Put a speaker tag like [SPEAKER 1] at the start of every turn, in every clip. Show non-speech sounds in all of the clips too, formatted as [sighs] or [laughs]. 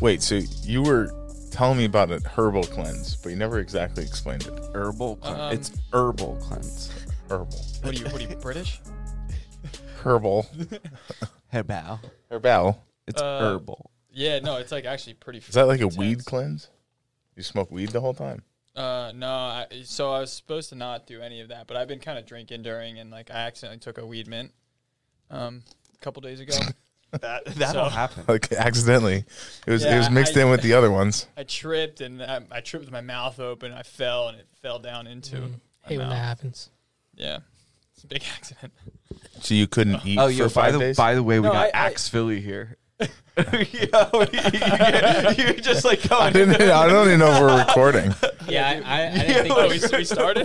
[SPEAKER 1] Wait, so you were telling me about a herbal cleanse, but you never exactly explained it.
[SPEAKER 2] Herbal cleanse.
[SPEAKER 3] Um,
[SPEAKER 2] it's herbal cleanse.
[SPEAKER 1] Herbal.
[SPEAKER 3] What are you? What
[SPEAKER 2] [laughs]
[SPEAKER 3] are you British?
[SPEAKER 1] Herbal.
[SPEAKER 2] Herbal.
[SPEAKER 1] Herbal.
[SPEAKER 2] It's
[SPEAKER 3] Uh,
[SPEAKER 2] herbal.
[SPEAKER 3] Yeah, no, it's like actually pretty.
[SPEAKER 1] Is that like a
[SPEAKER 3] intense.
[SPEAKER 1] weed cleanse? You smoke weed the whole time? [laughs]
[SPEAKER 3] Uh, no. I, so I was supposed to not do any of that, but I've been kind of drinking during, and like I accidentally took a weed mint, um, a couple days ago.
[SPEAKER 2] [laughs]
[SPEAKER 3] [laughs]
[SPEAKER 2] That that'll
[SPEAKER 3] so-
[SPEAKER 2] happen.
[SPEAKER 1] Like accidentally. It was it
[SPEAKER 3] Yeah,
[SPEAKER 1] was mixed
[SPEAKER 2] [laughs]
[SPEAKER 3] I-
[SPEAKER 1] in with the other ones.
[SPEAKER 3] I tripped and I, I tripped with my mouth open. I fell and it fell down into.
[SPEAKER 2] Mm.
[SPEAKER 3] my
[SPEAKER 4] Hey, when
[SPEAKER 3] mouth.
[SPEAKER 4] that happens.
[SPEAKER 3] Yeah, it's a big [laughs] accident.
[SPEAKER 1] So you couldn't eat
[SPEAKER 2] Oh,
[SPEAKER 1] for
[SPEAKER 2] yo, by
[SPEAKER 1] five
[SPEAKER 2] the,
[SPEAKER 1] [laughs] days.
[SPEAKER 2] by the way, we
[SPEAKER 3] No,
[SPEAKER 2] got
[SPEAKER 3] I- I-
[SPEAKER 2] Axe Philly
[SPEAKER 3] [laughs]
[SPEAKER 2] here. [laughs] Yo, you, are just like
[SPEAKER 1] I
[SPEAKER 2] going.
[SPEAKER 1] didn't. I don't even know if
[SPEAKER 2] [laughs]
[SPEAKER 1] we're recording.
[SPEAKER 4] Yeah, I, I, I didn't think
[SPEAKER 3] [laughs] Oh, we, we started.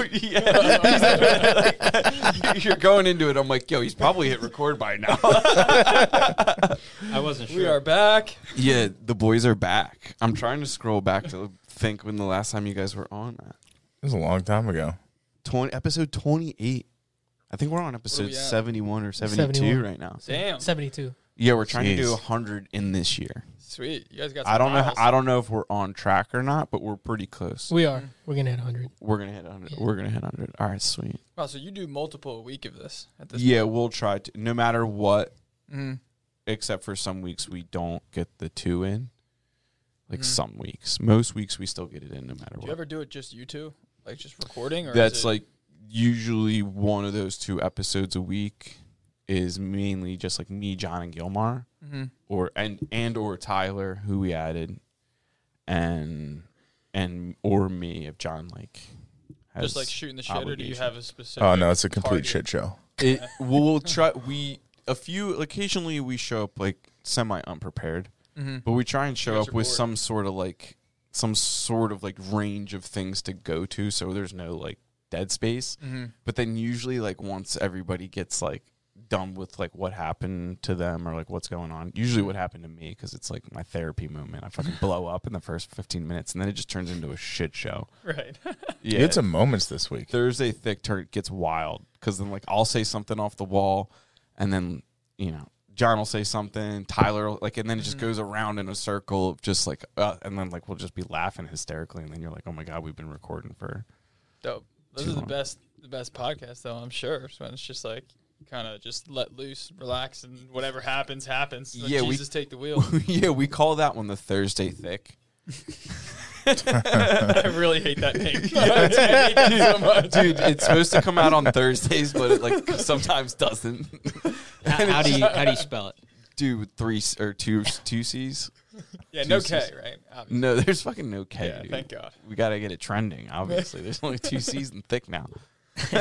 [SPEAKER 2] Yeah.
[SPEAKER 3] [laughs]
[SPEAKER 2] You're going into it. I'm like, yo, he's probably hit record by
[SPEAKER 3] [laughs]
[SPEAKER 2] now.
[SPEAKER 4] I wasn't
[SPEAKER 3] We are back.
[SPEAKER 2] yeah, [laughs] the boys are back. I'm trying to scroll back to think when the last time you guys were on that.
[SPEAKER 1] It was a long time ago.
[SPEAKER 2] 20, episode 28. I think we're on episode
[SPEAKER 3] at?
[SPEAKER 2] 71 or 72
[SPEAKER 4] 71.
[SPEAKER 2] right now.
[SPEAKER 4] [laughs]
[SPEAKER 3] Damn.
[SPEAKER 4] 72.
[SPEAKER 2] Yeah, we're trying to do
[SPEAKER 1] Jeez.
[SPEAKER 2] 100 in this year.
[SPEAKER 3] Sweet. You guys got. Some
[SPEAKER 2] I don't know
[SPEAKER 3] miles.
[SPEAKER 2] I don't know if we're on track or not, but we're pretty close.
[SPEAKER 4] We are. We're going to hit 100.
[SPEAKER 2] We're going to hit 100. We're going to hit 100. All right, sweet.
[SPEAKER 3] Wow, so you do multiple a week of this at this.
[SPEAKER 2] Yeah, we'll try to. No matter what,
[SPEAKER 3] Mm.
[SPEAKER 2] except for some weeks we don't get the two in. Like
[SPEAKER 3] Mhm.
[SPEAKER 2] some weeks, most weeks we still get it in no matter
[SPEAKER 3] Do
[SPEAKER 2] what.
[SPEAKER 3] you ever do it just you two, like just recording, or is
[SPEAKER 2] That's
[SPEAKER 3] it-
[SPEAKER 2] like usually one of those two episodes a week is mainly just like me, John, and Gilmar,
[SPEAKER 3] Mhm.
[SPEAKER 2] or and and or Tyler, who we added, and and or me if John like has
[SPEAKER 3] just like shooting the shit, or do you
[SPEAKER 2] obligation.
[SPEAKER 3] have a specific?
[SPEAKER 1] Oh no, it's a complete
[SPEAKER 3] Target.
[SPEAKER 1] shit show.
[SPEAKER 2] It, we'll, we'll try. We a few occasionally we show up like semi unprepared,
[SPEAKER 3] Mhm.
[SPEAKER 2] but we try and show
[SPEAKER 3] guys
[SPEAKER 2] up
[SPEAKER 3] are
[SPEAKER 2] with
[SPEAKER 3] bored.
[SPEAKER 2] some sort of like some sort of like range of things to go to, so there's no like dead space.
[SPEAKER 3] Mhm.
[SPEAKER 2] But then usually like once everybody gets like done with like what happened to them or like what's going on. Usually what happened to me because it's like my therapy moment. I fucking blow up in the first 15 minutes and then it just turns into a shit show.
[SPEAKER 3] Right. [laughs]
[SPEAKER 2] Yeah.
[SPEAKER 1] You had some moments this week.
[SPEAKER 2] Thursday thick turn gets wild because then like I'll say something off the wall, and then you know John will say something, Tyler will- like, and then it just goes around in a circle, of just like, uh, and then like we'll just be laughing hysterically, and then you're like, oh my god, we've been recording for
[SPEAKER 3] Dope. Those
[SPEAKER 2] Too
[SPEAKER 3] are the
[SPEAKER 2] long.
[SPEAKER 3] best, the best podcasts, though. I'm sure. So it's just like kind of just let loose, relax, and whatever happens, happens. Let
[SPEAKER 2] Yeah, we-
[SPEAKER 3] Jesus take
[SPEAKER 2] [laughs]
[SPEAKER 3] the wheel.
[SPEAKER 2] [laughs]
[SPEAKER 3] [laughs]
[SPEAKER 2] yeah, we call that one the Thursday thick.
[SPEAKER 3] I really hate
[SPEAKER 2] [laughs]
[SPEAKER 3] that name. [laughs] I hate that so much.
[SPEAKER 2] Dude, it's supposed to come out on Thursdays, but it like sometimes doesn't. [laughs]
[SPEAKER 4] How, how do you how do you spell it?
[SPEAKER 2] Dude, with three s- or two two C's.
[SPEAKER 3] Yeah, no K,
[SPEAKER 2] Jesus.
[SPEAKER 3] right? Obviously.
[SPEAKER 2] No, there's fucking no K.
[SPEAKER 3] yeah,
[SPEAKER 2] dude.
[SPEAKER 3] thank God. [laughs]
[SPEAKER 2] we got to get it trending. Obviously, there's only two C's and thick now. [laughs]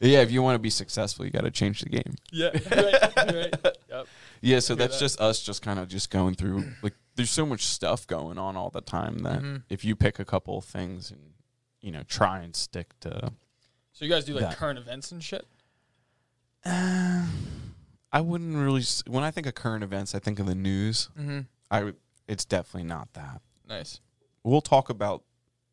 [SPEAKER 2] yeah, if you want to be successful, you got to change the game. [laughs]
[SPEAKER 3] Yeah, right, right. Yep.
[SPEAKER 2] Yeah, so
[SPEAKER 3] Hear
[SPEAKER 2] that's
[SPEAKER 3] that.
[SPEAKER 2] just us, just kind of just going through. Like, there's so much stuff going on all the time that
[SPEAKER 3] Mhm.
[SPEAKER 2] if you pick a couple of things and you know try and stick to,
[SPEAKER 3] So you guys do like
[SPEAKER 2] That.
[SPEAKER 3] current events and shit.
[SPEAKER 2] uh, I wouldn't really. s- When I think of current events, I think of the news.
[SPEAKER 3] Mm-hmm.
[SPEAKER 2] I would- it's definitely not that.
[SPEAKER 3] Nice.
[SPEAKER 2] We'll talk about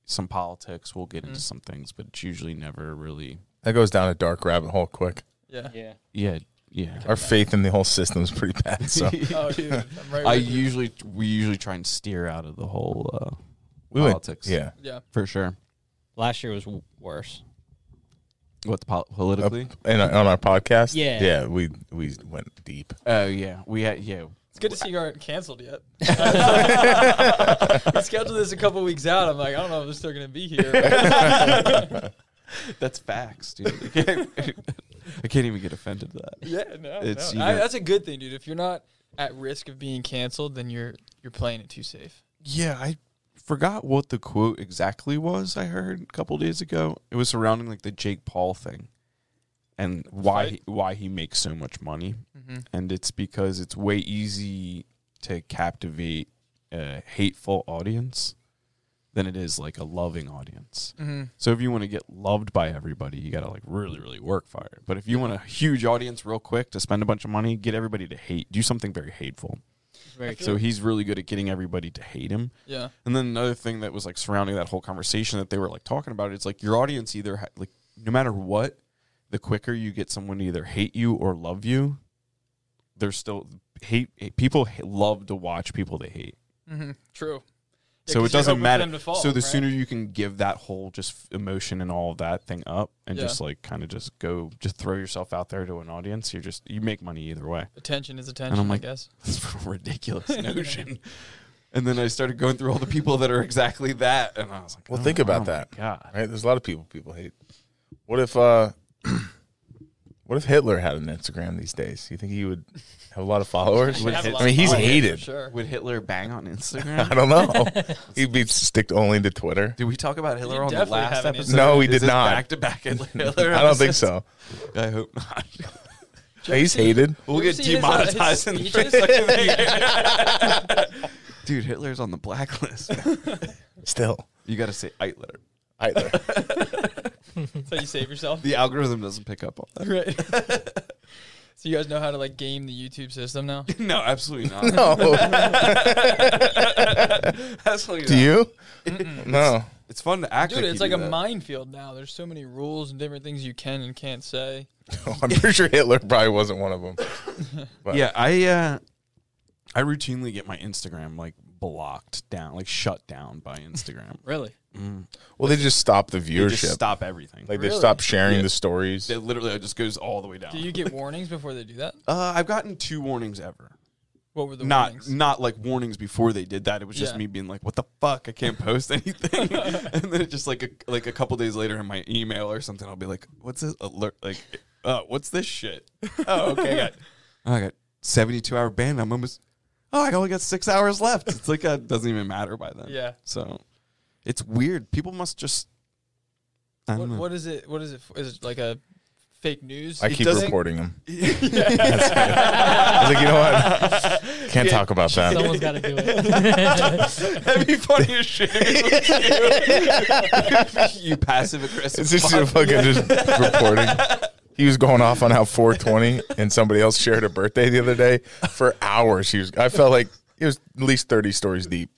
[SPEAKER 2] some politics. We'll get into
[SPEAKER 3] Mhm.
[SPEAKER 2] some things, but it's usually never really.
[SPEAKER 1] That goes down a dark rabbit hole quick.
[SPEAKER 3] Yeah.
[SPEAKER 4] Yeah.
[SPEAKER 2] Yeah, yeah.
[SPEAKER 1] Our faith in the whole system is pretty bad.
[SPEAKER 2] [laughs]
[SPEAKER 1] So
[SPEAKER 3] [laughs] Oh, dude, I'm right.
[SPEAKER 2] I
[SPEAKER 3] with you.
[SPEAKER 2] usually we usually try and steer out of the whole uh,
[SPEAKER 1] we went.
[SPEAKER 2] politics.
[SPEAKER 1] Yeah,
[SPEAKER 3] Yeah.
[SPEAKER 2] for sure.
[SPEAKER 4] Last year was w- worse.
[SPEAKER 2] What pol- politically?
[SPEAKER 1] and on Uh, our podcast.
[SPEAKER 4] Yeah.
[SPEAKER 1] yeah, we we went deep.
[SPEAKER 2] Oh yeah, we had yeah.
[SPEAKER 3] It's good to see you aren't
[SPEAKER 2] [laughs]
[SPEAKER 3] canceled yet. [laughs] we scheduled this a couple weeks out. I'm like, I don't know if they're still going to be
[SPEAKER 2] [laughs]
[SPEAKER 3] here. [laughs]
[SPEAKER 2] That's facts, dude. [laughs] I can't, I can't even get offended to that.
[SPEAKER 3] yeah, no.
[SPEAKER 2] It's,
[SPEAKER 3] no.
[SPEAKER 2] you
[SPEAKER 3] I-
[SPEAKER 2] know-
[SPEAKER 3] that's a good thing, dude. If you're not at risk of being canceled, then you're you're playing it too safe.
[SPEAKER 2] Yeah, I forgot what the quote exactly was. I heard a couple days ago. It was surrounding like the Jake Paul thing, and why
[SPEAKER 3] Fight?
[SPEAKER 2] he, why he makes so much money.
[SPEAKER 3] Mm-hmm.
[SPEAKER 2] and it's because it's way easy to captivate a hateful audience than it is like a loving audience.
[SPEAKER 3] Mm-hmm.
[SPEAKER 2] So if you want to get loved by everybody, you got to like really really work for it. But if you want a huge audience real quick to spend a bunch of money, get everybody to hate, do something very hateful.
[SPEAKER 4] Very
[SPEAKER 2] So he's really good at getting everybody to hate him.
[SPEAKER 3] Yeah.
[SPEAKER 2] And then another thing that was like surrounding that whole conversation that they were like talking about it's like your audience either ha- like no matter what, the quicker you get someone to either hate you or love you, they're still hate, hate- people ha- love to watch people they hate.
[SPEAKER 3] hmm True. Yeah,
[SPEAKER 2] so
[SPEAKER 3] 'cause
[SPEAKER 2] it
[SPEAKER 3] you're
[SPEAKER 2] doesn't
[SPEAKER 3] hoping for
[SPEAKER 2] matter.
[SPEAKER 3] them to fall,
[SPEAKER 2] so the
[SPEAKER 3] right?
[SPEAKER 2] sooner you can give that whole just f- emotion and all of that thing up, and
[SPEAKER 3] Yeah.
[SPEAKER 2] just like kind of just go, just throw yourself out there to an audience, you're just you make money either way. [laughs]
[SPEAKER 3] attention is attention.
[SPEAKER 2] like,
[SPEAKER 3] I guess.
[SPEAKER 2] It's a ridiculous
[SPEAKER 3] [laughs]
[SPEAKER 2] notion. And then I started going through all the people that are exactly that, and I was like,
[SPEAKER 1] Well,
[SPEAKER 2] oh,
[SPEAKER 1] think about
[SPEAKER 2] oh my
[SPEAKER 1] that.
[SPEAKER 2] God,
[SPEAKER 1] Right? There's a lot of people people hate. What if uh [clears throat] what if Hitler had an Instagram these days? You think he would have a lot of followers?
[SPEAKER 2] Would
[SPEAKER 3] Have a
[SPEAKER 2] hit-
[SPEAKER 3] lot
[SPEAKER 1] I mean,
[SPEAKER 3] of
[SPEAKER 1] he's
[SPEAKER 3] followers,
[SPEAKER 1] hated.
[SPEAKER 3] for Sure.
[SPEAKER 2] would Hitler bang
[SPEAKER 1] [laughs]
[SPEAKER 2] on Instagram?
[SPEAKER 1] I don't know. He'd be sticked only to Twitter.
[SPEAKER 2] Did we talk about
[SPEAKER 3] You
[SPEAKER 2] Hitler on the
[SPEAKER 3] definitely
[SPEAKER 2] last
[SPEAKER 3] have an
[SPEAKER 2] episode?
[SPEAKER 1] No, we did
[SPEAKER 2] Is this
[SPEAKER 1] not.
[SPEAKER 2] Back to back Hitler.
[SPEAKER 1] [laughs] I don't think so.
[SPEAKER 2] I hope not. [laughs]
[SPEAKER 1] He's hated.
[SPEAKER 2] We'll
[SPEAKER 3] You
[SPEAKER 2] get
[SPEAKER 3] see his, uh,
[SPEAKER 2] demonetized
[SPEAKER 3] [laughs] his
[SPEAKER 2] in the
[SPEAKER 3] speeches?
[SPEAKER 2] first second of the year. Dude, Hitler's on
[SPEAKER 1] [laughs]
[SPEAKER 2] the blacklist.
[SPEAKER 1] Still.
[SPEAKER 2] You got to say Eitler.
[SPEAKER 1] Either.
[SPEAKER 3] [laughs] So you
[SPEAKER 2] [laughs]
[SPEAKER 3] save yourself.
[SPEAKER 2] The algorithm doesn't pick up on that. [laughs]
[SPEAKER 3] Right. [laughs] so you guys know how to like game the YouTube system now?
[SPEAKER 2] No,
[SPEAKER 1] [laughs]
[SPEAKER 2] absolutely not.
[SPEAKER 1] [laughs] No.
[SPEAKER 3] [laughs]
[SPEAKER 2] absolutely
[SPEAKER 1] Do
[SPEAKER 2] not.
[SPEAKER 1] you? No.
[SPEAKER 2] [laughs] It's fun to act.
[SPEAKER 3] Dude, it's
[SPEAKER 2] you
[SPEAKER 3] like
[SPEAKER 2] do
[SPEAKER 3] a
[SPEAKER 2] that.
[SPEAKER 3] minefield now. There's so many rules and different things you can and can't say.
[SPEAKER 1] I'm pretty sure Hitler probably wasn't one of them. But-
[SPEAKER 2] Yeah, I uh, I routinely get my Instagram like blocked down, like shut down by
[SPEAKER 3] [laughs]
[SPEAKER 2] Instagram.
[SPEAKER 4] Really?
[SPEAKER 1] Well, they just stop the
[SPEAKER 2] They
[SPEAKER 1] viewership.
[SPEAKER 2] just stop everything.
[SPEAKER 1] like they
[SPEAKER 3] Really?
[SPEAKER 1] stop sharing
[SPEAKER 2] Yeah.
[SPEAKER 1] the stories.
[SPEAKER 2] it literally just goes all the way down.
[SPEAKER 3] Do you get warnings before they do that?
[SPEAKER 2] uh, I've gotten two warnings ever.
[SPEAKER 3] What were the
[SPEAKER 2] not
[SPEAKER 3] warnings?
[SPEAKER 2] not like warnings before they did that. It was just
[SPEAKER 3] Yeah.
[SPEAKER 2] me being like, "What the fuck? I can't post
[SPEAKER 3] [laughs]
[SPEAKER 2] anything." [laughs] and then it just like a, like a couple days later in my email or something, I'll be like, "What's this alert? Like, uh, what's this shit?"
[SPEAKER 3] [laughs]
[SPEAKER 2] Oh, okay, I got, I got seventy two hour ban. I'm almost. Oh, I only got six hours left. It's like uh, it doesn't even matter by then.
[SPEAKER 3] Yeah.
[SPEAKER 2] So, it's weird. People must just. I
[SPEAKER 3] What,
[SPEAKER 2] don't know.
[SPEAKER 3] what is it? What is it? f- Is it like a fake news?
[SPEAKER 1] I
[SPEAKER 2] it
[SPEAKER 1] keep
[SPEAKER 2] doesn't-
[SPEAKER 3] [laughs]
[SPEAKER 1] reporting them. I
[SPEAKER 3] I
[SPEAKER 1] was like, you know what? Can't
[SPEAKER 3] [laughs]
[SPEAKER 1] talk about that.
[SPEAKER 4] Someone's got to do it.
[SPEAKER 2] That'd be funny as shit. [laughs] if you passive
[SPEAKER 1] [laughs]
[SPEAKER 2] aggressive.
[SPEAKER 1] It's just a fucking just reporting. He was going off on how 420 and somebody else shared a birthday the other day for hours. He was, I felt like it was at least 30 stories deep.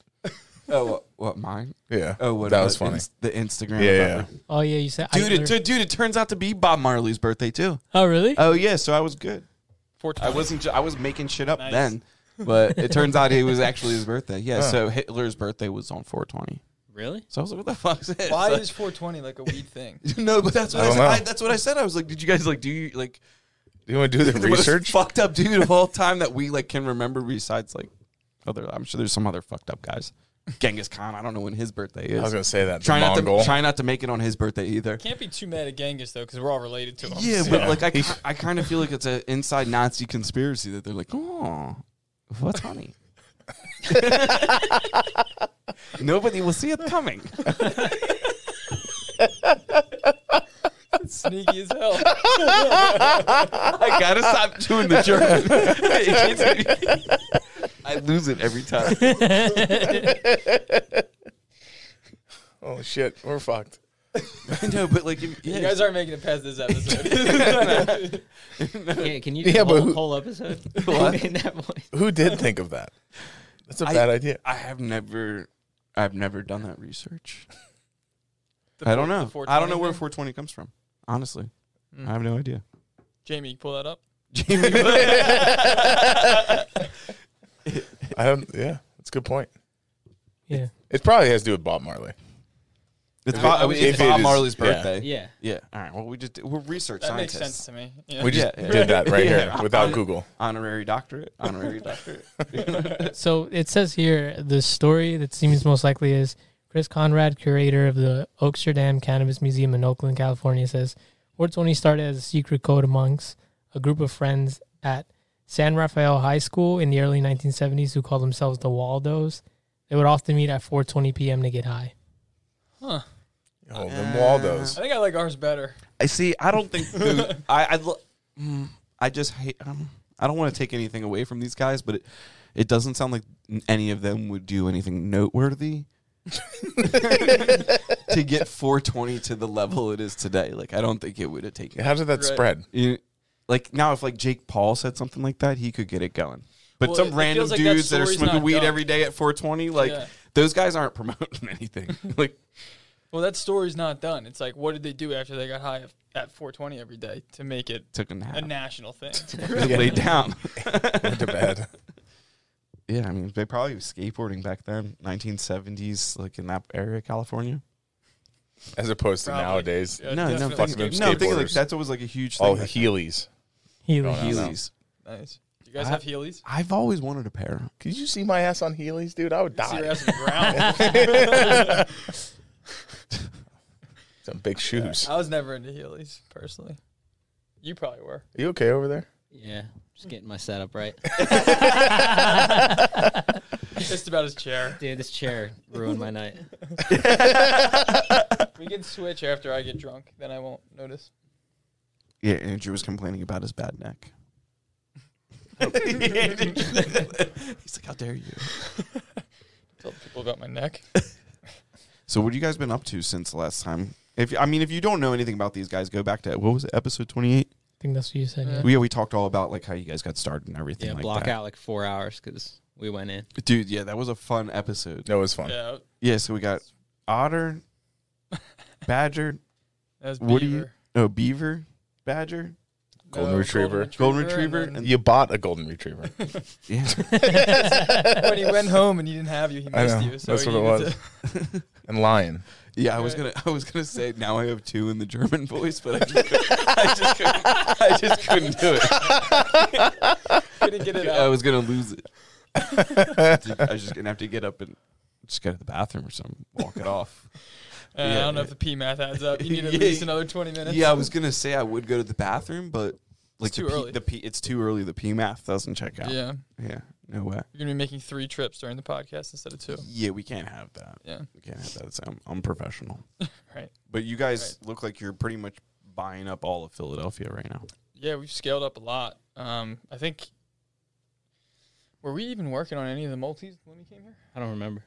[SPEAKER 2] Oh, what, what mine?
[SPEAKER 1] Yeah.
[SPEAKER 2] Oh, what
[SPEAKER 1] that
[SPEAKER 2] about
[SPEAKER 1] was funny.
[SPEAKER 2] ins- the Instagram.
[SPEAKER 1] Yeah,
[SPEAKER 2] about me.
[SPEAKER 5] Oh yeah, you said
[SPEAKER 2] Dude, it, dude, it turns out to be Bob Marley's birthday too.
[SPEAKER 5] oh really?
[SPEAKER 2] Oh yeah, so I was good. I
[SPEAKER 3] Fortunately,
[SPEAKER 2] wasn't. Ju- I was making shit up
[SPEAKER 3] Nice.
[SPEAKER 2] then, but it turns out it was actually his birthday. Yeah.
[SPEAKER 1] Huh.
[SPEAKER 2] So Hitler's birthday was on 420.
[SPEAKER 4] Really?
[SPEAKER 2] So I was like, what the fuck's this?
[SPEAKER 3] why
[SPEAKER 2] Like-
[SPEAKER 3] is 420 like a weed thing?
[SPEAKER 2] [laughs] no? But that's
[SPEAKER 1] I
[SPEAKER 2] what I,
[SPEAKER 1] don't
[SPEAKER 2] said. I-
[SPEAKER 1] know.
[SPEAKER 2] that's what I said. I was like, did you guys like do you like
[SPEAKER 1] Do you want to
[SPEAKER 2] [laughs]
[SPEAKER 1] do the
[SPEAKER 2] the most
[SPEAKER 1] research?
[SPEAKER 2] fucked up dude of [laughs] all time that we like can remember besides like other I'm sure there's some other fucked up guys. Genghis Khan, I don't know when his birthday
[SPEAKER 1] I was
[SPEAKER 2] is.
[SPEAKER 1] going to say that.
[SPEAKER 2] Try
[SPEAKER 1] the
[SPEAKER 2] not
[SPEAKER 1] Mongol.
[SPEAKER 2] to try not to make it on his birthday either.
[SPEAKER 3] Can't be too mad at Genghis though, because we're all related to him.
[SPEAKER 2] Yeah,
[SPEAKER 3] So-
[SPEAKER 2] but
[SPEAKER 1] Yeah.
[SPEAKER 2] like I, ki- I kind of feel like it's an inside Nazi conspiracy that they're like, oh, what's [laughs] honey? Nobody will see it coming.
[SPEAKER 3] [laughs] sneaky as hell.
[SPEAKER 2] I gotta stop doing [laughs] the German. It gets me- I lose it every time.
[SPEAKER 1] Oh, shit. We're fucked.
[SPEAKER 2] [laughs] no, but like, if- yeah,
[SPEAKER 3] You guys aren't making it past this episode.
[SPEAKER 4] Can, can you do
[SPEAKER 1] [laughs] Yeah,
[SPEAKER 4] [laughs] yeah,
[SPEAKER 1] but
[SPEAKER 4] whole,
[SPEAKER 1] who- [laughs]
[SPEAKER 4] whole episode [laughs]
[SPEAKER 2] What?
[SPEAKER 4] in that voice?
[SPEAKER 1] Who did think of that? That's a
[SPEAKER 2] I-
[SPEAKER 1] bad idea.
[SPEAKER 2] I have never, I've never done that research.
[SPEAKER 3] The
[SPEAKER 2] [laughs] I don't
[SPEAKER 3] four- the
[SPEAKER 2] know. I don't
[SPEAKER 3] 420
[SPEAKER 2] know where
[SPEAKER 3] thing?
[SPEAKER 2] 420 comes from. Honestly,
[SPEAKER 3] Mm.
[SPEAKER 2] I have no
[SPEAKER 3] [laughs]
[SPEAKER 2] idea.
[SPEAKER 3] Jamie, you pull that up.
[SPEAKER 2] Jamie,
[SPEAKER 1] I don't, yeah, that's a good point.
[SPEAKER 5] Yeah.
[SPEAKER 1] It probably has to do with Bob Marley.
[SPEAKER 2] it's
[SPEAKER 3] Bob-
[SPEAKER 2] Bob,
[SPEAKER 3] I mean, if it
[SPEAKER 1] is-
[SPEAKER 2] Marley's
[SPEAKER 1] yeah.
[SPEAKER 2] birthday.
[SPEAKER 4] Yeah.
[SPEAKER 2] Yeah. All right. Well, we just we're research
[SPEAKER 3] That
[SPEAKER 2] scientists.
[SPEAKER 3] makes sense to me. Yeah. [laughs]
[SPEAKER 1] We just
[SPEAKER 2] Yeah, yeah.
[SPEAKER 1] did that right
[SPEAKER 2] Yeah.
[SPEAKER 1] here without Google.
[SPEAKER 2] Honorary doctorate.
[SPEAKER 3] [laughs]
[SPEAKER 2] Honorary doctorate.
[SPEAKER 5] So it says here the story that seems most likely is Chris Conrad, curator of the Amsterdam Cannabis Museum in Oakland, California, says 420 started as a secret code amongst a group of friends at San Rafael High School in the early 1970s who called themselves the Waldos. They would often meet at 4:20 p.m. to get high.
[SPEAKER 1] Oh, them Waldos.
[SPEAKER 3] I
[SPEAKER 2] Uh,
[SPEAKER 3] think I like ours better.
[SPEAKER 2] I see. I don't
[SPEAKER 3] [laughs]
[SPEAKER 2] think. Dude, I I, lo- mm, I just hate. Um, I don't want to take anything away from these guys, but it, it doesn't sound like any of them would do anything
[SPEAKER 3] [laughs]
[SPEAKER 2] noteworthy to get 420 to the level it is today. Like I don't think it would have taken.
[SPEAKER 1] How did that
[SPEAKER 3] Right.
[SPEAKER 1] spread?
[SPEAKER 2] You- like now, if like Jake Paul said something like that, he could get it going. But
[SPEAKER 3] Well,
[SPEAKER 2] some
[SPEAKER 3] it- it
[SPEAKER 2] random
[SPEAKER 3] feels like that
[SPEAKER 2] dudes that are
[SPEAKER 3] story's
[SPEAKER 2] smoking
[SPEAKER 3] not
[SPEAKER 2] weed
[SPEAKER 3] done.
[SPEAKER 2] every day at 420, like
[SPEAKER 3] Yeah.
[SPEAKER 2] those guys aren't promoting [laughs] anything. like
[SPEAKER 3] Well, that story's not done. It's like, what did they do after they got high af- at 420 every day to make it
[SPEAKER 2] took a nap,
[SPEAKER 1] [laughs]
[SPEAKER 3] a national thing?
[SPEAKER 2] laid down.
[SPEAKER 1] Went to bed.
[SPEAKER 2] Yeah, I mean, they probably was skateboarding back then, 1970s, like in that area of California.
[SPEAKER 1] as opposed to
[SPEAKER 3] Probably.
[SPEAKER 1] nowadays.
[SPEAKER 3] Yeah,
[SPEAKER 2] no, no,
[SPEAKER 3] definitely.
[SPEAKER 1] fucking them
[SPEAKER 2] no. Think of, like
[SPEAKER 1] skateboarders.
[SPEAKER 2] that's always like a huge thing.
[SPEAKER 1] Oh,
[SPEAKER 2] back
[SPEAKER 1] Heelys.
[SPEAKER 5] Healy.
[SPEAKER 1] No,
[SPEAKER 2] then.
[SPEAKER 1] no, no.
[SPEAKER 2] Heelys.
[SPEAKER 3] Nice. Do you guys
[SPEAKER 2] I-
[SPEAKER 3] have Heelys?
[SPEAKER 2] I've always wanted a pair.
[SPEAKER 1] Could you see my ass on Heelys, dude? I would
[SPEAKER 3] See your
[SPEAKER 1] die.
[SPEAKER 3] ass on the ground.
[SPEAKER 1] [laughs] Some big shoes.
[SPEAKER 3] I was never into Heelys personally. You probably were.
[SPEAKER 1] Are you okay over there?
[SPEAKER 4] Yeah, just getting my setup
[SPEAKER 1] [laughs]
[SPEAKER 4] right. [laughs]
[SPEAKER 3] Just about his chair.
[SPEAKER 4] Dude, this chair ruined my night.
[SPEAKER 3] We can switch after I get drunk, then I won't notice.
[SPEAKER 2] Yeah, Andrew was complaining about his bad [laughs] neck. He's like, "How dare you!"
[SPEAKER 3] Tell the people about my neck.
[SPEAKER 2] So, what have you guys been up to since the last time? If I mean, if you don't know anything about these guys, go back to what was it, episode twenty-eight?
[SPEAKER 5] I think that's what you said.
[SPEAKER 3] Yeah.
[SPEAKER 5] Yeah.
[SPEAKER 2] We we talked all about like how you guys got started and everything.
[SPEAKER 4] Yeah,
[SPEAKER 2] like
[SPEAKER 4] block
[SPEAKER 2] that.
[SPEAKER 4] out like four hours because we went in.
[SPEAKER 2] dude. Yeah, that was a fun episode.
[SPEAKER 1] No, it was fun.
[SPEAKER 3] Yeah,
[SPEAKER 2] Yeah, so we got otter, badger,
[SPEAKER 3] that was
[SPEAKER 2] What do you-
[SPEAKER 3] Beaver.
[SPEAKER 2] no beaver, badger.
[SPEAKER 1] Golden Retriever.
[SPEAKER 2] Golden Retriever
[SPEAKER 3] and
[SPEAKER 1] You bought a golden
[SPEAKER 3] [laughs]
[SPEAKER 1] retriever. [laughs]
[SPEAKER 2] Yeah,
[SPEAKER 3] then [laughs] when he went home and he didn't have you, he
[SPEAKER 1] I
[SPEAKER 3] missed
[SPEAKER 1] know.
[SPEAKER 3] you. So
[SPEAKER 1] That's what
[SPEAKER 3] he
[SPEAKER 1] it
[SPEAKER 3] needed
[SPEAKER 1] was.
[SPEAKER 3] to- [laughs]
[SPEAKER 1] and lion.
[SPEAKER 2] yeah. I was gonna I was gonna say now I have two in the German voice, but I just couldn't, I just couldn't, I just couldn't do it.
[SPEAKER 3] couldn't
[SPEAKER 1] [laughs]
[SPEAKER 3] [laughs] get it
[SPEAKER 2] I
[SPEAKER 3] out.
[SPEAKER 2] was gonna lose it. I was just gonna have to get up and just go to the bathroom or something, walk it
[SPEAKER 3] [laughs]
[SPEAKER 2] off.
[SPEAKER 3] Uh, I
[SPEAKER 2] yeah.
[SPEAKER 3] don't know if the P math adds up.
[SPEAKER 2] [laughs]
[SPEAKER 3] You need at
[SPEAKER 2] Yeah.
[SPEAKER 3] least another twenty minutes.
[SPEAKER 2] yeah, I was gonna say I would go to the bathroom, but like
[SPEAKER 3] too
[SPEAKER 2] the, P,
[SPEAKER 3] early.
[SPEAKER 2] the P, it's too early. The P math doesn't check out.
[SPEAKER 3] yeah.
[SPEAKER 2] yeah, no way.
[SPEAKER 3] You're gonna be making three trips during the podcast instead of two.
[SPEAKER 2] Yeah, we can't have that.
[SPEAKER 3] Yeah. [laughs]
[SPEAKER 2] We can't have that. It's un- unprofessional.
[SPEAKER 3] Right.
[SPEAKER 2] But you guys look like you're pretty much buying up all of Philadelphia right now.
[SPEAKER 3] Yeah, we've scaled up a lot. Um, I think. Were we even working on any of the multis when we came here?
[SPEAKER 4] I don't
[SPEAKER 1] [coughs]
[SPEAKER 4] remember.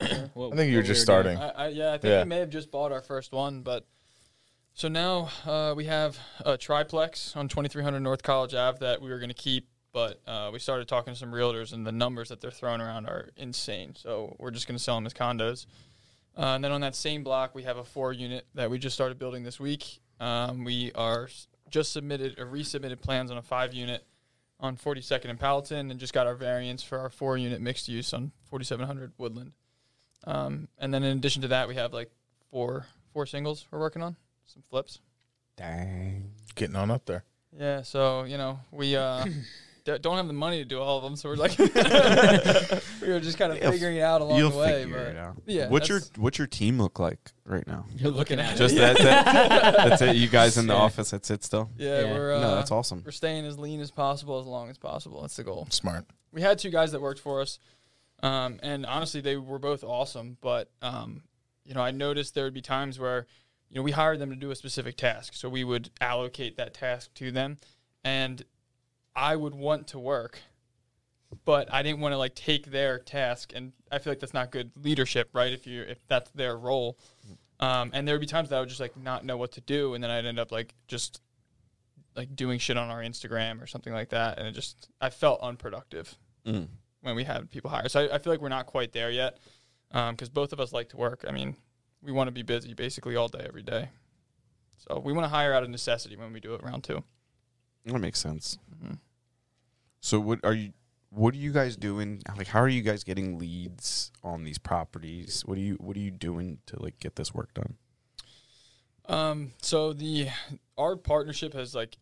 [SPEAKER 1] I think you were just starting.
[SPEAKER 3] I, I, yeah, I think
[SPEAKER 1] Yeah.
[SPEAKER 3] we may have just bought our first one, but so now uh, we have a triplex on 2300 North College Ave that we were going to keep, but uh, we started talking to some realtors, and the numbers that they're throwing around are insane. So we're just going to sell them as condos. Uh, and then on that same block, we have a four unit that we just started building this week. Um, we are s- just submitted or resubmitted plans on a five unit on 42nd and Powelton, and just got our variance for our four unit mixed use on 4700 Woodland. Um, and then in addition to that, we have like four four singles we're working on, some flips.
[SPEAKER 2] Dang.
[SPEAKER 1] [laughs] Getting on up there.
[SPEAKER 3] Yeah, so you know
[SPEAKER 2] [coughs]
[SPEAKER 3] we uh, d- don't have the money to do all of them, so
[SPEAKER 2] [laughs]
[SPEAKER 3] we're like [laughs] we were just kind of
[SPEAKER 2] You'll-
[SPEAKER 3] figuring it out along
[SPEAKER 2] You'll
[SPEAKER 3] the way.
[SPEAKER 2] figure
[SPEAKER 3] but
[SPEAKER 2] it out.
[SPEAKER 3] yeah,
[SPEAKER 2] what's your
[SPEAKER 3] that's-
[SPEAKER 2] What's your team look like right
[SPEAKER 3] [laughs]
[SPEAKER 2] now?
[SPEAKER 4] You're looking at
[SPEAKER 2] Just that, that- That's it. You guys in the
[SPEAKER 4] Yeah.
[SPEAKER 2] office. That's it. Still.
[SPEAKER 3] Yeah,
[SPEAKER 4] Yeah.
[SPEAKER 3] we're uh,
[SPEAKER 2] no, that's awesome.
[SPEAKER 3] we're staying as lean as possible, as long as possible. That's the goal.
[SPEAKER 1] Smart.
[SPEAKER 3] we had two guys that worked for us, um, and honestly, they were both awesome. But um, you know, I noticed there would be times where, you know, we hired them to do a specific task, so we would allocate that task to them, and I would want to work, but I didn't want to like take their task, and I feel like that's not good leadership, right? If you if that's their role, um, and there would be times that I would just like not know what to do, and then I'd end up like just like doing shit on our Instagram or something like that, and it just I felt unproductive
[SPEAKER 2] Mm.
[SPEAKER 3] when we have people hire. So I, I feel like we're not quite there yet because both of us like to work. I mean, we want to be busy basically all day, every day. So we want to hire out of necessity when we do it round 2
[SPEAKER 2] That makes sense.
[SPEAKER 3] Mhm.
[SPEAKER 2] So what are you? What are you guys doing? Like, how are you guys getting leads on these properties? What are you What are you doing to like get this work done?
[SPEAKER 3] Um, so the our partnership has like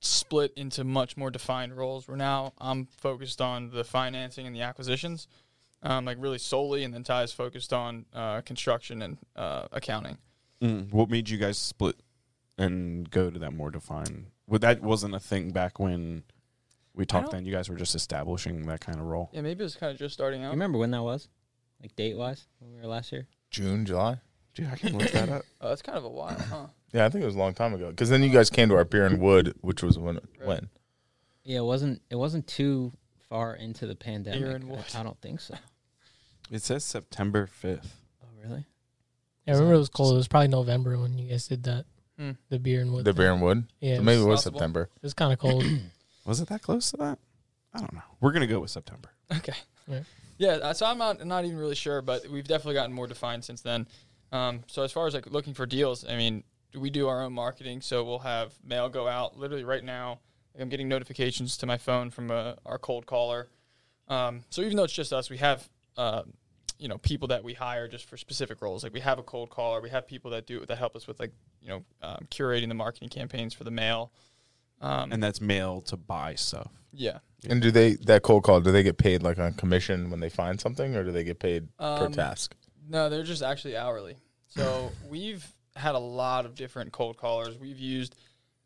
[SPEAKER 3] split into much more defined roles. We're now I'm focused on the financing and the acquisitions, um, like really solely, and then Ty is focused on uh, construction and uh, accounting.
[SPEAKER 2] What made you guys split and go to that more defined? Well, that wasn't a thing back when we talked.
[SPEAKER 3] don't-
[SPEAKER 2] Then you guys were just establishing that kind of role.
[SPEAKER 3] Yeah, maybe it was kind of just starting
[SPEAKER 4] You
[SPEAKER 3] out.
[SPEAKER 4] remember when that was? Like date wise, when we were last year?
[SPEAKER 1] June, July.
[SPEAKER 2] Dude, I can look that up.
[SPEAKER 3] Uh, it's kind of a while, huh?
[SPEAKER 1] Yeah, I think it was a long time ago. Because then you guys came to our beer and wood, which was when when
[SPEAKER 4] Yeah, it wasn't it wasn't too far into the pandemic.
[SPEAKER 3] in what?
[SPEAKER 4] I, I don't think so.
[SPEAKER 2] [clears throat] It says September fifth.
[SPEAKER 4] Oh really?
[SPEAKER 5] I remember it was cold. It was probably November when you guys did that.
[SPEAKER 3] Hmm.
[SPEAKER 5] The beer and wood.
[SPEAKER 1] the
[SPEAKER 5] thing.
[SPEAKER 1] beer and wood.
[SPEAKER 5] Yeah,
[SPEAKER 1] So
[SPEAKER 5] it
[SPEAKER 1] maybe
[SPEAKER 5] was,
[SPEAKER 1] it was
[SPEAKER 3] possible.
[SPEAKER 1] September.
[SPEAKER 5] it was kind of cold.
[SPEAKER 2] Was it that close to that? I don't know. We're gonna go with September.
[SPEAKER 3] Yeah, uh, so I'm not not even really sure, but we've definitely gotten more defined since then. Um, so as far as like looking for deals, I mean, we do our own marketing, so we'll have mail go out literally right now. Like I'm getting notifications to my phone from uh, our cold caller Um, so even though it's just us, we have uh, you know people that we hire just for specific roles. Like we have a cold caller, we have people that do that help us with like you know um, curating the marketing campaigns for the mail. Um,
[SPEAKER 2] and that's mail to buy stuff.
[SPEAKER 3] yeah,
[SPEAKER 1] And do they that cold call? Do they get paid like on commission when they find something, or do they get paid per
[SPEAKER 3] Um,
[SPEAKER 1] task?
[SPEAKER 3] No, they're just actually hourly. So we've had a lot of different cold callers. We've used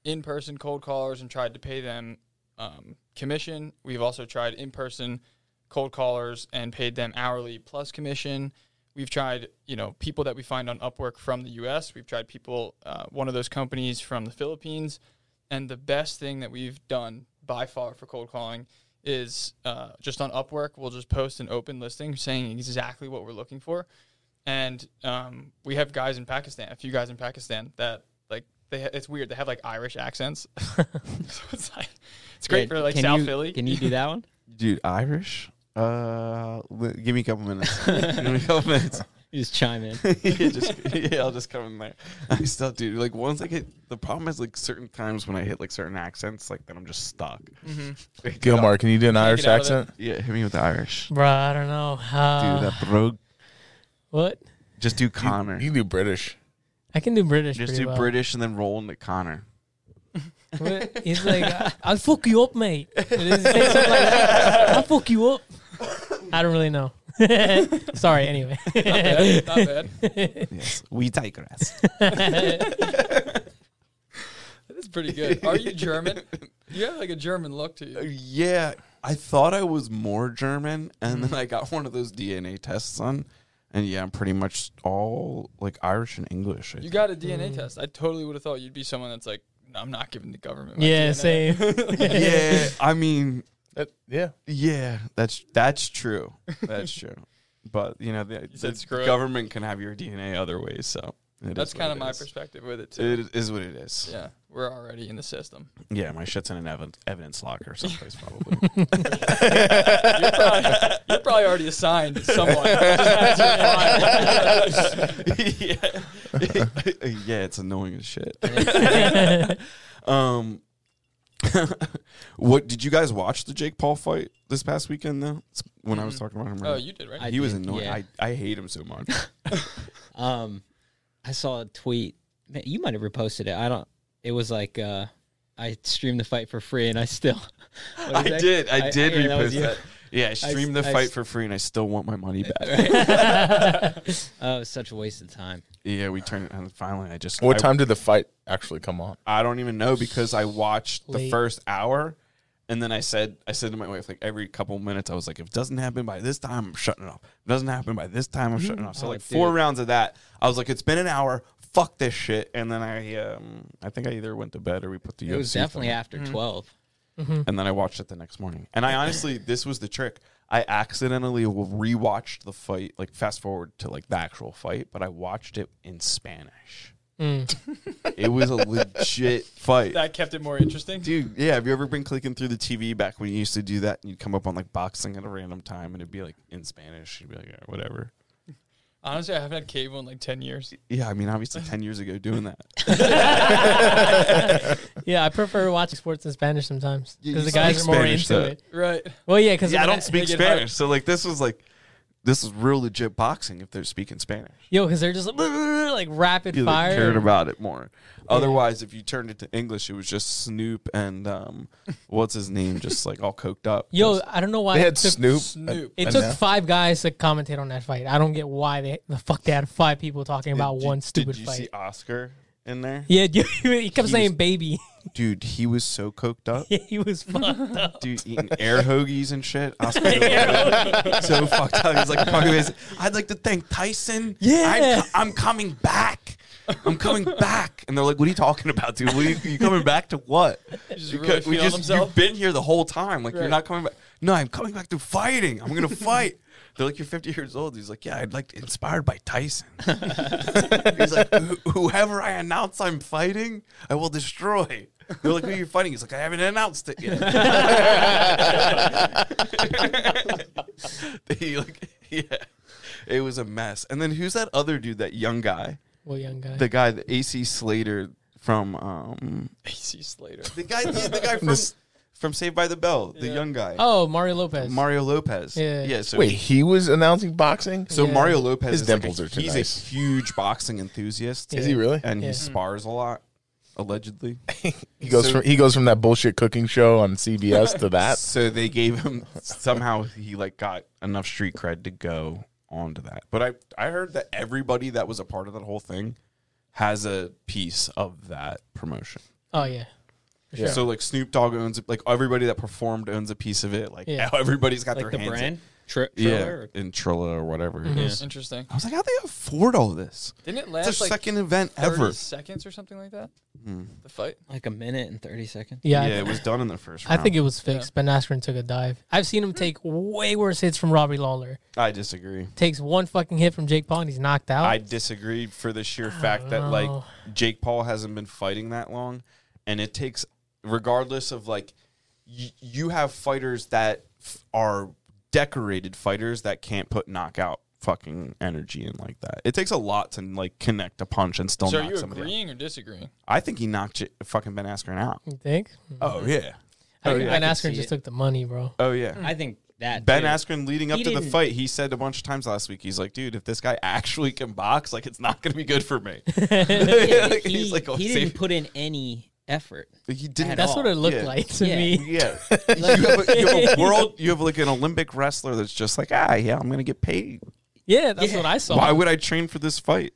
[SPEAKER 3] in person cold callers and tried to pay them um, commission. We've also tried in person cold callers and paid them hourly plus commission. We've tried, you know, people that we find on Upwork from the U.S. We've tried people, uh, one of those companies from the Philippines, and the best thing that we've done by far for cold calling is uh, just on Upwork. We'll just post an open listing saying exactly what we're looking for, and um, we have guys in Pakistan, a few guys in Pakistan that like they ha- it's weird they have like Irish accents, [laughs] so it's like it's great
[SPEAKER 4] Yeah,
[SPEAKER 3] for like
[SPEAKER 4] can
[SPEAKER 3] South
[SPEAKER 4] you-
[SPEAKER 3] Philly. [laughs]
[SPEAKER 4] Can you do that one?
[SPEAKER 2] Dude, Irish? Uh, li- give me a couple [laughs] minutes. give me a couple minutes.
[SPEAKER 4] You just chime in.
[SPEAKER 2] [laughs] yeah, just, yeah, I'll just come in there. [laughs] I still, dude. Like once I get the problem is like certain times when I hit like certain accents, like then I'm just stuck.
[SPEAKER 1] Gilmar, can you do an Irish
[SPEAKER 3] out of it.
[SPEAKER 1] accent?
[SPEAKER 2] Yeah, hit me with the Irish.
[SPEAKER 5] Bruh, I don't know. Uh,
[SPEAKER 2] Dude, that brogue.
[SPEAKER 5] What?
[SPEAKER 2] Just do
[SPEAKER 1] You-
[SPEAKER 2] Connor.
[SPEAKER 1] You, do British.
[SPEAKER 5] I can do British.
[SPEAKER 2] just
[SPEAKER 5] pretty
[SPEAKER 2] do
[SPEAKER 5] well.
[SPEAKER 2] British and then roll into Connor.
[SPEAKER 5] What? He's like, "I- I'll fuck you
[SPEAKER 2] [laughs]
[SPEAKER 5] up, mate. It is- it takes something like that. I'll fuck you up. I don't really know. [laughs] Sorry, anyway.
[SPEAKER 2] [laughs]
[SPEAKER 3] not bad, not
[SPEAKER 4] [laughs]
[SPEAKER 3] bad.
[SPEAKER 2] [laughs] yes, we digress.
[SPEAKER 3] That's pretty good. Are you German? You have like a German look to
[SPEAKER 2] [laughs]
[SPEAKER 3] you.
[SPEAKER 2] yeah, I thought I was more German, and then I got one of those DNA tests done, and yeah, I'm pretty much all like Irish and English. I
[SPEAKER 3] You got a
[SPEAKER 4] Mm.
[SPEAKER 3] DNA test. I totally would have thought you'd be someone that's like, "No, I'm not giving the government. My
[SPEAKER 5] yeah,
[SPEAKER 2] [laughs]
[SPEAKER 3] DNA."
[SPEAKER 5] same.
[SPEAKER 2] think. yeah, I mean,
[SPEAKER 1] That- yeah.
[SPEAKER 2] Yeah, that's that's true. That's true. But you know, the,
[SPEAKER 3] said
[SPEAKER 2] the
[SPEAKER 3] screw it.
[SPEAKER 2] government can have your DNA other ways. So it
[SPEAKER 3] That's
[SPEAKER 2] is what
[SPEAKER 3] kind of
[SPEAKER 2] it
[SPEAKER 3] my
[SPEAKER 2] is.
[SPEAKER 3] perspective with it too.
[SPEAKER 2] It is what it [laughs] is. Yeah,
[SPEAKER 3] Yeah, we're already in the system.
[SPEAKER 2] my shit's in an ev- evidence locker someplace probably. [laughs]
[SPEAKER 3] You're probably, you're probably already assigned to someone. Just have to apply.
[SPEAKER 2] yeah. yeah, it's annoying as shit. um, [laughs] what did you guys watch the Jake Paul fight this past weekend? Though It's when I was
[SPEAKER 3] Mhm.
[SPEAKER 2] talking about him, [laughs]
[SPEAKER 3] oh,
[SPEAKER 2] earlier.
[SPEAKER 3] you did right.
[SPEAKER 4] I
[SPEAKER 2] he was
[SPEAKER 4] did,
[SPEAKER 2] annoying.
[SPEAKER 4] yeah.
[SPEAKER 2] I, I hate him so much.
[SPEAKER 4] Um, I saw a tweet. Man, you might have reposted it. I don't. It was like uh, I streamed the fight for free, and I still. [laughs] What
[SPEAKER 2] I
[SPEAKER 4] is that?
[SPEAKER 2] did. I, did
[SPEAKER 4] yeah,
[SPEAKER 2] repost
[SPEAKER 4] was you.
[SPEAKER 2] that. Yeah, I streamed the
[SPEAKER 4] I
[SPEAKER 2] fight
[SPEAKER 4] s-
[SPEAKER 2] for free, and I still want my money back.
[SPEAKER 4] Oh, it was such a waste of time.
[SPEAKER 2] Yeah, we turned it on. Finally, I just
[SPEAKER 1] What
[SPEAKER 2] I,
[SPEAKER 1] time did the fight actually come on?
[SPEAKER 2] I don't even know because I watched the
[SPEAKER 5] Late.
[SPEAKER 2] first hour, and then I said I said to my wife like every couple minutes I was like, if it doesn't happen by this time, I'm shutting it off. If it doesn't happen by this time, I'm shutting it off. So
[SPEAKER 4] Oh,
[SPEAKER 2] like four
[SPEAKER 4] dude.
[SPEAKER 2] rounds of that, I was like, it's been an hour. Fuck this shit. And then I um I think I either went to bed or we put the
[SPEAKER 4] It was
[SPEAKER 2] UFC
[SPEAKER 4] definitely
[SPEAKER 2] thing.
[SPEAKER 4] after twelve.
[SPEAKER 2] and then I watched it the next morning. And I honestly, this was the trick. I accidentally rewatched the fight, like fast forward to like the actual fight, but I watched it in Spanish. it was a
[SPEAKER 3] [laughs]
[SPEAKER 2] legit fight.
[SPEAKER 3] Mm. That kept it more interesting.
[SPEAKER 2] Dude, yeah, have you ever been clicking through the TV back when you used to do that and you'd come up on like boxing at a random time and it'd be like in Spanish? You'd be like, yeah, whatever.
[SPEAKER 3] Honestly, I haven't had cable in like ten years.
[SPEAKER 2] Yeah, I mean, [laughs] obviously 10 years ago doing that.
[SPEAKER 5] yeah, I prefer watching sports in Spanish sometimes
[SPEAKER 2] You-
[SPEAKER 5] because
[SPEAKER 2] you
[SPEAKER 5] the guys are
[SPEAKER 2] speak
[SPEAKER 5] more
[SPEAKER 2] Spanish,
[SPEAKER 5] into
[SPEAKER 2] though.
[SPEAKER 5] it.
[SPEAKER 3] [laughs] Right.
[SPEAKER 5] Well, yeah, because
[SPEAKER 2] Yeah, I don't speak
[SPEAKER 3] make it hard.
[SPEAKER 2] Spanish. So like this was like, this is real legit boxing if they're speaking Spanish.
[SPEAKER 5] Yo, because they're just like, like rapid
[SPEAKER 2] you
[SPEAKER 5] fire.
[SPEAKER 2] cared about it more. Otherwise, if you turned it to English, it was just Snoop and
[SPEAKER 5] [laughs]
[SPEAKER 2] um, what's his name, just like all coked up.
[SPEAKER 5] Yo,
[SPEAKER 2] Just-
[SPEAKER 5] I don't know why
[SPEAKER 1] They
[SPEAKER 5] it
[SPEAKER 1] had
[SPEAKER 5] took-
[SPEAKER 1] Snoop.
[SPEAKER 3] Snoop.
[SPEAKER 5] It
[SPEAKER 1] I
[SPEAKER 5] took
[SPEAKER 1] know.
[SPEAKER 5] five guys to commentate on that fight. I don't get why they the fuck they had five people talking about
[SPEAKER 2] Did-
[SPEAKER 5] one
[SPEAKER 2] did
[SPEAKER 5] stupid
[SPEAKER 2] you
[SPEAKER 5] fight.
[SPEAKER 2] see Oscar in there,
[SPEAKER 5] yeah, [laughs] dude, he kept
[SPEAKER 2] He
[SPEAKER 5] saying
[SPEAKER 2] was-
[SPEAKER 5] "baby." [laughs]
[SPEAKER 2] dude? He was so coked up,
[SPEAKER 5] Yeah, he was fucked
[SPEAKER 2] [laughs]
[SPEAKER 5] up.
[SPEAKER 2] dude, eating
[SPEAKER 5] [laughs]
[SPEAKER 2] air hoagies and shit. Oscar was so fucked up. He's like,
[SPEAKER 5] [laughs]
[SPEAKER 2] fucking amazing. I'd like to thank Tyson.
[SPEAKER 5] Yeah.
[SPEAKER 2] I'm, co- I'm coming back. I'm coming back, and they're like, "What are you talking about, dude? What are you, you coming back to
[SPEAKER 5] [laughs]
[SPEAKER 2] what?
[SPEAKER 3] Just
[SPEAKER 2] You
[SPEAKER 3] really
[SPEAKER 2] could- we
[SPEAKER 3] feeling
[SPEAKER 2] just
[SPEAKER 3] himself.
[SPEAKER 2] you've been here the whole time. Like you're
[SPEAKER 3] Right.
[SPEAKER 2] not coming back. No, I'm coming back to fighting. I'm gonna fight. [laughs] They're like, you're 50 years old. He's like, yeah, I'd like to, inspired by Tyson. [laughs] He's like, "Who- whoever I announce I'm fighting, I will destroy. They're like, who are you fighting? He's like, I haven't announced it yet. [laughs] he like, yeah, it was a mess. And then who's that other dude? That young guy,
[SPEAKER 5] Well, young guy.
[SPEAKER 2] the guy, the AC Slater from um,
[SPEAKER 3] AC Slater.
[SPEAKER 1] [laughs]
[SPEAKER 2] the guy, the, the guy from from Saved by the Bell, the
[SPEAKER 3] Yeah.
[SPEAKER 2] young guy,
[SPEAKER 5] Oh, Mario Lopez.
[SPEAKER 2] Mario Lopez.
[SPEAKER 5] Yeah.
[SPEAKER 2] yeah. So
[SPEAKER 1] Wait, he was announcing boxing?
[SPEAKER 2] So
[SPEAKER 5] Yeah.
[SPEAKER 2] Mario Lopez,
[SPEAKER 1] His
[SPEAKER 2] is like
[SPEAKER 1] dimples
[SPEAKER 2] a-
[SPEAKER 1] are too
[SPEAKER 2] he's
[SPEAKER 1] nice.
[SPEAKER 2] a huge boxing enthusiast,
[SPEAKER 5] Yeah.
[SPEAKER 1] Is he really?
[SPEAKER 2] and
[SPEAKER 5] Yeah.
[SPEAKER 2] he spars a lot, allegedly.
[SPEAKER 1] [laughs] He goes
[SPEAKER 2] So-
[SPEAKER 1] from he goes from that bullshit cooking show on CBS to that.
[SPEAKER 2] so they gave him somehow he like got enough street cred to go onto that. But I I heard that everybody that was a part of that whole thing has a piece of that promotion.
[SPEAKER 5] Oh yeah.
[SPEAKER 1] Yeah.
[SPEAKER 2] So like Snoop Dogg owns like everybody that performed owns a piece of it. Like
[SPEAKER 5] Yeah.
[SPEAKER 2] [laughs] everybody's got
[SPEAKER 4] like
[SPEAKER 2] their
[SPEAKER 4] the
[SPEAKER 2] hands in-
[SPEAKER 4] brand Tri-
[SPEAKER 2] yeah,
[SPEAKER 4] Triller?
[SPEAKER 2] in Trilla or whatever. it
[SPEAKER 3] Mm-hmm.
[SPEAKER 5] Mhm.
[SPEAKER 2] is.
[SPEAKER 3] Interesting.
[SPEAKER 2] I was like, how they afford all this?
[SPEAKER 3] Didn't it
[SPEAKER 2] It's
[SPEAKER 3] last
[SPEAKER 2] their
[SPEAKER 3] like
[SPEAKER 2] second event
[SPEAKER 3] 30
[SPEAKER 2] ever.
[SPEAKER 3] seconds or something like that?
[SPEAKER 2] Hmm.
[SPEAKER 3] The fight?
[SPEAKER 4] like a minute and thirty seconds.
[SPEAKER 5] Yeah.
[SPEAKER 2] Yeah,
[SPEAKER 5] I-
[SPEAKER 2] it was done in the first
[SPEAKER 5] I
[SPEAKER 2] round.
[SPEAKER 5] think it was fixed. Ben Askren took a dive. I've seen him take way worse hits from Robbie Lawler.
[SPEAKER 2] I disagree.
[SPEAKER 5] Takes one fucking hit from Jake Paul and he's knocked out.
[SPEAKER 2] I disagree for the sheer fact that like
[SPEAKER 5] Oh.
[SPEAKER 2] Jake Paul hasn't been fighting that long, and it takes, regardless of like, y- you have fighters that f- are decorated fighters that can't put knockout fucking energy in like that. It takes a lot to like connect a punch and still
[SPEAKER 3] so are
[SPEAKER 2] knock
[SPEAKER 3] you
[SPEAKER 2] somebody. Out.
[SPEAKER 3] agreeing or disagreeing?
[SPEAKER 2] I think he knocked J- fucking Ben Askren out.
[SPEAKER 5] you think?
[SPEAKER 2] Oh yeah.
[SPEAKER 5] I
[SPEAKER 4] Oh,
[SPEAKER 5] think Ben
[SPEAKER 4] yeah. I can
[SPEAKER 5] Askren
[SPEAKER 4] see
[SPEAKER 5] just
[SPEAKER 4] it.
[SPEAKER 5] took the money, bro.
[SPEAKER 2] Oh yeah.
[SPEAKER 4] I think that
[SPEAKER 2] Ben
[SPEAKER 4] too.
[SPEAKER 2] [laughs] Askren leading up
[SPEAKER 4] He
[SPEAKER 2] to the
[SPEAKER 4] didn't-
[SPEAKER 2] fight, he said a bunch of times last week, he's like, dude, if this guy actually can box, like it's not gonna be good for me. [laughs]
[SPEAKER 4] Yeah,
[SPEAKER 2] He's
[SPEAKER 4] he,
[SPEAKER 2] like, "Oh,
[SPEAKER 4] he
[SPEAKER 2] save
[SPEAKER 4] didn't
[SPEAKER 2] it."
[SPEAKER 4] put in any effort.
[SPEAKER 2] He didn't
[SPEAKER 4] At
[SPEAKER 5] That's
[SPEAKER 4] all.
[SPEAKER 5] what it looked
[SPEAKER 2] Yeah.
[SPEAKER 5] like to
[SPEAKER 4] Yeah.
[SPEAKER 5] me.
[SPEAKER 2] [laughs]
[SPEAKER 5] [laughs]
[SPEAKER 2] Yeah. you, have a, you have a world, you have like an Olympic wrestler that's just like, ah, yeah, I'm going to get paid.
[SPEAKER 5] Yeah, that's
[SPEAKER 4] Yeah.
[SPEAKER 5] what I saw.
[SPEAKER 2] Why would I train for this fight?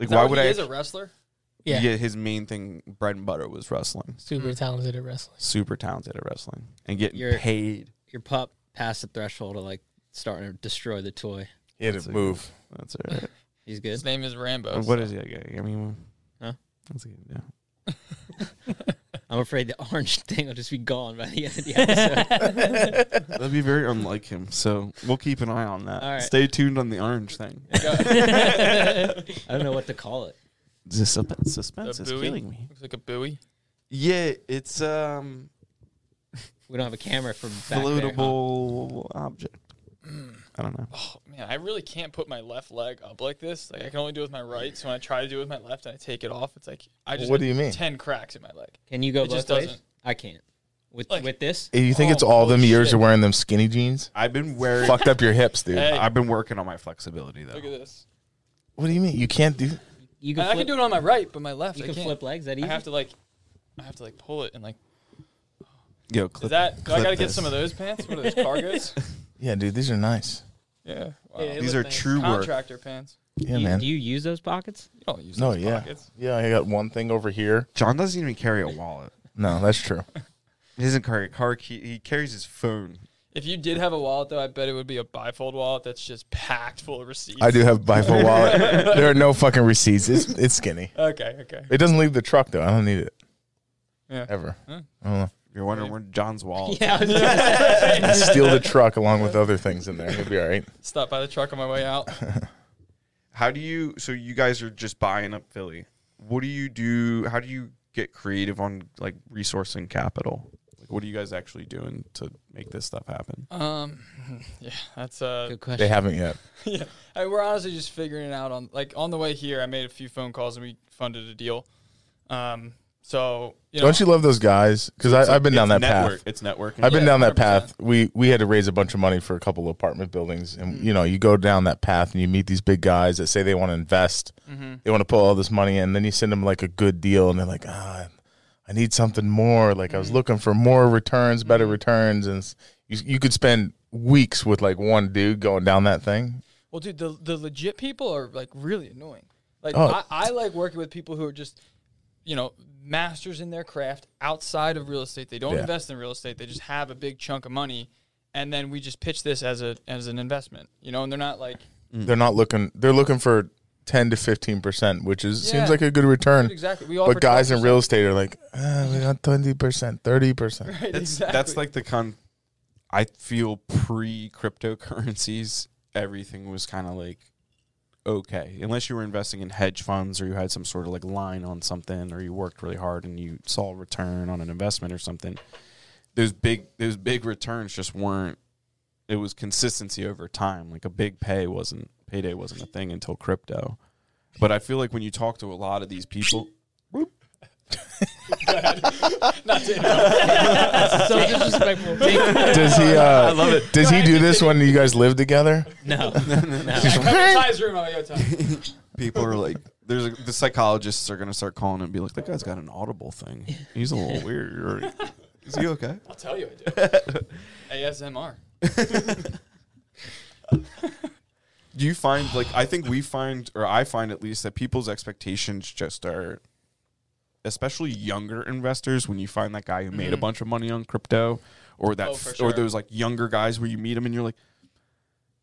[SPEAKER 2] Like, why would
[SPEAKER 3] he
[SPEAKER 2] I?
[SPEAKER 3] is a wrestler?
[SPEAKER 5] yeah.
[SPEAKER 2] yeah. his main thing, bread and butter, was wrestling.
[SPEAKER 5] Super talented at wrestling.
[SPEAKER 2] Super talented at wrestling and getting
[SPEAKER 4] You're-
[SPEAKER 2] paid.
[SPEAKER 4] Your pup passed the threshold of like starting to destroy the toy.
[SPEAKER 1] [laughs] He had to move.
[SPEAKER 2] That's all right.
[SPEAKER 4] He's good.
[SPEAKER 3] His name is Rambo.
[SPEAKER 2] what is it? I mean,
[SPEAKER 4] Huh?
[SPEAKER 2] That's good. Yeah.
[SPEAKER 4] I'm afraid the [laughs] orange thing will just be gone by the end of the episode.
[SPEAKER 2] That'd be very unlike him. So we'll keep an eye on that.
[SPEAKER 4] All right.
[SPEAKER 2] Stay tuned on the orange thing.
[SPEAKER 4] I don't know what to call it.
[SPEAKER 2] The susp- suspense
[SPEAKER 3] The
[SPEAKER 2] is
[SPEAKER 3] buoy?
[SPEAKER 2] killing me.
[SPEAKER 3] Looks like a buoy.
[SPEAKER 2] Yeah, it's um
[SPEAKER 4] We don't have a camera for back there, huh?
[SPEAKER 2] floatable object. I don't know.
[SPEAKER 3] Oh, man, I really can't put my left leg up like this. Like I can only do it with my right. So when I try to do it with my left and I take it off, it's like I just
[SPEAKER 1] What
[SPEAKER 3] got
[SPEAKER 1] do you mean?
[SPEAKER 3] Ten cracks in my leg.
[SPEAKER 4] Can you go
[SPEAKER 3] It
[SPEAKER 4] both
[SPEAKER 3] just
[SPEAKER 4] ways?
[SPEAKER 3] doesn't.
[SPEAKER 4] I can't. With
[SPEAKER 3] Like-
[SPEAKER 4] with this,
[SPEAKER 1] Hey, You think
[SPEAKER 3] Oh,
[SPEAKER 1] it's all them years
[SPEAKER 3] bullshit.
[SPEAKER 1] of wearing them skinny jeans?
[SPEAKER 2] [sighs] I've been wearing.
[SPEAKER 1] Fucked up your hips, dude.
[SPEAKER 3] Hey,
[SPEAKER 2] I've been working on my flexibility though.
[SPEAKER 3] look at this.
[SPEAKER 1] What do you mean? You can't do
[SPEAKER 4] you
[SPEAKER 3] And
[SPEAKER 4] can
[SPEAKER 3] I
[SPEAKER 4] flip,
[SPEAKER 3] can do it on my right, but my left.
[SPEAKER 4] you
[SPEAKER 3] I
[SPEAKER 4] can
[SPEAKER 3] can't.
[SPEAKER 4] flip legs. That easy.
[SPEAKER 3] I have to like, I have to like pull it and like.
[SPEAKER 2] Yo,
[SPEAKER 3] Is
[SPEAKER 2] clip,
[SPEAKER 3] that? Do I
[SPEAKER 2] clip
[SPEAKER 3] gotta get
[SPEAKER 2] this.
[SPEAKER 3] some of those pants? What are those cargos?
[SPEAKER 4] [laughs]
[SPEAKER 1] Yeah, dude, these are nice.
[SPEAKER 3] yeah. Wow.
[SPEAKER 5] Yeah, it
[SPEAKER 2] These
[SPEAKER 5] looked
[SPEAKER 2] are
[SPEAKER 5] nice.
[SPEAKER 2] true work.
[SPEAKER 3] Contractor pants.
[SPEAKER 1] Yeah,
[SPEAKER 4] do, you,
[SPEAKER 1] man.
[SPEAKER 4] do you use those pockets?
[SPEAKER 3] You don't use
[SPEAKER 1] no,
[SPEAKER 3] those
[SPEAKER 1] yeah.
[SPEAKER 3] pockets.
[SPEAKER 1] Yeah, I got one thing over here.
[SPEAKER 2] John doesn't even carry a wallet.
[SPEAKER 1] No, that's true.
[SPEAKER 2] He doesn't carry a car key. He carries his phone.
[SPEAKER 3] If you did have a wallet though, I bet it would be a bifold wallet that's just packed full of receipts.
[SPEAKER 1] I do have bifold wallet. there are no fucking receipts. It's, it's skinny.
[SPEAKER 3] Okay. Okay.
[SPEAKER 1] It doesn't leave the truck though. I don't need it.
[SPEAKER 3] Yeah.
[SPEAKER 1] Ever.
[SPEAKER 3] Huh.
[SPEAKER 1] I don't know.
[SPEAKER 2] You're wondering where John's wallet.
[SPEAKER 4] [laughs] Yeah. I was gonna say.
[SPEAKER 1] Steal the truck along with other things in there. It'll be all right.
[SPEAKER 3] Stop by the truck on my way out.
[SPEAKER 2] How do you? So you guys are just buying up Philly. What do you do? How do you get creative on like resourcing capital? Like, what are you guys actually doing to make this stuff happen?
[SPEAKER 3] Um, [laughs] yeah, that's uh,
[SPEAKER 4] Good question.
[SPEAKER 1] They haven't yet.
[SPEAKER 3] yeah. I, we're honestly just figuring it out on like on the way here. I made a few phone calls and we funded a deal. Um, so you know,
[SPEAKER 1] Don't you love those guys? Because I've been down that path.
[SPEAKER 2] It's networking.
[SPEAKER 1] I've been
[SPEAKER 3] Yeah,
[SPEAKER 1] down that
[SPEAKER 3] 100%.
[SPEAKER 1] path. We we had to raise a bunch of money for a couple of apartment buildings, and
[SPEAKER 3] Mm-hmm.
[SPEAKER 1] you know, you go down that path and you meet these big guys that say they want to invest,
[SPEAKER 3] Mm-hmm.
[SPEAKER 1] they want to put all this money in, and then you send them like a good deal, and they're like, ah, I need something more. Like I
[SPEAKER 3] Mm-hmm.
[SPEAKER 1] was looking for more returns, better returns, and s- you you could spend weeks with like one dude going down that thing.
[SPEAKER 3] well, dude, the the legit people are like really annoying. Like
[SPEAKER 1] Oh.
[SPEAKER 3] I, I like working with people who are just, you know, masters in their craft outside of real estate. They don't
[SPEAKER 1] Yeah.
[SPEAKER 3] invest in real estate. They just have a big chunk of money, and then we just pitch this as a as an investment. You know, and they're not
[SPEAKER 1] [laughs]
[SPEAKER 3] like
[SPEAKER 1] They're not looking. They're looking for ten to fifteen percent, which is
[SPEAKER 3] Yeah.
[SPEAKER 1] seems like a good return.
[SPEAKER 3] exactly. We offer
[SPEAKER 1] But guys in
[SPEAKER 3] 12%.
[SPEAKER 1] real estate are like, ah, we got twenty percent, thirty percent.
[SPEAKER 3] Right,
[SPEAKER 2] [laughs] That's
[SPEAKER 3] exactly.
[SPEAKER 2] that's like the con. I feel pre cryptocurrencies, everything was kind of like okay, unless you were investing in hedge funds or you had some sort of like line on something or you worked really hard and you saw a return on an investment or something. Those big those big returns just weren't. It was consistency over time. Like a big pay wasn't payday wasn't a thing until [laughs] crypto. But I feel like when you talk to a lot of these people,
[SPEAKER 3] [laughs] Not
[SPEAKER 2] [laughs]
[SPEAKER 1] [laughs]
[SPEAKER 3] to interrupt. so disrespectful.
[SPEAKER 1] Does he? Uh,
[SPEAKER 2] [laughs] I love it.
[SPEAKER 1] Does
[SPEAKER 3] Go
[SPEAKER 1] he
[SPEAKER 3] ahead,
[SPEAKER 1] do this when you guys live together?
[SPEAKER 4] No.
[SPEAKER 3] Ty's room. I'm like, yo, Ty.
[SPEAKER 2] People are like, there's a, the psychologists are gonna start calling and be like, that guy's got an audible thing. He's a little weird. [laughs] Is he okay?
[SPEAKER 3] I'll tell you I do.
[SPEAKER 1] [laughs]
[SPEAKER 3] ASMR.
[SPEAKER 2] Do you find like I think we find or I find at least that people's expectations just are especially younger investors when you find that guy who made a bunch of money on crypto or that
[SPEAKER 3] Mm-hmm. Oh, for
[SPEAKER 2] f-
[SPEAKER 3] sure.
[SPEAKER 2] or those like younger guys where you meet them and you're like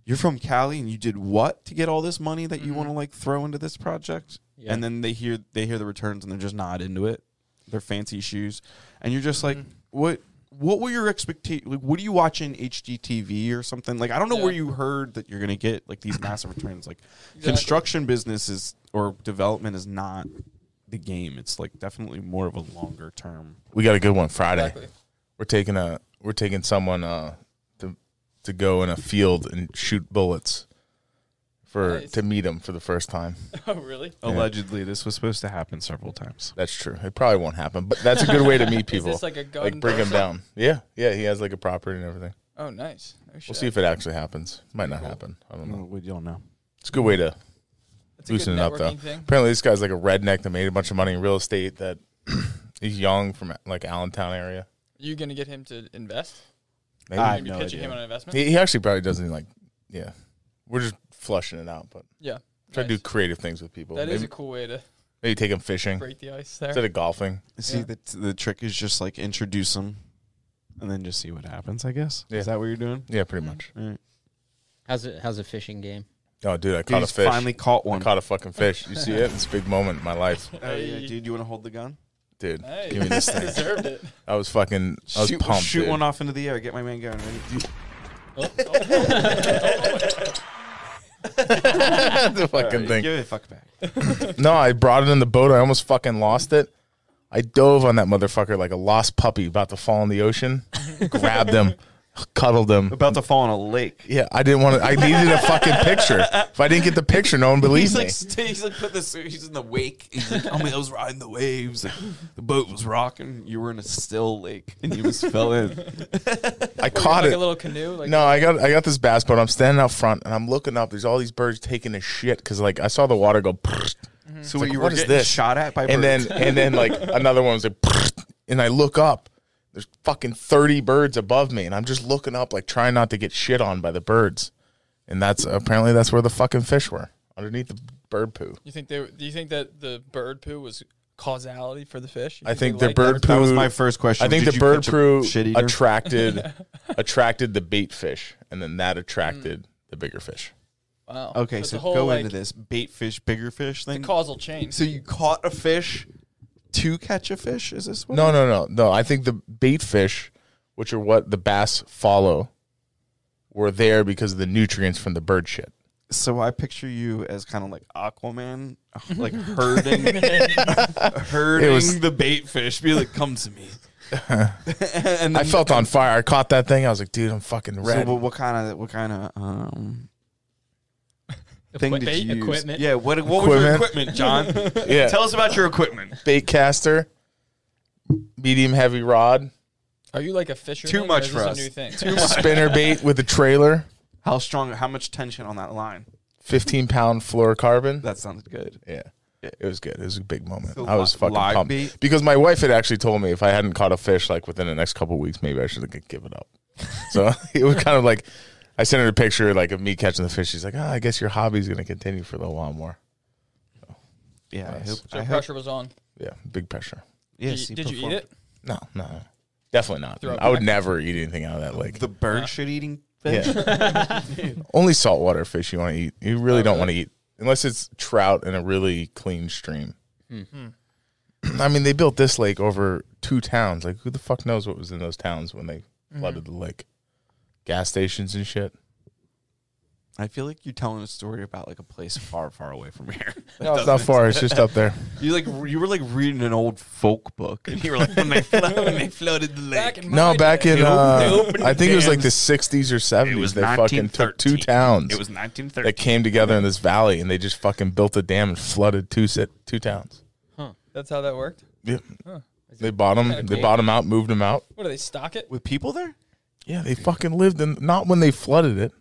[SPEAKER 2] you're from Cali and you did what to get all this money that
[SPEAKER 3] Mm-hmm.
[SPEAKER 2] you want to like throw into this project
[SPEAKER 4] Yeah.
[SPEAKER 2] and then they hear they hear the returns and they're just not into it their fancy shoes and you're just like what what were your expectations like what do you watch in HGTV or something like I don't know where
[SPEAKER 3] Yeah.
[SPEAKER 2] you heard that you're going to get like these massive returns [laughs] like
[SPEAKER 3] Exactly.
[SPEAKER 2] construction business is or development is not the game. It's like definitely more of a longer term.
[SPEAKER 1] We got a good one Friday.
[SPEAKER 3] Exactly. [laughs]
[SPEAKER 1] We're taking a we're taking someone uh to to go in a field and shoot bullets for
[SPEAKER 3] Nice.
[SPEAKER 1] to meet him for the first time.
[SPEAKER 3] Oh, really?
[SPEAKER 2] Allegedly, this was supposed to happen several times.
[SPEAKER 1] That's true. It probably won't happen, but that's a good way to meet people.
[SPEAKER 3] [laughs] Is this like a gun?
[SPEAKER 1] like, bring him
[SPEAKER 3] person?
[SPEAKER 1] down. Yeah, yeah. He has like a property and everything.
[SPEAKER 3] Oh, nice. Oh,
[SPEAKER 1] We'll
[SPEAKER 3] shit.
[SPEAKER 1] see if it actually happens. Might not happen. I don't know.
[SPEAKER 2] We don't know.
[SPEAKER 1] It's a good way to
[SPEAKER 3] That's a good
[SPEAKER 1] loosen it up though.
[SPEAKER 3] networking Thing.
[SPEAKER 1] Apparently, this guy's like a redneck that made a bunch of money in real estate. That [clears throat] he's young from like Allentown area.
[SPEAKER 3] You gonna get him to invest?
[SPEAKER 1] Maybe.
[SPEAKER 2] I
[SPEAKER 3] Maybe
[SPEAKER 2] have no
[SPEAKER 3] pitching
[SPEAKER 2] idea.
[SPEAKER 3] him on an investment.
[SPEAKER 1] He, he actually probably doesn't like. Yeah, we're just flushing it out, but
[SPEAKER 3] yeah.
[SPEAKER 1] try to
[SPEAKER 3] nice.
[SPEAKER 1] do creative things with people.
[SPEAKER 3] That
[SPEAKER 1] maybe,
[SPEAKER 3] is a cool way to
[SPEAKER 1] maybe take them fishing
[SPEAKER 3] break the ice there.
[SPEAKER 1] instead of golfing.
[SPEAKER 2] See,
[SPEAKER 3] Yeah.
[SPEAKER 2] the, the trick is just like introduce them and then just see what happens, I guess.
[SPEAKER 1] Yeah.
[SPEAKER 2] Is that what you're doing?
[SPEAKER 1] Yeah, pretty much.
[SPEAKER 2] All right.
[SPEAKER 4] How's it? How's a fishing game?
[SPEAKER 1] Oh, dude, I caught
[SPEAKER 2] He's
[SPEAKER 1] a fish.
[SPEAKER 2] finally caught
[SPEAKER 1] I
[SPEAKER 2] one.
[SPEAKER 1] caught a fucking fish. You see it? It's a big moment in my life,
[SPEAKER 2] Oh, yeah,
[SPEAKER 3] Hey.
[SPEAKER 2] dude, you want to hold the gun?
[SPEAKER 1] dude.
[SPEAKER 3] Hey,
[SPEAKER 1] Give me this thing.
[SPEAKER 3] [laughs] deserved it.
[SPEAKER 1] I was fucking. I was
[SPEAKER 2] shoot
[SPEAKER 1] pumped.
[SPEAKER 2] shoot
[SPEAKER 1] dude. [laughs]
[SPEAKER 2] one off into the air. Get my man going. Ready?
[SPEAKER 1] the fucking thing.
[SPEAKER 2] Give it a fuck back.
[SPEAKER 1] No, I brought it in the boat. I almost fucking lost it. I dove on that motherfucker like a lost puppy about to fall in the ocean. grabbed him, cuddled him.
[SPEAKER 2] About to fall in a lake.
[SPEAKER 1] Yeah, I didn't want to. I needed a fucking picture. If I didn't get the picture, no one believes
[SPEAKER 2] He's
[SPEAKER 1] me.
[SPEAKER 2] like, st- [laughs] he's like, put this. He's in the wake. He's like, oh man, I was riding the waves. Like, the boat was rocking. You were in a still lake, and you just fell in.
[SPEAKER 1] I caught
[SPEAKER 3] like
[SPEAKER 1] it.
[SPEAKER 3] a little canoe. Like
[SPEAKER 1] No, I got I got this bass boat. I'm standing out front and I'm looking up. There's all these birds taking a shit because like I saw the water go.
[SPEAKER 2] So
[SPEAKER 1] It's
[SPEAKER 2] what
[SPEAKER 1] like,
[SPEAKER 2] you
[SPEAKER 1] what
[SPEAKER 2] Mm-hmm. were
[SPEAKER 1] is
[SPEAKER 2] getting
[SPEAKER 1] this?
[SPEAKER 2] shot at by
[SPEAKER 1] and
[SPEAKER 2] birds.
[SPEAKER 1] then and then
[SPEAKER 2] [laughs]
[SPEAKER 1] like another one was like, and I look up. There's fucking thirty birds above me, and I'm just looking up, like trying not to get shit on by the birds. And that's apparently that's where the fucking fish were underneath the bird poo.
[SPEAKER 3] you think they? Do you think that the bird poo was causality for the fish? You
[SPEAKER 1] I think
[SPEAKER 3] they
[SPEAKER 1] the
[SPEAKER 3] liked
[SPEAKER 1] bird
[SPEAKER 2] that was
[SPEAKER 1] poo-
[SPEAKER 2] my first question.
[SPEAKER 1] I think
[SPEAKER 2] Did
[SPEAKER 1] the
[SPEAKER 2] you
[SPEAKER 1] bird
[SPEAKER 2] catch a
[SPEAKER 1] poo
[SPEAKER 2] shit eater?
[SPEAKER 1] [laughs] attracted attracted the bait fish, and then that attracted the bigger fish.
[SPEAKER 3] that? Wow.
[SPEAKER 2] okay,
[SPEAKER 3] it's
[SPEAKER 2] so
[SPEAKER 3] a whole,
[SPEAKER 2] go
[SPEAKER 3] like,
[SPEAKER 2] into this bait fish, bigger fish thing.
[SPEAKER 3] causal chain.
[SPEAKER 2] so you caught a fish to catch a fish? Is this what?
[SPEAKER 1] No, no, no, no. I think the bait fish, which are what the bass follow, were there because of the nutrients from the bird shit.
[SPEAKER 2] So I picture you as kind of like
[SPEAKER 3] [laughs]
[SPEAKER 2] Aquaman, like herding, herding
[SPEAKER 1] It was-
[SPEAKER 2] the bait fish. Be like, come to me.
[SPEAKER 1] [laughs]
[SPEAKER 2] and
[SPEAKER 1] I
[SPEAKER 2] then
[SPEAKER 1] felt on fire. I caught that thing. I was like, dude, I'm fucking
[SPEAKER 2] So
[SPEAKER 1] red.
[SPEAKER 2] what, what kind of what kind of um thing
[SPEAKER 5] Equip-
[SPEAKER 2] did you use?
[SPEAKER 5] equipment.
[SPEAKER 2] Yeah, what what was your equipment,
[SPEAKER 1] Equipment.
[SPEAKER 2] John?
[SPEAKER 1] [laughs]
[SPEAKER 3] [laughs]
[SPEAKER 1] yeah.
[SPEAKER 2] Tell us about your equipment.
[SPEAKER 1] bait caster, medium heavy [laughs] rod,
[SPEAKER 3] Are you like a fisher?
[SPEAKER 2] Too
[SPEAKER 3] thing,
[SPEAKER 2] much
[SPEAKER 3] or is
[SPEAKER 2] for
[SPEAKER 3] this
[SPEAKER 2] us.
[SPEAKER 3] A new thing. [laughs]
[SPEAKER 1] spinner bait with a trailer,
[SPEAKER 2] How strong? How much tension on that line?
[SPEAKER 1] 15 pound fluorocarbon.
[SPEAKER 2] That sounded good.
[SPEAKER 1] Yeah. It was good. It was a big moment.
[SPEAKER 2] So
[SPEAKER 1] I was
[SPEAKER 2] li-
[SPEAKER 1] fucking
[SPEAKER 2] live
[SPEAKER 1] pumped
[SPEAKER 2] bait?
[SPEAKER 1] because my wife had actually told me if I hadn't caught a fish like within the next couple of weeks, maybe I should have give it up. [laughs] So it was kind of like I sent her a picture like of me catching the fish. She's like, "Ah, I guess your hobby's going to continue for a little while more."
[SPEAKER 2] Yeah, I
[SPEAKER 1] Nice.
[SPEAKER 2] hope.
[SPEAKER 3] So
[SPEAKER 2] I hope
[SPEAKER 3] pressure was on.
[SPEAKER 1] Yeah, big pressure.
[SPEAKER 2] yes,
[SPEAKER 3] did you, did you eat
[SPEAKER 2] performed.
[SPEAKER 3] it?
[SPEAKER 1] No, no, definitely not.
[SPEAKER 3] Throw it
[SPEAKER 1] I would
[SPEAKER 3] back.
[SPEAKER 1] never eat anything out of that lake.
[SPEAKER 2] The bird shit eating fish.
[SPEAKER 1] [laughs] Yeah. Only saltwater fish you want to eat. You really don't want to eat unless it's trout in a really clean stream.
[SPEAKER 2] Hmm.
[SPEAKER 1] [clears throat] I mean, they built this lake over two towns. Like, who the fuck knows what was in those towns when they flooded the lake? Gas stations and
[SPEAKER 2] [laughs]
[SPEAKER 1] shit.
[SPEAKER 2] I feel like you're telling a story about like a place far, far away from here.
[SPEAKER 1] No, it's not far. It's just up
[SPEAKER 2] [laughs]
[SPEAKER 1] there.
[SPEAKER 2] You like you were like reading an old folk book, and you were like, when they flooded, when
[SPEAKER 1] [laughs]
[SPEAKER 2] they flooded the lake.
[SPEAKER 3] in
[SPEAKER 1] No,
[SPEAKER 3] my
[SPEAKER 1] back
[SPEAKER 3] day.
[SPEAKER 1] in uh,
[SPEAKER 2] Nope.
[SPEAKER 1] I think it was like the '60s or
[SPEAKER 2] It
[SPEAKER 1] '70s.
[SPEAKER 2] was
[SPEAKER 1] They fucking took two
[SPEAKER 2] 1913.
[SPEAKER 1] towns
[SPEAKER 2] It was 1930.
[SPEAKER 1] that came together in this valley, and they just fucking built a dam and flooded two set two towns.
[SPEAKER 3] That's how that worked.
[SPEAKER 1] Yeah.
[SPEAKER 4] Is
[SPEAKER 1] They bought them.
[SPEAKER 3] Kinda
[SPEAKER 1] They
[SPEAKER 3] cool.
[SPEAKER 1] bought them out. Moved them out.
[SPEAKER 3] What do they stock it?
[SPEAKER 2] with people there.
[SPEAKER 1] Yeah, they fucking lived in. Not when they flooded it,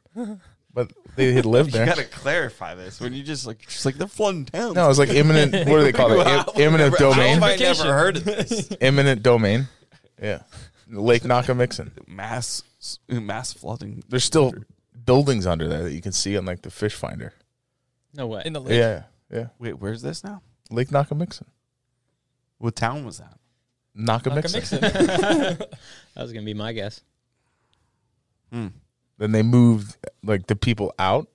[SPEAKER 1] but they had lived
[SPEAKER 2] You
[SPEAKER 1] there.
[SPEAKER 2] gotta clarify this when you just like just like they're flooding towns.
[SPEAKER 1] No, it's like imminent. What do they
[SPEAKER 3] [laughs]
[SPEAKER 1] call it? Im- imminent domain.
[SPEAKER 2] I never heard of this
[SPEAKER 1] [laughs] Imminent domain. Yeah, Lake Nakamixon.
[SPEAKER 2] mass mass flooding.
[SPEAKER 1] There's still buildings under there that you can see on like the fish finder.
[SPEAKER 4] No way.
[SPEAKER 3] In the lake.
[SPEAKER 1] Yeah, yeah.
[SPEAKER 2] Wait, where's this now?
[SPEAKER 1] Lake Nakamixon.
[SPEAKER 2] What town was that?
[SPEAKER 1] Nakamixon.
[SPEAKER 3] Nakamixon.
[SPEAKER 4] That was gonna be my guess.
[SPEAKER 2] Hmm.
[SPEAKER 1] Then they moved like the people out.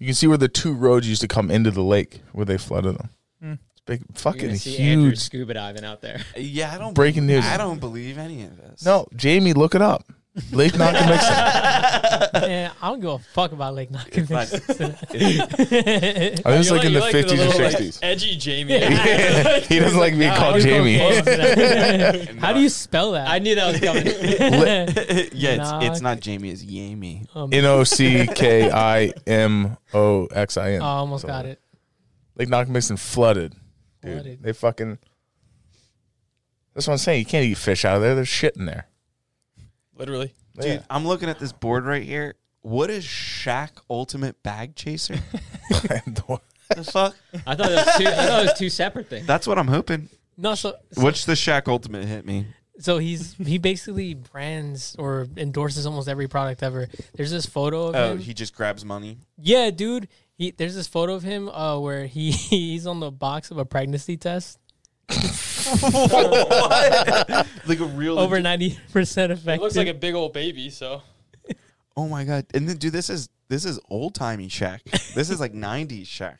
[SPEAKER 1] You can see where the two roads used to come into the lake where they flooded them.
[SPEAKER 3] Hmm.
[SPEAKER 1] It's big,
[SPEAKER 4] You're
[SPEAKER 1] fucking
[SPEAKER 4] gonna see Andrew
[SPEAKER 1] huge.
[SPEAKER 4] scuba diving out there.
[SPEAKER 2] Yeah, I don't.
[SPEAKER 1] Breaking news.
[SPEAKER 2] I don't believe any of this.
[SPEAKER 1] No, Jamie, look it up. Lake Nakamixon.
[SPEAKER 5] [laughs] Yeah, I don't give a fuck about Lake
[SPEAKER 2] Like,
[SPEAKER 5] Nakamixis. [laughs]
[SPEAKER 1] I think it's
[SPEAKER 3] You
[SPEAKER 1] like in the
[SPEAKER 3] you the
[SPEAKER 1] 50s or
[SPEAKER 3] little, like,
[SPEAKER 1] 60s.
[SPEAKER 3] edgy Jamie.
[SPEAKER 1] [laughs] he doesn't like being
[SPEAKER 5] Nah,
[SPEAKER 1] called
[SPEAKER 5] you go
[SPEAKER 1] Jamie.
[SPEAKER 5] close to that.
[SPEAKER 2] [laughs] and
[SPEAKER 5] How do you spell that? [laughs]
[SPEAKER 4] I knew that was coming.
[SPEAKER 2] yeah, it's, it's
[SPEAKER 5] Knock.
[SPEAKER 2] not Jamie. It's Yami.
[SPEAKER 5] Um,
[SPEAKER 1] N O C K I M O X
[SPEAKER 2] [laughs]
[SPEAKER 1] I N.
[SPEAKER 2] Um,
[SPEAKER 5] Oh, I almost
[SPEAKER 1] So,
[SPEAKER 5] got it.
[SPEAKER 1] Lake Nakamixon flooded. Dude,
[SPEAKER 5] Flooded.
[SPEAKER 1] they fucking. That's what I'm saying. You can't eat fish out of there. There's shit in there. [laughs]
[SPEAKER 3] Literally.
[SPEAKER 2] Dude, I'm looking at this board right here. What is Shaq Ultimate
[SPEAKER 1] [laughs]
[SPEAKER 2] Bag Chaser?
[SPEAKER 1] Yeah.
[SPEAKER 2] the fuck?
[SPEAKER 4] I thought it was two. I thought it was two separate
[SPEAKER 2] [laughs]
[SPEAKER 4] things.
[SPEAKER 2] That's what I'm hoping.
[SPEAKER 5] No, so
[SPEAKER 2] What's the Shaq Ultimate hit me?
[SPEAKER 5] so he's he basically brands or endorses almost every product ever. There's this photo of
[SPEAKER 2] Oh,
[SPEAKER 5] him.
[SPEAKER 2] he just grabs
[SPEAKER 3] [laughs]
[SPEAKER 2] money.
[SPEAKER 5] yeah, dude. He, there's this photo of him uh, where he, [laughs] he's on the box of a pregnancy test.
[SPEAKER 2] Like a real
[SPEAKER 5] Over ninety percent
[SPEAKER 3] It
[SPEAKER 5] effective.
[SPEAKER 3] looks like a big old baby, so.
[SPEAKER 2] Oh my god. And then dude, this is this is old timey Shaq. This is like [laughs] 90s Shaq.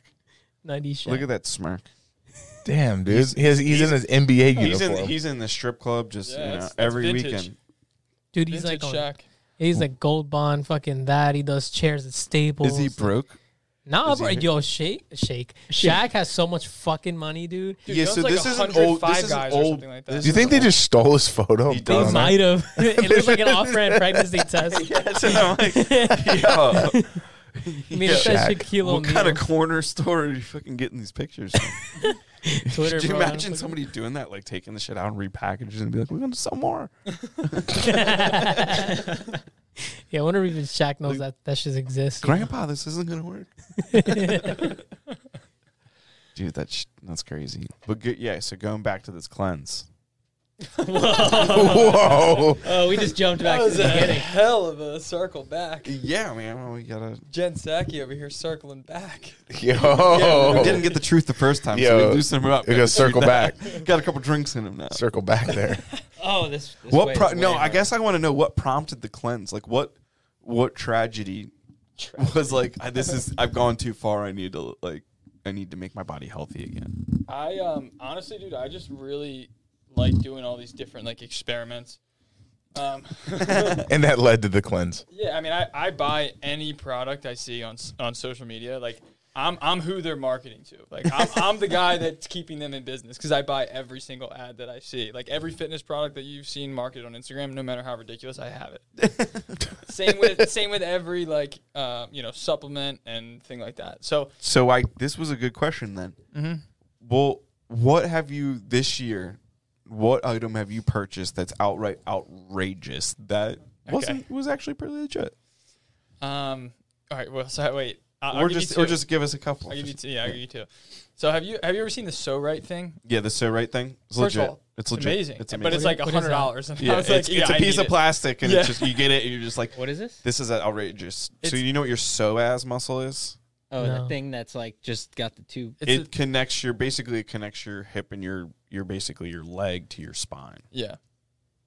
[SPEAKER 5] ninety shot.
[SPEAKER 2] Look at that smirk.
[SPEAKER 1] Damn, dude. He's, he's, in his NBA
[SPEAKER 2] He's
[SPEAKER 1] uniform.
[SPEAKER 2] in he's in the strip club just
[SPEAKER 3] Yeah,
[SPEAKER 2] you know,
[SPEAKER 3] that's- that's
[SPEAKER 2] every
[SPEAKER 3] vintage.
[SPEAKER 2] weekend.
[SPEAKER 5] dude. He's
[SPEAKER 3] He's
[SPEAKER 5] like on-
[SPEAKER 3] Shaq.
[SPEAKER 5] he's like gold bond, fucking that. He does chairs at Staples.
[SPEAKER 2] Is he broke?
[SPEAKER 5] Nah,
[SPEAKER 2] Is he
[SPEAKER 5] bro.
[SPEAKER 2] hit-
[SPEAKER 5] Yo, shake, shake. Shaq has so much fucking money, dude.
[SPEAKER 3] Dude,
[SPEAKER 2] yeah,
[SPEAKER 3] that
[SPEAKER 2] so
[SPEAKER 3] was like
[SPEAKER 2] this is an
[SPEAKER 3] 105
[SPEAKER 2] old this is an
[SPEAKER 3] guys or
[SPEAKER 2] old
[SPEAKER 3] something like
[SPEAKER 2] [laughs]
[SPEAKER 3] that.
[SPEAKER 1] Do you think they just stole his photo?
[SPEAKER 2] He
[SPEAKER 1] and put
[SPEAKER 5] They
[SPEAKER 1] it
[SPEAKER 2] does.
[SPEAKER 1] on there? [laughs]
[SPEAKER 5] might have. [laughs] it looks like
[SPEAKER 2] [laughs]
[SPEAKER 5] an off-brand pregnancy test.
[SPEAKER 2] Yes, and I'm
[SPEAKER 3] [laughs]
[SPEAKER 2] like, [laughs] yo.
[SPEAKER 5] I mean, it says
[SPEAKER 1] Shaq.
[SPEAKER 5] Shaquille
[SPEAKER 2] What kind of
[SPEAKER 5] O'Neal.
[SPEAKER 2] corner store are you fucking getting these pictures? from?
[SPEAKER 5] Twitter,
[SPEAKER 2] Could you
[SPEAKER 5] bro, I
[SPEAKER 2] imagine
[SPEAKER 5] don't [laughs]
[SPEAKER 2] somebody doing that, like taking the shit out and repackaging it and be like, "We're gonna sell more."
[SPEAKER 5] fucking- [laughs] yeah, I wonder if even Shaq knows that that shit exists. you know?
[SPEAKER 2] Grandpa, this isn't gonna work. Dude, that's sh- that's crazy. But good, yeah. So going back to this cleanse,
[SPEAKER 1] Whoa.
[SPEAKER 4] Oh, we just jumped back
[SPEAKER 3] That
[SPEAKER 4] to the
[SPEAKER 3] was a
[SPEAKER 4] beginning.
[SPEAKER 3] hell of a circle back.
[SPEAKER 2] yeah, man, well, we gotta.
[SPEAKER 3] Jen Psaki over here circling back.
[SPEAKER 2] We
[SPEAKER 1] Yo. [laughs]
[SPEAKER 2] didn't get the truth the first time, so
[SPEAKER 1] Yo,
[SPEAKER 2] Oh. we loosen him up.
[SPEAKER 1] We gotta
[SPEAKER 2] [laughs]
[SPEAKER 1] circle back.
[SPEAKER 2] Got a couple drinks in him now.
[SPEAKER 1] Circle back there.
[SPEAKER 4] Oh, this. this way
[SPEAKER 2] what?
[SPEAKER 4] is
[SPEAKER 2] Pro-
[SPEAKER 4] way
[SPEAKER 2] no, I
[SPEAKER 4] harder.
[SPEAKER 2] guess I want to know what prompted the cleanse. Like what? What tragedy, was like? I, this is I've gone too far. I need to like. I need to make my body healthy again.
[SPEAKER 3] I um honestly, dude, I just really like doing all these different like experiments. Um, [laughs]
[SPEAKER 1] And that led to the cleanse.
[SPEAKER 3] yeah, I mean, I, I buy any product I see on s- on social media. Like, I'm I'm who they're marketing to. Like,
[SPEAKER 2] [laughs]
[SPEAKER 3] I'm, I'm the guy that's keeping them in business because I buy every single ad that I see. Like every fitness product that you've seen marketed on Instagram, no matter how ridiculous, I have it.
[SPEAKER 2] [laughs]
[SPEAKER 3] same with same with every like um, you know supplement and thing like that. So
[SPEAKER 2] So I. This was a good question then.
[SPEAKER 3] Mm-hmm.
[SPEAKER 2] Well, what have you this year? What item have you purchased that's outright outrageous that wasn't was actually pretty legit?
[SPEAKER 3] um, all right, well, so wait, I- I'll
[SPEAKER 2] or
[SPEAKER 3] give you
[SPEAKER 2] just or
[SPEAKER 3] two.
[SPEAKER 2] just give us a couple.
[SPEAKER 3] I'll give you two. Yeah, I'll give you two. So have you have you ever seen the So Right thing?
[SPEAKER 2] yeah, the so right thing. It's
[SPEAKER 3] First of
[SPEAKER 2] legit.
[SPEAKER 3] all,
[SPEAKER 2] it's legit.
[SPEAKER 3] Amazing.
[SPEAKER 2] It's
[SPEAKER 3] But
[SPEAKER 2] amazing.
[SPEAKER 3] it's
[SPEAKER 5] What
[SPEAKER 3] like
[SPEAKER 5] is- what is
[SPEAKER 3] hundred
[SPEAKER 5] that?
[SPEAKER 3] dollars. [laughs] And
[SPEAKER 2] yeah,
[SPEAKER 3] I was like,
[SPEAKER 2] it's, it's
[SPEAKER 3] yeah, I
[SPEAKER 2] a piece
[SPEAKER 3] need
[SPEAKER 2] of
[SPEAKER 3] it.
[SPEAKER 2] plastic, and it's
[SPEAKER 3] Yeah.
[SPEAKER 2] just you get it, and you're just like,
[SPEAKER 4] What is this?
[SPEAKER 2] this is outrageous. so
[SPEAKER 3] It's-
[SPEAKER 2] you know what your psoas muscle is?
[SPEAKER 4] Oh,
[SPEAKER 5] No.
[SPEAKER 4] the thing that's like just got the [laughs] two.
[SPEAKER 3] It's
[SPEAKER 2] it
[SPEAKER 3] a-
[SPEAKER 2] connects your basically it connects your hip and your your basically your leg to your spine.
[SPEAKER 3] Yeah,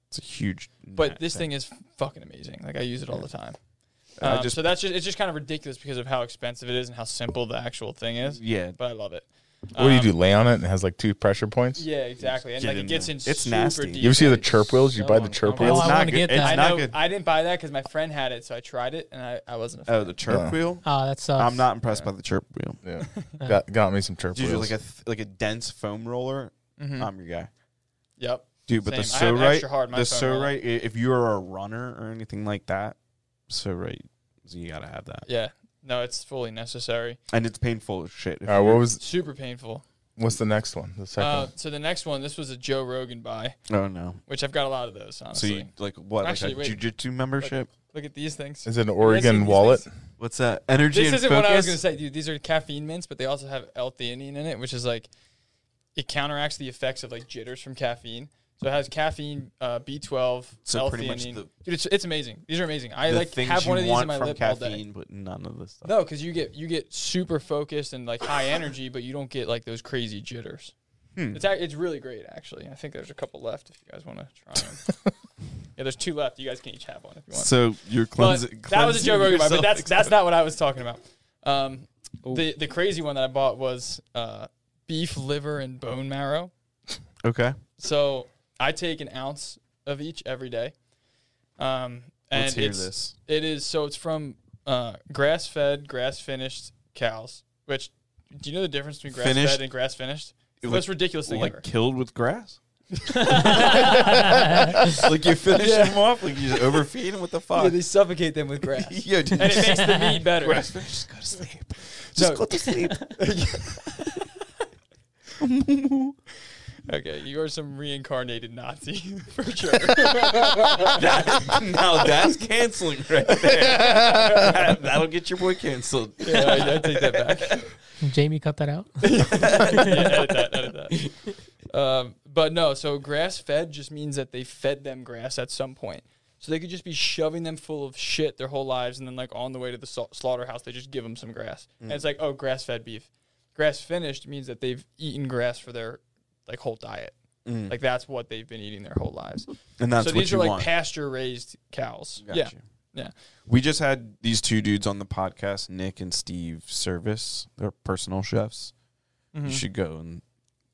[SPEAKER 2] It's a huge.
[SPEAKER 3] but this thing is fucking amazing. Like I use it all the time.
[SPEAKER 2] I
[SPEAKER 3] Um,
[SPEAKER 2] just-
[SPEAKER 3] so that's just it's just kind of ridiculous because of how expensive it is and how simple the actual thing is.
[SPEAKER 2] yeah,
[SPEAKER 3] But I love it.
[SPEAKER 1] What do you
[SPEAKER 3] Um,
[SPEAKER 1] do? Lay on it and it has like two pressure points?
[SPEAKER 3] Yeah, exactly. And
[SPEAKER 2] Get
[SPEAKER 3] like
[SPEAKER 2] in
[SPEAKER 3] it gets
[SPEAKER 2] there.
[SPEAKER 3] in.
[SPEAKER 2] It's
[SPEAKER 3] super
[SPEAKER 2] nasty.
[SPEAKER 3] deep.
[SPEAKER 2] You
[SPEAKER 1] You ever see the
[SPEAKER 3] It's
[SPEAKER 1] chirp wheels? You
[SPEAKER 4] so
[SPEAKER 1] buy the chirp
[SPEAKER 4] uncomfortable.
[SPEAKER 1] wheels?
[SPEAKER 5] Oh, I
[SPEAKER 2] not
[SPEAKER 5] wanna
[SPEAKER 2] good.
[SPEAKER 5] get
[SPEAKER 2] It's
[SPEAKER 5] that.
[SPEAKER 3] I
[SPEAKER 2] not
[SPEAKER 3] know.
[SPEAKER 2] good.
[SPEAKER 3] I didn't buy that because my friend had it, so I tried it and I, I wasn't. A
[SPEAKER 2] Oh,
[SPEAKER 3] fan.
[SPEAKER 2] the chirp
[SPEAKER 1] Yeah.
[SPEAKER 2] wheel.
[SPEAKER 5] [laughs] Ah, that
[SPEAKER 3] Uh,
[SPEAKER 5] sucks.
[SPEAKER 2] I'm not impressed by the chirp wheel.
[SPEAKER 3] [laughs]
[SPEAKER 1] Yeah. Got, got me some chirp
[SPEAKER 2] Dude,
[SPEAKER 1] wheels.
[SPEAKER 2] like a th- like a dense foam roller.
[SPEAKER 3] Mhm.
[SPEAKER 2] I'm your guy,
[SPEAKER 3] Yep.
[SPEAKER 2] dude. But the
[SPEAKER 3] Same. I have
[SPEAKER 2] so right,
[SPEAKER 3] extra hard, my
[SPEAKER 2] the
[SPEAKER 3] foam
[SPEAKER 2] so
[SPEAKER 3] roller.
[SPEAKER 2] right. i- If you are a runner or anything like that, so right, you gotta have that,
[SPEAKER 3] Yeah. No, it's fully necessary.
[SPEAKER 2] and it's painful as shit. if
[SPEAKER 1] All right, what
[SPEAKER 2] you're-
[SPEAKER 1] was
[SPEAKER 3] Super painful.
[SPEAKER 1] What's the next one? The second.
[SPEAKER 3] Uh,
[SPEAKER 1] one?
[SPEAKER 3] so the next one, this was a Joe Rogan buy,
[SPEAKER 2] Oh no.
[SPEAKER 3] which I've got a lot of those.
[SPEAKER 2] So
[SPEAKER 3] Honestly,
[SPEAKER 2] you like what?
[SPEAKER 3] Actually,
[SPEAKER 2] like a
[SPEAKER 3] wait.
[SPEAKER 2] jujitsu membership?
[SPEAKER 3] look at these things.
[SPEAKER 1] Is it an
[SPEAKER 3] You guys seen
[SPEAKER 1] Oregon
[SPEAKER 3] these
[SPEAKER 1] wallet?
[SPEAKER 3] things?
[SPEAKER 2] [laughs]
[SPEAKER 3] [laughs]
[SPEAKER 2] What's that? Energy.
[SPEAKER 3] This
[SPEAKER 2] and
[SPEAKER 3] isn't what I was gonna
[SPEAKER 2] focus?
[SPEAKER 3] say, dude. These are caffeine mints, but they also have L-theanine in it, which is like it counteracts the effects of like jitters from caffeine. So it has caffeine, uh, B12,
[SPEAKER 2] So pretty much
[SPEAKER 3] L-theanine.
[SPEAKER 2] the-
[SPEAKER 3] dude, it's, it's amazing. These are amazing. I
[SPEAKER 2] the
[SPEAKER 3] like
[SPEAKER 2] things
[SPEAKER 3] have
[SPEAKER 2] you
[SPEAKER 3] one of these
[SPEAKER 2] want
[SPEAKER 3] in my
[SPEAKER 2] from
[SPEAKER 3] lip all day.
[SPEAKER 2] caffeine, but none of this stuff.
[SPEAKER 3] No, because you get you get super focused and like high energy, but you don't get like those crazy jitters.
[SPEAKER 2] Hmm.
[SPEAKER 3] It's ac- it's really great actually. I think there's a couple left if you guys want to try them.
[SPEAKER 2] [laughs]
[SPEAKER 3] yeah, there's two left. You guys can each have one if you want.
[SPEAKER 2] So you're
[SPEAKER 3] But
[SPEAKER 2] cleansing.
[SPEAKER 3] that was a Joe
[SPEAKER 2] cleansing
[SPEAKER 3] Rogan, vibe, but
[SPEAKER 2] yourself.
[SPEAKER 3] that's that's not what I was talking about. Um,
[SPEAKER 4] Oh.
[SPEAKER 3] the the crazy one that I bought was uh, beef liver and bone marrow.
[SPEAKER 2] okay.
[SPEAKER 3] So I take an ounce of each every day. Um, and
[SPEAKER 2] Let's hear
[SPEAKER 3] it's-
[SPEAKER 2] this.
[SPEAKER 3] It is so it's from uh, grass fed, grass finished cows. Which do you know the difference between grass
[SPEAKER 2] Finished?
[SPEAKER 3] fed and grass finished? It's the
[SPEAKER 2] Like-
[SPEAKER 3] most ridiculous thing
[SPEAKER 2] Like
[SPEAKER 3] ever.
[SPEAKER 2] killed with
[SPEAKER 3] [laughs]
[SPEAKER 2] grass. like you finish them off, like you just overfeed them with the fuck.
[SPEAKER 3] they suffocate them with grass, [laughs] and
[SPEAKER 2] Yeah, dude,
[SPEAKER 3] it makes the
[SPEAKER 2] [laughs]
[SPEAKER 3] meat better.
[SPEAKER 2] grass finish, just go to sleep.
[SPEAKER 3] No.
[SPEAKER 2] to
[SPEAKER 3] [laughs]
[SPEAKER 2] sleep.
[SPEAKER 3] Okay, you are some reincarnated Nazi [laughs] for sure.
[SPEAKER 2] That- now that's canceling right there. [laughs] That, will get your boy canceled.
[SPEAKER 3] yeah, I, I take
[SPEAKER 2] [laughs]
[SPEAKER 3] that back. [laughs]
[SPEAKER 5] Jamie cut that out.
[SPEAKER 3] yeah, edit that, edit that. Um, but no, so grass fed just means that they fed them grass at some point. So they could just be shoving them full of shit their whole lives, and then like on the way to the sau- slaughterhouse, they just give them some grass, and
[SPEAKER 2] Mm.
[SPEAKER 3] it's like, oh, grass fed beef. Grass finished means that they've eaten grass for their like whole diet. Like that's what they've been eating their whole lives.
[SPEAKER 2] And Mm. that's
[SPEAKER 3] so
[SPEAKER 2] what
[SPEAKER 3] these
[SPEAKER 2] you
[SPEAKER 3] are like
[SPEAKER 2] want.
[SPEAKER 3] pasture raised cows.
[SPEAKER 2] Got
[SPEAKER 3] yeah,
[SPEAKER 2] you.
[SPEAKER 3] yeah.
[SPEAKER 2] We just had these two dudes on the podcast, Nick and Steve Service. They're personal chefs.
[SPEAKER 3] Mm-hmm.
[SPEAKER 2] You should go and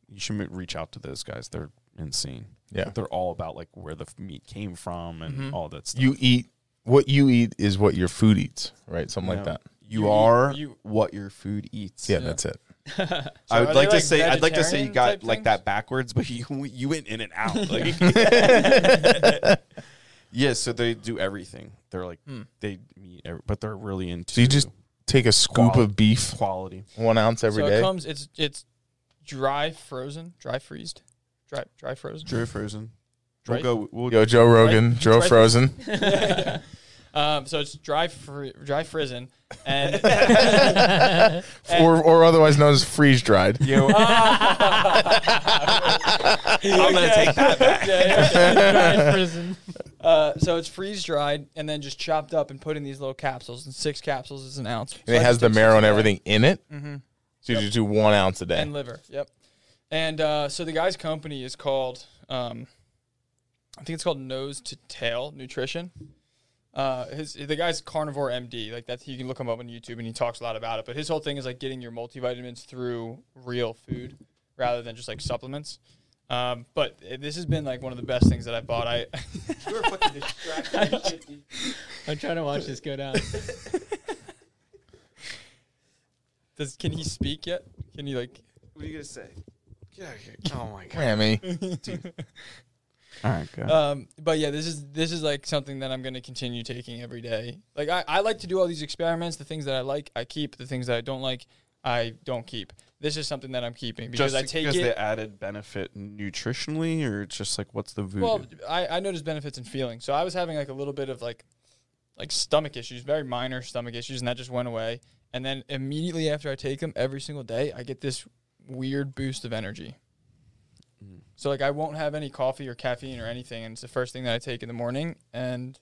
[SPEAKER 2] you should m- reach out to those guys. They're insane.
[SPEAKER 1] Yeah.
[SPEAKER 2] They're all about like where the f- meat came from and
[SPEAKER 3] Mhm.
[SPEAKER 2] all that stuff.
[SPEAKER 1] You eat what you eat is what your food eats, right? Something
[SPEAKER 2] No.
[SPEAKER 1] like that.
[SPEAKER 2] You,
[SPEAKER 3] You eat-
[SPEAKER 2] are
[SPEAKER 3] you-
[SPEAKER 2] what your food eats.
[SPEAKER 1] Yeah,
[SPEAKER 3] Yeah.
[SPEAKER 1] that's it.
[SPEAKER 2] I
[SPEAKER 3] are
[SPEAKER 2] would
[SPEAKER 3] they,
[SPEAKER 2] like to
[SPEAKER 3] like,
[SPEAKER 2] say I'd like to say you
[SPEAKER 3] vegetarian
[SPEAKER 2] got
[SPEAKER 3] type
[SPEAKER 2] like
[SPEAKER 3] things?
[SPEAKER 2] that backwards, but [laughs] you you went in and
[SPEAKER 3] [laughs]
[SPEAKER 2] out. Like, [laughs] yeah, so they do everything. They're like
[SPEAKER 3] Hmm.
[SPEAKER 2] they meet, every, but they're really into
[SPEAKER 1] So you just take a scoop
[SPEAKER 2] Qual-
[SPEAKER 1] of beef,
[SPEAKER 2] quality.
[SPEAKER 1] one ounce every
[SPEAKER 3] so
[SPEAKER 1] day.
[SPEAKER 3] it comes. It's it's dry frozen, dry freezed, dry dry frozen.
[SPEAKER 2] Drew Frozen.
[SPEAKER 3] Right?
[SPEAKER 2] We'll go. We'll
[SPEAKER 1] Yo, Joe Rogan,
[SPEAKER 3] [laughs] Right?
[SPEAKER 1] Joe
[SPEAKER 3] Right.
[SPEAKER 1] Frozen.
[SPEAKER 3] Um, so it's dry fri-
[SPEAKER 1] [laughs]
[SPEAKER 3] dry frozen and
[SPEAKER 1] or, or otherwise known as freeze
[SPEAKER 3] [laughs]
[SPEAKER 1] dried.
[SPEAKER 2] [laughs] Yo,
[SPEAKER 3] Ah!
[SPEAKER 2] I'm gonna take that back.
[SPEAKER 3] Yeah, yeah.
[SPEAKER 5] prison.
[SPEAKER 3] [laughs] Uh, so it's freeze dried and then just chopped up and put in these little capsules. And six capsules is an ounce. So
[SPEAKER 1] And it
[SPEAKER 3] I
[SPEAKER 1] has
[SPEAKER 3] just
[SPEAKER 1] the
[SPEAKER 3] take
[SPEAKER 1] marrow and
[SPEAKER 3] six of that.
[SPEAKER 1] everything in it. So you just do one ounce a day.
[SPEAKER 3] Mm-hmm. and liver. Yep. And uh, so the guy's company is called, um, I think it's called Nose to Tail Nutrition. Uh, his the guy's carnivore MD, like that's you can look him up on YouTube, and he talks a lot about it. But his whole thing is like getting your multivitamins through real food rather than just like supplements. Um, but uh, this has been like one of the best things that I bought. I [laughs] you were fucking distracted.
[SPEAKER 4] I'm trying to watch this go [laughs] down.
[SPEAKER 3] Does can he speak yet? Can he like?
[SPEAKER 2] What are you gonna say?
[SPEAKER 3] [laughs]
[SPEAKER 2] Oh my god.
[SPEAKER 1] Grammy.
[SPEAKER 2] All right, go.
[SPEAKER 3] Um, but yeah, this is this is like something that I'm going to continue taking every day. Like I, I like to do all these experiments. The things that I like, I keep. The things that I don't like, I don't keep. This is something that I'm keeping because
[SPEAKER 2] just
[SPEAKER 3] I take
[SPEAKER 2] because the
[SPEAKER 3] it.
[SPEAKER 2] added benefit nutritionally, or it's just like what's the voodoo?
[SPEAKER 3] Well, I, I noticed benefits and feelings. So I was having like a little bit of like like stomach issues, very minor stomach issues, and that just went away. And then immediately after I take them every single day, I get this weird boost of energy.
[SPEAKER 2] Mm.
[SPEAKER 3] So like I won't have any coffee or caffeine or anything, and it's the first thing that I take in the morning, and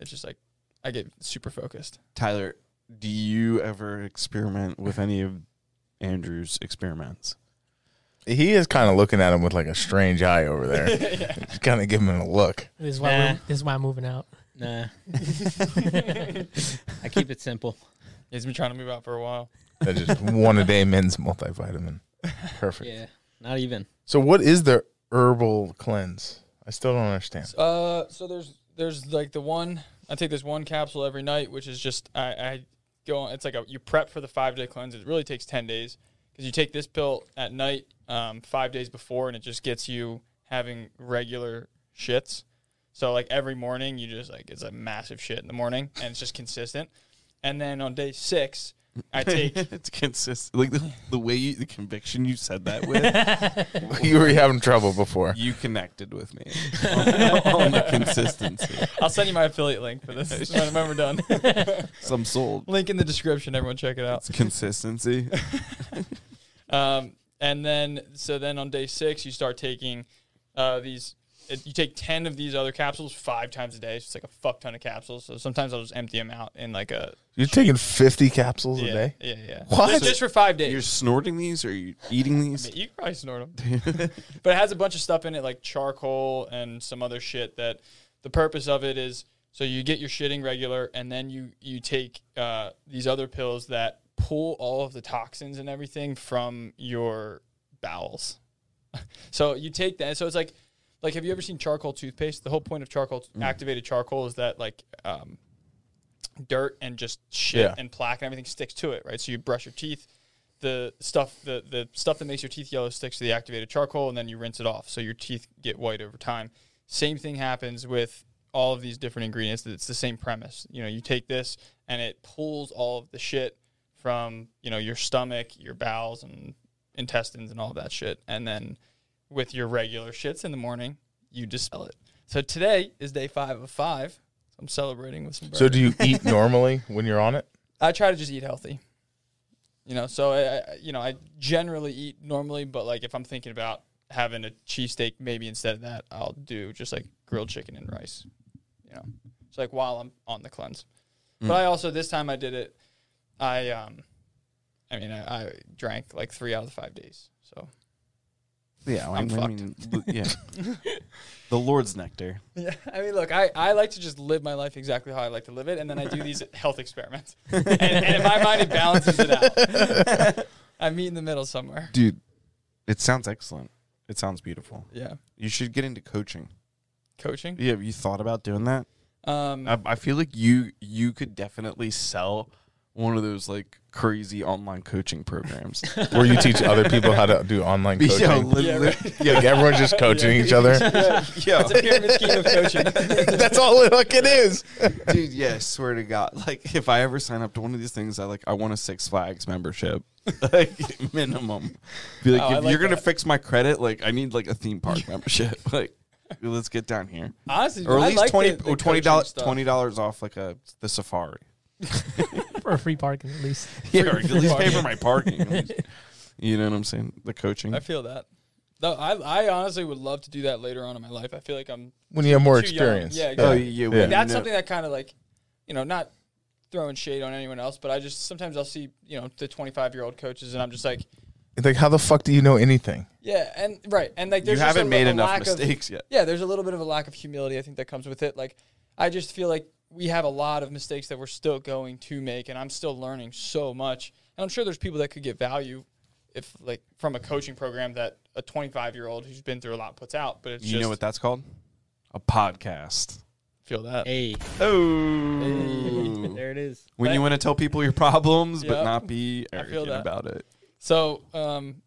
[SPEAKER 3] it's just like I get super focused.
[SPEAKER 2] Tyler, do you ever experiment with any of Andrew's experiments?
[SPEAKER 1] He is kind of looking at him with like a strange eye over
[SPEAKER 3] [laughs]
[SPEAKER 1] there. Just kind of giving him a look.
[SPEAKER 5] This is why
[SPEAKER 4] Nah.
[SPEAKER 5] we're, this is why I'm
[SPEAKER 2] [laughs]
[SPEAKER 5] moving out.
[SPEAKER 4] [laughs] Nah. I keep it simple.
[SPEAKER 3] He's been trying to move out for a while.
[SPEAKER 1] That just one a day men's multivitamin. Perfect.
[SPEAKER 4] Yeah. Not even.
[SPEAKER 1] So what is the herbal cleanse? I still don't understand.
[SPEAKER 3] Uh, so there's there's like the one I take this one capsule every night, which is just I, I go on. It's like a, you prep for the five day cleanse. It really takes ten days because you take this pill at night, um, five days before, and it just gets you having regular shits. So like every morning, you just like it's a massive shit in the morning, and it's just consistent. And then on day six, I
[SPEAKER 2] [laughs]
[SPEAKER 3] take.
[SPEAKER 2] it's consistent. Like the, the way you, the conviction you said that
[SPEAKER 1] [laughs]
[SPEAKER 2] with,
[SPEAKER 3] [laughs]
[SPEAKER 1] you were having trouble before.
[SPEAKER 2] you connected with
[SPEAKER 3] [laughs]
[SPEAKER 2] me on, on the consistency.
[SPEAKER 3] I'll send you my affiliate link for this when when we're done.
[SPEAKER 2] Some sold.
[SPEAKER 3] [laughs] link in the description. Everyone, check it out.
[SPEAKER 2] It's consistency.
[SPEAKER 3] Um, and then, so then on day six, you start taking uh, these. It, you take ten of these other capsules five times a day. So it's like a fuck ton of capsules. So sometimes I'll just empty them out in like a
[SPEAKER 1] You're taking 50 capsules
[SPEAKER 3] yeah,
[SPEAKER 1] a day?
[SPEAKER 3] Yeah, yeah.
[SPEAKER 1] What?
[SPEAKER 3] Just- Just for five days.
[SPEAKER 2] You're snorting these or you eating these?
[SPEAKER 3] You can probably snort them. [laughs] but it has a bunch of stuff in it, like charcoal and some other shit. That the purpose of it is so you get your shitting regular, and then you you take uh, these other pills that pull all of the toxins and everything from your bowels. [laughs] so you take that. So it's like like have you ever seen charcoal toothpaste? The whole point of charcoal activated charcoal is that like. Um, dirt and just shit
[SPEAKER 1] Yeah.
[SPEAKER 3] and plaque and everything sticks to it right so you brush your teeth the stuff the, the stuff that makes your teeth yellow sticks to the activated charcoal and then you rinse it off so your teeth get white over time same thing happens with all of these different ingredients it's the same premise you know you take this and it pulls all of the shit from you know your stomach your bowels and intestines and all that shit and then with your regular shits in the morning you dispel it so today is day five of five i'm celebrating with some
[SPEAKER 1] So
[SPEAKER 3] burgers.
[SPEAKER 1] do you
[SPEAKER 3] [laughs]
[SPEAKER 1] eat normally when you're on it?
[SPEAKER 3] I try to just eat healthy. You know, so I, I you know, I generally eat normally, but like if I'm thinking about having a cheesesteak, maybe instead of that, I'll do just like grilled chicken and rice. You know, it's like while I'm on the cleanse. But I also this time I did it. I um, I mean I, I drank like three out of the five days. So
[SPEAKER 2] Yeah,
[SPEAKER 3] I'm fucked.
[SPEAKER 2] l- yeah. the Lord's nectar.
[SPEAKER 3] [laughs] yeah, I mean look, I I like to just live my life exactly how I like to live it, and then I do [laughs] these health experiments, and, and in my mind it balances it out. [laughs] I meet in the middle somewhere.
[SPEAKER 2] Dude, it sounds excellent. It sounds beautiful.
[SPEAKER 3] Yeah,
[SPEAKER 2] You should get into coaching.
[SPEAKER 3] coaching.
[SPEAKER 2] Yeah, have you thought about doing that?
[SPEAKER 3] Um,
[SPEAKER 2] I, I feel like you you could definitely sell one of those like crazy online coaching [laughs] programs.
[SPEAKER 1] Where you teach other people how to do online coaching?
[SPEAKER 2] Yo, li-
[SPEAKER 3] Yeah,
[SPEAKER 2] li-
[SPEAKER 1] Like everyone's just coaching each
[SPEAKER 3] [laughs]
[SPEAKER 1] other.
[SPEAKER 2] yo.
[SPEAKER 3] [laughs] it's a pyramid scheme of coaching. [laughs]
[SPEAKER 1] That's all it, like it is.
[SPEAKER 2] [laughs] dude yeah I swear to god like if i ever sign up to one of these things i like i want a six flags membership [laughs] like minimum be like
[SPEAKER 3] Oh, I
[SPEAKER 2] if
[SPEAKER 3] like
[SPEAKER 2] you're gonna
[SPEAKER 3] that.
[SPEAKER 2] fix my credit like i need like a theme
[SPEAKER 3] [laughs]
[SPEAKER 2] park membership [laughs] like let's get down here
[SPEAKER 3] Honestly,
[SPEAKER 2] or at
[SPEAKER 3] I
[SPEAKER 2] least
[SPEAKER 3] like
[SPEAKER 2] 20
[SPEAKER 3] the- the
[SPEAKER 2] or 20
[SPEAKER 3] coaching
[SPEAKER 2] dollars
[SPEAKER 3] stuff.
[SPEAKER 2] 20 dollars off like a the safari
[SPEAKER 5] for free parking at least.
[SPEAKER 2] [laughs] yeah or at least pay
[SPEAKER 3] parking.
[SPEAKER 2] for my [laughs] parking at least. you know what i'm saying the coaching
[SPEAKER 3] I feel that. No, I, I honestly would love to do that later on in my life. I feel like I'm.
[SPEAKER 1] When you have more
[SPEAKER 3] Too young.
[SPEAKER 1] experience.
[SPEAKER 3] Yeah,
[SPEAKER 2] oh
[SPEAKER 3] exactly.
[SPEAKER 2] yeah,
[SPEAKER 1] Yeah.
[SPEAKER 2] we
[SPEAKER 3] That's
[SPEAKER 2] know-
[SPEAKER 3] something that kind of like, you know, not throwing shade on anyone else, but I just sometimes I'll see you know the 25 year old coaches, and I'm just like,
[SPEAKER 1] It's like, how the fuck do you know anything?
[SPEAKER 3] yeah, and right, and like
[SPEAKER 2] you
[SPEAKER 3] there's just a-
[SPEAKER 2] haven't made
[SPEAKER 3] a
[SPEAKER 2] enough
[SPEAKER 3] lack of-
[SPEAKER 2] mistakes yet
[SPEAKER 3] yeah, there's a little bit of a lack of humility I think that comes with it. Like, I just feel like we have a lot of mistakes that we're still going to make, and I'm still learning so much. And I'm sure there's people that could get value if, like, from a coaching program that a 25 year old who's been through a lot puts out. But it's
[SPEAKER 2] you
[SPEAKER 3] just
[SPEAKER 2] know what that's called a podcast
[SPEAKER 3] feel that.
[SPEAKER 4] Hey,
[SPEAKER 2] oh
[SPEAKER 3] [laughs]
[SPEAKER 4] [laughs] there it is.
[SPEAKER 2] when you
[SPEAKER 3] Thank-
[SPEAKER 2] want to tell people your problems but
[SPEAKER 3] Yep.
[SPEAKER 2] not be
[SPEAKER 3] feel
[SPEAKER 2] arrogant
[SPEAKER 3] that.
[SPEAKER 2] about it.
[SPEAKER 3] So, um,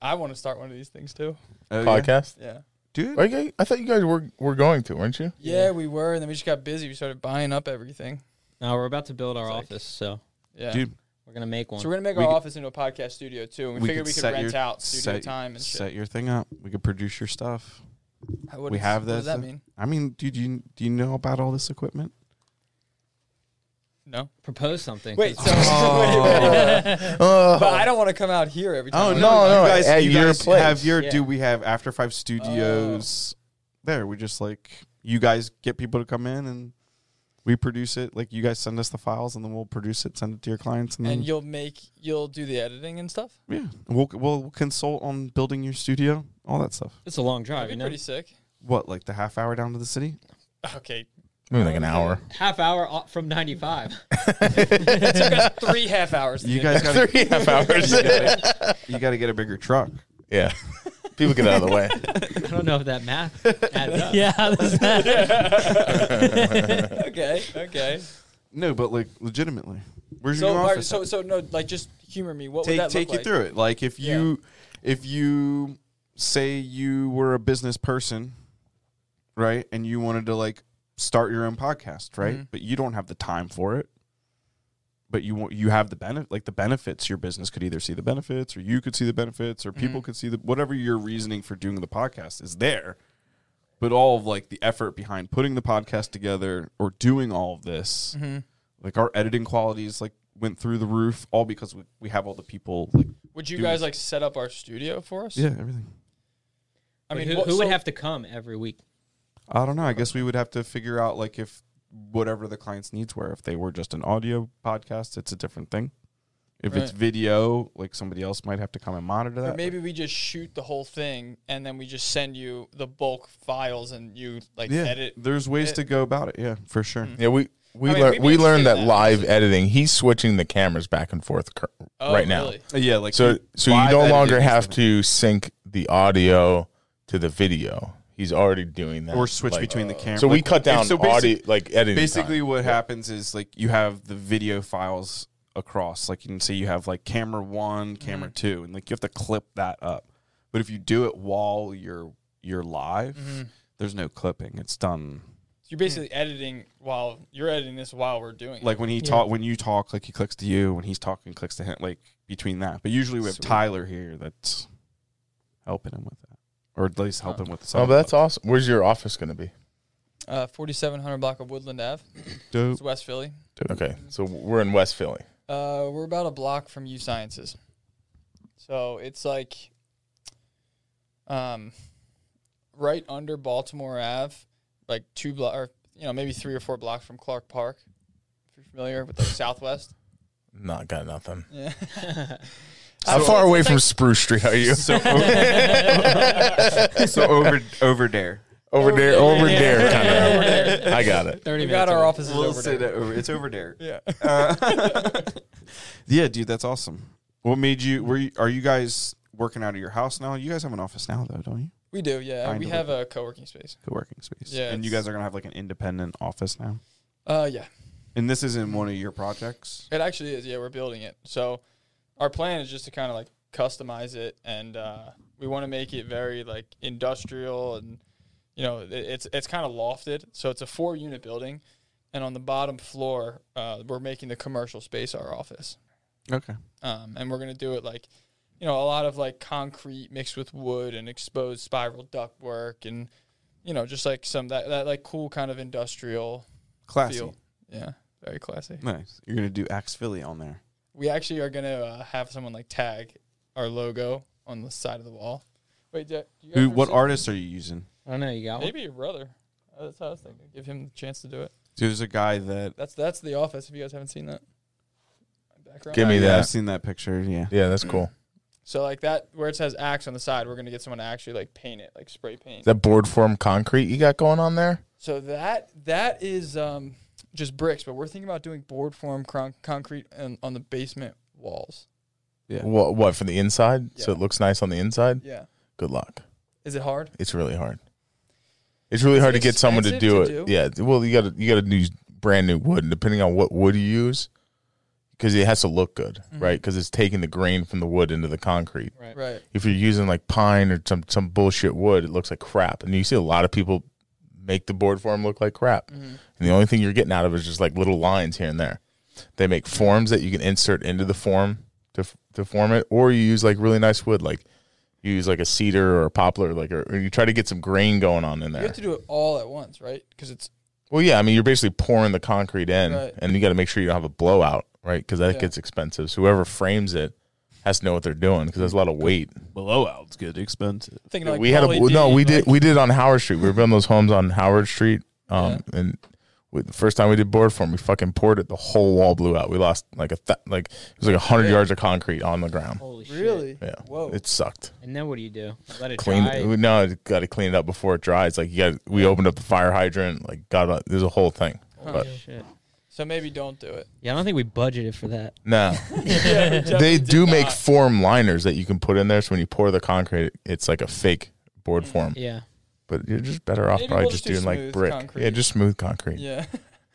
[SPEAKER 3] I want to start one of these things too.
[SPEAKER 2] Oh, yeah.
[SPEAKER 1] Podcast?
[SPEAKER 3] Yeah.
[SPEAKER 2] dude.
[SPEAKER 1] Are you guys- I thought you guys were, were going to, weren't you?
[SPEAKER 3] yeah, we were, and then we just got busy. We started buying up everything.
[SPEAKER 4] Now we're about to build our
[SPEAKER 3] It's like-
[SPEAKER 4] office, so
[SPEAKER 3] Yeah.
[SPEAKER 2] Dude,
[SPEAKER 4] we're gonna make one.
[SPEAKER 3] so we're gonna make
[SPEAKER 2] We
[SPEAKER 3] our
[SPEAKER 2] could-
[SPEAKER 3] office into a podcast studio too, and we, figured we could
[SPEAKER 2] set
[SPEAKER 3] rent
[SPEAKER 2] your-
[SPEAKER 3] out studio
[SPEAKER 2] set-
[SPEAKER 3] time and shit.
[SPEAKER 2] Set your thing up. We could produce your stuff.
[SPEAKER 3] How- what
[SPEAKER 2] we
[SPEAKER 3] is-
[SPEAKER 2] have
[SPEAKER 3] What does
[SPEAKER 2] that
[SPEAKER 3] that
[SPEAKER 2] stuff.
[SPEAKER 3] mean?
[SPEAKER 2] I mean, dude, do you do you know about all this equipment?
[SPEAKER 3] No.
[SPEAKER 4] Propose something.
[SPEAKER 3] Wait,
[SPEAKER 4] 'cause
[SPEAKER 3] so [laughs]
[SPEAKER 4] [laughs]
[SPEAKER 1] Oh,
[SPEAKER 3] but I don't want to come out here every time.
[SPEAKER 1] no, no,
[SPEAKER 2] Oh, you guys,
[SPEAKER 1] at
[SPEAKER 2] you
[SPEAKER 1] your
[SPEAKER 2] guys
[SPEAKER 1] place.
[SPEAKER 2] have your.
[SPEAKER 4] Yeah.
[SPEAKER 2] Do we have After Five Studios?
[SPEAKER 3] Oh.
[SPEAKER 2] There, we just like you guys get people to come in and we produce it. Like you guys send us the files and then we'll produce it, send it to your clients, and,
[SPEAKER 3] And
[SPEAKER 2] then
[SPEAKER 3] you'll make you'll do the editing and stuff.
[SPEAKER 2] yeah, we'll we'll consult on building your studio, all that stuff.
[SPEAKER 4] it's a long drive.
[SPEAKER 3] That'd
[SPEAKER 4] You
[SPEAKER 3] be
[SPEAKER 4] know,
[SPEAKER 3] pretty
[SPEAKER 4] [laughs]
[SPEAKER 3] sick.
[SPEAKER 2] What like the half hour down to the city?
[SPEAKER 3] Okay,
[SPEAKER 1] Maybe like an
[SPEAKER 3] [laughs]
[SPEAKER 1] hour.
[SPEAKER 4] half hour o- from ninety five.
[SPEAKER 3] it took us three half hours. to
[SPEAKER 2] You
[SPEAKER 3] get
[SPEAKER 2] guys got
[SPEAKER 3] [laughs]
[SPEAKER 1] Three half hours.
[SPEAKER 2] you got to get a bigger truck.
[SPEAKER 1] yeah. [laughs] People get out of the way.
[SPEAKER 4] [laughs] I don't know if
[SPEAKER 3] [laughs]
[SPEAKER 4] that math adds
[SPEAKER 5] [laughs]
[SPEAKER 4] up.
[SPEAKER 5] yeah, [laughs] how does that-
[SPEAKER 2] [laughs]
[SPEAKER 3] there. [laughs] okay, okay.
[SPEAKER 2] No, but like legitimately, where's
[SPEAKER 3] So,
[SPEAKER 2] your new
[SPEAKER 3] all right,
[SPEAKER 2] office?
[SPEAKER 3] so,
[SPEAKER 2] at?
[SPEAKER 3] so no, like just humor me. What would
[SPEAKER 2] take
[SPEAKER 3] that
[SPEAKER 2] take
[SPEAKER 3] look
[SPEAKER 2] you
[SPEAKER 3] like?
[SPEAKER 2] through it. Like if
[SPEAKER 3] Yeah.
[SPEAKER 2] you if you say you were a business person, right, and you wanted to like start your own podcast, right, but you don't have the time for it. but you want you have the benefit like the benefits your business could either see the benefits or you could see the benefits or people could see the whatever your reasoning for doing the podcast is there but all of like the effort behind putting the podcast together or doing all of this like our editing qualities like went through the roof all because we, we have all the people like
[SPEAKER 3] Would you
[SPEAKER 2] Do
[SPEAKER 3] guys
[SPEAKER 2] this.
[SPEAKER 3] like set up our studio for us?
[SPEAKER 2] everything
[SPEAKER 3] I mean,
[SPEAKER 4] who,
[SPEAKER 3] what-
[SPEAKER 4] who would
[SPEAKER 3] so-
[SPEAKER 4] have to come every week?
[SPEAKER 2] i don't know i guess we would have to figure out like if whatever the client's needs were if they were just an audio podcast it's a different thing if it's
[SPEAKER 3] Right.
[SPEAKER 2] video like somebody else might have to come and monitor
[SPEAKER 3] Or
[SPEAKER 2] that
[SPEAKER 3] maybe we just shoot the whole thing and then we just send you the bulk files and you like
[SPEAKER 2] yeah
[SPEAKER 3] edit.
[SPEAKER 2] there's ways
[SPEAKER 3] it- Mm-hmm.
[SPEAKER 2] to go about it yeah for sure
[SPEAKER 1] Yeah, we we
[SPEAKER 3] I mean,
[SPEAKER 1] lear-
[SPEAKER 3] we
[SPEAKER 1] we
[SPEAKER 3] basically
[SPEAKER 1] learned that,
[SPEAKER 3] did that.
[SPEAKER 1] live editing. He's switching the cameras back and forth cur-
[SPEAKER 3] Oh,
[SPEAKER 1] right now,
[SPEAKER 3] really?
[SPEAKER 2] yeah like
[SPEAKER 1] so so you
[SPEAKER 2] live
[SPEAKER 1] no
[SPEAKER 2] editing
[SPEAKER 1] longer
[SPEAKER 2] is
[SPEAKER 1] have
[SPEAKER 2] the-
[SPEAKER 1] to sync the audio to the video. He's already doing that,
[SPEAKER 2] or switch
[SPEAKER 1] Like,
[SPEAKER 2] between the cameras
[SPEAKER 1] So we cut down
[SPEAKER 2] so basic-
[SPEAKER 1] audio, like editing.
[SPEAKER 2] basically
[SPEAKER 1] time.
[SPEAKER 2] what happens is like you have the video files across like you can see you have like camera one camera
[SPEAKER 3] Mm-hmm.
[SPEAKER 2] two and like you have to clip that up but if you do it while you're you're live
[SPEAKER 3] Mm-hmm.
[SPEAKER 2] there's no clipping it's done
[SPEAKER 3] So you're basically editing while you're editing this while we're doing it.
[SPEAKER 2] like when he talk when you talk like he clicks to you when he's talking clicks to him like between that but usually we have
[SPEAKER 1] Sweet.
[SPEAKER 2] tyler here that's helping him with that or at least helping with the
[SPEAKER 1] Oh, but that's
[SPEAKER 2] sound
[SPEAKER 1] awesome. Where's your office going to be?
[SPEAKER 3] Uh, 4700 block of Woodland Ave.
[SPEAKER 2] dope
[SPEAKER 3] It's West Philly.
[SPEAKER 1] Okay, so we're in West Philly.
[SPEAKER 3] Uh, we're about a block from U Sciences. So it's like um, right under Baltimore Ave, like two block or you know, maybe three or four blocks from Clark Park. If you're familiar with like Southwest.
[SPEAKER 1] Not got nothing.
[SPEAKER 3] Yeah.
[SPEAKER 1] How
[SPEAKER 3] So
[SPEAKER 1] far
[SPEAKER 3] it's
[SPEAKER 1] away
[SPEAKER 3] like-
[SPEAKER 1] from Spruce Street are you?
[SPEAKER 2] so
[SPEAKER 3] [laughs]
[SPEAKER 2] over, so over over there
[SPEAKER 1] over there, over there, kind of.
[SPEAKER 3] Over there.
[SPEAKER 1] I got it.
[SPEAKER 4] Thirty
[SPEAKER 3] We
[SPEAKER 4] minutes.
[SPEAKER 3] got our
[SPEAKER 4] away.
[SPEAKER 3] offices
[SPEAKER 2] We'll
[SPEAKER 3] over
[SPEAKER 2] say
[SPEAKER 3] there.
[SPEAKER 2] that over- It's over there. [laughs]
[SPEAKER 3] Yeah.
[SPEAKER 2] Uh, yeah, dude, that's awesome. What made you? Were you? Are you guys working out of your house now? You guys have an office now, though, don't you?
[SPEAKER 3] We do, yeah.
[SPEAKER 2] Kind
[SPEAKER 3] we
[SPEAKER 2] of
[SPEAKER 3] have a co-working space.
[SPEAKER 2] Co-working space.
[SPEAKER 3] Yeah,
[SPEAKER 2] and you
[SPEAKER 3] it's-
[SPEAKER 2] guys are gonna have like an independent office now.
[SPEAKER 3] Uh, yeah.
[SPEAKER 2] And this is in one of your projects.
[SPEAKER 3] It actually is. Yeah, we're building it. So our plan is just to kind of like customize it, and uh, we want to make it very like industrial, and you know, it, it's it's kind of lofted. So it's a four unit building, and on the bottom floor, uh, we're making the commercial space our office,
[SPEAKER 2] Okay.
[SPEAKER 3] um, and we're gonna do it like. You know, a lot of like concrete mixed with wood and exposed spiral duct work, and you know, just like some that, that like cool kind of industrial
[SPEAKER 2] Classy.
[SPEAKER 3] feel. Yeah, very classy.
[SPEAKER 2] Nice. You're gonna do Axe Philly on there.
[SPEAKER 3] We actually are gonna uh, have someone like tag our logo on the side of the wall. Wait, do do you guys
[SPEAKER 2] Who?
[SPEAKER 3] ever
[SPEAKER 2] What
[SPEAKER 3] see-
[SPEAKER 2] artists are you using?
[SPEAKER 4] I don't know. You got one.
[SPEAKER 3] Maybe your brother. Uh, That's how I was thinking. Give him the chance to do it.
[SPEAKER 2] There's a guy that.
[SPEAKER 3] That's that's the office. If you guys haven't seen that background,
[SPEAKER 1] Give me
[SPEAKER 2] Yeah,
[SPEAKER 1] that.
[SPEAKER 2] I've seen that picture. Yeah.
[SPEAKER 1] Yeah, that's cool.
[SPEAKER 3] So like that, where it says axe on the side, we're gonna get someone to actually like paint it, like spray paint.
[SPEAKER 1] That board form concrete you got going on there?
[SPEAKER 3] so that that is um, just bricks, but we're thinking about doing board form cron- concrete and on the basement walls.
[SPEAKER 2] Yeah.
[SPEAKER 1] What, what for the inside? So
[SPEAKER 3] Yeah.
[SPEAKER 1] it looks nice on the inside.
[SPEAKER 3] Yeah,
[SPEAKER 1] Good luck.
[SPEAKER 3] is it hard?
[SPEAKER 1] It's really hard. It's really
[SPEAKER 3] Is
[SPEAKER 1] hard
[SPEAKER 3] it
[SPEAKER 1] to get someone to do
[SPEAKER 3] expensive
[SPEAKER 1] it.
[SPEAKER 3] to do?
[SPEAKER 1] Yeah. Well, you got to you got to use brand new wood, and depending on what wood you use, because it has to look good, right? Because it's taking the grain from the wood into the concrete.
[SPEAKER 4] Right.
[SPEAKER 3] Right.
[SPEAKER 1] If you're using like pine or some some bullshit wood, it looks like crap. And you see a lot of people make the board form look like crap,
[SPEAKER 3] Mm-hmm.
[SPEAKER 1] and the only thing you're getting out of it is just like little lines here and there. They make forms that you can insert into the form to f- to form it, or you use like really nice wood, like you use like a cedar or a poplar, like or, or you try to get some grain going on in
[SPEAKER 3] You
[SPEAKER 1] there.
[SPEAKER 3] have to do it all at once, right? Because it's
[SPEAKER 1] Well, yeah, I mean, you're basically pouring the concrete in,
[SPEAKER 3] Right.
[SPEAKER 1] and you got to make sure you don't have a blowout, right? Because that
[SPEAKER 3] Yeah.
[SPEAKER 1] gets expensive. So whoever frames it has to know what they're doing because there's a lot of weight.
[SPEAKER 2] Blowouts get expensive.
[SPEAKER 3] thinking like
[SPEAKER 1] we had a
[SPEAKER 3] LED,
[SPEAKER 1] no, we
[SPEAKER 3] like-
[SPEAKER 1] did we did on Howard Street. We were building those homes on Howard Street, um, and we, the first time we did board form, we fucking poured it. The whole wall blew out. We lost like a th- like it was like a hundred
[SPEAKER 3] Yeah. Oh.
[SPEAKER 1] yards of concrete on the ground.
[SPEAKER 4] Holy shit.
[SPEAKER 3] Really?
[SPEAKER 1] Yeah,
[SPEAKER 3] Whoa.
[SPEAKER 1] it sucked.
[SPEAKER 4] And then what do you do? Let it
[SPEAKER 1] Clean.
[SPEAKER 4] dry.
[SPEAKER 1] we- No, got to clean it up before it dries. Like you got, we opened up the fire hydrant. Like got, a, there's a whole thing.
[SPEAKER 4] Holy
[SPEAKER 1] But
[SPEAKER 4] shit.
[SPEAKER 3] so maybe don't do it.
[SPEAKER 4] Yeah, I don't think we budgeted for that.
[SPEAKER 3] [laughs]
[SPEAKER 1] no, [laughs] they do make form liners that you can put in there. So when you pour the concrete, it's like a fake board form.
[SPEAKER 4] Yeah.
[SPEAKER 1] But you're just better off
[SPEAKER 3] Maybe
[SPEAKER 1] probably
[SPEAKER 3] we'll
[SPEAKER 1] just
[SPEAKER 3] just do
[SPEAKER 1] doing like
[SPEAKER 3] smooth
[SPEAKER 1] brick.
[SPEAKER 3] concrete.
[SPEAKER 1] Yeah, just smooth concrete.
[SPEAKER 3] Yeah.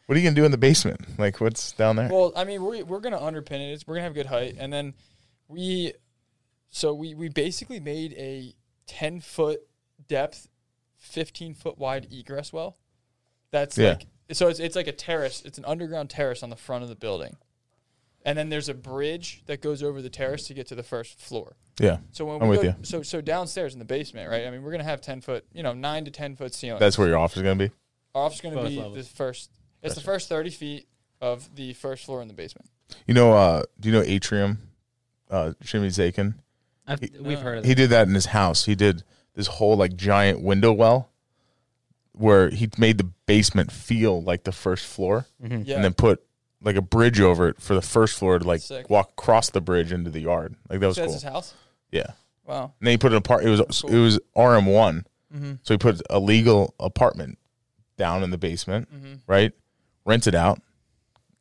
[SPEAKER 1] What are you gonna do in the basement? Like what's down there?
[SPEAKER 3] Well, I mean, we're we're gonna underpin it. It's, we're gonna have good height, and then we, so we we basically made a ten foot depth, fifteen foot wide egress well. That's
[SPEAKER 1] Yeah.
[SPEAKER 3] like so it's it's like a terrace. It's an underground terrace on the front of the building. and then there's a bridge that goes over the terrace to get to the first floor.
[SPEAKER 1] Yeah.
[SPEAKER 3] So when
[SPEAKER 1] I'm
[SPEAKER 3] we
[SPEAKER 1] with
[SPEAKER 3] go,
[SPEAKER 1] you.
[SPEAKER 3] so so downstairs in the basement, right? I mean, we're gonna have ten foot, you know, nine to ten foot ceiling.
[SPEAKER 1] That's where your office is gonna be.
[SPEAKER 3] Our office is gonna
[SPEAKER 4] Both
[SPEAKER 3] be
[SPEAKER 4] levels.
[SPEAKER 3] the first. It's the first thirty feet of the first floor in the basement.
[SPEAKER 1] You know, uh, do you know Atrium? Uh, Jimmy Zakin.
[SPEAKER 4] I've, we've heard of
[SPEAKER 1] He did that in his house. He did this whole like giant window well, where he made the basement feel like the first floor,
[SPEAKER 4] Mm-hmm.
[SPEAKER 3] Yeah.
[SPEAKER 1] and then put like a bridge over it for the first floor to like
[SPEAKER 3] Sick.
[SPEAKER 1] walk across the bridge into the yard. Like that was
[SPEAKER 3] So that's
[SPEAKER 1] cool.
[SPEAKER 3] his house.
[SPEAKER 1] Yeah.
[SPEAKER 3] Wow.
[SPEAKER 1] And then he put an apart. It was
[SPEAKER 3] Cool.
[SPEAKER 1] it was RM one,
[SPEAKER 3] Mm-hmm.
[SPEAKER 1] so he put a legal apartment down in the basement,
[SPEAKER 3] Mm-hmm.
[SPEAKER 1] right? Rented out.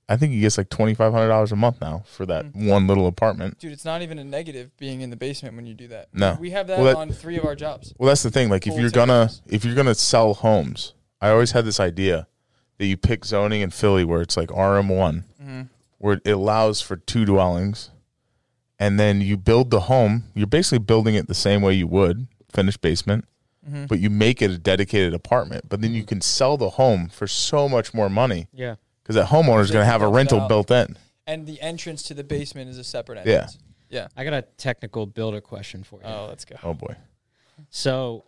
[SPEAKER 1] I think he gets like twenty five hundred dollars a month now for that
[SPEAKER 3] Mm-hmm.
[SPEAKER 1] one little apartment.
[SPEAKER 3] Dude, it's not even a negative being in the basement when you do that.
[SPEAKER 1] No.
[SPEAKER 3] We have that,
[SPEAKER 1] Well, that-
[SPEAKER 3] on three of our jobs.
[SPEAKER 1] Well, that's the thing. Like, if
[SPEAKER 3] Full
[SPEAKER 1] you're gonna
[SPEAKER 3] takeovers.
[SPEAKER 1] if you're gonna sell homes, I always had this idea that you pick zoning in Philly where it's like RM one,
[SPEAKER 3] Mm-hmm.
[SPEAKER 1] where it allows for two dwellings, and then you build the home. You're basically building it the same way you would finished basement,
[SPEAKER 3] Mm-hmm.
[SPEAKER 1] but you make it a dedicated apartment. But then you can sell the home for so much more money
[SPEAKER 4] Yeah.
[SPEAKER 1] because that homeowner's
[SPEAKER 3] They
[SPEAKER 1] gonna
[SPEAKER 3] can
[SPEAKER 1] have a
[SPEAKER 3] build it
[SPEAKER 1] rental
[SPEAKER 3] out.
[SPEAKER 1] built in.
[SPEAKER 3] And the entrance to the basement is a separate
[SPEAKER 1] Yeah.
[SPEAKER 3] entrance. Yeah.
[SPEAKER 4] I got a technical builder question for you.
[SPEAKER 3] Oh, let's go.
[SPEAKER 1] Oh boy,
[SPEAKER 4] So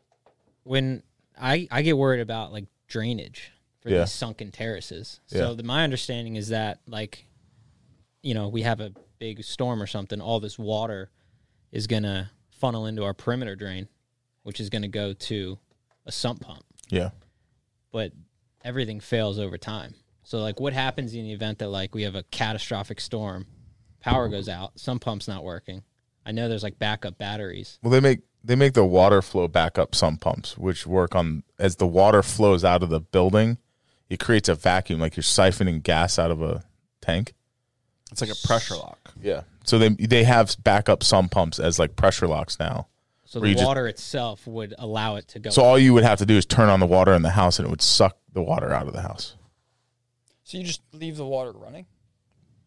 [SPEAKER 4] when I I get worried about like drainage for
[SPEAKER 1] Yeah.
[SPEAKER 4] these sunken terraces.
[SPEAKER 1] Yeah.
[SPEAKER 4] So the, my understanding is that like you know, we have a big storm or something, all this water is going to funnel into our perimeter drain, which is going to go to a sump pump,
[SPEAKER 1] yeah.
[SPEAKER 4] but everything fails over time. So like what happens in the event that like we have a catastrophic storm, power goes out, sump pump's not working. I know there's like backup batteries.
[SPEAKER 1] Well, they make they make the water flow back up sump pumps, which work on as the water flows out of the building, it creates a vacuum, like you're siphoning gas out of a tank.
[SPEAKER 2] It's like a pressure lock.
[SPEAKER 1] Yeah. So they they have backup sump pumps as like pressure locks now.
[SPEAKER 4] So
[SPEAKER 1] Where you
[SPEAKER 4] the
[SPEAKER 1] just-
[SPEAKER 4] water itself would allow it to go
[SPEAKER 1] So all you would have to do is turn on the water in the house, and it would suck the water out of the house,
[SPEAKER 3] So you just leave the water running?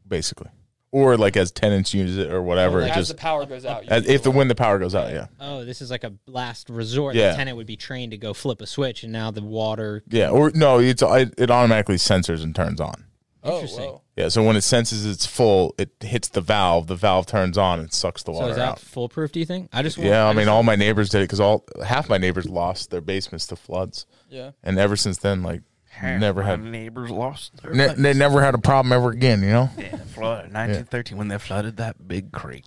[SPEAKER 1] basically. Or like as tenants use it or whatever,
[SPEAKER 3] Like,
[SPEAKER 1] it
[SPEAKER 3] as
[SPEAKER 1] just
[SPEAKER 3] the power goes out. you
[SPEAKER 1] as,
[SPEAKER 3] leave
[SPEAKER 1] if the
[SPEAKER 3] water-
[SPEAKER 1] when the power goes out, yeah,
[SPEAKER 4] Oh, this is like a last resort.
[SPEAKER 1] Yeah.
[SPEAKER 4] The tenant would be trained to go flip a switch, and now the water.
[SPEAKER 1] yeah. Or no, it's it, it automatically sensors and turns on.
[SPEAKER 3] Oh,
[SPEAKER 4] Interesting.
[SPEAKER 3] whoa.
[SPEAKER 1] Yeah. So when it senses it's full, it hits the valve. The valve turns on and sucks the
[SPEAKER 4] So
[SPEAKER 1] water
[SPEAKER 4] is that
[SPEAKER 1] out.
[SPEAKER 4] foolproof? Do you think? I just want,
[SPEAKER 1] Yeah, I mean,
[SPEAKER 4] just-
[SPEAKER 1] all my neighbors did it because all half my neighbors lost their basements to floods,
[SPEAKER 3] Yeah.
[SPEAKER 1] and ever since then, like, never had
[SPEAKER 2] neighbors lost their
[SPEAKER 1] ne- they never had a problem ever again. You know?
[SPEAKER 2] yeah, flood in 1913 when they flooded that big [laughs] creek.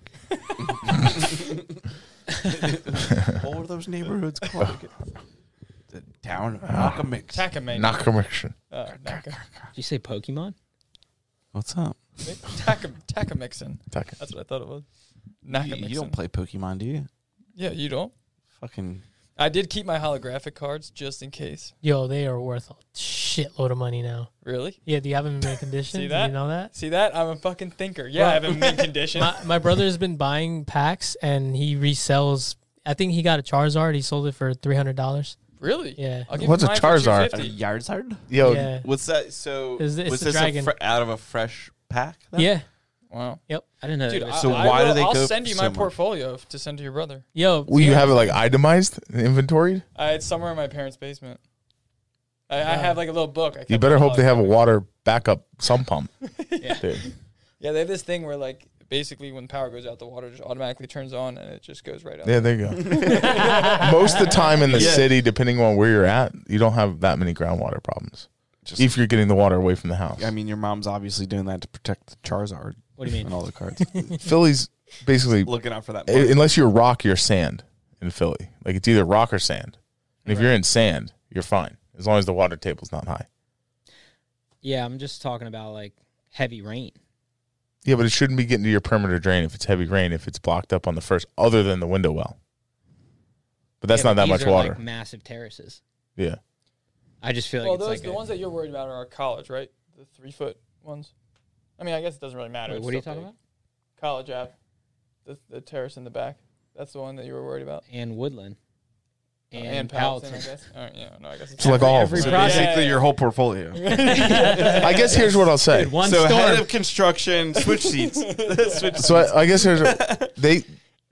[SPEAKER 2] what were those neighborhoods called? Ah. again? the town of Alchemix.
[SPEAKER 3] Takamane.
[SPEAKER 1] Not commission.
[SPEAKER 3] Uh, Naka-
[SPEAKER 4] Did you say Pokemon?
[SPEAKER 2] What's up?
[SPEAKER 3] [laughs] Taka- Takamixin.
[SPEAKER 1] Taka-
[SPEAKER 3] That's what I thought it was.
[SPEAKER 2] You,
[SPEAKER 3] Nakamixin.
[SPEAKER 2] you don't play Pokemon, do you?
[SPEAKER 3] Yeah, you don't.
[SPEAKER 2] Fucking
[SPEAKER 3] I did keep my holographic cards just in case.
[SPEAKER 5] Yo, they are worth a shitload of money now.
[SPEAKER 3] Really?
[SPEAKER 5] Yeah, do you have them in
[SPEAKER 2] [laughs]
[SPEAKER 5] mint condition?
[SPEAKER 3] See
[SPEAKER 5] Do
[SPEAKER 3] that?
[SPEAKER 5] You know that?
[SPEAKER 3] See that? I'm a fucking thinker. Yeah, I have
[SPEAKER 1] [laughs]
[SPEAKER 3] a mean condition.
[SPEAKER 5] [laughs] My, my brother's been buying packs and he resells. I think he got a Charizard. He sold it for three hundred dollars.
[SPEAKER 3] Really?
[SPEAKER 5] Yeah,
[SPEAKER 3] I'll give
[SPEAKER 1] What's
[SPEAKER 3] you
[SPEAKER 1] a
[SPEAKER 3] mine for
[SPEAKER 1] Charizard?
[SPEAKER 2] a
[SPEAKER 3] 250.
[SPEAKER 2] Yarzard.
[SPEAKER 1] Yo,
[SPEAKER 5] yeah,
[SPEAKER 2] What's that? So
[SPEAKER 5] Is it- it's
[SPEAKER 2] was
[SPEAKER 5] the
[SPEAKER 2] this a
[SPEAKER 5] dragon.
[SPEAKER 2] fr- out of a fresh pack? then?
[SPEAKER 5] yeah.
[SPEAKER 3] Wow.
[SPEAKER 4] I didn't know.
[SPEAKER 3] Dude,
[SPEAKER 4] there was-
[SPEAKER 3] I,
[SPEAKER 2] So
[SPEAKER 3] I
[SPEAKER 2] why do
[SPEAKER 3] will-
[SPEAKER 2] they
[SPEAKER 3] I'll
[SPEAKER 2] go
[SPEAKER 3] send you
[SPEAKER 2] so
[SPEAKER 3] my
[SPEAKER 2] much?
[SPEAKER 3] portfolio f- to send to your brother.
[SPEAKER 5] Yo,
[SPEAKER 1] will you have it like itemized, inventoried?
[SPEAKER 3] Uh, it's somewhere in my parents' basement. I, I have like a little book. I
[SPEAKER 1] You
[SPEAKER 3] kept
[SPEAKER 1] better
[SPEAKER 3] it
[SPEAKER 1] hope they
[SPEAKER 3] locked.
[SPEAKER 1] have a water backup sump pump.
[SPEAKER 4] [laughs] Yeah.
[SPEAKER 1] Dude.
[SPEAKER 3] Yeah, they have this thing where like basically when power goes out, the water just automatically turns on and it just goes right out.
[SPEAKER 1] Yeah, there you go.
[SPEAKER 5] [laughs]
[SPEAKER 1] Most of the time in the
[SPEAKER 3] Yeah.
[SPEAKER 1] city, depending on where you're at, you don't have that many groundwater problems.
[SPEAKER 2] [laughs] Just-
[SPEAKER 1] if you're getting the water away from the house.
[SPEAKER 2] I mean, your mom's obviously doing that to protect the Charizard.
[SPEAKER 4] What do you mean?
[SPEAKER 2] And all the [laughs] cards.
[SPEAKER 1] Philly's basically
[SPEAKER 2] Looking out for that.
[SPEAKER 1] Uh, unless you're rock, you're sand in Philly. Like it's either rock or sand. And if you're in sand, you're fine as long as the water table's not high.
[SPEAKER 4] yeah, I'm just talking about like heavy rain.
[SPEAKER 1] Yeah, but it shouldn't be getting to your perimeter drain if it's heavy rain if it's blocked up on the first, other than the window well. But that's
[SPEAKER 4] Yeah,
[SPEAKER 1] not
[SPEAKER 4] but
[SPEAKER 1] that much
[SPEAKER 4] these are, like,
[SPEAKER 1] water.
[SPEAKER 4] massive terrases.
[SPEAKER 1] yeah,
[SPEAKER 4] I just feel like
[SPEAKER 3] well,
[SPEAKER 4] it's
[SPEAKER 3] those
[SPEAKER 4] like
[SPEAKER 3] the
[SPEAKER 4] a-
[SPEAKER 3] ones that you're worried about are college, right? The three foot ones. I mean, I guess it doesn't really matter.
[SPEAKER 4] Wait,
[SPEAKER 3] It's
[SPEAKER 4] what are you
[SPEAKER 3] still
[SPEAKER 4] talking
[SPEAKER 3] big.
[SPEAKER 4] about?
[SPEAKER 3] College Ave, the, the terrace in the back. That's the one that you were worried about.
[SPEAKER 4] And Woodland. Uh, And,
[SPEAKER 3] Powellton,
[SPEAKER 4] Powellton.
[SPEAKER 3] I guess. All right, yeah, no, I guess it's
[SPEAKER 1] so
[SPEAKER 3] [laughs]
[SPEAKER 1] like [laughs] all. Of
[SPEAKER 4] every
[SPEAKER 1] them.
[SPEAKER 2] So
[SPEAKER 4] project-
[SPEAKER 2] basically, your whole portfolio.
[SPEAKER 1] I guess here's what I'll say.
[SPEAKER 4] [laughs] One
[SPEAKER 2] so
[SPEAKER 4] storm.
[SPEAKER 2] head of construction, switch seats. switch.
[SPEAKER 1] So I, I guess here's they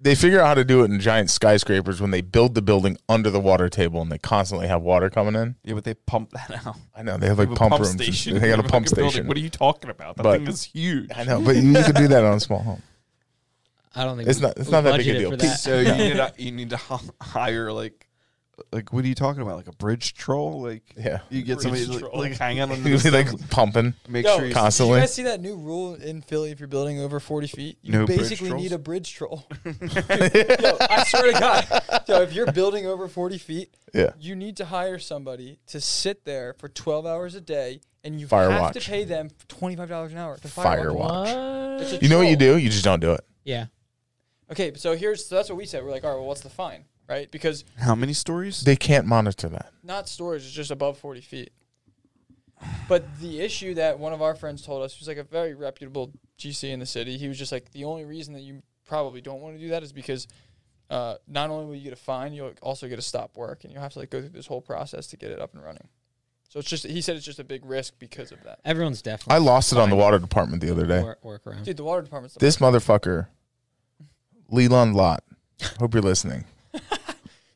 [SPEAKER 1] they figure out how to do it in giant skyscrapers when they build the building under the water table and they constantly have water coming in.
[SPEAKER 2] [laughs] Yeah, but they pump that out.
[SPEAKER 1] I know they have
[SPEAKER 2] They
[SPEAKER 1] like
[SPEAKER 2] have a
[SPEAKER 1] pump, rooms. and- They got a
[SPEAKER 2] in the
[SPEAKER 1] pump
[SPEAKER 2] fucking building.
[SPEAKER 1] station.
[SPEAKER 2] What are you talking about? That
[SPEAKER 1] But-
[SPEAKER 2] thing is huge.
[SPEAKER 1] I know, but you could do that on a small home. [laughs]
[SPEAKER 4] I don't think
[SPEAKER 1] It's
[SPEAKER 4] we-
[SPEAKER 1] not- it's
[SPEAKER 4] we
[SPEAKER 1] not [laughs] that big a
[SPEAKER 4] budgeted
[SPEAKER 1] deal.
[SPEAKER 4] for
[SPEAKER 1] Peace.
[SPEAKER 4] that.
[SPEAKER 2] So you need to, you need to h- hire like like what are you talking about? Like a bridge troll? Like
[SPEAKER 1] Yeah,
[SPEAKER 2] you get
[SPEAKER 6] Bridge
[SPEAKER 2] somebody to, like,
[SPEAKER 6] troll.
[SPEAKER 2] like hang [laughs] out on
[SPEAKER 1] You'd be
[SPEAKER 2] the
[SPEAKER 1] like pumping.
[SPEAKER 2] make
[SPEAKER 3] Yo,
[SPEAKER 2] sure you
[SPEAKER 1] Con- Constantly.
[SPEAKER 3] Did you guys see that new rule in Philly? If you're building over 40 feet, you
[SPEAKER 2] No bridge
[SPEAKER 3] basically
[SPEAKER 2] trolls?
[SPEAKER 3] need a
[SPEAKER 1] [laughs]
[SPEAKER 3] bridge troll. yo, I swear to God, yo, if you're building over 40 feet,
[SPEAKER 1] Yeah.
[SPEAKER 3] you need to hire somebody to sit there for 12 hours a day, and you
[SPEAKER 1] Fire
[SPEAKER 3] have to
[SPEAKER 1] watch.
[SPEAKER 3] pay them 25 dollars an hour to
[SPEAKER 1] Fire
[SPEAKER 3] fire
[SPEAKER 1] watch.
[SPEAKER 3] watch.
[SPEAKER 5] What?
[SPEAKER 3] It's a
[SPEAKER 1] You know what you
[SPEAKER 3] troll.
[SPEAKER 1] do? You just don't do it.
[SPEAKER 4] Yeah.
[SPEAKER 3] Okay, so here's so that's what we said. We're like, all right, well, what's the fine, right? Because
[SPEAKER 2] How many stories?
[SPEAKER 1] They can't monitor that.
[SPEAKER 3] not storage is just above 40 feet. But the issue that one of our friends told us, who's like a very reputable GC in the city, he was just like, the only reason that you probably don't want to do that is because uh, not only will you get a fine, you'll also get a stop work, and you'll have to like go through this whole process to get it up and running. So it's just he said it's just a big risk because of that.
[SPEAKER 4] Everyone's definitely.
[SPEAKER 1] I lost it on the water department the other day.
[SPEAKER 4] Work, work around.
[SPEAKER 3] Dude, the water department's the
[SPEAKER 1] This motherfucker, Leland Lot. Hope you're
[SPEAKER 3] [laughs]
[SPEAKER 1] listening.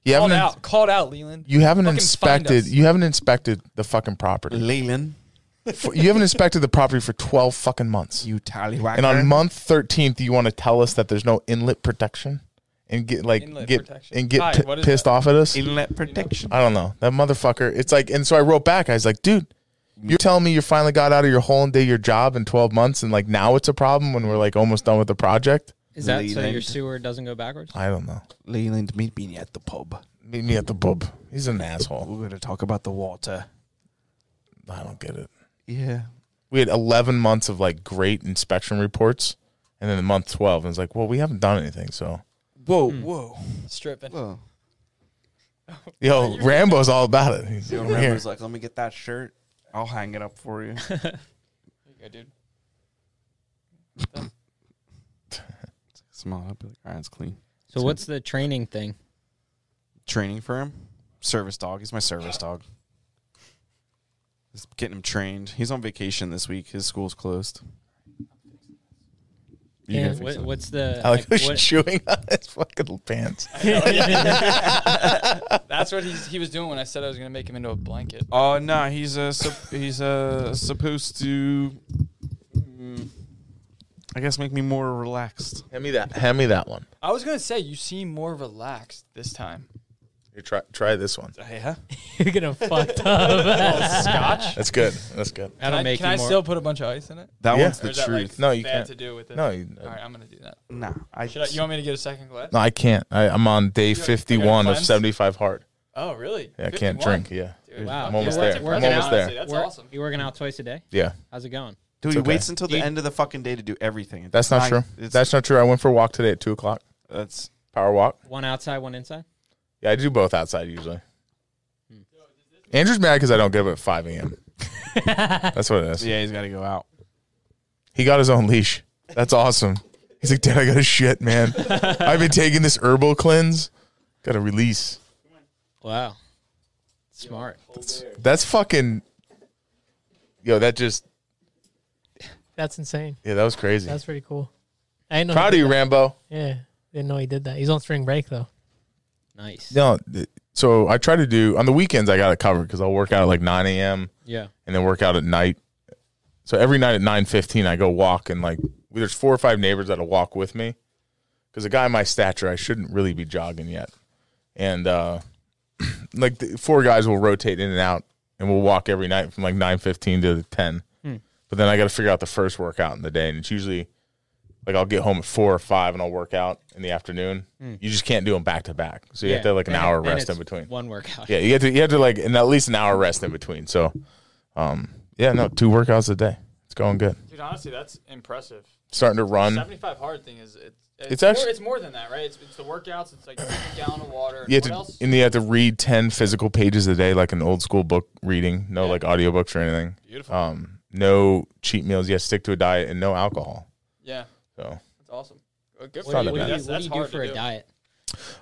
[SPEAKER 1] You
[SPEAKER 3] called
[SPEAKER 1] haven't
[SPEAKER 3] out, called out, Leland.
[SPEAKER 1] you haven't
[SPEAKER 3] Fucking find
[SPEAKER 1] inspected
[SPEAKER 3] us.
[SPEAKER 1] you haven't inspected the fucking
[SPEAKER 2] [laughs]
[SPEAKER 1] property.
[SPEAKER 2] Leyland,
[SPEAKER 1] [laughs] For- you haven't inspected the property for twelve fucking months.
[SPEAKER 2] you tallywhacker.
[SPEAKER 1] And on month thirteenth, you want to tell us that there's no inlet protection and get like
[SPEAKER 3] Inlet
[SPEAKER 1] get
[SPEAKER 3] protection.
[SPEAKER 1] and get
[SPEAKER 3] Hi,
[SPEAKER 1] pi-
[SPEAKER 3] what is
[SPEAKER 1] pissed
[SPEAKER 3] that?
[SPEAKER 1] off at us.
[SPEAKER 2] inlet protection.
[SPEAKER 1] I don't know that motherfucker. It's like, and so I wrote back. I was like, dude, you're telling me you finally got out of your whole and did your job in twelve months, and like now it's a problem when we're like almost done with the project.
[SPEAKER 4] Is that so your
[SPEAKER 2] Leland.
[SPEAKER 4] sewer doesn't go backwards?
[SPEAKER 1] I don't know.
[SPEAKER 2] Leyland, meet me at the pub.
[SPEAKER 1] Meet me at the pub. He's an asshole.
[SPEAKER 2] We're going to talk about the water.
[SPEAKER 1] I don't get it.
[SPEAKER 2] Yeah.
[SPEAKER 1] We had eleven months of like great inspection reports, and then month twelve, and it's like, well, we haven't done anything. So,
[SPEAKER 2] Whoa, whoa,
[SPEAKER 3] [laughs] Stripping.
[SPEAKER 2] Hmm. whoa.
[SPEAKER 1] yo, Rambo's all about it. He's
[SPEAKER 2] Yo,
[SPEAKER 1] over here.
[SPEAKER 2] Rambo's like, let me get that shirt. I'll hang it up for you.
[SPEAKER 3] There you go, dude.
[SPEAKER 2] [laughs] Smile. I'll be like, all right, it's clean.
[SPEAKER 4] So what's the training thing?
[SPEAKER 2] Training for him. Service dog. He's my service dog. Just getting him trained. He's on vacation this week. His school's closed. You
[SPEAKER 4] Yeah,
[SPEAKER 1] [laughs]
[SPEAKER 2] can fix
[SPEAKER 4] what,
[SPEAKER 2] it.
[SPEAKER 4] what's the
[SPEAKER 1] I like who's
[SPEAKER 4] what-
[SPEAKER 1] chewing on his fucking pants.
[SPEAKER 3] That's what he's, he was doing when I said I was gonna make him into a blanket.
[SPEAKER 2] Oh no, he's uh, sup- he's uh, supposed to, mm, I guess, make me more relaxed.
[SPEAKER 1] Hand me that. Hand me that one.
[SPEAKER 3] I was gonna say you seem more relaxed this time.
[SPEAKER 1] Here, try try this one.
[SPEAKER 4] [laughs]
[SPEAKER 2] Yeah,
[SPEAKER 5] You're gonna fucked up. [laughs]
[SPEAKER 3] Scotch.
[SPEAKER 1] That's good. That's good.
[SPEAKER 4] That'll
[SPEAKER 3] Can I,
[SPEAKER 4] make
[SPEAKER 3] can
[SPEAKER 4] you
[SPEAKER 3] I
[SPEAKER 4] more.
[SPEAKER 3] still put a bunch of ice in it?
[SPEAKER 2] that
[SPEAKER 1] Yeah.
[SPEAKER 2] one's
[SPEAKER 3] Or
[SPEAKER 2] the
[SPEAKER 3] is that
[SPEAKER 2] truth.
[SPEAKER 3] like
[SPEAKER 1] No, you
[SPEAKER 3] bad
[SPEAKER 1] can't.
[SPEAKER 3] to do with it?
[SPEAKER 1] No, you,
[SPEAKER 3] All right, I'm gonna do that.
[SPEAKER 2] nah, I,
[SPEAKER 3] Should I, you want me to get a second glass?
[SPEAKER 1] No, I can't. I, I'm on day
[SPEAKER 3] gotta
[SPEAKER 1] 51 of
[SPEAKER 3] cleanse?
[SPEAKER 1] 75 hard.
[SPEAKER 3] Oh, really?
[SPEAKER 1] Yeah, I can't
[SPEAKER 3] 51?
[SPEAKER 1] drink. Yeah.
[SPEAKER 3] Dude,
[SPEAKER 4] Wow.
[SPEAKER 1] I'm almost
[SPEAKER 4] Yeah,
[SPEAKER 1] there.
[SPEAKER 4] we're
[SPEAKER 1] I'm
[SPEAKER 4] getting
[SPEAKER 1] almost
[SPEAKER 4] out,
[SPEAKER 1] there.
[SPEAKER 3] honestly. That's
[SPEAKER 4] Work-
[SPEAKER 3] awesome.
[SPEAKER 4] You working out twice a day?
[SPEAKER 1] Yeah.
[SPEAKER 4] How's it going?
[SPEAKER 2] dude,
[SPEAKER 1] It's
[SPEAKER 2] he
[SPEAKER 1] okay.
[SPEAKER 2] waits until the
[SPEAKER 4] You-
[SPEAKER 2] end of the fucking day to do everything.
[SPEAKER 1] That's not
[SPEAKER 2] I-
[SPEAKER 1] true.
[SPEAKER 2] it's-
[SPEAKER 1] That's not true. I went for a walk today at 2 o'clock.
[SPEAKER 2] that's
[SPEAKER 1] Power walk.
[SPEAKER 4] One outside, one inside.
[SPEAKER 1] Yeah, I do both outside usually. Andrew's mad because I don't get up at 5 a.m. That's what it is.
[SPEAKER 2] yeah. He's got to go out.
[SPEAKER 1] He got his own leash. That's awesome. He's like, Dad, I got to shit, man. I've been taking this herbal cleanse. Got to release.
[SPEAKER 4] Wow. Smart.
[SPEAKER 1] That's fucking. Yo, that just.
[SPEAKER 5] That's insane.
[SPEAKER 1] Yeah, that was crazy.
[SPEAKER 5] That's pretty cool. I didn't know.
[SPEAKER 1] Proud of you, Rambo.
[SPEAKER 5] Yeah, didn't know he did that. He's on spring break though.
[SPEAKER 4] Nice.
[SPEAKER 1] No, th- so I try to do on the weekends. I got it covered because I'll work out at like nine a.m.
[SPEAKER 4] Yeah.
[SPEAKER 1] and then work out at night. So every night at nine fifteen, I go walk and like there's four or five neighbors that'll walk with me because a guy my stature, I shouldn't really be jogging yet. And uh, [clears throat] like the four guys will rotate in and out, and we'll walk every night from like nine fifteen to ten.
[SPEAKER 4] Hmm.
[SPEAKER 1] But then I got to figure out the first workout in the day, and it's usually like I'll get home at four or five, and I'll work out in the afternoon. You just can't do them back to back, so you have to have like an
[SPEAKER 4] Hmm. And-
[SPEAKER 1] hour
[SPEAKER 4] and
[SPEAKER 1] rest in
[SPEAKER 4] it's
[SPEAKER 1] between.
[SPEAKER 4] One workout.
[SPEAKER 1] Yeah, you have to you have to like and at least an hour rest in between. So, um, yeah, no, two workouts a day. It's going good.
[SPEAKER 3] Dude, honestly, that's impressive.
[SPEAKER 1] Starting to run.
[SPEAKER 3] 75 hard thing is it's it's,
[SPEAKER 1] It's actually-
[SPEAKER 3] more, it's more than that, right? It's, it's the workouts. It's like drinking a gallon of water.
[SPEAKER 1] You have
[SPEAKER 3] what
[SPEAKER 1] to,
[SPEAKER 3] else?
[SPEAKER 1] and you have to read ten physical pages a day, like an old school book reading. No, like audiobooks or anything.
[SPEAKER 3] Beautiful.
[SPEAKER 1] Um, no cheat meals. Yes, stick to a diet and no alcohol.
[SPEAKER 3] yeah,
[SPEAKER 1] So,
[SPEAKER 3] that's awesome. Uh, Good
[SPEAKER 4] What
[SPEAKER 3] for
[SPEAKER 4] do
[SPEAKER 3] you.
[SPEAKER 4] you, what do you,
[SPEAKER 3] That's,
[SPEAKER 4] what do
[SPEAKER 3] that's
[SPEAKER 4] you do
[SPEAKER 3] hard
[SPEAKER 4] for
[SPEAKER 3] to
[SPEAKER 4] a
[SPEAKER 3] do.
[SPEAKER 4] diet?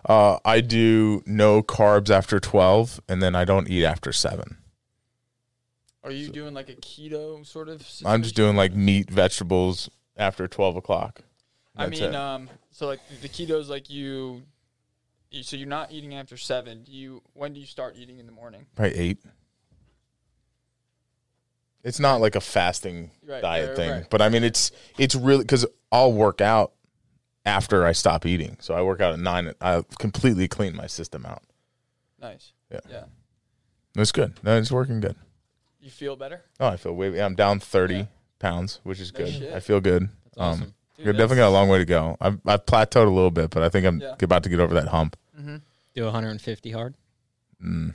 [SPEAKER 1] uh, I do no carbs after twelve, and then I don't eat after seven.
[SPEAKER 3] Are you doing like a keto sort of?
[SPEAKER 1] I'm just
[SPEAKER 3] situation?
[SPEAKER 1] doing like meat, vegetables after twelve o'clock. That's
[SPEAKER 7] I
[SPEAKER 1] it.
[SPEAKER 7] mean, um,
[SPEAKER 3] So like the keto's like you, you so you're not eating after seven. You when do you start eating in the morning?
[SPEAKER 1] Probably eight. It's not like a fasting
[SPEAKER 3] Right,
[SPEAKER 1] diet
[SPEAKER 3] right,
[SPEAKER 1] thing,
[SPEAKER 3] right.
[SPEAKER 1] but I mean it's it's really because I'll work out after I stop eating. So I work out at nine. I completely clean my system out.
[SPEAKER 3] Nice.
[SPEAKER 1] It's good. No, it's working good.
[SPEAKER 3] You feel better.
[SPEAKER 1] Oh, I feel way. I'm down thirty
[SPEAKER 3] Yeah.
[SPEAKER 1] pounds, which is
[SPEAKER 3] No
[SPEAKER 1] good.
[SPEAKER 3] shit.
[SPEAKER 1] I feel good.
[SPEAKER 4] That's awesome.
[SPEAKER 1] I've definitely got a long way to go. I've, I've plateaued a little bit, but I think I'm
[SPEAKER 3] Yeah.
[SPEAKER 1] about to get over that hump.
[SPEAKER 3] Mm-hmm.
[SPEAKER 4] Do 150 hard.
[SPEAKER 3] [laughs]
[SPEAKER 1] Mm.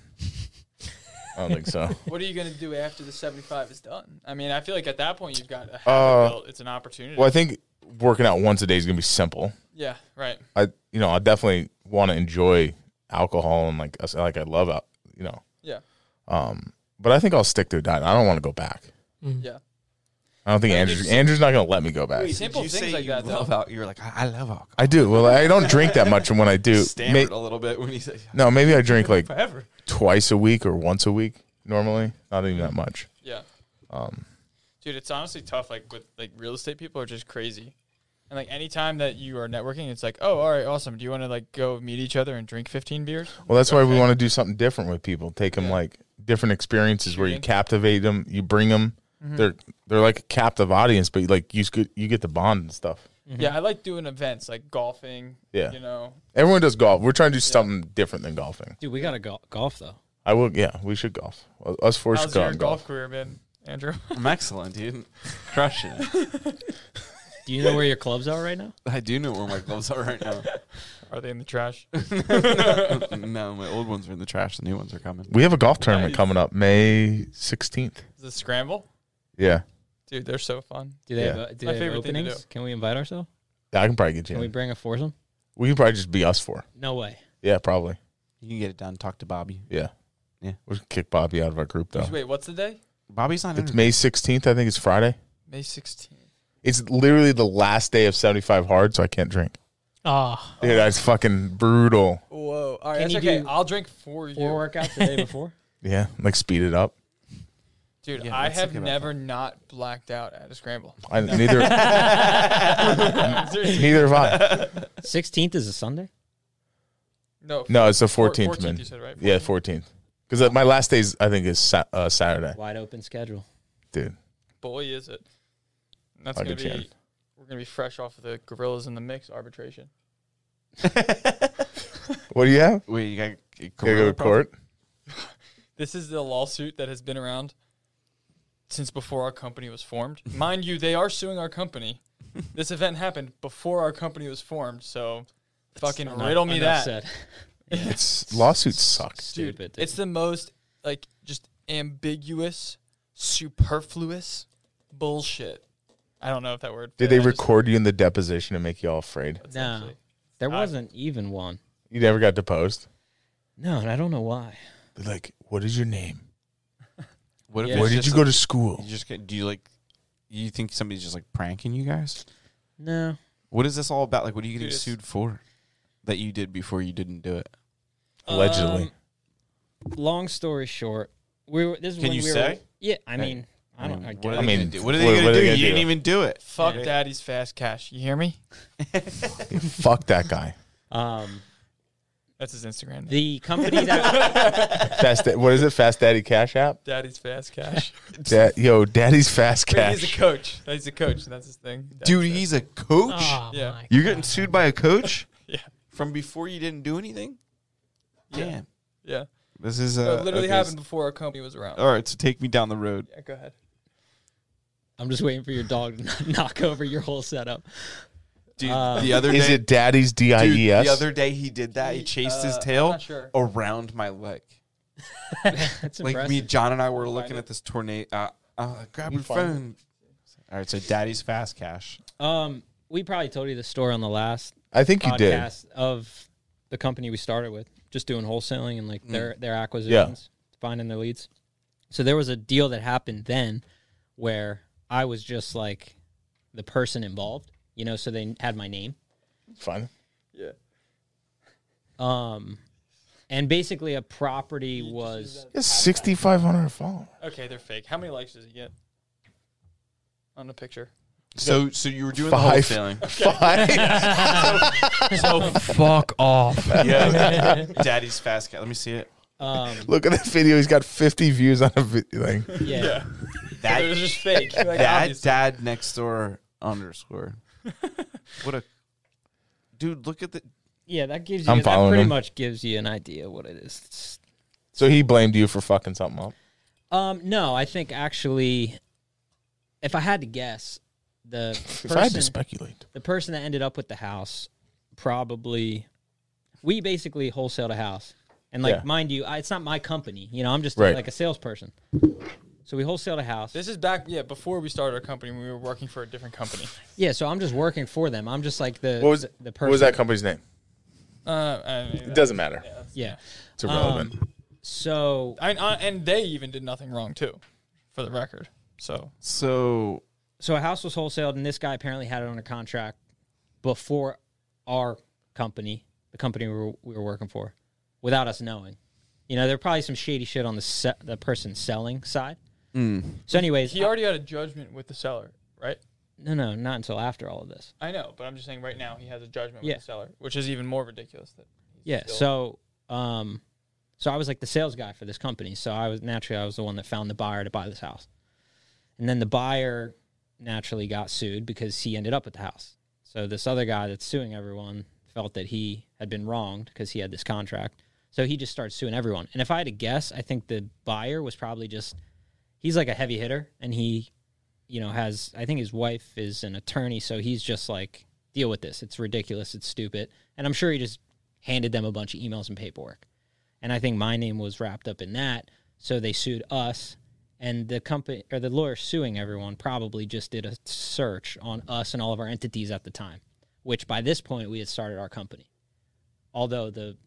[SPEAKER 1] I don't think so.
[SPEAKER 3] mm-hmm. What are you gonna do after the seventy-five is done? I mean, I feel like at that point you've got a habit
[SPEAKER 1] Uh,
[SPEAKER 3] built. It's an opportunity.
[SPEAKER 1] Well, I think working out once a day is gonna be simple.
[SPEAKER 3] Yeah. Right.
[SPEAKER 1] I you know I definitely want to enjoy alcohol and like I s- like I love out you know
[SPEAKER 3] Yeah.
[SPEAKER 1] um but I think I'll stick to a diet I don't want to go back
[SPEAKER 5] Mm.
[SPEAKER 3] Yeah.
[SPEAKER 1] I don't think
[SPEAKER 3] Wait,
[SPEAKER 1] Andrew's
[SPEAKER 3] did you-
[SPEAKER 1] Andrew's not gonna let me go back
[SPEAKER 2] Wait,
[SPEAKER 3] Simple
[SPEAKER 2] did you
[SPEAKER 3] things
[SPEAKER 2] say
[SPEAKER 3] like
[SPEAKER 2] you
[SPEAKER 3] that, though.
[SPEAKER 2] Love out. You're like, I, I love alcohol.
[SPEAKER 1] I do well I don't drink that much and when I do may-
[SPEAKER 2] [laughs] Stammered a little bit when you say
[SPEAKER 1] no maybe I
[SPEAKER 2] [laughs]
[SPEAKER 1] drink like
[SPEAKER 2] forever.
[SPEAKER 1] twice a week or once a week normally not even that much
[SPEAKER 3] Yeah.
[SPEAKER 1] um
[SPEAKER 3] Dude, it's honestly tough. Like with like real estate people are just crazy. And like anytime that you are networking, it's like, oh, all right, awesome. Do you want to like go meet each other and drink 15 beers?
[SPEAKER 1] well that's why we
[SPEAKER 3] Okay.
[SPEAKER 1] want to do something different with people take them
[SPEAKER 3] Yeah.
[SPEAKER 1] like different experiences where you
[SPEAKER 3] Shooting.
[SPEAKER 1] captivate them you bring them
[SPEAKER 2] Mm-hmm.
[SPEAKER 1] they're they're like a captive audience but like you sc- you get to bond and stuff
[SPEAKER 3] Yeah, I like doing events like golfing.
[SPEAKER 1] Yeah.
[SPEAKER 3] You know,
[SPEAKER 1] Everyone does golf. We're trying to do something different than golfing.
[SPEAKER 4] Dude, we got to go- golf though.
[SPEAKER 1] I will. Yeah, we should golf. Us four should
[SPEAKER 3] how's
[SPEAKER 1] go out
[SPEAKER 3] your
[SPEAKER 1] and
[SPEAKER 3] golf,
[SPEAKER 1] golf.
[SPEAKER 3] career been, Andrew?
[SPEAKER 2] [laughs] I'm excellent, dude. Crushing it.
[SPEAKER 4] Do you know where your clubs are right now?
[SPEAKER 2] I do know where my gloves are right
[SPEAKER 3] [laughs]
[SPEAKER 2] now.
[SPEAKER 3] are they in the trash?
[SPEAKER 2] no, my old ones are in the trash. The new ones are coming.
[SPEAKER 1] We have a golf tournament
[SPEAKER 3] Nice.
[SPEAKER 1] coming up May sixteenth.
[SPEAKER 3] Is it scramble?
[SPEAKER 1] Yeah,
[SPEAKER 3] Dude, they're so fun.
[SPEAKER 4] Do they
[SPEAKER 1] Yeah.
[SPEAKER 4] have, uh, do
[SPEAKER 3] My
[SPEAKER 4] they have
[SPEAKER 3] favorite thing to
[SPEAKER 4] openings? Can we invite ourselves?
[SPEAKER 1] I can probably get you.
[SPEAKER 4] Can we
[SPEAKER 1] in.
[SPEAKER 4] bring a foursome?
[SPEAKER 1] We, can probably just be us four.
[SPEAKER 4] No way.
[SPEAKER 1] Yeah, probably.
[SPEAKER 2] You can get it done. Talk to Bobby.
[SPEAKER 1] Yeah,
[SPEAKER 2] Yeah.
[SPEAKER 1] We'll kick Bobby out of our group though.
[SPEAKER 3] Wait, what's the day?
[SPEAKER 2] Bobby's not
[SPEAKER 1] It's
[SPEAKER 2] in.
[SPEAKER 1] May sixteenth. I think it's Friday.
[SPEAKER 3] May 16th.
[SPEAKER 1] It's literally the last day of seventy five hard, so I can't drink.
[SPEAKER 3] Oh.
[SPEAKER 5] Ah,
[SPEAKER 1] Dude, that's fucking brutal.
[SPEAKER 3] Whoa. All right,
[SPEAKER 4] Can
[SPEAKER 3] that's
[SPEAKER 4] you
[SPEAKER 3] okay.
[SPEAKER 4] do
[SPEAKER 3] I'll drink for you.
[SPEAKER 4] Four workouts
[SPEAKER 3] [laughs]
[SPEAKER 4] the day before.
[SPEAKER 1] Yeah, like speed it up.
[SPEAKER 3] Dude,
[SPEAKER 2] Yeah,
[SPEAKER 3] I
[SPEAKER 2] let's think
[SPEAKER 3] have
[SPEAKER 2] about
[SPEAKER 3] never not blacked out at a scramble.
[SPEAKER 1] I, [laughs]
[SPEAKER 3] [laughs]
[SPEAKER 1] Neither, neither have I.
[SPEAKER 4] Sixteenth is a Sunday.
[SPEAKER 3] No.
[SPEAKER 1] No, it's the
[SPEAKER 3] four-
[SPEAKER 1] fourteenth, man.
[SPEAKER 3] You said, right?
[SPEAKER 1] Yeah, fourteenth. Because my last day's I think is Sa- uh, Saturday.
[SPEAKER 4] Wide open schedule.
[SPEAKER 3] boy is it. And That's
[SPEAKER 1] I'll
[SPEAKER 3] gonna
[SPEAKER 1] get
[SPEAKER 3] be
[SPEAKER 1] you in.
[SPEAKER 3] we're gonna be fresh off of the gorillas in the mix arbitration.
[SPEAKER 1] What do you have?
[SPEAKER 2] Wait, you got you
[SPEAKER 1] Gotta go to
[SPEAKER 2] [laughs]
[SPEAKER 1] court.
[SPEAKER 3] This is the lawsuit that has been around since before our company was formed. Mind you, they are suing our company. this event happened before our company was formed, so fucking
[SPEAKER 4] Enough-
[SPEAKER 3] riddle me
[SPEAKER 4] enough
[SPEAKER 3] that.
[SPEAKER 4] said.
[SPEAKER 1] It's [laughs] lawsuits suck.
[SPEAKER 3] Dude,
[SPEAKER 4] Stupid, dude.
[SPEAKER 3] it's the most like just ambiguous, superfluous bullshit. I don't know if that word.
[SPEAKER 1] Did
[SPEAKER 3] fit.
[SPEAKER 1] they
[SPEAKER 3] I just-
[SPEAKER 1] record you in the deposition and make you all afraid?
[SPEAKER 3] that's
[SPEAKER 4] No.
[SPEAKER 3] actually-
[SPEAKER 4] There
[SPEAKER 3] I-
[SPEAKER 4] wasn't even one.
[SPEAKER 1] You never got deposed.
[SPEAKER 4] No, and I don't know why.
[SPEAKER 1] They're like, "What is your name?
[SPEAKER 2] What if
[SPEAKER 4] Yeah.
[SPEAKER 2] it's
[SPEAKER 1] Where did
[SPEAKER 2] just
[SPEAKER 1] you
[SPEAKER 2] a-
[SPEAKER 1] go to school?"
[SPEAKER 2] You just get, do you like? You think somebody's just like pranking you guys?
[SPEAKER 4] No,
[SPEAKER 2] What is this all about? Like, what are you getting
[SPEAKER 3] Dude, it's-
[SPEAKER 2] sued for? That you did before you didn't do it.
[SPEAKER 1] Allegedly.
[SPEAKER 4] Um, long story short, we were. This is
[SPEAKER 2] Can
[SPEAKER 4] when
[SPEAKER 2] you
[SPEAKER 4] we
[SPEAKER 2] say?
[SPEAKER 4] Were, yeah, I
[SPEAKER 2] Hey,
[SPEAKER 4] mean, I don't. I,
[SPEAKER 2] what are
[SPEAKER 4] guess.
[SPEAKER 1] I
[SPEAKER 2] they
[SPEAKER 1] mean,
[SPEAKER 2] gonna do? what are they
[SPEAKER 1] what-
[SPEAKER 2] gonna
[SPEAKER 1] what are
[SPEAKER 2] do?
[SPEAKER 1] they gonna
[SPEAKER 2] you didn't
[SPEAKER 1] do?
[SPEAKER 2] even do it.
[SPEAKER 3] Fuck
[SPEAKER 2] Yeah.
[SPEAKER 3] daddy's fast cash. You hear me?
[SPEAKER 1] [laughs] Yeah, Fuck that guy.
[SPEAKER 4] um,
[SPEAKER 3] That's his Instagram. name.
[SPEAKER 4] the company that [laughs]
[SPEAKER 1] Fast. Da- what is it? Fast Daddy Cash App.
[SPEAKER 3] Daddy's fast
[SPEAKER 2] [laughs]
[SPEAKER 3] cash.
[SPEAKER 1] Da- yo, Daddy's Fast
[SPEAKER 3] Wait, he's a
[SPEAKER 1] Cash.
[SPEAKER 3] coach. He's a coach. That's his thing. Daddy's
[SPEAKER 2] Dude,
[SPEAKER 3] fast-
[SPEAKER 2] he's a coach.
[SPEAKER 5] ah,
[SPEAKER 3] Yeah.
[SPEAKER 5] my
[SPEAKER 2] You're getting sued by a coach
[SPEAKER 3] Yeah.
[SPEAKER 2] from before you didn't do anything.
[SPEAKER 3] Yeah.
[SPEAKER 2] Damn,
[SPEAKER 3] yeah.
[SPEAKER 2] this is uh,
[SPEAKER 3] No, it literally
[SPEAKER 2] okay,
[SPEAKER 3] happened before our company was around.
[SPEAKER 2] All right, so take me down the road.
[SPEAKER 3] Yeah, go ahead.
[SPEAKER 4] I'm just waiting for your dog to [laughs] not knock over your whole setup.
[SPEAKER 2] Dude,
[SPEAKER 4] Uh,
[SPEAKER 2] the other
[SPEAKER 1] Is
[SPEAKER 2] day,
[SPEAKER 1] it Daddy's D I
[SPEAKER 2] dude,
[SPEAKER 1] E S?
[SPEAKER 2] the other day he did that. He chased his
[SPEAKER 3] Uh, I'm
[SPEAKER 2] tail
[SPEAKER 3] not sure.
[SPEAKER 2] around my leg. [laughs]
[SPEAKER 4] That's
[SPEAKER 2] Like
[SPEAKER 4] impressive.
[SPEAKER 2] me, John, and I were looking
[SPEAKER 3] it.
[SPEAKER 2] at this tornado. Uh, uh, grab
[SPEAKER 1] You
[SPEAKER 2] your
[SPEAKER 1] find it.
[SPEAKER 2] phone. All right, so Daddy's fast cash.
[SPEAKER 4] um, we probably told you the story on the last
[SPEAKER 1] I think you did.
[SPEAKER 4] podcast of the company we started with, just doing wholesaling and like their their acquisitions, finding their leads. So there was a deal that happened then where I was just like the person involved, you know, so they had my name.
[SPEAKER 1] Fine.
[SPEAKER 3] Yeah.
[SPEAKER 4] Um and basically a property was
[SPEAKER 1] He has sixty five hundred followers.
[SPEAKER 3] Okay, they're fake. How many likes does he get on the picture?
[SPEAKER 2] So so you were doing
[SPEAKER 1] Five.
[SPEAKER 2] the
[SPEAKER 1] [laughs]
[SPEAKER 2] wholesaling.
[SPEAKER 1] Five.
[SPEAKER 5] So fuck off.
[SPEAKER 2] yeah. Daddy's fast cat. Let me see
[SPEAKER 3] [laughs]
[SPEAKER 2] it.
[SPEAKER 4] Um,
[SPEAKER 1] [laughs] Look at that video. He's got 50 views on a video. Like,
[SPEAKER 4] yeah.
[SPEAKER 3] Yeah. it was
[SPEAKER 2] That
[SPEAKER 3] just fake. Like,
[SPEAKER 2] that
[SPEAKER 3] obvious.
[SPEAKER 2] dad next door
[SPEAKER 3] [laughs]
[SPEAKER 2] underscore. What a dude! Look at the
[SPEAKER 4] Yeah, that gives you
[SPEAKER 1] I'm
[SPEAKER 4] that
[SPEAKER 1] following
[SPEAKER 4] pretty
[SPEAKER 1] him.
[SPEAKER 4] much gives you an idea what it is. It's-
[SPEAKER 1] so he blamed you for fucking something up.
[SPEAKER 4] um, no, I think actually, if I had to guess, the
[SPEAKER 1] [laughs] If I had
[SPEAKER 4] person-
[SPEAKER 1] to speculate,
[SPEAKER 4] the person that ended up with the house probably we basically wholesaled a house and like
[SPEAKER 1] Yeah.
[SPEAKER 4] mind you I, it's not my company you know i'm just
[SPEAKER 1] Right.
[SPEAKER 4] like a salesperson so we wholesaled a house
[SPEAKER 7] This
[SPEAKER 3] This is back, yeah, before we started our company, we were working for a different company.
[SPEAKER 4] yeah so i'm just working for them i'm just like the
[SPEAKER 1] what was
[SPEAKER 4] the, the person
[SPEAKER 1] what was that company's name?
[SPEAKER 3] Uh, I mean,
[SPEAKER 1] It doesn't matter.
[SPEAKER 4] yeah
[SPEAKER 1] It's irrelevant.
[SPEAKER 4] so
[SPEAKER 3] I mean, uh, and they even did nothing wrong too, for the record. So
[SPEAKER 2] so
[SPEAKER 4] so a house was wholesaled and this guy apparently had it under contract before our company the company we were, we were working for without us knowing you know there probably some shady shit on the se- the person selling side so anyways
[SPEAKER 3] he already had a judgment with the seller, right?
[SPEAKER 4] no no not until after all of this
[SPEAKER 3] I know, but I'm just saying right now he has a judgment
[SPEAKER 4] Yeah.
[SPEAKER 3] with the seller, which is even more ridiculous. That he's
[SPEAKER 4] Yeah.
[SPEAKER 3] still-
[SPEAKER 4] So, um, so I was like the sales guy for this company. So I was naturally I was the one that found the buyer to buy this house, and then the buyer naturally got sued because he ended up with the house. So this other guy that's suing everyone felt that he had been wronged because he had this contract. So he just started suing everyone. And if I had to guess, I think the buyer was probably just he's like a heavy hitter and he you know has I think his wife is an attorney so he's just like deal with this. It's ridiculous, it's stupid. And I'm sure he just handed them a bunch of emails and paperwork. And I think my name was wrapped up in that. So they sued us. And the company or the lawyer suing everyone probably just did a search on us and all of our entities at the time, which by this point we had started our company. Although the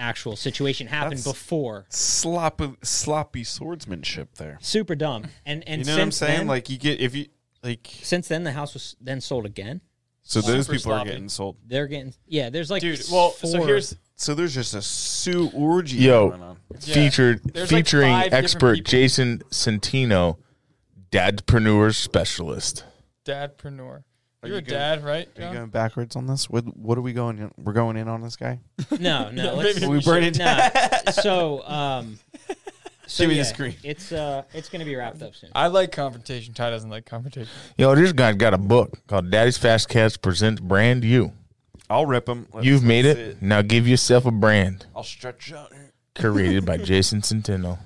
[SPEAKER 4] actual situation happened
[SPEAKER 2] That's-
[SPEAKER 4] before.
[SPEAKER 2] sloppy sloppy swordsmanship there.
[SPEAKER 4] Super dumb. And and
[SPEAKER 2] you know what I'm
[SPEAKER 4] since
[SPEAKER 2] saying?
[SPEAKER 4] then-
[SPEAKER 2] like you get if you like
[SPEAKER 4] since then the house was then sold again.
[SPEAKER 2] so those
[SPEAKER 3] Super
[SPEAKER 2] people are
[SPEAKER 3] sloppy.
[SPEAKER 2] getting sold.
[SPEAKER 4] They're getting yeah. There's like
[SPEAKER 3] dude, well, so
[SPEAKER 4] four-
[SPEAKER 3] here's
[SPEAKER 2] So there's just a sue orgy
[SPEAKER 1] Yo.
[SPEAKER 2] going on.
[SPEAKER 3] yeah.
[SPEAKER 1] Featured
[SPEAKER 3] There's like
[SPEAKER 1] featuring
[SPEAKER 3] five different
[SPEAKER 1] expert
[SPEAKER 3] people.
[SPEAKER 1] Jason Santino, dadpreneur specialist.
[SPEAKER 3] dadpreneur. You're
[SPEAKER 2] you
[SPEAKER 3] a
[SPEAKER 2] gonna-
[SPEAKER 3] dad, right?
[SPEAKER 2] Are you
[SPEAKER 3] John?
[SPEAKER 2] going backwards on this? What what are we going? In? We're going in on this guy.
[SPEAKER 4] [laughs]
[SPEAKER 3] [laughs]
[SPEAKER 4] no no. let's,
[SPEAKER 3] maybe
[SPEAKER 2] we burn it down.
[SPEAKER 3] [laughs]
[SPEAKER 4] no. So um, so
[SPEAKER 2] Give me the
[SPEAKER 4] yeah,
[SPEAKER 2] screen.
[SPEAKER 4] It's uh, it's gonna be wrapped up soon.
[SPEAKER 3] I like confrontation. Ty doesn't like confrontation.
[SPEAKER 1] Yo, this guy got a book called Daddy's Fast Cats Presents Brand You.
[SPEAKER 2] I'll rip him. Let's-
[SPEAKER 1] You've made
[SPEAKER 2] let's
[SPEAKER 1] it.
[SPEAKER 2] see
[SPEAKER 1] Now give yourself a brand.
[SPEAKER 2] I'll stretch out. here.
[SPEAKER 1] Created by Jason Centeno.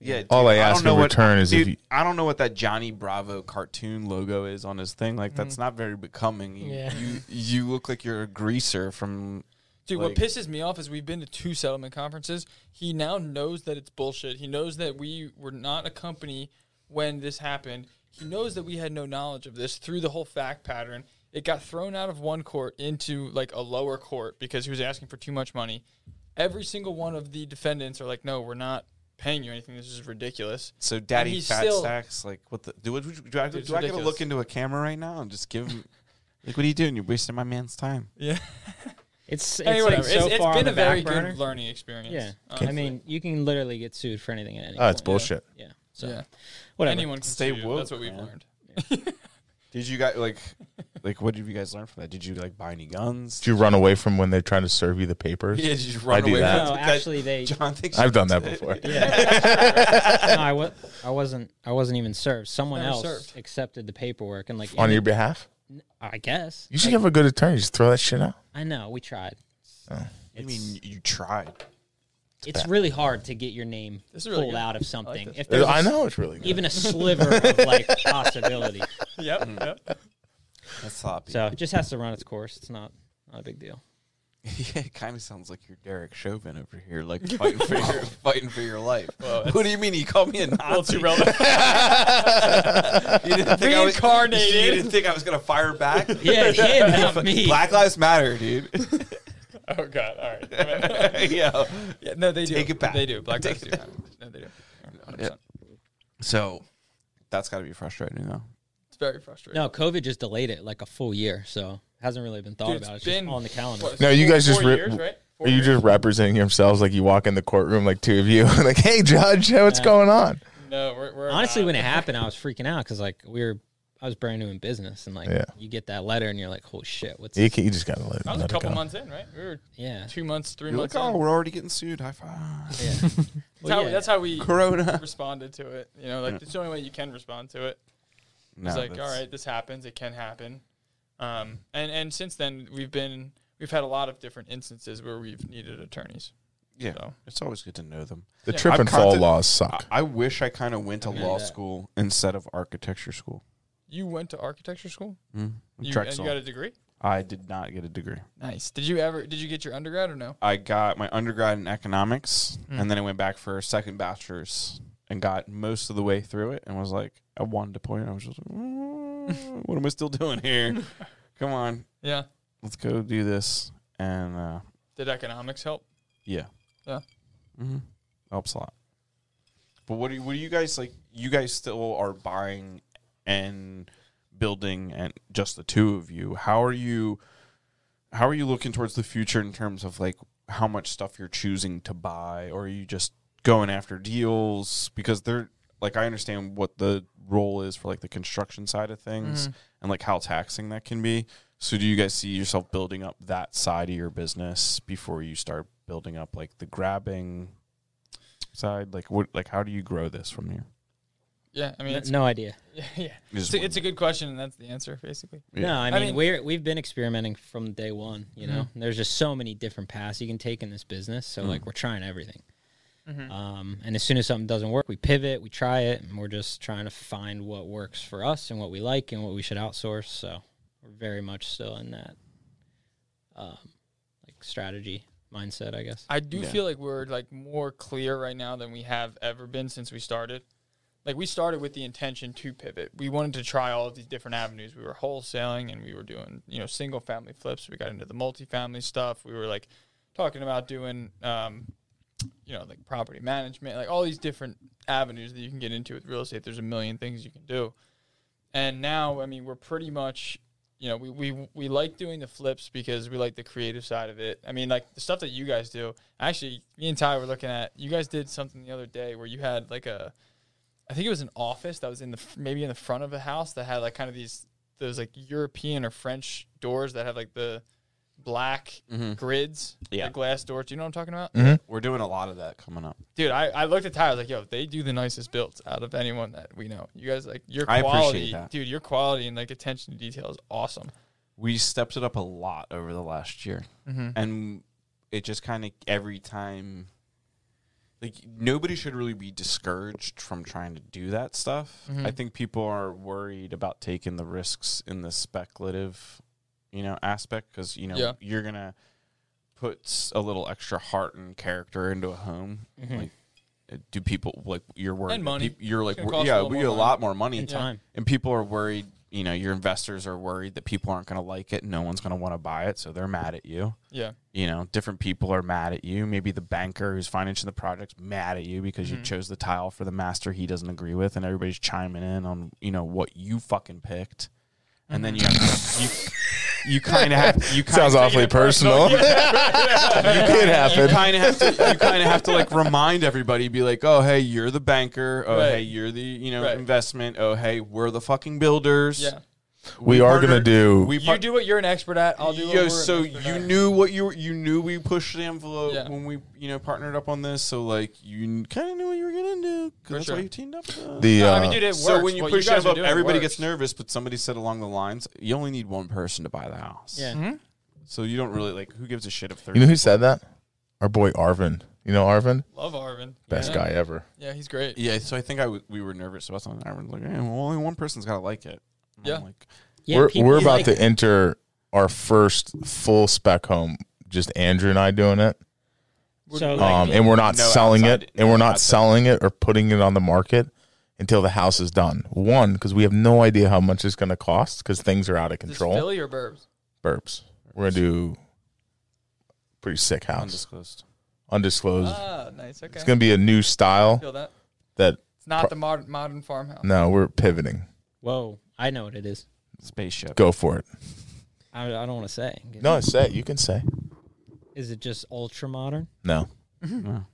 [SPEAKER 2] Yeah.
[SPEAKER 1] All
[SPEAKER 2] dude,
[SPEAKER 1] I ask
[SPEAKER 2] don't know
[SPEAKER 1] in
[SPEAKER 2] what-
[SPEAKER 1] return is if
[SPEAKER 2] dude,
[SPEAKER 1] you-
[SPEAKER 2] I don't know what that Johnny Bravo cartoon logo is on his thing. Like that's not very becoming. You,
[SPEAKER 5] Yeah.
[SPEAKER 2] you you look like you're a greaser from.
[SPEAKER 3] Dude,
[SPEAKER 2] Like-
[SPEAKER 3] what pisses me off is we've been to two settlement conferences. He now knows that it's bullshit. He knows that we were not a company when this happened. He knows that we had no knowledge of this through the whole fact pattern. It got thrown out of one court into like a lower court because he was asking for too much money. Every single one of the defendants are like, "No, we're not paying you anything. This is ridiculous."
[SPEAKER 2] So Daddy
[SPEAKER 3] he's
[SPEAKER 2] Fat
[SPEAKER 3] still-
[SPEAKER 2] Stacks. Like what the do? What, do, I, do
[SPEAKER 3] Dude, it's
[SPEAKER 2] I gotta
[SPEAKER 3] ridiculous.
[SPEAKER 2] look into a camera right now and just give him? Like what are you doing? You're wasting my man's time.
[SPEAKER 3] Yeah.
[SPEAKER 4] It's, it's
[SPEAKER 3] Anyway,
[SPEAKER 4] like
[SPEAKER 3] whatever.
[SPEAKER 4] so
[SPEAKER 3] it's,
[SPEAKER 4] far
[SPEAKER 3] it's
[SPEAKER 4] on
[SPEAKER 3] been
[SPEAKER 4] the
[SPEAKER 3] a very
[SPEAKER 4] back burner.
[SPEAKER 3] good learning experience.
[SPEAKER 4] Yeah, I
[SPEAKER 3] honestly.
[SPEAKER 4] mean, you can literally get sued for anything at any.
[SPEAKER 1] Oh, it's
[SPEAKER 4] point.
[SPEAKER 1] bullshit.
[SPEAKER 4] Yeah. So
[SPEAKER 3] yeah.
[SPEAKER 4] whatever.
[SPEAKER 3] Anyone can
[SPEAKER 2] Stay
[SPEAKER 3] sue you.
[SPEAKER 2] woke,
[SPEAKER 3] That's what we've
[SPEAKER 2] man.
[SPEAKER 3] learned.
[SPEAKER 2] Did you guys like like what did you guys learn from that? Did you like buy any guns?
[SPEAKER 1] Did you run away from when they try to serve you the papers?
[SPEAKER 2] [laughs] Yeah, did you run
[SPEAKER 1] I do
[SPEAKER 2] away?
[SPEAKER 1] that.
[SPEAKER 2] from
[SPEAKER 4] No,
[SPEAKER 2] that?
[SPEAKER 3] [laughs]
[SPEAKER 4] actually,
[SPEAKER 2] [laughs]
[SPEAKER 4] they.
[SPEAKER 2] John thinks
[SPEAKER 1] I've done that before.
[SPEAKER 4] No, I was. I wasn't. I wasn't even served. Someone
[SPEAKER 3] Never
[SPEAKER 4] else
[SPEAKER 3] served.
[SPEAKER 4] accepted the paperwork and like.
[SPEAKER 1] On
[SPEAKER 4] and
[SPEAKER 1] your
[SPEAKER 4] it-
[SPEAKER 1] behalf?
[SPEAKER 4] I guess.
[SPEAKER 1] You should have a good attorney. Just throw that shit out.
[SPEAKER 4] I know. We tried.
[SPEAKER 2] I mean, you tried.
[SPEAKER 4] It's really hard to get your name
[SPEAKER 3] This is really
[SPEAKER 4] pulled
[SPEAKER 3] good.
[SPEAKER 4] out of something.
[SPEAKER 3] this.
[SPEAKER 4] if there's a
[SPEAKER 1] I know it's really good.
[SPEAKER 4] even a sliver of like possibility.
[SPEAKER 3] yep. yep.
[SPEAKER 2] That's sloppy.
[SPEAKER 4] So it just has to run its course. It's not not a big deal.
[SPEAKER 2] [laughs] yeah, it kind of sounds like you're Derek Chauvin over here, like fighting for your fighting for your life. what do you mean? You called me a Nazi? [laughs] you didn't think I was [laughs]
[SPEAKER 3] Reincarnated.
[SPEAKER 2] You didn't think I was gonna fire back? [laughs]
[SPEAKER 4] Yeah, him, not me.
[SPEAKER 2] Black Lives Matter, dude. [laughs]
[SPEAKER 3] Oh God! All right.
[SPEAKER 2] yeah.
[SPEAKER 3] yeah, no, they do.
[SPEAKER 2] Take it back.
[SPEAKER 3] They do. Black
[SPEAKER 2] Take
[SPEAKER 3] lives do.
[SPEAKER 2] it
[SPEAKER 3] matter. No, they do. 100%.
[SPEAKER 2] So that's got to be frustrating, though.
[SPEAKER 3] It's very frustrating.
[SPEAKER 4] No, COVID just delayed it like a full year, so hasn't really been thought
[SPEAKER 3] Dude,
[SPEAKER 4] about. It's
[SPEAKER 3] been
[SPEAKER 4] just on the calendar.
[SPEAKER 3] what,
[SPEAKER 1] No, you
[SPEAKER 3] four-
[SPEAKER 1] guys just
[SPEAKER 3] four
[SPEAKER 1] rip-
[SPEAKER 3] years, right? Four
[SPEAKER 1] Are you
[SPEAKER 3] years.
[SPEAKER 1] just representing yourselves like you walk in the courtroom, like two of you, [laughs] like, hey, judge, what's going on?
[SPEAKER 3] no? We're, uh, we're
[SPEAKER 4] Honestly,
[SPEAKER 3] not.
[SPEAKER 4] when it happened, I was freaking out because like we were I was brand new in business, and like
[SPEAKER 1] Yeah.
[SPEAKER 4] you get that letter, and you're like, holy shit, what's
[SPEAKER 1] You,
[SPEAKER 4] this?
[SPEAKER 1] can, you just gotta let,
[SPEAKER 3] I was a
[SPEAKER 1] let it
[SPEAKER 3] couple
[SPEAKER 1] go.
[SPEAKER 3] months in, right? We were
[SPEAKER 4] yeah,
[SPEAKER 1] [laughs]
[SPEAKER 3] two months, 3
[SPEAKER 2] You're like,
[SPEAKER 3] months.
[SPEAKER 2] oh,
[SPEAKER 3] in.
[SPEAKER 2] we're already getting sued. High
[SPEAKER 4] [laughs]
[SPEAKER 2] five.
[SPEAKER 4] yeah.
[SPEAKER 3] That's, how,
[SPEAKER 4] yeah.
[SPEAKER 3] that's how we
[SPEAKER 2] Corona.
[SPEAKER 3] responded to it. You know, like it's the only way you can respond to it.
[SPEAKER 2] No,
[SPEAKER 3] it's like, all
[SPEAKER 2] that's-
[SPEAKER 3] right, this happens. It can happen. Um, and and since then, we've been we've had a lot of different instances where we've needed attorneys.
[SPEAKER 2] Yeah,
[SPEAKER 3] So
[SPEAKER 2] it's always good to know them.
[SPEAKER 1] The
[SPEAKER 3] Yeah.
[SPEAKER 1] trip
[SPEAKER 2] I've
[SPEAKER 1] and fall
[SPEAKER 2] content-
[SPEAKER 1] laws
[SPEAKER 2] I,
[SPEAKER 1] suck.
[SPEAKER 3] Uh,
[SPEAKER 2] I wish I kind of went to
[SPEAKER 4] I
[SPEAKER 2] law
[SPEAKER 4] knew that.
[SPEAKER 2] school instead of architecture school.
[SPEAKER 3] you went to architecture school.
[SPEAKER 2] Mm.
[SPEAKER 3] You, and you
[SPEAKER 2] Drexel.
[SPEAKER 3] got a degree.
[SPEAKER 2] I did not get a degree.
[SPEAKER 3] Nice. Did you ever? Did you get your undergrad or no?
[SPEAKER 2] I got my undergrad in economics,
[SPEAKER 3] Mm.
[SPEAKER 2] and then I went back for a second bachelor's and got most of the way through it, and was like, I wanted to point. I was just like, "Mm, what am I still doing here?
[SPEAKER 3] [laughs]
[SPEAKER 2] Come on,
[SPEAKER 3] Yeah.
[SPEAKER 2] let's go do this. And uh,
[SPEAKER 3] Did economics help?
[SPEAKER 2] yeah,
[SPEAKER 3] Yeah.
[SPEAKER 2] mm-hmm. helps a lot. But what do you, what do you guys like? You guys still are buying and building, and just the two of you. How are you? How are you looking towards the future in terms of like how much stuff you're choosing to buy, or are you just going after deals because they're like I understand what the role is for like the construction side of things and like how taxing that can be. So do you guys see yourself building up that side of your business before you start building up like the grabbing side? Like what like how do you grow this from here?
[SPEAKER 3] Yeah. I mean,
[SPEAKER 4] N-
[SPEAKER 3] it's,
[SPEAKER 4] no idea.
[SPEAKER 3] yeah, [laughs] yeah. It's, a, it's a good question, and that's the answer basically.
[SPEAKER 2] Yeah.
[SPEAKER 4] No, I
[SPEAKER 3] I
[SPEAKER 4] mean,
[SPEAKER 3] mean- Mm-hmm.
[SPEAKER 4] we're we've been experimenting from day one. You know, there's just so many different paths you can take in this business. So
[SPEAKER 1] Mm.
[SPEAKER 4] like, we're trying everything. Um, and as soon as something doesn't work, we pivot, we try it, and we're just trying to find what works for us and what we like and what we should outsource. So we're very much still in that, um, like strategy mindset, I guess.
[SPEAKER 3] I do
[SPEAKER 2] Yeah.
[SPEAKER 3] feel like we're like more clear right now than we have ever been since we started. Like we started with the intention to pivot. We wanted to try all of these different avenues. We were wholesaling and we were doing, you know, single family flips. We got into the multifamily stuff. We were like talking about doing um, you know, like property management, like all these different avenues that you can get into with real estate. There's a million things you can do. And now, I mean, we're pretty much, you know, we, we, we like doing the flips because we like the creative side of it. I mean, like the stuff that you guys do. Actually, me and Ty were looking at, you guys did something the other day where you had like a, I think it was an office that was in the, f- maybe in the front of a house that had like kind of these, those like European or French doors that have like the black grids,
[SPEAKER 2] Mm-hmm. Yeah.
[SPEAKER 3] the glass doors. Do you know what I'm talking about?
[SPEAKER 1] Mm-hmm.
[SPEAKER 2] We're doing a lot of that coming up.
[SPEAKER 3] dude, I, I looked at Ty. I was like, yo, they do the nicest builds out of anyone that we know. You guys like your
[SPEAKER 2] I
[SPEAKER 3] quality,
[SPEAKER 2] appreciate that.
[SPEAKER 3] dude. Your quality and like attention to detail is awesome.
[SPEAKER 2] We stepped it up a lot over the last year.
[SPEAKER 3] Mm-hmm.
[SPEAKER 2] and it just kind of every time like nobody should really be discouraged from trying to do that stuff
[SPEAKER 3] Mhm.
[SPEAKER 2] i think people are worried about taking the risks in the speculative you know aspect because you know
[SPEAKER 3] Yeah.
[SPEAKER 2] you're gonna put s- a little extra heart and character into a home like uh, do people like you're worried
[SPEAKER 3] And
[SPEAKER 2] that
[SPEAKER 3] money.
[SPEAKER 2] peop- you're like
[SPEAKER 3] gonna
[SPEAKER 2] wor-
[SPEAKER 3] cost a
[SPEAKER 2] yeah
[SPEAKER 3] little
[SPEAKER 2] we
[SPEAKER 3] more
[SPEAKER 2] get a
[SPEAKER 3] money.
[SPEAKER 2] lot more money
[SPEAKER 4] And time.
[SPEAKER 2] and people are worried you know your investors are worried that people aren't going to like it no one's going to want to buy it so they're mad at you
[SPEAKER 3] Yeah,
[SPEAKER 2] you know, different people are mad at you. Maybe the banker who's financing the project's mad at you because
[SPEAKER 3] Mm-hmm.
[SPEAKER 2] you chose the tile for the master he doesn't agree with, and everybody's chiming in on you know what you fucking picked, and then you you you kind of
[SPEAKER 1] [laughs]
[SPEAKER 2] have you kind
[SPEAKER 1] Sounds
[SPEAKER 2] of
[SPEAKER 1] awfully personal. it
[SPEAKER 2] [laughs] you
[SPEAKER 1] happened.
[SPEAKER 2] kind of have to you
[SPEAKER 1] [laughs]
[SPEAKER 2] kind of have to like remind everybody, be like, oh hey, you're the banker. Oh
[SPEAKER 3] Right.
[SPEAKER 2] hey, you're the you know
[SPEAKER 3] Right.
[SPEAKER 2] investment. Oh hey, we're the fucking builders.
[SPEAKER 3] yeah.
[SPEAKER 1] We are gonna
[SPEAKER 2] partnered-
[SPEAKER 1] do-
[SPEAKER 2] We
[SPEAKER 3] You
[SPEAKER 2] par-
[SPEAKER 3] do what you're an expert at. I'll do. what
[SPEAKER 2] Yo,
[SPEAKER 3] we're an
[SPEAKER 2] so
[SPEAKER 3] expert
[SPEAKER 2] you
[SPEAKER 3] at.
[SPEAKER 2] knew what you were, you knew we pushed the envelope
[SPEAKER 3] Yeah.
[SPEAKER 2] when we you know partnered up on this, so like you kind of knew what you were gonna do. 'cause
[SPEAKER 3] For
[SPEAKER 2] That's why
[SPEAKER 3] sure.
[SPEAKER 2] you teamed up. uh,
[SPEAKER 1] The
[SPEAKER 3] No,
[SPEAKER 1] uh,
[SPEAKER 3] I mean, dude, it
[SPEAKER 2] so
[SPEAKER 3] works.
[SPEAKER 2] when you
[SPEAKER 3] What
[SPEAKER 2] push the
[SPEAKER 3] guys are
[SPEAKER 2] envelope,
[SPEAKER 3] doing
[SPEAKER 2] everybody
[SPEAKER 3] works.
[SPEAKER 2] gets nervous, but somebody said along the lines, "You only need one person to buy the house."
[SPEAKER 4] Yeah.
[SPEAKER 2] So you don't really like who gives a shit if they're
[SPEAKER 1] you know who said that? Our boy Arvin. You know Arvin,
[SPEAKER 3] Love Arvin.
[SPEAKER 1] best
[SPEAKER 3] yeah.
[SPEAKER 1] guy ever.
[SPEAKER 3] Yeah, he's great.
[SPEAKER 2] Yeah, so I think I w- we were nervous about something. I was like, eh, well, only one person's got to like it. And I'm
[SPEAKER 3] Yeah.
[SPEAKER 2] like,
[SPEAKER 4] Yeah,
[SPEAKER 1] we're
[SPEAKER 4] people
[SPEAKER 1] we're about
[SPEAKER 4] like-
[SPEAKER 1] to enter our first full spec home. Just Andrew and I doing it,
[SPEAKER 4] So like,
[SPEAKER 1] um, and we're not
[SPEAKER 2] No
[SPEAKER 1] selling
[SPEAKER 2] outside-
[SPEAKER 1] it, and
[SPEAKER 2] no
[SPEAKER 1] we're not
[SPEAKER 2] outside.
[SPEAKER 1] selling it or putting it on the market until the house is done. One, because we have no idea how much it's going to cost because things are out of
[SPEAKER 3] Is this
[SPEAKER 1] control.
[SPEAKER 3] Philly or Burbs?
[SPEAKER 1] Burps. We're gonna do pretty sick house,
[SPEAKER 2] undisclosed.
[SPEAKER 1] undisclosed.
[SPEAKER 3] Ah, nice. Okay.
[SPEAKER 1] It's gonna be a new style
[SPEAKER 3] Feel that.
[SPEAKER 1] that
[SPEAKER 3] It's not
[SPEAKER 1] Pro- Mm.
[SPEAKER 3] the modern modern farmhouse.
[SPEAKER 1] no, we're pivoting.
[SPEAKER 4] whoa, I know what it is.
[SPEAKER 2] Spaceship.
[SPEAKER 1] Go for it.
[SPEAKER 4] I, I don't want to say.
[SPEAKER 1] No, say you can say
[SPEAKER 4] Is it just ultra modern?
[SPEAKER 1] no.
[SPEAKER 2] No.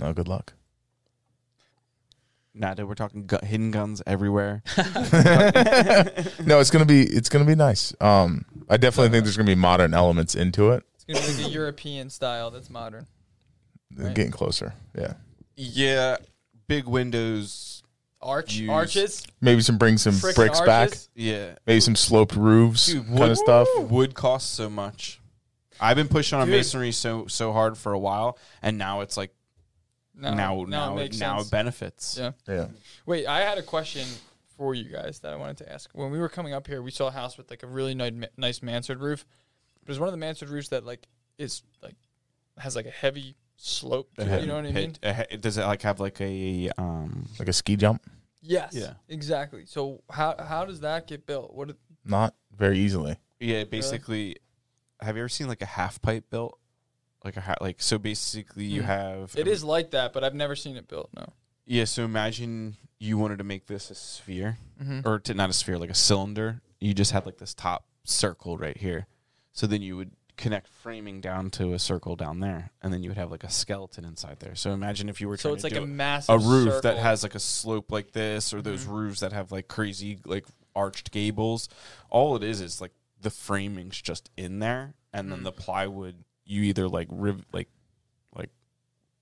[SPEAKER 1] No, good luck.
[SPEAKER 2] Nah, dude, we're talking gu- hidden guns
[SPEAKER 3] [laughs]
[SPEAKER 2] everywhere.
[SPEAKER 1] no, it's gonna be it's gonna be nice. Um, I definitely think there's gonna be modern elements into it.
[SPEAKER 3] It's gonna be like a European style that's modern. Right.
[SPEAKER 1] Getting closer, yeah.
[SPEAKER 2] yeah, big windows.
[SPEAKER 3] Arch
[SPEAKER 2] Use-
[SPEAKER 3] arches,
[SPEAKER 1] Maybe some bring some
[SPEAKER 3] Frickin'
[SPEAKER 1] bricks back.
[SPEAKER 3] arches.
[SPEAKER 2] Yeah,
[SPEAKER 1] Maybe some sloped roofs,
[SPEAKER 2] Dude,
[SPEAKER 1] kind
[SPEAKER 2] wood-
[SPEAKER 1] of stuff.
[SPEAKER 2] would cost so much. I've been pushing on
[SPEAKER 3] Dude.
[SPEAKER 2] masonry so so hard for a while, and now it's like
[SPEAKER 3] No,
[SPEAKER 2] now
[SPEAKER 3] now
[SPEAKER 2] now
[SPEAKER 3] it
[SPEAKER 2] now it,
[SPEAKER 3] makes sense.
[SPEAKER 2] benefits.
[SPEAKER 3] Yeah.
[SPEAKER 1] Yeah,
[SPEAKER 3] Wait, I had a question for you guys that I wanted to ask. When we were coming up here, we saw a house with like a really ni- nice mansard roof. But it's one of the mansard roofs that like is like has like a heavy slope. To it, you know what I mean?
[SPEAKER 2] Hit- uh, does it like have like a um?
[SPEAKER 1] like a ski jump.
[SPEAKER 3] Yes.
[SPEAKER 2] Yeah.
[SPEAKER 3] Exactly. So how how does that get built? What? did-
[SPEAKER 1] Not very easily.
[SPEAKER 2] Yeah, basically. Have you ever seen like a half pipe built? Like a ha- like so basically you
[SPEAKER 3] Mm.
[SPEAKER 2] have
[SPEAKER 3] It is like that, but I've never seen it built. No.
[SPEAKER 2] yeah. So imagine you wanted to make this a sphere.
[SPEAKER 3] Mm-hmm.
[SPEAKER 2] or to, not a sphere, like a cylinder. You just had like this top circle right here. So then you would connect framing down to a circle down there, and then you would have like a skeleton inside there. So imagine if you were
[SPEAKER 3] So
[SPEAKER 2] trying
[SPEAKER 3] it's
[SPEAKER 2] to
[SPEAKER 3] like a
[SPEAKER 2] do
[SPEAKER 3] massive
[SPEAKER 2] a, a roof that
[SPEAKER 3] circle.
[SPEAKER 2] has like a slope like this, or those
[SPEAKER 3] Mhm.
[SPEAKER 2] roofs that have like crazy like arched gables. All it is is like the framing's just in there, and then
[SPEAKER 3] Mhm.
[SPEAKER 2] the plywood you either like riv- like like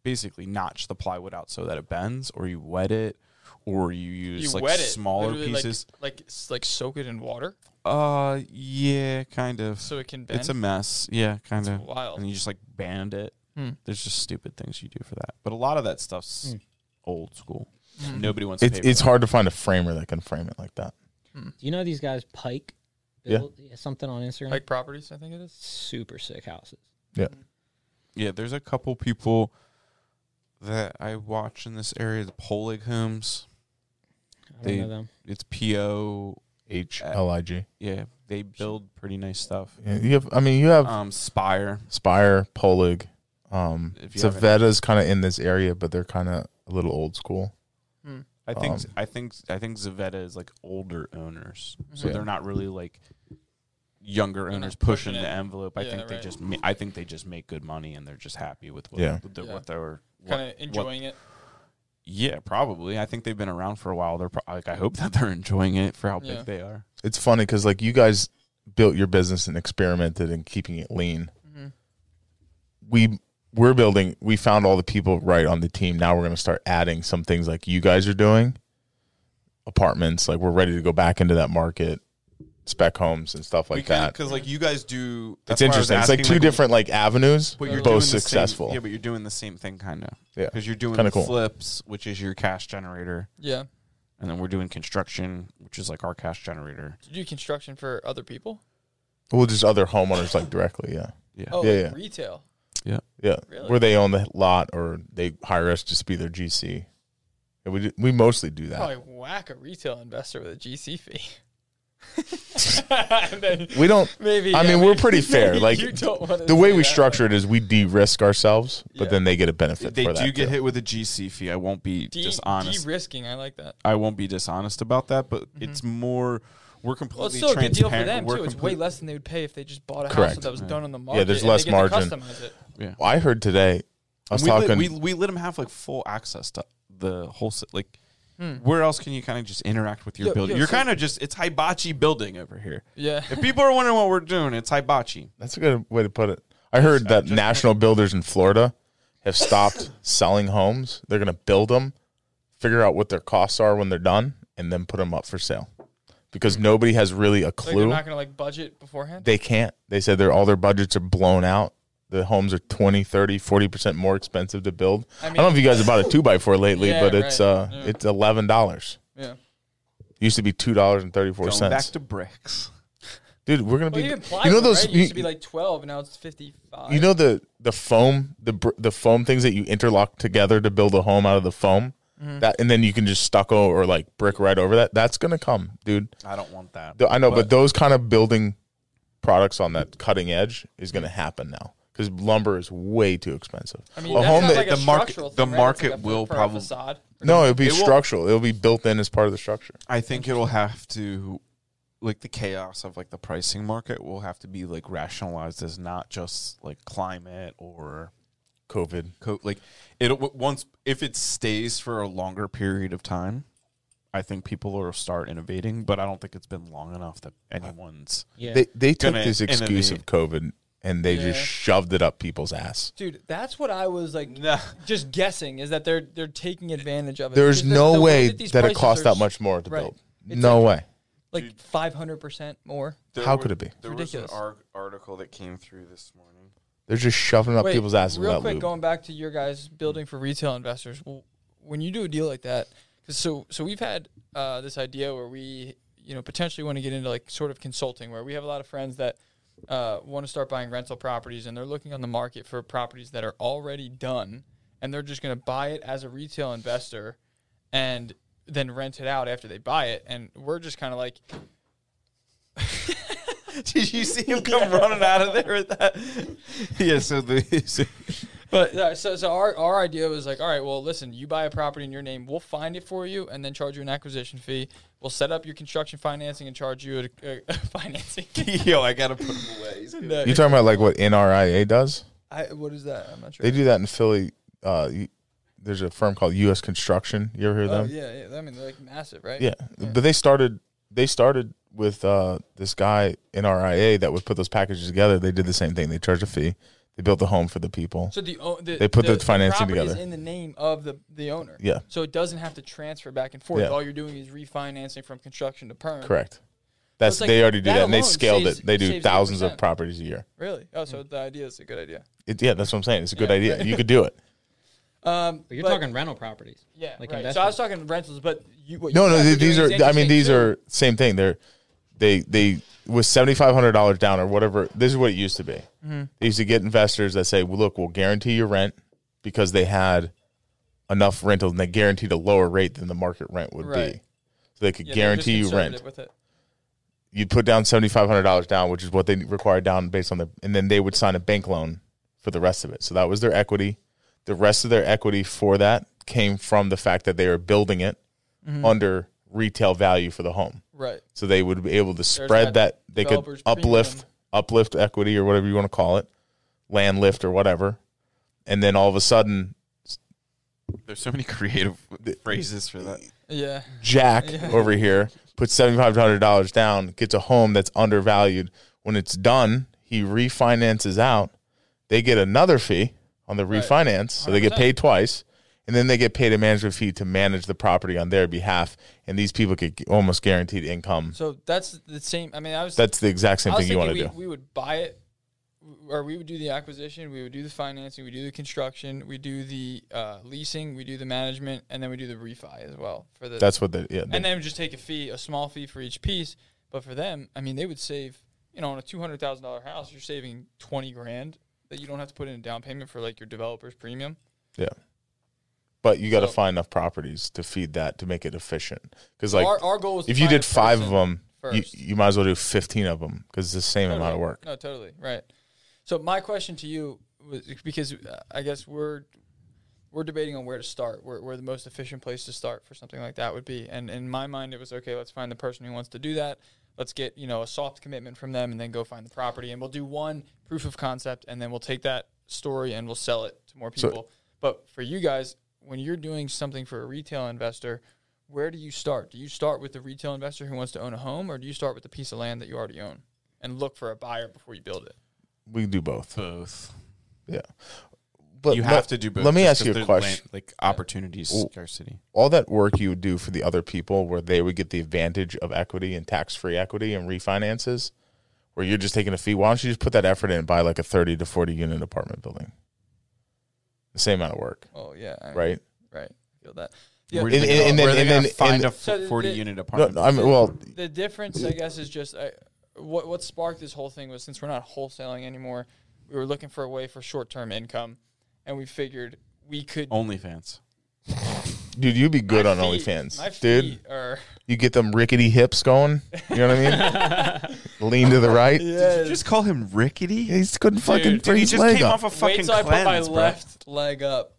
[SPEAKER 2] basically notch the plywood out so that it bends, or you wet it. Or you use
[SPEAKER 3] you
[SPEAKER 2] like
[SPEAKER 3] wet it,
[SPEAKER 2] smaller
[SPEAKER 3] literally, like-
[SPEAKER 2] pieces.
[SPEAKER 3] like s- like soak it in water
[SPEAKER 2] Uh, yeah, kind of.
[SPEAKER 3] so it can bend.
[SPEAKER 2] it's a mess. Yeah, kind
[SPEAKER 3] It's
[SPEAKER 2] of. And
[SPEAKER 3] wild.
[SPEAKER 2] you just like band it.
[SPEAKER 3] Hmm.
[SPEAKER 2] There's just stupid things you do for that. But a lot of that stuff's
[SPEAKER 4] Hmm.
[SPEAKER 2] old school.
[SPEAKER 3] Mhm.
[SPEAKER 2] Nobody wants
[SPEAKER 1] It's
[SPEAKER 2] to pay
[SPEAKER 1] it's
[SPEAKER 2] for
[SPEAKER 1] hard to find a framer that can frame it like that.
[SPEAKER 3] Mm-hmm.
[SPEAKER 4] Do you know these guys Pike
[SPEAKER 1] Yeah.
[SPEAKER 4] built something on Instagram?
[SPEAKER 3] Like properties, I think it is.
[SPEAKER 4] Super sick houses.
[SPEAKER 2] that. Yeah, there's a couple people that I watch in this area, the Polig homes.
[SPEAKER 4] I don't
[SPEAKER 2] They-
[SPEAKER 4] know them.
[SPEAKER 2] It's PO.
[SPEAKER 1] H L I G.
[SPEAKER 2] Yeah, they build pretty nice stuff.
[SPEAKER 1] Yeah, You have, I mean, you have
[SPEAKER 2] Um, Spire.
[SPEAKER 1] Spire, Polig, um,
[SPEAKER 2] If you haven't-
[SPEAKER 1] Zaveta's kind of in this area, but they're kind of a little old school.
[SPEAKER 2] I think
[SPEAKER 1] Um,
[SPEAKER 2] I think I think Zavetta is like older owners, so
[SPEAKER 3] Mm-hmm.
[SPEAKER 1] Yeah.
[SPEAKER 2] they're not really like younger
[SPEAKER 3] They're not
[SPEAKER 2] owners
[SPEAKER 3] pushing
[SPEAKER 2] pushing the
[SPEAKER 3] it.
[SPEAKER 2] envelope. I
[SPEAKER 3] Yeah,
[SPEAKER 2] think they
[SPEAKER 3] right.
[SPEAKER 2] just ma- I think they just make good money and they're just happy with what
[SPEAKER 1] Yeah.
[SPEAKER 2] with the,
[SPEAKER 3] Yeah.
[SPEAKER 2] what they're what-
[SPEAKER 3] Kind of enjoying it.
[SPEAKER 2] yeah probably. I think they've been around for a while. They're pro- like I hope [laughs] that they're enjoying it for how
[SPEAKER 3] Yeah.
[SPEAKER 2] big they are.
[SPEAKER 1] It's funny because like you guys built your business and experimented in keeping it lean.
[SPEAKER 3] Mhm.
[SPEAKER 1] We we're building. We found all the people right on the team. Now we're going to start adding some things like you guys are doing. Apartments, like we're ready to go back into that market, spec homes and stuff like that.
[SPEAKER 2] because like you guys do.
[SPEAKER 1] It's interesting. It's like two different like avenues,
[SPEAKER 2] But you're doing
[SPEAKER 1] both
[SPEAKER 2] the same-
[SPEAKER 1] successful.
[SPEAKER 2] yeah, but you're doing the same thing kind of.
[SPEAKER 1] Yeah.
[SPEAKER 2] because you're doing
[SPEAKER 1] Kinda
[SPEAKER 2] the
[SPEAKER 1] cool.
[SPEAKER 2] flips, which is your cash generator,
[SPEAKER 3] Yeah.
[SPEAKER 2] and then we're doing construction, which is like our cash generator.
[SPEAKER 3] Do you do construction for other people?
[SPEAKER 1] Well, just other homeowners like directly. Yeah.
[SPEAKER 2] Yeah.
[SPEAKER 3] Oh,
[SPEAKER 1] Yeah,
[SPEAKER 3] like
[SPEAKER 1] yeah.
[SPEAKER 3] retail.
[SPEAKER 1] Yeah,
[SPEAKER 3] Really?
[SPEAKER 1] where they own the lot or they hire us just to be their GC. And we do- we mostly do that.
[SPEAKER 3] Probably whack a retail investor with a GC
[SPEAKER 2] [laughs]
[SPEAKER 3] fee. And then
[SPEAKER 1] We don't.
[SPEAKER 3] maybe.
[SPEAKER 1] I
[SPEAKER 3] yeah,
[SPEAKER 1] mean, we're
[SPEAKER 3] maybe-
[SPEAKER 1] pretty fair.
[SPEAKER 3] maybe
[SPEAKER 1] Like,
[SPEAKER 3] [laughs] you don't wanna
[SPEAKER 1] The way
[SPEAKER 3] do
[SPEAKER 1] we
[SPEAKER 3] that.
[SPEAKER 1] structure it is we de-risk ourselves, but
[SPEAKER 3] Yeah.
[SPEAKER 1] then they get a benefit.
[SPEAKER 2] they
[SPEAKER 1] for that
[SPEAKER 2] do get
[SPEAKER 1] too.
[SPEAKER 2] hit with a GC fee. I won't be
[SPEAKER 3] De-
[SPEAKER 2] dishonest.
[SPEAKER 3] De-risking. I like that.
[SPEAKER 2] I won't be dishonest about that, but it's more we're completely
[SPEAKER 3] Mm-hmm. Well, it's still a good
[SPEAKER 2] transparent.
[SPEAKER 3] deal for them
[SPEAKER 2] we're
[SPEAKER 3] too. It's way
[SPEAKER 2] complete-
[SPEAKER 3] less than they would pay if they just bought a house
[SPEAKER 1] Correct.
[SPEAKER 3] that was
[SPEAKER 2] Yeah.
[SPEAKER 3] done on the market.
[SPEAKER 1] Yeah, there's
[SPEAKER 3] and they
[SPEAKER 1] less
[SPEAKER 3] get to
[SPEAKER 1] margin.
[SPEAKER 3] customize it.
[SPEAKER 1] I heard today. I was
[SPEAKER 2] and we,
[SPEAKER 1] talking.
[SPEAKER 2] let, we we let them have like full access to the whole si- like. Where else can you kind of just interact with your
[SPEAKER 3] Hmm. Yo-
[SPEAKER 2] building?
[SPEAKER 3] yo,
[SPEAKER 2] You're
[SPEAKER 3] so-
[SPEAKER 2] kind of just it's hibachi building over here.
[SPEAKER 3] Yeah.
[SPEAKER 2] If people are wondering what we're doing, it's hibachi.
[SPEAKER 1] that's a good way to put it. I heard that national builders in Florida have
[SPEAKER 2] [laughs]
[SPEAKER 1] stopped selling homes. They're going to build them, figure out what their costs are when they're done, and then put them up for sale
[SPEAKER 2] Hmm.
[SPEAKER 1] because nobody has really a
[SPEAKER 3] Like
[SPEAKER 1] clue.
[SPEAKER 3] they're not gonna like budget beforehand.
[SPEAKER 1] they can't they said their all their budgets are blown out the homes are 20 30 40% more expensive to build
[SPEAKER 3] I
[SPEAKER 1] i don't know if you guys have bought a 2x4 lately
[SPEAKER 3] Yeah,
[SPEAKER 1] but it's
[SPEAKER 3] right.
[SPEAKER 1] uh
[SPEAKER 3] Yeah.
[SPEAKER 1] it's $11
[SPEAKER 3] Yeah.
[SPEAKER 1] used to be $2.34
[SPEAKER 2] Going back to bricks.
[SPEAKER 1] dude we're gonna
[SPEAKER 3] Well,
[SPEAKER 1] be
[SPEAKER 3] even plywood,
[SPEAKER 1] you know those
[SPEAKER 3] right? It
[SPEAKER 1] you,
[SPEAKER 3] used to be like twelve, now it's fifty-five.
[SPEAKER 1] you know the the foam the br- the foam things that you interlock together to build a home out of the foam
[SPEAKER 3] Mm-hmm.
[SPEAKER 1] that and then you can just stucco or like brick right over that that's gonna come dude
[SPEAKER 2] I don't want that.
[SPEAKER 1] Th- I know, but, those kind of building products on that cutting edge is going to happen now because lumber is way too expensive.
[SPEAKER 3] I mean,
[SPEAKER 1] a
[SPEAKER 3] that's
[SPEAKER 1] home
[SPEAKER 3] not
[SPEAKER 1] that
[SPEAKER 3] like a
[SPEAKER 2] the market-
[SPEAKER 3] structural thing,
[SPEAKER 2] the
[SPEAKER 3] right? It's
[SPEAKER 2] market
[SPEAKER 3] like a
[SPEAKER 2] will
[SPEAKER 3] for a
[SPEAKER 2] probably-
[SPEAKER 3] facade.
[SPEAKER 1] no, it'll be
[SPEAKER 2] It won't-
[SPEAKER 1] structural. It'll be built in as part of the structure.
[SPEAKER 2] I think it'll have to, like the chaos of like the pricing market will have to be like rationalized as not just like climate or
[SPEAKER 1] COVID.
[SPEAKER 2] co- like it w- once if it stays for a longer period of time i think people will start innovating but i don't think it's been long enough that anyone's
[SPEAKER 4] Yeah.
[SPEAKER 1] They they took
[SPEAKER 2] Gonna
[SPEAKER 1] this excuse
[SPEAKER 2] innovate.
[SPEAKER 1] of COVID and they just
[SPEAKER 3] Yeah.
[SPEAKER 1] shoved it up people's ass.
[SPEAKER 3] Dude, that's what I was like
[SPEAKER 2] nah.
[SPEAKER 3] just guessing is that they're they're taking advantage of it.
[SPEAKER 1] There's
[SPEAKER 3] Because the-
[SPEAKER 1] no
[SPEAKER 3] the
[SPEAKER 1] way,
[SPEAKER 3] these
[SPEAKER 1] that it
[SPEAKER 3] prices
[SPEAKER 1] cost
[SPEAKER 3] are
[SPEAKER 1] that
[SPEAKER 3] s-
[SPEAKER 1] much more to
[SPEAKER 3] right.
[SPEAKER 1] build.
[SPEAKER 3] It's
[SPEAKER 1] no way.
[SPEAKER 3] Like five hundred percent more.
[SPEAKER 1] How could it be?
[SPEAKER 2] there
[SPEAKER 3] Ridiculous.
[SPEAKER 2] was an ar- article that came through this morning
[SPEAKER 1] They're just shoving it up
[SPEAKER 3] Wait,
[SPEAKER 1] people's asses
[SPEAKER 3] Real
[SPEAKER 1] without
[SPEAKER 3] quick,
[SPEAKER 1] lube.
[SPEAKER 3] going back to your guys building for retail investors. w- When you do a deal like that, 'cause so so we've had uh, this idea where we you know potentially want to get into like sort of consulting, where we have a lot of friends that uh, want to start buying rental properties and they're looking on the market for properties that are already done, and they're just going to buy it as a retail investor, and then rent it out after they buy it, and we're just kind of like,
[SPEAKER 2] [laughs] did you see
[SPEAKER 3] [laughs]
[SPEAKER 2] him come running out of there with that [laughs] yeah so the so-
[SPEAKER 3] But yeah, so, so our, our idea was like, all right, well, listen, you buy a property in your name, we'll find it for you and then charge you an acquisition fee. We'll set up your construction financing and charge you a, [laughs] a, financing.
[SPEAKER 2] [laughs]
[SPEAKER 3] uh,
[SPEAKER 2] yo i gotta [laughs] put him away He's gonna-
[SPEAKER 3] No,
[SPEAKER 1] [laughs] You talking about like what NRIA does?
[SPEAKER 3] I, what is that? I'm not sure.
[SPEAKER 1] They do that in Philly. Uh, you, there's a firm called U.S. Construction. You ever hear of
[SPEAKER 3] Oh,
[SPEAKER 1] them?
[SPEAKER 3] yeah, yeah. I mean, they're like massive, right?
[SPEAKER 1] Yeah, but they started they started with uh, this guy in RIA that would put those packages together. They did the same thing. They charged a fee. They built the home for the people.
[SPEAKER 3] So the, o- the
[SPEAKER 1] They put the financing
[SPEAKER 3] property is
[SPEAKER 1] together.
[SPEAKER 3] in the name of the, the owner.
[SPEAKER 1] Yeah,
[SPEAKER 3] So it doesn't have to transfer back and forth.
[SPEAKER 1] Yeah.
[SPEAKER 3] All you're doing is refinancing from construction to perm.
[SPEAKER 1] correct. That's
[SPEAKER 3] it's like
[SPEAKER 1] they already do
[SPEAKER 3] that
[SPEAKER 1] that, and they
[SPEAKER 3] alone
[SPEAKER 1] scaled
[SPEAKER 3] saves-
[SPEAKER 1] it. They do
[SPEAKER 3] saves
[SPEAKER 1] thousands
[SPEAKER 3] 8%.
[SPEAKER 1] of properties a year.
[SPEAKER 3] Really? Oh,
[SPEAKER 1] Mm.
[SPEAKER 3] so the idea is a good idea.
[SPEAKER 1] It, yeah, that's what I'm saying. It's a good
[SPEAKER 3] Yeah,
[SPEAKER 1] idea.
[SPEAKER 3] right.
[SPEAKER 1] You could do it.
[SPEAKER 3] Um,
[SPEAKER 4] but you're talking rental properties.
[SPEAKER 3] yeah,
[SPEAKER 4] like
[SPEAKER 3] right. So I
[SPEAKER 4] investment.
[SPEAKER 3] was talking rentals, but you, what
[SPEAKER 1] No,
[SPEAKER 3] you
[SPEAKER 1] no,
[SPEAKER 3] guys
[SPEAKER 1] th-
[SPEAKER 3] are doing
[SPEAKER 1] these
[SPEAKER 3] is
[SPEAKER 1] are. I mean,
[SPEAKER 3] interesting,
[SPEAKER 1] these
[SPEAKER 3] too.
[SPEAKER 1] are same thing. They're they they with seventy five hundred dollars down or whatever. This is what it used to be.
[SPEAKER 3] Mm-hmm.
[SPEAKER 1] They used to get investors that say, well, "Look, we'll guarantee your rent because they had enough rentals and they guaranteed a lower rate than the market rent would
[SPEAKER 3] Right.
[SPEAKER 1] be, so they could
[SPEAKER 3] Yeah, they're just
[SPEAKER 1] guarantee you
[SPEAKER 3] conservative
[SPEAKER 1] rent.
[SPEAKER 3] with it.
[SPEAKER 1] You'd put down seventy five hundred dollars down, which is what they required down based on the, and then they would sign a bank loan for the rest of it. So that was their equity. The rest of their equity for that came from the fact that they were building it
[SPEAKER 3] Mm-hmm.
[SPEAKER 1] under retail value for the home
[SPEAKER 3] Right.
[SPEAKER 1] so they would be able to
[SPEAKER 3] that
[SPEAKER 1] spread that, they could
[SPEAKER 3] developer's
[SPEAKER 1] uplift
[SPEAKER 3] premium.
[SPEAKER 1] uplift equity or whatever you want to call it land lift or whatever and then all of a sudden
[SPEAKER 2] there's so many creative phrases for that
[SPEAKER 3] Yeah.
[SPEAKER 1] jack
[SPEAKER 3] Yeah.
[SPEAKER 1] over here puts $7500 down gets a home that's undervalued when it's done he refinances out they get another fee on the
[SPEAKER 3] Right.
[SPEAKER 1] refinance so they get
[SPEAKER 3] 100%.
[SPEAKER 1] paid twice and then they get paid a management fee to manage the property on their behalf and these people get almost guaranteed income
[SPEAKER 3] So that's the same. I mean, I was.
[SPEAKER 1] that's the exact same
[SPEAKER 3] I was
[SPEAKER 1] thing you
[SPEAKER 3] thinking
[SPEAKER 1] want to
[SPEAKER 3] we,
[SPEAKER 1] do
[SPEAKER 3] we would buy it, or we would do the acquisition, we would do the financing, we do the construction, we do the uh, leasing, we do the management, and then we do the refi as well for the.
[SPEAKER 1] that's what the yeah the-
[SPEAKER 3] and then we just take a fee, a small fee for each piece. But for them, I mean, they would save. You know, on a two hundred thousand dollar house, you're saving twenty grand that you don't have to put in a down payment for like your developer's premium.
[SPEAKER 1] but you got to
[SPEAKER 3] So-
[SPEAKER 1] find enough properties to feed that to make it efficient. Because like,
[SPEAKER 3] our, our goal is to
[SPEAKER 1] if you
[SPEAKER 3] find a
[SPEAKER 1] did five of
[SPEAKER 3] person-
[SPEAKER 1] them, you,
[SPEAKER 3] first.
[SPEAKER 1] you might as well do fifteen of them because it's the same amount of
[SPEAKER 3] Totally.
[SPEAKER 1] work.
[SPEAKER 3] No, totally right. So my question to you was because uh, I guess we're we're debating on where to start, where, where the most efficient place to start for something like that would be. And in my mind, it was okay. Let's find the person who wants to do that. Let's get you know a soft commitment from them, and then go find the property. And we'll do one proof of concept, and then we'll take that story and we'll sell it to more
[SPEAKER 1] So-
[SPEAKER 3] people. but for you guys, when you're doing something for a retail investor, where do you start? Do you start with the retail investor who wants to own a home, or do you start with the piece of land that you already own? and look for a buyer before you build it.
[SPEAKER 1] We can do both.
[SPEAKER 2] both
[SPEAKER 1] Yeah, but
[SPEAKER 2] you
[SPEAKER 1] let-
[SPEAKER 2] have to do both
[SPEAKER 1] Let me ask
[SPEAKER 2] just 'cause
[SPEAKER 1] you a
[SPEAKER 2] there's
[SPEAKER 1] question.
[SPEAKER 2] land- like opportunities
[SPEAKER 1] Well,
[SPEAKER 2] scarcity
[SPEAKER 1] All that work you would do for the other people, where they would get the advantage of equity and tax-free equity and refinances, where you're just taking a fee. Why don't you just put that effort in and buy like a thirty to forty unit apartment building? The same amount of work,
[SPEAKER 3] Oh yeah, I
[SPEAKER 1] right?
[SPEAKER 3] right. Feel that. Yeah.
[SPEAKER 2] Yeah.
[SPEAKER 1] And- and- and then-
[SPEAKER 2] where are they
[SPEAKER 1] and
[SPEAKER 2] gonna
[SPEAKER 1] then-
[SPEAKER 2] find
[SPEAKER 1] and-
[SPEAKER 2] a f-
[SPEAKER 3] So the-
[SPEAKER 2] forty
[SPEAKER 3] the-
[SPEAKER 2] unit
[SPEAKER 1] No,
[SPEAKER 2] apartment?
[SPEAKER 1] no, I mean, well,
[SPEAKER 3] The difference, I guess, is just I, what what sparked this whole thing was since we're not wholesaling anymore, we were looking for a way for short term income, and we figured we could.
[SPEAKER 2] OnlyFans.
[SPEAKER 1] dude, you'd be good
[SPEAKER 3] My
[SPEAKER 1] on
[SPEAKER 3] feet- my
[SPEAKER 1] OnlyFans, dude.
[SPEAKER 3] feet Are,
[SPEAKER 1] You get them rickety hips going. You know what I mean? Lean to the right.
[SPEAKER 2] Did you just call him rickety?
[SPEAKER 1] He's couldn't fucking
[SPEAKER 2] Dude,
[SPEAKER 1] bring
[SPEAKER 2] he
[SPEAKER 1] his
[SPEAKER 2] just
[SPEAKER 1] leg
[SPEAKER 2] came
[SPEAKER 1] up.
[SPEAKER 2] off a
[SPEAKER 3] wait
[SPEAKER 2] fucking
[SPEAKER 3] till I put my
[SPEAKER 2] cleanse, bro.
[SPEAKER 3] left leg up.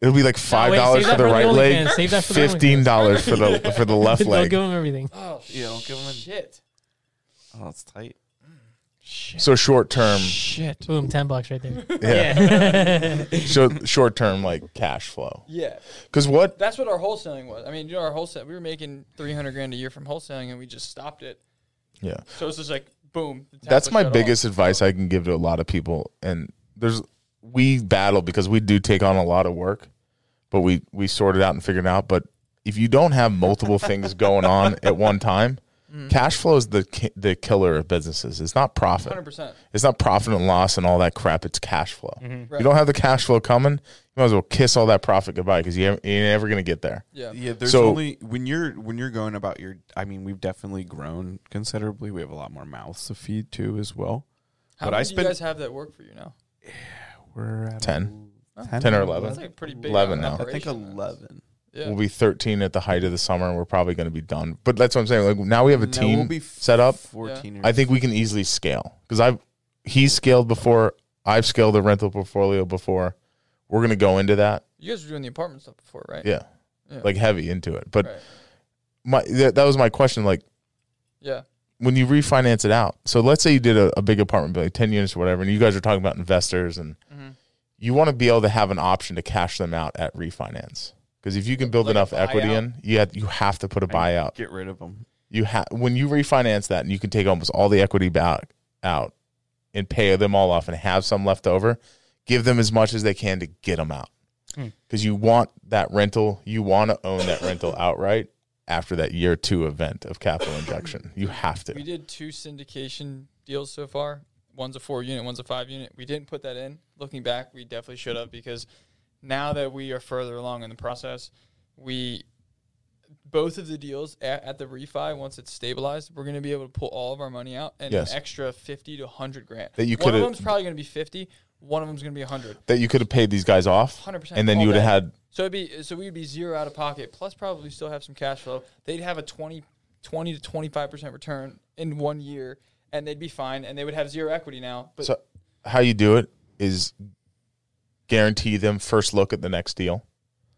[SPEAKER 1] It'll be like five
[SPEAKER 5] wait,
[SPEAKER 1] dollars
[SPEAKER 5] save that
[SPEAKER 1] for the
[SPEAKER 5] for the
[SPEAKER 1] right leg,
[SPEAKER 5] OnlyFans. Save that for the OnlyFans.
[SPEAKER 1] fifteen dollars for the for
[SPEAKER 5] [laughs]
[SPEAKER 1] the left
[SPEAKER 5] They'll
[SPEAKER 1] leg.
[SPEAKER 5] give them everything.
[SPEAKER 3] Oh
[SPEAKER 2] Yeah, don't give 'em a-
[SPEAKER 3] shit.
[SPEAKER 2] Oh, it's tight.
[SPEAKER 3] Shit.
[SPEAKER 1] So short term,
[SPEAKER 3] Shit.
[SPEAKER 5] Boom, ten bucks
[SPEAKER 3] [laughs]
[SPEAKER 5] right there.
[SPEAKER 1] yeah.
[SPEAKER 5] Yeah.
[SPEAKER 1] so short term like cash flow.
[SPEAKER 3] Yeah.
[SPEAKER 1] Because what?
[SPEAKER 3] That's what our wholesaling was. I mean, you know, our wholesale, we were making 300 grand a year from wholesaling and we just stopped it.
[SPEAKER 1] Yeah.
[SPEAKER 3] So it's just like, boom. the tap
[SPEAKER 1] That's
[SPEAKER 3] was
[SPEAKER 1] my
[SPEAKER 3] shut off.
[SPEAKER 1] biggest advice I can give to a lot of people. And there's we battle because we do take on a lot of work, but we we sort it out and figure it out. But if you don't have multiple things going on at one time, cash flow is the ki- the killer of businesses. It's not profit.
[SPEAKER 3] 100%.
[SPEAKER 1] It's not profit and loss and all that crap. It's cash flow.
[SPEAKER 3] Right.
[SPEAKER 1] You don't have the cash flow coming, you might as well kiss all that profit goodbye because you ain't you ain't ever gonna get there.
[SPEAKER 3] Yeah.
[SPEAKER 2] Yeah, there's
[SPEAKER 1] So-
[SPEAKER 2] only when you're when you're going about your. I mean, we've definitely grown considerably. We have a lot more mouths to feed too, as well.
[SPEAKER 3] How
[SPEAKER 2] But
[SPEAKER 3] many
[SPEAKER 2] I
[SPEAKER 3] do
[SPEAKER 2] spend-
[SPEAKER 3] you guys have that work for you now?
[SPEAKER 2] We're at Oh,
[SPEAKER 1] 10.
[SPEAKER 2] 10
[SPEAKER 1] or
[SPEAKER 3] That's
[SPEAKER 1] 11.
[SPEAKER 3] like a pretty big
[SPEAKER 1] 11 now.
[SPEAKER 2] I think
[SPEAKER 3] operation.
[SPEAKER 2] eleven.
[SPEAKER 3] Yeah.
[SPEAKER 1] We'll be 13 at the height of the summer, and we're probably going to be done. But that's what I'm saying. Like now we have a
[SPEAKER 2] No,
[SPEAKER 1] team
[SPEAKER 2] we'll be
[SPEAKER 1] set up.
[SPEAKER 2] Fourteen. Or
[SPEAKER 1] I think we can easily scale because I've he's scaled before. I've scaled the rental portfolio before. We're going to go into that,
[SPEAKER 3] You guys were doing the apartment stuff before, right?
[SPEAKER 1] yeah,
[SPEAKER 3] Yeah.
[SPEAKER 1] like heavy into it. But
[SPEAKER 3] Right.
[SPEAKER 1] my th- that was my question. Like
[SPEAKER 3] Yeah.
[SPEAKER 1] when you refinance it out, so let's say you did a, a big apartment building, 10 units or whatever, and you guys are talking about investors and
[SPEAKER 3] Mhm.
[SPEAKER 1] you want to be able to have an option to cash them out at refinance. Because if you can build
[SPEAKER 3] Like a
[SPEAKER 1] enough equity
[SPEAKER 3] buyout?
[SPEAKER 1] in, you have, you have to put a buyout.
[SPEAKER 2] get rid of them.
[SPEAKER 1] You have when you refinance that and you can take almost all the equity back out and pay them all off and have some left over, give them as much as they can to get them out.
[SPEAKER 4] Hmm.
[SPEAKER 1] Because you want that rental, you want to own that rental outright after that year two event of capital injection. You have to.
[SPEAKER 3] We did two syndication deals so far. One's a four unit, one's a five unit. We didn't put that in. Looking back, we definitely should have because now that we are further along in the process, we both of the deals at, at the refi once it's stabilized, we're going to be able to pull all of our money out and
[SPEAKER 1] Yes.
[SPEAKER 3] an extra fifty to hundred grand.
[SPEAKER 1] That you
[SPEAKER 3] one
[SPEAKER 1] coulda-
[SPEAKER 3] of them's probably going to be fifty. One of them's going to be hundred.
[SPEAKER 1] That you could have paid these guys off,
[SPEAKER 3] 100%,
[SPEAKER 1] and then
[SPEAKER 3] all
[SPEAKER 1] you would have
[SPEAKER 3] day.
[SPEAKER 1] had
[SPEAKER 3] So it'd be so we'd be zero out of pocket, plus probably still have some cash flow. They'd have a 20, 20 to twenty five percent return in one year, and they'd be fine, and they would have zero equity now. But
[SPEAKER 1] So how you do it is guarantee them first look at the next deal.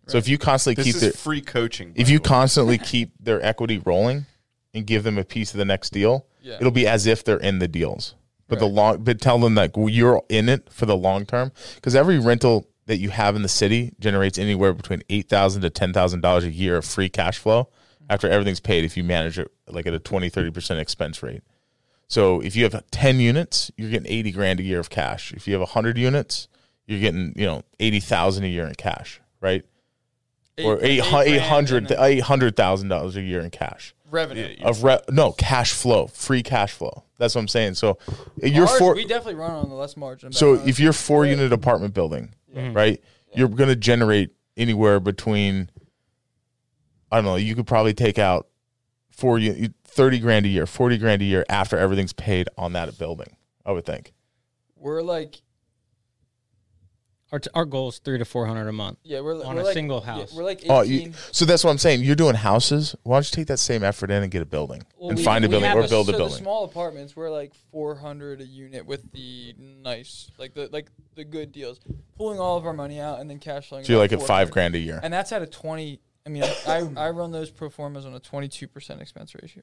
[SPEAKER 1] So if you constantly
[SPEAKER 2] This
[SPEAKER 1] keep
[SPEAKER 2] is
[SPEAKER 1] their
[SPEAKER 2] free coaching. by
[SPEAKER 1] if you
[SPEAKER 2] the way.
[SPEAKER 1] constantly keep their equity rolling and give them a piece of the next deal,
[SPEAKER 3] Yeah.
[SPEAKER 1] it'll be as if they're in the deals. But the long but tell them that you're in it for the long term because every rental that you have in the city generates anywhere between eight thousand to ten thousand dollars a year of free cash flow after everything's paid if you manage it like at a 20 30% expense rate. So if you have 10 units, you're getting 80 grand a year of cash. If you have 100 units, you're getting, you know, 80,000 a year in cash, right? or eight
[SPEAKER 3] eight- eight grand
[SPEAKER 1] hundred uh,
[SPEAKER 3] in a-
[SPEAKER 1] eight hundred thousand dollars a year in cash
[SPEAKER 3] revenue.
[SPEAKER 1] of re- no cash flow, free cash flow. That's what I'm saying. So you're
[SPEAKER 3] Ours,
[SPEAKER 1] four.
[SPEAKER 3] We definitely run on the less margin.
[SPEAKER 1] So
[SPEAKER 3] but, uh,
[SPEAKER 1] if you're four unit apartment building,
[SPEAKER 3] Mm-hmm.
[SPEAKER 1] right, you're going to generate anywhere between I don't know. You could probably take out four u- thirty grand a year, forty grand a year after everything's paid on that building. I would think.
[SPEAKER 3] we're like
[SPEAKER 4] Our, t- our goal is three to four hundred a month.
[SPEAKER 3] yeah, we're
[SPEAKER 4] On
[SPEAKER 3] we're
[SPEAKER 4] a
[SPEAKER 3] like-
[SPEAKER 4] single
[SPEAKER 3] yeah,
[SPEAKER 4] house.
[SPEAKER 3] we're like eighteen.
[SPEAKER 1] Oh, you, so that's what I'm saying. You're doing houses. Why don't you take that same effort in and get a building
[SPEAKER 3] Well,
[SPEAKER 1] and
[SPEAKER 3] we-
[SPEAKER 1] find a
[SPEAKER 4] we
[SPEAKER 1] building
[SPEAKER 4] have
[SPEAKER 1] or
[SPEAKER 4] a-
[SPEAKER 1] build a
[SPEAKER 3] so The
[SPEAKER 1] building?
[SPEAKER 3] small apartments were like four hundred a unit with the nice, like the like the good deals. Pulling all of our money out and then cash flowing.
[SPEAKER 1] So you're
[SPEAKER 3] about
[SPEAKER 1] like at five
[SPEAKER 3] 400.
[SPEAKER 1] grand a year.
[SPEAKER 3] and that's at a 20 i mean I, I run those pro formas on a 22% expense ratio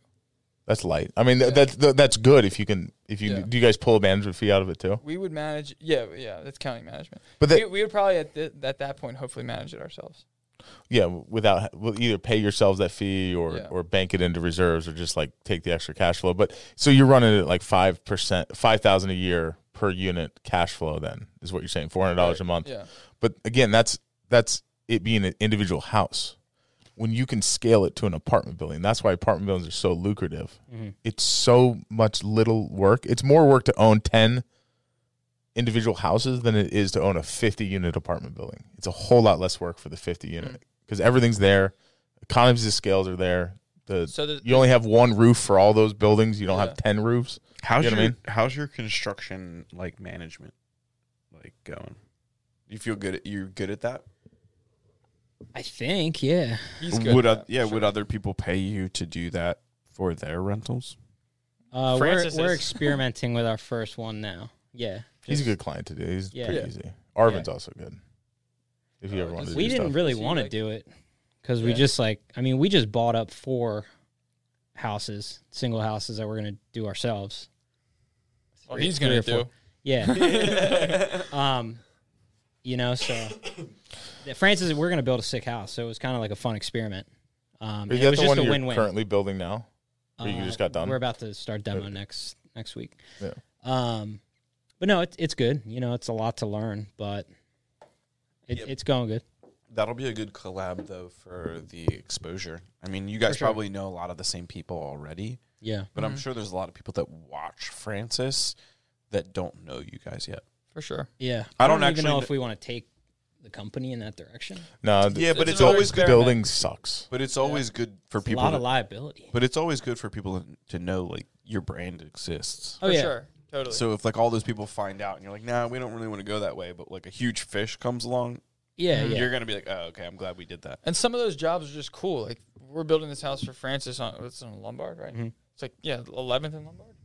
[SPEAKER 1] That's light. I mean, th- that's th- that's good if you can. If you
[SPEAKER 3] Yeah.
[SPEAKER 1] do, you guys pull a management fee out of it too.
[SPEAKER 3] we would manage yeah yeah that's counting management
[SPEAKER 1] But that,
[SPEAKER 3] we, we would probably at, th- at that point hopefully manage it ourselves
[SPEAKER 1] yeah, w- without well, either pay yourselves that fee or
[SPEAKER 3] Yeah.
[SPEAKER 1] or bank it into reserves or just like take the extra cash flow. But so you're running it at like five percent, five thousand a year per unit cash flow. Then is what you're saying, four hundred dollars a month.
[SPEAKER 3] yeah
[SPEAKER 1] But again, that's that's it being an individual house. When you can scale it to an apartment building, that's why apartment buildings are so lucrative.
[SPEAKER 3] Mm-hmm.
[SPEAKER 1] It's so much little work. It's more work to own ten individual houses than it is to own a fifty unit apartment building. It's a whole lot less work for the fifty unit because everything's there. Economies of scales are there. The
[SPEAKER 3] so the,
[SPEAKER 1] you only have one roof for all those buildings. You don't
[SPEAKER 3] Yeah.
[SPEAKER 1] have ten roofs.
[SPEAKER 2] How's
[SPEAKER 1] You know what I
[SPEAKER 2] your
[SPEAKER 1] mean?
[SPEAKER 2] How's your construction like management like going? You feel good? At, you're good at that.
[SPEAKER 4] I think, yeah.
[SPEAKER 3] he's good
[SPEAKER 2] would
[SPEAKER 3] at
[SPEAKER 2] oth-
[SPEAKER 3] that,
[SPEAKER 2] yeah?
[SPEAKER 3] for
[SPEAKER 2] Would
[SPEAKER 3] sure.
[SPEAKER 2] other people pay you to do that for their rentals?
[SPEAKER 4] Uh, we're,
[SPEAKER 8] Francis
[SPEAKER 4] we're
[SPEAKER 8] is.
[SPEAKER 4] experimenting with our first one now.
[SPEAKER 1] [laughs]
[SPEAKER 4] Yeah.
[SPEAKER 1] He's a
[SPEAKER 4] Just-
[SPEAKER 1] good client to do. He's
[SPEAKER 4] Yeah.
[SPEAKER 1] pretty
[SPEAKER 4] Yeah.
[SPEAKER 1] easy. Arvin's also good. If you
[SPEAKER 3] Uh,
[SPEAKER 1] ever want to
[SPEAKER 3] does-
[SPEAKER 1] do
[SPEAKER 4] We didn't
[SPEAKER 1] stuff.
[SPEAKER 4] really
[SPEAKER 3] See,
[SPEAKER 4] want to
[SPEAKER 3] like-
[SPEAKER 4] do it because we
[SPEAKER 3] Yeah.
[SPEAKER 4] just like, I mean, we just bought up four houses, single houses that we're going to do ourselves.
[SPEAKER 3] Well,
[SPEAKER 4] three-
[SPEAKER 3] he's
[SPEAKER 4] three
[SPEAKER 3] gonna
[SPEAKER 4] or four.
[SPEAKER 3] do.
[SPEAKER 4] Yeah.
[SPEAKER 3] [laughs]
[SPEAKER 4] um, you know, so
[SPEAKER 3] [coughs]
[SPEAKER 4] Yeah, Francis, we're gonna build a sick house, so it was kind of like a fun experiment. Um,
[SPEAKER 1] Is
[SPEAKER 4] and it
[SPEAKER 1] that
[SPEAKER 4] was
[SPEAKER 1] the
[SPEAKER 4] just
[SPEAKER 1] one
[SPEAKER 4] a
[SPEAKER 1] you're
[SPEAKER 4] win-win.
[SPEAKER 1] currently building now? or you just got done?
[SPEAKER 4] Uh, We're about to start demo
[SPEAKER 1] Okay.
[SPEAKER 4] next next week.
[SPEAKER 1] Yeah.
[SPEAKER 4] Um, but no, it's it's good. You know, it's a lot to learn, but it,
[SPEAKER 2] Yep.
[SPEAKER 4] it's going good.
[SPEAKER 2] That'll be a good collab though for the exposure. I mean, you guys
[SPEAKER 4] sure. Mm-hmm.
[SPEAKER 2] probably know a lot of the same people already,
[SPEAKER 4] Yeah.
[SPEAKER 2] but I'm sure there's a lot of people that watch Francis that don't know you guys yet.
[SPEAKER 3] for sure.
[SPEAKER 4] Yeah.
[SPEAKER 2] I don't
[SPEAKER 4] even
[SPEAKER 2] actually
[SPEAKER 4] know
[SPEAKER 2] kn-
[SPEAKER 4] if we want to take the company in that direction.
[SPEAKER 1] No.
[SPEAKER 2] Yeah, but
[SPEAKER 3] It's
[SPEAKER 2] it's
[SPEAKER 3] another
[SPEAKER 2] always good.
[SPEAKER 3] experiment.
[SPEAKER 1] Building sucks.
[SPEAKER 2] But it's always good for
[SPEAKER 4] A
[SPEAKER 2] people.
[SPEAKER 4] lot
[SPEAKER 2] to-
[SPEAKER 4] of liability.
[SPEAKER 2] but it's always good for people to, to know like your brand exists.
[SPEAKER 4] Oh
[SPEAKER 3] for
[SPEAKER 4] yeah.
[SPEAKER 3] sure. Totally.
[SPEAKER 2] So if like all those people find out and you're like, nah, we don't really want to go that way, but like a huge fish comes along,
[SPEAKER 4] Yeah. Yeah.
[SPEAKER 2] you're gonna be like, oh, okay, I'm glad we did that.
[SPEAKER 3] and some of those jobs are just cool. Like we're building this house for Francis on it's on Lombard, right?
[SPEAKER 1] Mm-hmm.
[SPEAKER 4] Mhm.
[SPEAKER 3] It's like yeah, eleventh and Lombard.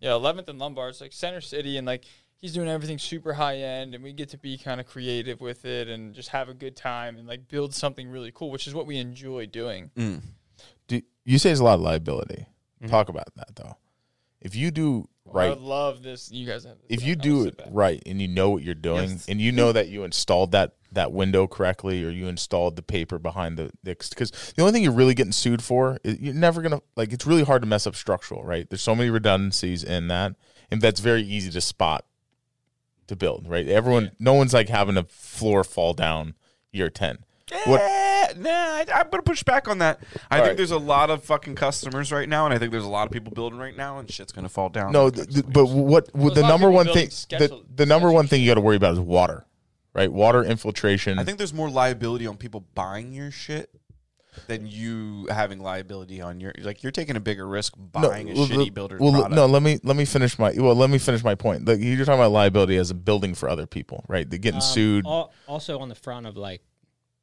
[SPEAKER 3] Yeah, eleventh and Lombard. It's like Center City, and like he's doing everything super high end, and we get to be kind of creative with it and just have a good time and like build something really cool, which is what we enjoy doing.
[SPEAKER 2] Mm.
[SPEAKER 1] Do, you say it's a lot of liability. Talk about that though. If you do
[SPEAKER 3] I
[SPEAKER 1] right,
[SPEAKER 3] would love this. You guys have. This
[SPEAKER 1] if
[SPEAKER 3] down.
[SPEAKER 1] you
[SPEAKER 3] I'll
[SPEAKER 1] do
[SPEAKER 3] sit
[SPEAKER 1] it
[SPEAKER 3] back.
[SPEAKER 1] right and you know what you're doing
[SPEAKER 3] Yes.
[SPEAKER 1] and you know that you installed that that window correctly or you installed the paper behind the because the only thing you're really getting sued for is you're never gonna like it's really hard to mess up structural right there's so many redundancies in that and that's very easy to spot to build right everyone no one's like having a floor fall down year 10 What-
[SPEAKER 2] Eh, Nah, I, I'm gonna push back on that. I think
[SPEAKER 1] right.
[SPEAKER 2] there's a lot of fucking customers right now, and I think there's a lot of people building right now, and shit's gonna fall down.
[SPEAKER 1] No,
[SPEAKER 2] in the
[SPEAKER 1] th-
[SPEAKER 2] next
[SPEAKER 1] th-
[SPEAKER 2] couple
[SPEAKER 1] but
[SPEAKER 2] years.
[SPEAKER 1] what, what
[SPEAKER 3] There's
[SPEAKER 1] the
[SPEAKER 3] a lot of
[SPEAKER 1] number
[SPEAKER 3] people
[SPEAKER 1] one
[SPEAKER 3] building
[SPEAKER 1] thing the,
[SPEAKER 3] sketch-
[SPEAKER 1] the number one thing you got to worry about is water, right? Water infiltration.
[SPEAKER 2] I think there's more liability on people buying your shit than you having liability on your like you're taking a bigger risk buying a
[SPEAKER 1] well,
[SPEAKER 2] shitty
[SPEAKER 1] the-
[SPEAKER 2] builder
[SPEAKER 1] well,
[SPEAKER 2] product.
[SPEAKER 1] no, let me let me finish my well, let me finish my point. Like, you're talking about liability as a building for other people, right? They're getting
[SPEAKER 4] Um,
[SPEAKER 1] sued.
[SPEAKER 3] oh,
[SPEAKER 4] al- also on the front of like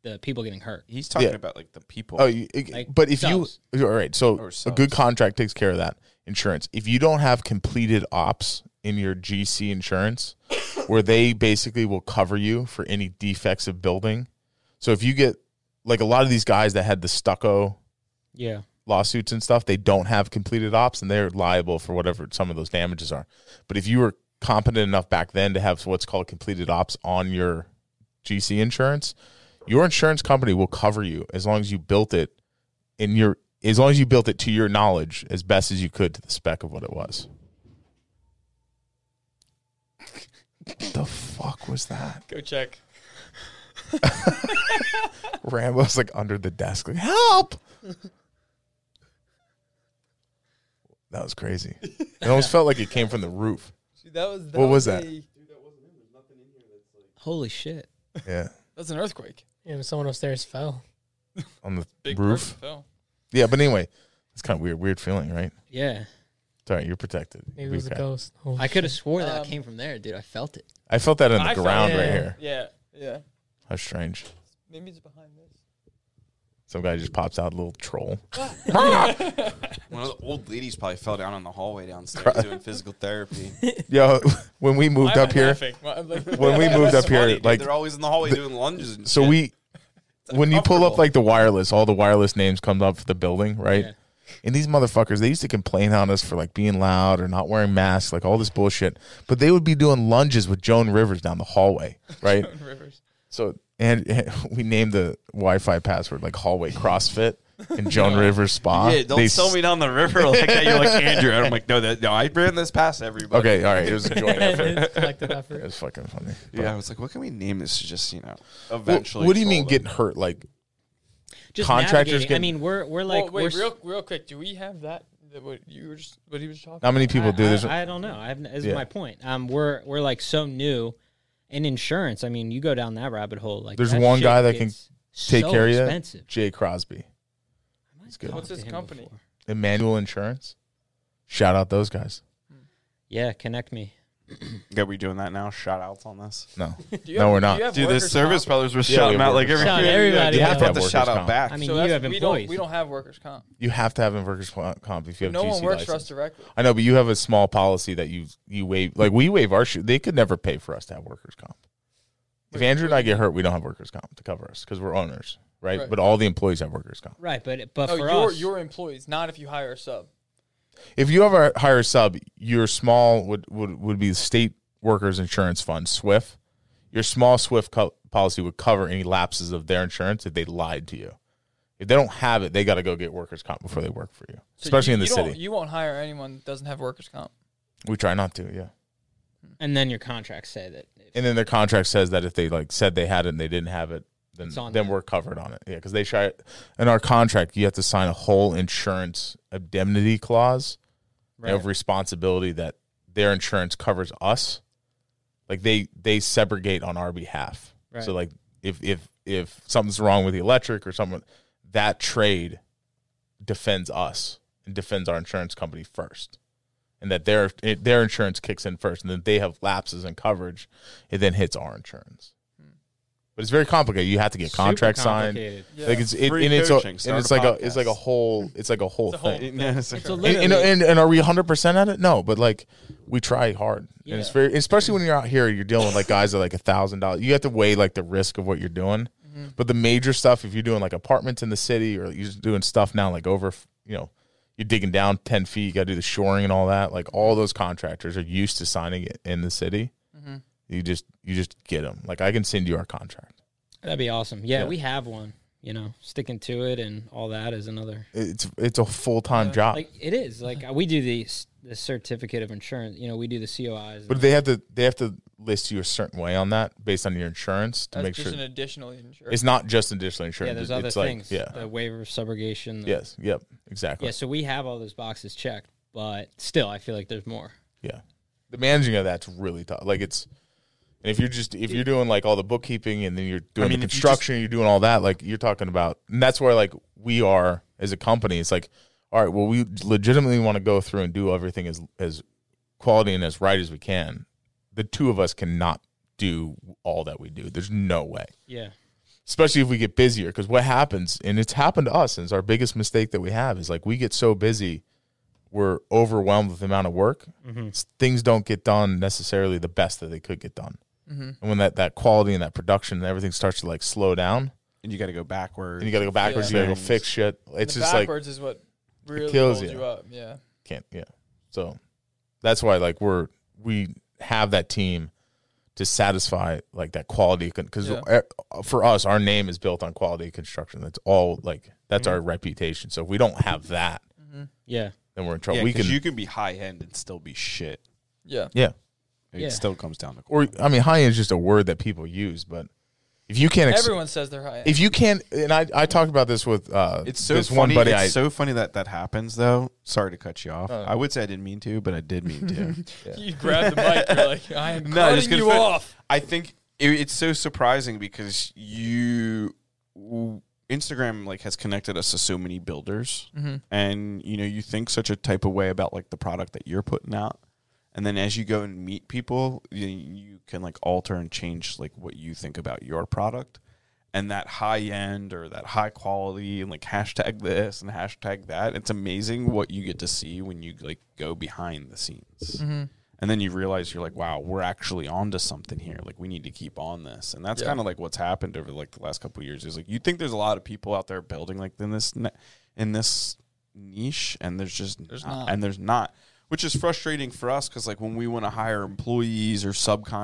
[SPEAKER 4] the people getting hurt.
[SPEAKER 2] He's talking
[SPEAKER 1] Yeah.
[SPEAKER 2] about like the people.
[SPEAKER 1] Oh, you, it-
[SPEAKER 4] Like
[SPEAKER 1] but if
[SPEAKER 4] subs.
[SPEAKER 1] you all right,
[SPEAKER 2] Or
[SPEAKER 1] so a
[SPEAKER 2] subs.
[SPEAKER 1] good contract takes care of that insurance. If you don't have completed ops in your GC insurance, [coughs] where they basically will cover you for any defects of building. So if you get like a lot of these guys that had the stucco
[SPEAKER 4] Yeah.
[SPEAKER 1] lawsuits and stuff, they don't have completed ops and they're liable for whatever some of those damages are. But if you were competent enough back then to have what's called completed ops on your GC insurance, your insurance company will cover you as long as you built it in your as long as you built it to your knowledge as best as you could to the spec of what it was. [laughs] the fuck was that?
[SPEAKER 3] Go check.
[SPEAKER 1] Rambo's like under the desk, like, help. that was crazy. It almost felt like it came from the roof.
[SPEAKER 3] that was
[SPEAKER 1] What was that?
[SPEAKER 4] Holy shit.
[SPEAKER 1] Yeah.
[SPEAKER 3] That's an earthquake.
[SPEAKER 5] Yeah, someone upstairs fell.
[SPEAKER 1] On the
[SPEAKER 3] Big
[SPEAKER 1] roof.
[SPEAKER 3] person fell.
[SPEAKER 1] Yeah, but anyway, it's kind of weird, weird feeling, right?
[SPEAKER 4] Yeah.
[SPEAKER 1] Sorry, you're protected.
[SPEAKER 5] Maybe it
[SPEAKER 1] You'll
[SPEAKER 5] was
[SPEAKER 1] be
[SPEAKER 5] a
[SPEAKER 1] okay.
[SPEAKER 5] ghost. Holy [laughs]
[SPEAKER 4] I could have swore that
[SPEAKER 3] Um,
[SPEAKER 4] came from there, dude. I felt it.
[SPEAKER 1] I felt that in the
[SPEAKER 3] I felt
[SPEAKER 1] ground
[SPEAKER 5] it.
[SPEAKER 1] right
[SPEAKER 5] Yeah.
[SPEAKER 1] here.
[SPEAKER 3] Yeah, yeah.
[SPEAKER 1] How strange.
[SPEAKER 3] Maybe it's behind this.
[SPEAKER 1] Some guy just pops out a little troll. [laughs]
[SPEAKER 2] One of the old ladies probably fell down in the hallway downstairs doing physical therapy.
[SPEAKER 1] Yo, when we moved
[SPEAKER 3] Why am
[SPEAKER 1] up
[SPEAKER 3] I
[SPEAKER 1] here,
[SPEAKER 3] laughing? Why- I'm like-
[SPEAKER 1] when
[SPEAKER 3] [laughs]
[SPEAKER 1] we moved up
[SPEAKER 2] It's funny,
[SPEAKER 1] here, [laughs]
[SPEAKER 2] dude.
[SPEAKER 1] like
[SPEAKER 2] they're always in the hallway doing lunges. And
[SPEAKER 1] So
[SPEAKER 2] shit. [laughs]
[SPEAKER 1] we, when you pull up
[SPEAKER 2] uncomfortable.
[SPEAKER 1] like the wireless, all the wireless names come up for the building, right?
[SPEAKER 4] Yeah.
[SPEAKER 1] And these motherfuckers, they used to complain on us for like being loud or not wearing masks, like all this bullshit. But they would be doing lunges with Joan Rivers down the
[SPEAKER 2] [laughs]
[SPEAKER 1] hallway, right?
[SPEAKER 3] Rivers.
[SPEAKER 1] so and, and [laughs] we named the Wi-Fi password like hallway CrossFit and Joan Rivers Spa.
[SPEAKER 2] [laughs] yeah, don't
[SPEAKER 1] They
[SPEAKER 2] sell
[SPEAKER 1] s-
[SPEAKER 2] me down the river like that. You're like Andrew. I'm like, no, that no, I ran this past everybody.
[SPEAKER 1] [laughs] Okay, all right, it was
[SPEAKER 2] [laughs]
[SPEAKER 1] a joint effort.
[SPEAKER 3] [laughs]
[SPEAKER 5] Collective
[SPEAKER 1] It
[SPEAKER 5] effort.
[SPEAKER 1] was fucking funny.
[SPEAKER 2] Yeah, I was like, what can we name this to just you know
[SPEAKER 1] Well,
[SPEAKER 2] eventually?
[SPEAKER 1] what do you mean
[SPEAKER 2] troll them?
[SPEAKER 1] getting hurt? Like
[SPEAKER 4] Just
[SPEAKER 1] Contractors
[SPEAKER 4] navigating. I
[SPEAKER 1] getting-
[SPEAKER 4] mean, we're we're
[SPEAKER 3] Like,
[SPEAKER 4] like
[SPEAKER 3] wait,
[SPEAKER 4] we're s-
[SPEAKER 3] real, real quick. Do we have that? that what you were just, what he was talking.
[SPEAKER 1] how many people
[SPEAKER 4] I,
[SPEAKER 1] do this?
[SPEAKER 4] I, I don't know. I have is
[SPEAKER 1] Yeah.
[SPEAKER 4] my point. Um, we're we're like so new in insurance. I mean, you go down that rabbit hole. Like,
[SPEAKER 1] There's
[SPEAKER 4] that
[SPEAKER 1] one
[SPEAKER 4] shit
[SPEAKER 1] guy that can
[SPEAKER 4] gets
[SPEAKER 1] take
[SPEAKER 4] so
[SPEAKER 1] care of you.
[SPEAKER 4] Expensive.
[SPEAKER 1] Jay Crosby.
[SPEAKER 4] I might
[SPEAKER 1] good.
[SPEAKER 4] talk
[SPEAKER 3] What's
[SPEAKER 4] to
[SPEAKER 3] his
[SPEAKER 4] him
[SPEAKER 3] company?
[SPEAKER 4] before.
[SPEAKER 1] Emmanuel Insurance. Shout out those guys.
[SPEAKER 4] Yeah, connect me.
[SPEAKER 2] Are we doing that now? Shout outs on this.
[SPEAKER 1] No,
[SPEAKER 3] about? [laughs] Do you
[SPEAKER 1] no,
[SPEAKER 3] have-
[SPEAKER 1] we're not.
[SPEAKER 3] Do you have
[SPEAKER 2] Dude, this
[SPEAKER 3] workers'
[SPEAKER 2] service
[SPEAKER 3] comp?
[SPEAKER 2] brothers was
[SPEAKER 1] Yeah, we
[SPEAKER 2] shouting
[SPEAKER 1] have
[SPEAKER 2] out like
[SPEAKER 1] workers'
[SPEAKER 2] every
[SPEAKER 4] comp. Shout everybody
[SPEAKER 2] You have
[SPEAKER 1] out.
[SPEAKER 2] to have the
[SPEAKER 1] Workers'
[SPEAKER 2] shout out
[SPEAKER 1] comp.
[SPEAKER 2] back.
[SPEAKER 4] I mean,
[SPEAKER 3] So
[SPEAKER 4] you
[SPEAKER 3] that's-
[SPEAKER 4] have
[SPEAKER 3] we don't,
[SPEAKER 4] employees.
[SPEAKER 3] we don't have workers comp.
[SPEAKER 1] you have to have a workers comp if you have
[SPEAKER 3] No
[SPEAKER 1] GC
[SPEAKER 3] one works for us
[SPEAKER 1] license.
[SPEAKER 3] directly.
[SPEAKER 1] I know, but you have a small policy that you you waive. Like we waive our shit. They could never pay for us to have workers comp. If
[SPEAKER 3] Wait,
[SPEAKER 1] Andrew and I get hurt, we don't have workers comp to cover us because we're owners, right?
[SPEAKER 3] Right.
[SPEAKER 1] But all the employees have workers comp.
[SPEAKER 4] Oh, Right, but but
[SPEAKER 3] No,
[SPEAKER 4] for
[SPEAKER 3] your
[SPEAKER 4] us,
[SPEAKER 3] your employees, not if you hire a sub.
[SPEAKER 1] if you ever hire a sub, your small would would, would be the state workers insurance fund SWIFT. Your small SWIFT co- policy would cover any lapses of their insurance if they lied to you. If they don't have it, they got to go get workers comp before they work for you,
[SPEAKER 7] So
[SPEAKER 1] especially
[SPEAKER 7] you-
[SPEAKER 1] in the
[SPEAKER 7] you don't-
[SPEAKER 1] city.
[SPEAKER 7] You won't hire anyone that doesn't have workers' comp.
[SPEAKER 1] we try not to, yeah.
[SPEAKER 4] and then your contracts say that if,
[SPEAKER 1] And then their contract says that if they like said they had it and they didn't have it, then
[SPEAKER 4] It's on
[SPEAKER 1] then
[SPEAKER 4] them.
[SPEAKER 1] we're covered on it. Yeah, because they try. In our contract, you have to sign a whole insurance indemnity clause
[SPEAKER 4] right,
[SPEAKER 1] of responsibility that their insurance covers us. Like they they segregate on our behalf.
[SPEAKER 4] Right.
[SPEAKER 1] So like if if if something's wrong with the electric or something, that trade defends us and defends our insurance company first, and that their it- their insurance kicks in first, and then they have lapses in coverage, it then hits our insurance. But it's very complicated. You have to get
[SPEAKER 4] Hmm. Super
[SPEAKER 1] contracts signed.
[SPEAKER 4] complicated.
[SPEAKER 7] Yeah.
[SPEAKER 1] Like it's it,
[SPEAKER 2] Free
[SPEAKER 1] and it's a,
[SPEAKER 2] coaching,
[SPEAKER 1] and
[SPEAKER 2] start
[SPEAKER 1] it's
[SPEAKER 2] a
[SPEAKER 1] like a it's like a
[SPEAKER 2] podcast.
[SPEAKER 1] whole it's like a whole
[SPEAKER 7] It's a
[SPEAKER 1] thing.
[SPEAKER 7] whole
[SPEAKER 2] Yes. [laughs]
[SPEAKER 4] It's
[SPEAKER 1] And,
[SPEAKER 4] a
[SPEAKER 1] and,
[SPEAKER 4] Literally.
[SPEAKER 1] and, and are we 100% at it? No, but like we try hard. And it's
[SPEAKER 4] Yeah.
[SPEAKER 1] very, especially when you're out here, you're dealing with like guys that are like a thousand dollars. You have to weigh like the risk of what you're doing.
[SPEAKER 4] Mm-hmm.
[SPEAKER 1] But the major stuff, if you're doing like apartments in the city or you're just doing stuff now, like over, you know, you're digging down 10 feet, you got to do the shoring and all that. Like all those contractors are used to signing it in the city.
[SPEAKER 4] Mm-hmm.
[SPEAKER 7] Mhm.
[SPEAKER 1] You just, you just get them. Like I can send you our contract.
[SPEAKER 4] That'd be awesome. Yeah,
[SPEAKER 1] Yeah.
[SPEAKER 4] we have one. You know, sticking to it and all that is another.
[SPEAKER 1] It's, it's a full time
[SPEAKER 7] Yeah.
[SPEAKER 1] job.
[SPEAKER 4] Like it is. Like we do the s- the certificate of insurance. You know, we do the COIs.
[SPEAKER 1] but they have to, they have to list you a certain way on that based on your insurance to
[SPEAKER 7] That's
[SPEAKER 1] make
[SPEAKER 7] just
[SPEAKER 1] sure
[SPEAKER 7] an additional insurance.
[SPEAKER 1] It's not just additional insurance.
[SPEAKER 4] yeah, there's
[SPEAKER 1] It-
[SPEAKER 4] other
[SPEAKER 1] it's
[SPEAKER 4] things.
[SPEAKER 1] Like, yeah.
[SPEAKER 4] the waiver of subrogation. the-
[SPEAKER 1] Yes. Yep. Exactly.
[SPEAKER 4] Yeah, so we have all those boxes checked, but still, I feel like there's more.
[SPEAKER 1] Yeah. The managing of that's really tough. Like it's, and if you're just if you're doing like all the bookkeeping and then you're doing
[SPEAKER 2] mean,
[SPEAKER 1] the
[SPEAKER 2] if you
[SPEAKER 1] construction, you are doing all that. Like you're talking about, and that's where like we are as a company. It's like, all right, well, we legitimately want to go through and do everything as as quality and as right as we can. The two of us cannot do all that we do. There's no way.
[SPEAKER 4] Yeah,
[SPEAKER 1] especially if we get busier because what happens and it's happened to us and it's our biggest mistake that we have is like we get so busy we're overwhelmed with the amount of work
[SPEAKER 2] Mm-hmm.
[SPEAKER 1] S- things don't get done necessarily the best that they could get done
[SPEAKER 3] Mm-hmm.
[SPEAKER 7] Mhm.
[SPEAKER 1] and when that, that quality and that production and everything starts to like slow down
[SPEAKER 2] And you got to go backwards.
[SPEAKER 1] and you gotta go backwards
[SPEAKER 2] Yeah.
[SPEAKER 1] you gotta go fix shit
[SPEAKER 7] And
[SPEAKER 1] it's
[SPEAKER 7] the
[SPEAKER 1] just like
[SPEAKER 7] backwards is what really
[SPEAKER 1] kills
[SPEAKER 7] holds
[SPEAKER 1] you.
[SPEAKER 7] you. up. Yeah.
[SPEAKER 1] can't yeah so that's why like we're we have that team to satisfy like that quality because
[SPEAKER 7] Yeah.
[SPEAKER 1] for us our name is built on quality construction that's all like that's
[SPEAKER 2] Mm-hmm.
[SPEAKER 1] our reputation so if we don't have that
[SPEAKER 4] yeah,
[SPEAKER 1] then we're in trouble
[SPEAKER 2] yeah,
[SPEAKER 1] we
[SPEAKER 2] 'cause
[SPEAKER 1] can
[SPEAKER 2] you can be high end and still be shit.
[SPEAKER 7] Yeah.
[SPEAKER 1] yeah
[SPEAKER 2] It
[SPEAKER 4] Yeah.
[SPEAKER 2] still comes down to uh,
[SPEAKER 1] or i mean high end is just a word that people use but if you can't ex-
[SPEAKER 7] Everyone says they're high end.
[SPEAKER 1] if you can't and i i talked about this with uh
[SPEAKER 2] It's so
[SPEAKER 1] this
[SPEAKER 2] funny.
[SPEAKER 1] one buddy
[SPEAKER 2] it's
[SPEAKER 1] i
[SPEAKER 2] so funny that that happens, though. Sorry to cut you off. I would say I didn't mean to, but I did mean to.
[SPEAKER 7] you grab the mic, you're like, I am
[SPEAKER 2] No, just
[SPEAKER 7] cutting you
[SPEAKER 2] gonna fin-
[SPEAKER 7] off.
[SPEAKER 2] [laughs] I think it, it's so surprising because you Instagram like has connected us to so many builders,
[SPEAKER 3] Mm-hmm.
[SPEAKER 2] and you know you think such a type of way about like the product that you're putting out, and then as you go and meet people, you, you can like alter and change like what you think about your product. And that high end or that high quality and like hashtag this and hashtag that, it's amazing what you get to see when you like go behind the scenes and then you realize you're like wow we're actually onto something here like we need to keep on this and that's
[SPEAKER 7] Yeah.
[SPEAKER 2] kind of like what's happened over like the last couple of years is like you think there's a lot of people out there building like in this ne- in this niche and there's just
[SPEAKER 7] There's
[SPEAKER 2] not,
[SPEAKER 7] not.
[SPEAKER 2] and there's not which is frustrating for us because like when we want to hire employees or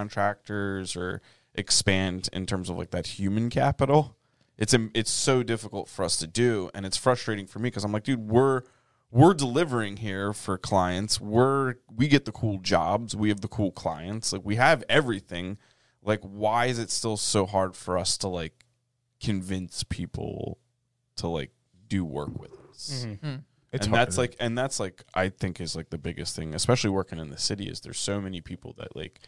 [SPEAKER 2] subcontractors or expand in terms of like that human capital it's im- it's so difficult for us to do and it's frustrating for me because i'm like dude we're we're delivering here for clients we're we get the cool jobs we have the cool clients like we have everything like why is it still so hard for us to like convince people to like do work with us
[SPEAKER 1] Mm-hmm.
[SPEAKER 3] Mm-hmm.
[SPEAKER 1] it's
[SPEAKER 2] and
[SPEAKER 1] hard.
[SPEAKER 2] that's like and that's like i think is like the biggest thing especially working in the city is there's so many people that like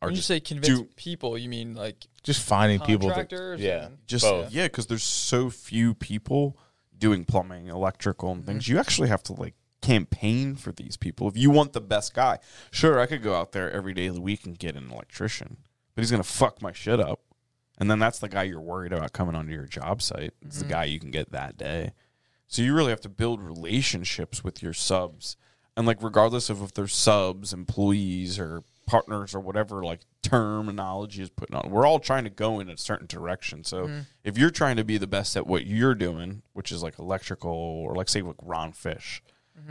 [SPEAKER 2] are
[SPEAKER 7] When you
[SPEAKER 2] just
[SPEAKER 7] say convince
[SPEAKER 2] do-
[SPEAKER 7] people, you mean like
[SPEAKER 1] just finding people that-
[SPEAKER 7] contractors?
[SPEAKER 1] yeah
[SPEAKER 7] and-
[SPEAKER 2] just
[SPEAKER 1] both.
[SPEAKER 2] yeah because there's so few people doing plumbing electrical and things you actually have to like campaign for these people if you want the best guy sure i could go out there every day of the week and get an electrician but he's gonna fuck my shit up and then that's the guy you're worried about coming onto your job site it's the guy you can get that day so you really have to build relationships with your subs. And like regardless of if they're subs, employees or partners or whatever like terminology is putting on, we're all trying to go in a certain direction. So if you're trying to be the best at what you're doing, which is like electrical or like say like Ron Fish,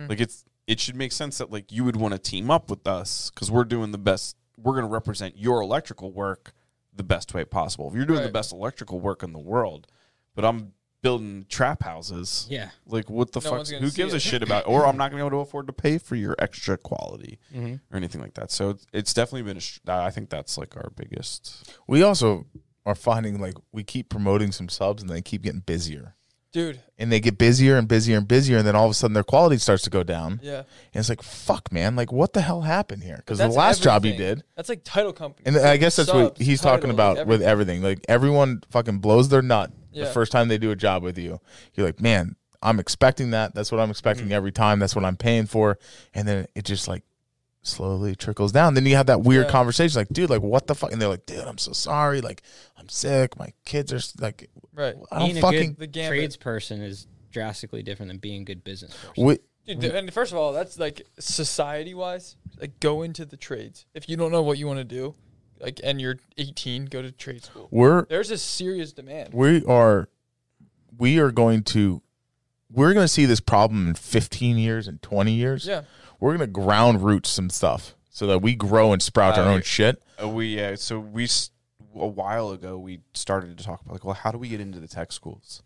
[SPEAKER 2] like it's it should make sense that like you would want to team up with us because we're doing the best. We're going to represent your electrical work the best way possible. If you're doing the
[SPEAKER 3] Right.
[SPEAKER 2] best electrical work in the world, but I'm building trap houses,
[SPEAKER 4] Yeah.
[SPEAKER 2] like what the
[SPEAKER 3] No
[SPEAKER 2] fuck?
[SPEAKER 3] one's gonna
[SPEAKER 2] Who
[SPEAKER 3] see
[SPEAKER 2] gives a
[SPEAKER 3] it.
[SPEAKER 2] shit
[SPEAKER 3] [laughs]
[SPEAKER 2] about? Or I'm not going to be able to afford to pay for your extra quality
[SPEAKER 1] Mm-hmm.
[SPEAKER 2] or anything like that. So it's- it's definitely been. A str- I think that's like our biggest.
[SPEAKER 1] We also are finding like we keep promoting some subs and they keep getting busier.
[SPEAKER 3] dude.
[SPEAKER 1] And they get busier and busier and busier, and then all of a sudden their quality starts to go down.
[SPEAKER 3] Yeah,
[SPEAKER 1] And it's like, fuck, man, like what the hell happened here? Because the
[SPEAKER 3] That's
[SPEAKER 1] last job he
[SPEAKER 3] everything.
[SPEAKER 1] did,
[SPEAKER 3] that's like title company.
[SPEAKER 1] and I guess that's what
[SPEAKER 3] Subs,
[SPEAKER 1] he's talking
[SPEAKER 3] title,
[SPEAKER 1] about with everything. Like everyone fucking blows their nut the
[SPEAKER 3] Yeah.
[SPEAKER 1] first time they do a job with you. You're like, man, I'm expecting that. That's what I'm expecting
[SPEAKER 3] Mm-hmm.
[SPEAKER 1] every time. That's what I'm paying for. And then it just like slowly trickles down. Then you have that weird
[SPEAKER 3] Yeah.
[SPEAKER 1] conversation, like, dude, like what the fuck? And they're like, dude, I'm so sorry. Like I'm sick. My kids are s- like,
[SPEAKER 3] right?
[SPEAKER 1] I don't
[SPEAKER 4] Being a
[SPEAKER 1] fucking.
[SPEAKER 3] The gambit.
[SPEAKER 4] Tradesperson is drastrically different than being a good business person.
[SPEAKER 1] Wi-
[SPEAKER 3] Dude, th- and first of all, that's like society wise, like go into the trades. If you don't know what you want to do, like and you're 18, go to trade school.
[SPEAKER 1] we're
[SPEAKER 3] There's a serious demand.
[SPEAKER 1] we are we are going to we're going to see this problem in 15 years and 20 years.
[SPEAKER 3] Yeah.
[SPEAKER 1] We're going to ground root some stuff so that we grow and sprout our
[SPEAKER 2] Uh,
[SPEAKER 1] own shit.
[SPEAKER 2] Uh, we uh, so we s- a while ago we started to talk about like, well, how do we get into the tech schools?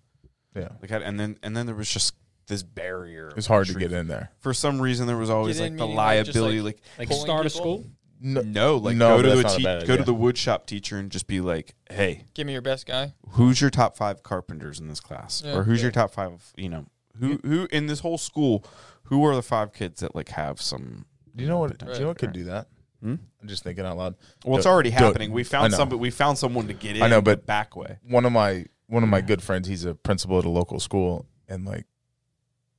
[SPEAKER 1] Yeah.
[SPEAKER 2] Like, how, and then and then there was just this barrier.
[SPEAKER 1] It's hard to
[SPEAKER 2] Sure.
[SPEAKER 1] get in there.
[SPEAKER 2] For some reason, there was always
[SPEAKER 3] Get
[SPEAKER 2] like
[SPEAKER 3] in,
[SPEAKER 2] the
[SPEAKER 3] meaning, like, just,
[SPEAKER 2] liability, like,
[SPEAKER 4] Like
[SPEAKER 3] Pulling
[SPEAKER 4] start a
[SPEAKER 3] people?
[SPEAKER 4] school.
[SPEAKER 1] No,
[SPEAKER 2] no, like
[SPEAKER 1] No,
[SPEAKER 2] go
[SPEAKER 1] but that's
[SPEAKER 2] to the
[SPEAKER 1] not a
[SPEAKER 2] te-
[SPEAKER 1] bad
[SPEAKER 2] go to
[SPEAKER 1] idea.
[SPEAKER 2] the woodshop teacher and just be like, hey,
[SPEAKER 3] Give me your best guy.
[SPEAKER 2] who's your top five carpenters in this class,
[SPEAKER 3] Yeah.
[SPEAKER 2] or who's your top five? You know, who who in this whole school, who are the five kids that like have some?
[SPEAKER 1] do you know what? Do you know what could
[SPEAKER 2] Right.
[SPEAKER 1] do that?
[SPEAKER 2] Hmm?
[SPEAKER 1] I'm just thinking out loud.
[SPEAKER 2] Well, it's
[SPEAKER 1] Don't-
[SPEAKER 2] already
[SPEAKER 1] don't-
[SPEAKER 2] happening. We
[SPEAKER 1] I
[SPEAKER 2] found
[SPEAKER 1] know.
[SPEAKER 2] somebody. We found someone to get in.
[SPEAKER 1] I know,
[SPEAKER 2] the
[SPEAKER 1] but-
[SPEAKER 2] back way.
[SPEAKER 1] One of my one of my
[SPEAKER 2] Hmm.
[SPEAKER 1] good friends, he's a principal at a local school, and like,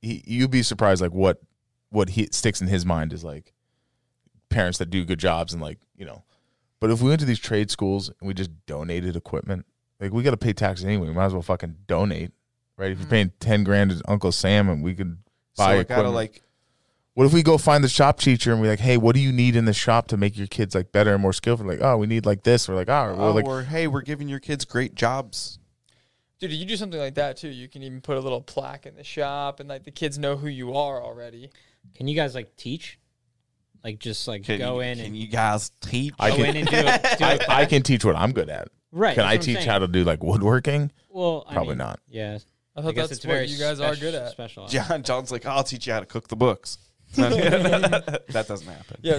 [SPEAKER 1] he you'd be surprised like what what he sticks in his mind is like parents that do good jobs and like you know. But if we went to these trade schools and we just donated equipment, like we got to pay taxes anyway, we might as well fucking donate, right? If you're
[SPEAKER 3] Mhm.
[SPEAKER 1] paying ten grand to Uncle Sam, and we could
[SPEAKER 2] Hmm.
[SPEAKER 1] Buy
[SPEAKER 2] So I gotta
[SPEAKER 1] equipment.
[SPEAKER 2] like
[SPEAKER 1] What if we go find the shop teacher and we're like, hey, what do you need in the shop to make your kids like better and more skillful? Like, oh, we need like this. We're like, all right, well,
[SPEAKER 2] oh,
[SPEAKER 1] like,
[SPEAKER 2] or hey, we're giving your kids great jobs.
[SPEAKER 3] Dude, you do something like that too. You can even put a little plaque in the shop, and like the kids know who you are already.
[SPEAKER 4] Can you guys like teach? Like just like
[SPEAKER 2] Can
[SPEAKER 4] go
[SPEAKER 2] you,
[SPEAKER 4] in
[SPEAKER 2] can
[SPEAKER 4] and
[SPEAKER 2] you guys teach?
[SPEAKER 1] I
[SPEAKER 4] go
[SPEAKER 1] can-
[SPEAKER 4] in [laughs] and do
[SPEAKER 1] [laughs]
[SPEAKER 4] it. Do
[SPEAKER 1] I,
[SPEAKER 4] it.
[SPEAKER 1] I can teach what I'm good at.
[SPEAKER 4] right.
[SPEAKER 1] Can I
[SPEAKER 4] that's what I'm
[SPEAKER 1] teach
[SPEAKER 4] saying.
[SPEAKER 1] how to do like woodworking?
[SPEAKER 4] Well, I
[SPEAKER 1] Probably
[SPEAKER 4] mean,
[SPEAKER 1] not.
[SPEAKER 4] Yeah,
[SPEAKER 3] I
[SPEAKER 4] I
[SPEAKER 3] thought
[SPEAKER 4] guess
[SPEAKER 3] that's
[SPEAKER 4] it's
[SPEAKER 3] what
[SPEAKER 4] very
[SPEAKER 3] you guys are good at.
[SPEAKER 2] [laughs]
[SPEAKER 4] Special.
[SPEAKER 2] John John's like, "Oh, I'll teach you how to cook the
[SPEAKER 3] [laughs]
[SPEAKER 2] books. [laughs] that doesn't happen.
[SPEAKER 3] Yeah,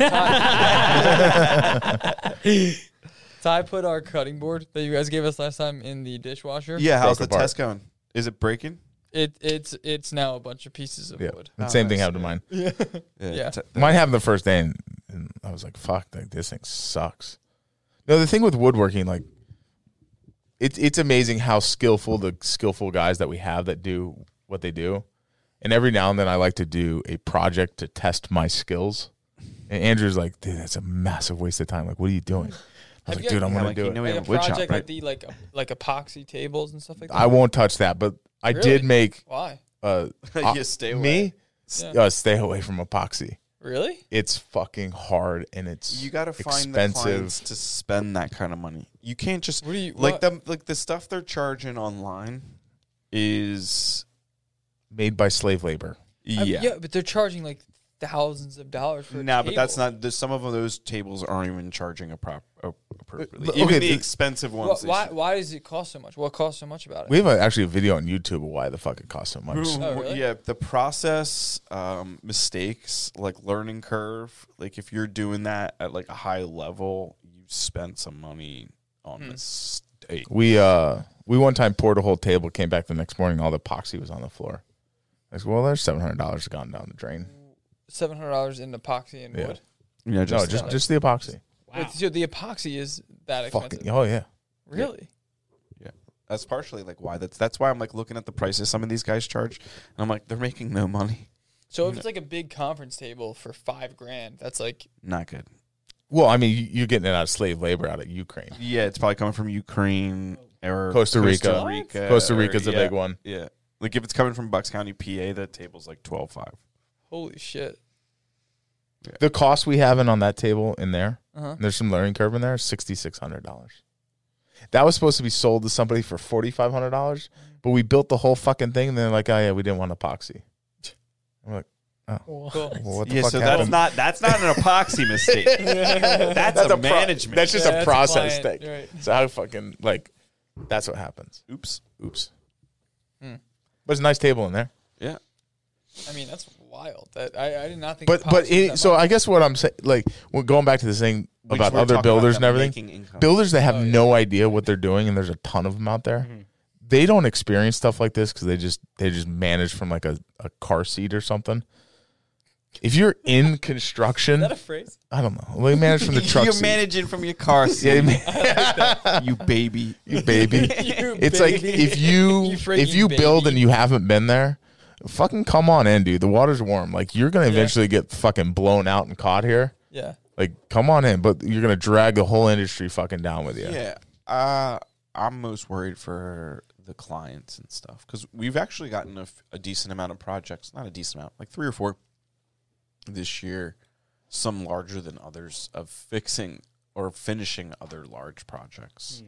[SPEAKER 3] Ty, [laughs] Ty put our cutting board that you guys gave us last time in the dishwasher.
[SPEAKER 2] Yeah, how's the
[SPEAKER 1] Broke apart.
[SPEAKER 2] test going? Is it breaking?
[SPEAKER 3] It it's it's now a bunch of pieces of
[SPEAKER 1] Yeah.
[SPEAKER 3] wood.
[SPEAKER 1] And
[SPEAKER 2] Oh,
[SPEAKER 1] same thing
[SPEAKER 2] nice.
[SPEAKER 1] happened to mine.
[SPEAKER 3] Yeah.
[SPEAKER 2] t-
[SPEAKER 1] Mine happened the first day, and, and I was like, fuck, like this thing sucks. No, the thing with woodworking, like, it's it's amazing how skillful the skillful guys that we have that do what they do. And every now and then, I like to do a project to test my skills. And Andrew's like, dude, that's a massive waste of time. Like, what are you doing? I
[SPEAKER 3] Have
[SPEAKER 1] was like,
[SPEAKER 3] you-
[SPEAKER 1] dude, I'm
[SPEAKER 2] Yeah,
[SPEAKER 1] gonna
[SPEAKER 2] like,
[SPEAKER 1] do
[SPEAKER 2] you
[SPEAKER 1] it.
[SPEAKER 2] know we
[SPEAKER 3] like a
[SPEAKER 2] have a wood shop,
[SPEAKER 3] project
[SPEAKER 2] right?
[SPEAKER 3] with the like like epoxy tables and stuff like that.
[SPEAKER 1] I won't touch that, but I did
[SPEAKER 3] Really?
[SPEAKER 1] make
[SPEAKER 3] Why?
[SPEAKER 1] uh,
[SPEAKER 2] [laughs] you stay away.
[SPEAKER 1] me s-
[SPEAKER 3] Yeah.
[SPEAKER 1] uh, stay away from epoxy.
[SPEAKER 3] Really?
[SPEAKER 1] It's fucking hard and it's
[SPEAKER 2] You got to find the
[SPEAKER 1] expensive.
[SPEAKER 2] clients to spend that kind of money. You can't just
[SPEAKER 3] What do you
[SPEAKER 2] like
[SPEAKER 3] what-
[SPEAKER 2] them like the stuff they're charging online is
[SPEAKER 1] made by slave labor.
[SPEAKER 3] I-
[SPEAKER 2] yeah.
[SPEAKER 3] Uh, yeah, but they're charging like thousands of dollars for. a
[SPEAKER 2] No, but that's
[SPEAKER 3] table.
[SPEAKER 2] not. There's some of those tables aren't even charging a prop a- appropriately.
[SPEAKER 1] Look,
[SPEAKER 2] Even
[SPEAKER 1] okay,
[SPEAKER 2] the
[SPEAKER 1] the-
[SPEAKER 2] expensive
[SPEAKER 3] Wha-
[SPEAKER 2] ones. they
[SPEAKER 3] why?
[SPEAKER 2] should-
[SPEAKER 3] Why does it cost so much? What costs so much about it?
[SPEAKER 1] We have a, actually a video on YouTube of why the fuck it costs so much.
[SPEAKER 3] Oh, really?
[SPEAKER 2] Yeah, the process, um, mistakes, like learning curve. Like if you're doing that at like a high level, you spend some money on
[SPEAKER 3] Hmm.
[SPEAKER 2] mistake.
[SPEAKER 1] We uh we one time poured a whole table, came back the next morning, all the epoxy was on the floor. I was well, there's seven hundred dollars gone down the drain.
[SPEAKER 3] Seven hundred dollars in epoxy and
[SPEAKER 1] Yeah.
[SPEAKER 3] wood.
[SPEAKER 2] Yeah,
[SPEAKER 1] no, just
[SPEAKER 3] that.
[SPEAKER 1] just the epoxy.
[SPEAKER 4] Wow.
[SPEAKER 3] Wait, so the epoxy is that expensive?
[SPEAKER 1] Fucking oh yeah.
[SPEAKER 3] Really?
[SPEAKER 2] that's partially like why that's that's why I'm like looking at the prices some of these guys charge, and I'm like they're making no money.
[SPEAKER 3] So if it's like a big conference table for five grand, that's like
[SPEAKER 2] Not good.
[SPEAKER 1] Well, I mean, you- you're getting it out of slave labor out of Ukraine.
[SPEAKER 2] Yeah, it's probably coming from Ukraine or
[SPEAKER 1] Costa Rica.
[SPEAKER 2] Costa
[SPEAKER 1] What?
[SPEAKER 2] Rica,
[SPEAKER 1] Costa
[SPEAKER 2] or-
[SPEAKER 1] Rica's a
[SPEAKER 2] yeah,
[SPEAKER 1] big one.
[SPEAKER 2] Yeah, like if it's coming from Bucks County, PA, that table's like twelve five.
[SPEAKER 3] holy shit.
[SPEAKER 1] The cost we have in on that table in there,
[SPEAKER 3] Uh-huh.
[SPEAKER 1] and there's some learning curve in there, sixty six hundred dollars. That was supposed to be sold to somebody for forty five hundred dollars, but we built the whole fucking thing, and they're like, "Oh yeah, we didn't want epoxy." I'm like, Well, what the
[SPEAKER 2] yeah,
[SPEAKER 1] fuck
[SPEAKER 2] so that's
[SPEAKER 1] happened?
[SPEAKER 2] not that's not an epoxy [laughs] mistake. that's, a,
[SPEAKER 1] pro-
[SPEAKER 2] management.
[SPEAKER 1] that's just
[SPEAKER 3] Yeah,
[SPEAKER 1] a
[SPEAKER 3] that's a
[SPEAKER 1] process
[SPEAKER 3] client,
[SPEAKER 1] thing.
[SPEAKER 3] right.
[SPEAKER 1] So how fucking like that's what happens.
[SPEAKER 2] oops.
[SPEAKER 1] Oops.
[SPEAKER 3] Hmm.
[SPEAKER 1] But it's a nice table in there.
[SPEAKER 2] Yeah.
[SPEAKER 3] I mean, that's wild. That I, I did not think.
[SPEAKER 1] But
[SPEAKER 3] epoxy
[SPEAKER 1] but
[SPEAKER 3] was
[SPEAKER 1] it,
[SPEAKER 3] that
[SPEAKER 1] so
[SPEAKER 3] much.
[SPEAKER 1] I guess what I'm saying, like we're going back to this thing
[SPEAKER 2] Which
[SPEAKER 1] about
[SPEAKER 2] we're talking
[SPEAKER 1] other
[SPEAKER 2] about
[SPEAKER 1] builders and
[SPEAKER 2] them
[SPEAKER 1] everything.
[SPEAKER 2] making income.
[SPEAKER 1] Builders that have
[SPEAKER 3] Oh, yeah. Mm-hmm.
[SPEAKER 1] no idea what they're doing, and there's a ton of them out there. They don't experience stuff like this because they just they just manage from like a, a car seat or something. If you're in
[SPEAKER 3] [laughs]
[SPEAKER 1] construction,
[SPEAKER 3] Is that a phrase?
[SPEAKER 1] I don't know. They manage
[SPEAKER 3] [laughs]
[SPEAKER 1] from the truck
[SPEAKER 2] You're
[SPEAKER 1] seat.
[SPEAKER 2] managing from your [laughs] car
[SPEAKER 1] yeah,
[SPEAKER 2] seat,
[SPEAKER 1] they ma- [laughs]
[SPEAKER 2] you baby.
[SPEAKER 1] you baby.
[SPEAKER 3] [laughs] You
[SPEAKER 1] [laughs] It's like
[SPEAKER 3] baby. [laughs]
[SPEAKER 1] if you,
[SPEAKER 3] You freaking
[SPEAKER 1] if you build
[SPEAKER 3] baby.
[SPEAKER 1] and you haven't been there, fucking come on in, dude. The water's warm. Like you're gonna eventually get fucking blown out and caught here.
[SPEAKER 3] yeah.
[SPEAKER 1] Like come on in, but you're gonna drag the whole industry fucking down with you.
[SPEAKER 2] Yeah. Uh, I'm most worried for the clients and stuff because we've actually gotten a, f- a decent amount of projects, not a decent amount, like three or four this year, some larger than others, of fixing or finishing other large projects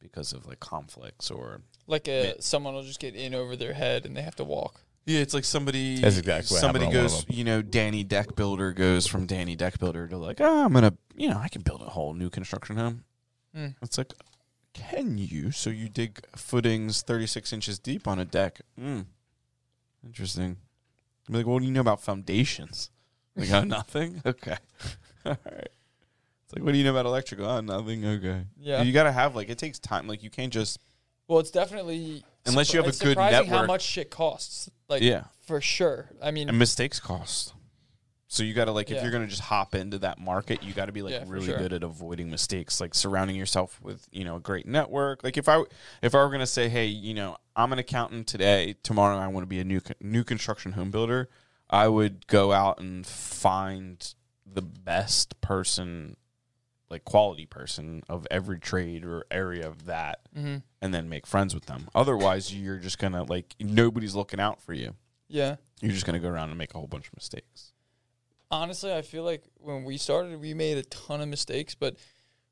[SPEAKER 2] because of like conflicts or.
[SPEAKER 3] Like a someone will just get in over their head and they have to walk.
[SPEAKER 2] Yeah, it's like somebody.
[SPEAKER 1] That's exactly what
[SPEAKER 2] Somebody
[SPEAKER 1] happened on one
[SPEAKER 2] goes,
[SPEAKER 1] of
[SPEAKER 2] you know, Danny Deck Builder goes from Danny Deck Builder to like, oh, I'm gonna, you know, I can build a whole new construction home.
[SPEAKER 3] Mm.
[SPEAKER 2] It's like, can you? So you dig footings 36 inches deep on a deck.
[SPEAKER 3] Hmm.
[SPEAKER 2] Mm. Interesting. I'm like, what do you know about foundations? Like,
[SPEAKER 3] [laughs]
[SPEAKER 2] oh, nothing. Okay. All right. It's like, what do you know about electrical? Oh, nothing. Okay.
[SPEAKER 3] Yeah.
[SPEAKER 2] You gotta have like it takes time. Like you can't just
[SPEAKER 3] Well, it's definitely
[SPEAKER 2] Unless you have a
[SPEAKER 3] it's
[SPEAKER 2] good
[SPEAKER 3] surprising How
[SPEAKER 2] network.
[SPEAKER 3] much shit costs? Like
[SPEAKER 2] yeah.
[SPEAKER 3] for sure. I mean,
[SPEAKER 2] and mistakes cost. So you got to like if
[SPEAKER 3] Mm-hmm. Yeah.
[SPEAKER 2] you're going to just hop into that market, you got to be like
[SPEAKER 3] Yeah, for
[SPEAKER 2] really
[SPEAKER 3] sure.
[SPEAKER 2] good at avoiding mistakes, like surrounding yourself with, you know, a great network. Like if I if I were going to say, "Hey, you know, I'm an accountant today, tomorrow I want to be a new con- new construction home builder," I would go out and find the best person like quality person of every trade or area of that
[SPEAKER 3] mhm.
[SPEAKER 2] and then make friends with them. Otherwise, you're just going to like nobody's looking out for you
[SPEAKER 3] yeah.
[SPEAKER 2] you're just gonna go around and make a whole bunch of mistakes.
[SPEAKER 3] honestly, I feel like when we started, we made a ton of mistakes, but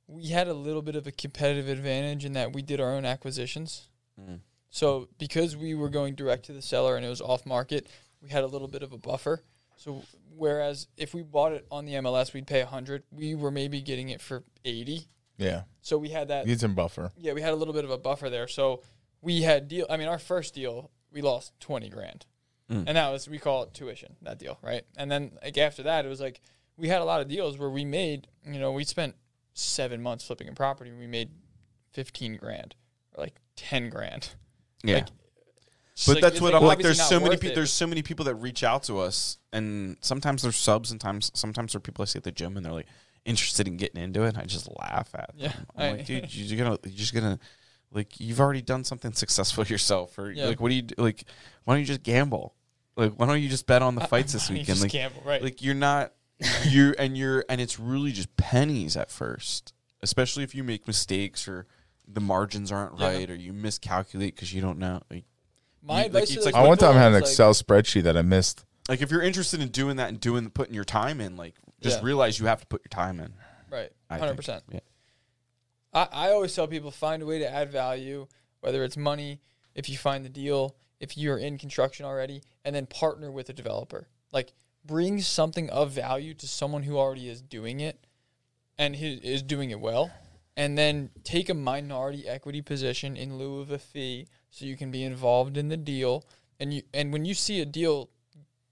[SPEAKER 3] we had a little bit of a competitive advantage in that we did our own acquisitions.
[SPEAKER 2] Mm.
[SPEAKER 3] So because we were going direct to the seller and it was off market, we had a little bit of a buffer. So whereas if we bought it on the MLS, we'd pay 100, we were maybe getting it for 80.
[SPEAKER 1] Yeah,
[SPEAKER 3] So we had that
[SPEAKER 1] it's in buffer.
[SPEAKER 3] yeah, we had a little bit of a buffer there. So we had deal. I mean, our first deal, we lost twenty grand,
[SPEAKER 2] Mm.
[SPEAKER 3] and that was we call it tuition that deal, right? And then like after that, it was like we had a lot of deals where we made, you know, we spent seven months flipping a property, we made fifteen grand or like ten grand. [laughs]
[SPEAKER 2] Yeah,
[SPEAKER 3] Like, It's
[SPEAKER 2] but
[SPEAKER 3] like-
[SPEAKER 2] that's
[SPEAKER 3] it's
[SPEAKER 2] what I'm like.
[SPEAKER 3] obviously
[SPEAKER 2] There's
[SPEAKER 3] not
[SPEAKER 2] so many
[SPEAKER 3] worth
[SPEAKER 2] people.
[SPEAKER 3] it.
[SPEAKER 2] There's so many people that reach out to us, and sometimes they're subs, and times sometimes they're people I see at the gym, and they're like interested in getting into it. And I just laugh at them.
[SPEAKER 3] [laughs] Yeah,
[SPEAKER 2] I'm
[SPEAKER 3] I-
[SPEAKER 2] like,
[SPEAKER 3] [laughs]
[SPEAKER 2] dude, you- you're gonna, you're just gonna, like, you've already done something successful [laughs] yourself, or
[SPEAKER 3] Yeah.
[SPEAKER 2] like, what do you do? like? Why don't you just gamble? Like, why don't you just bet on the fights this
[SPEAKER 3] You
[SPEAKER 2] weekend?
[SPEAKER 3] just
[SPEAKER 2] Like,
[SPEAKER 3] gamble, right?
[SPEAKER 2] like you're not you and you're and it's really just pennies at first especially if you make mistakes or the margins aren't
[SPEAKER 3] Yeah.
[SPEAKER 2] right or you miscalculate because you don't know like,
[SPEAKER 3] My
[SPEAKER 2] you- like,
[SPEAKER 3] advice
[SPEAKER 2] it's
[SPEAKER 3] to those
[SPEAKER 2] like-
[SPEAKER 1] I one
[SPEAKER 3] people
[SPEAKER 1] time had an
[SPEAKER 3] is, like,
[SPEAKER 1] Excel spreadsheet that I missed.
[SPEAKER 2] like if you're interested in doing that and doing putting your time in like just
[SPEAKER 3] Yeah.
[SPEAKER 2] realize you have to put your time in
[SPEAKER 3] Right.
[SPEAKER 2] I
[SPEAKER 3] Hundred
[SPEAKER 2] think.
[SPEAKER 3] percent.
[SPEAKER 2] Yeah.
[SPEAKER 3] I, I always tell people find a way to add value, whether it's money, if you find the deal, if you're in construction already, and then partner with a developer. Like bring something of value to someone who already is doing it and who is doing it well. And then take a minority equity position in lieu of a fee so you can be involved in the deal. And you and when you see a deal,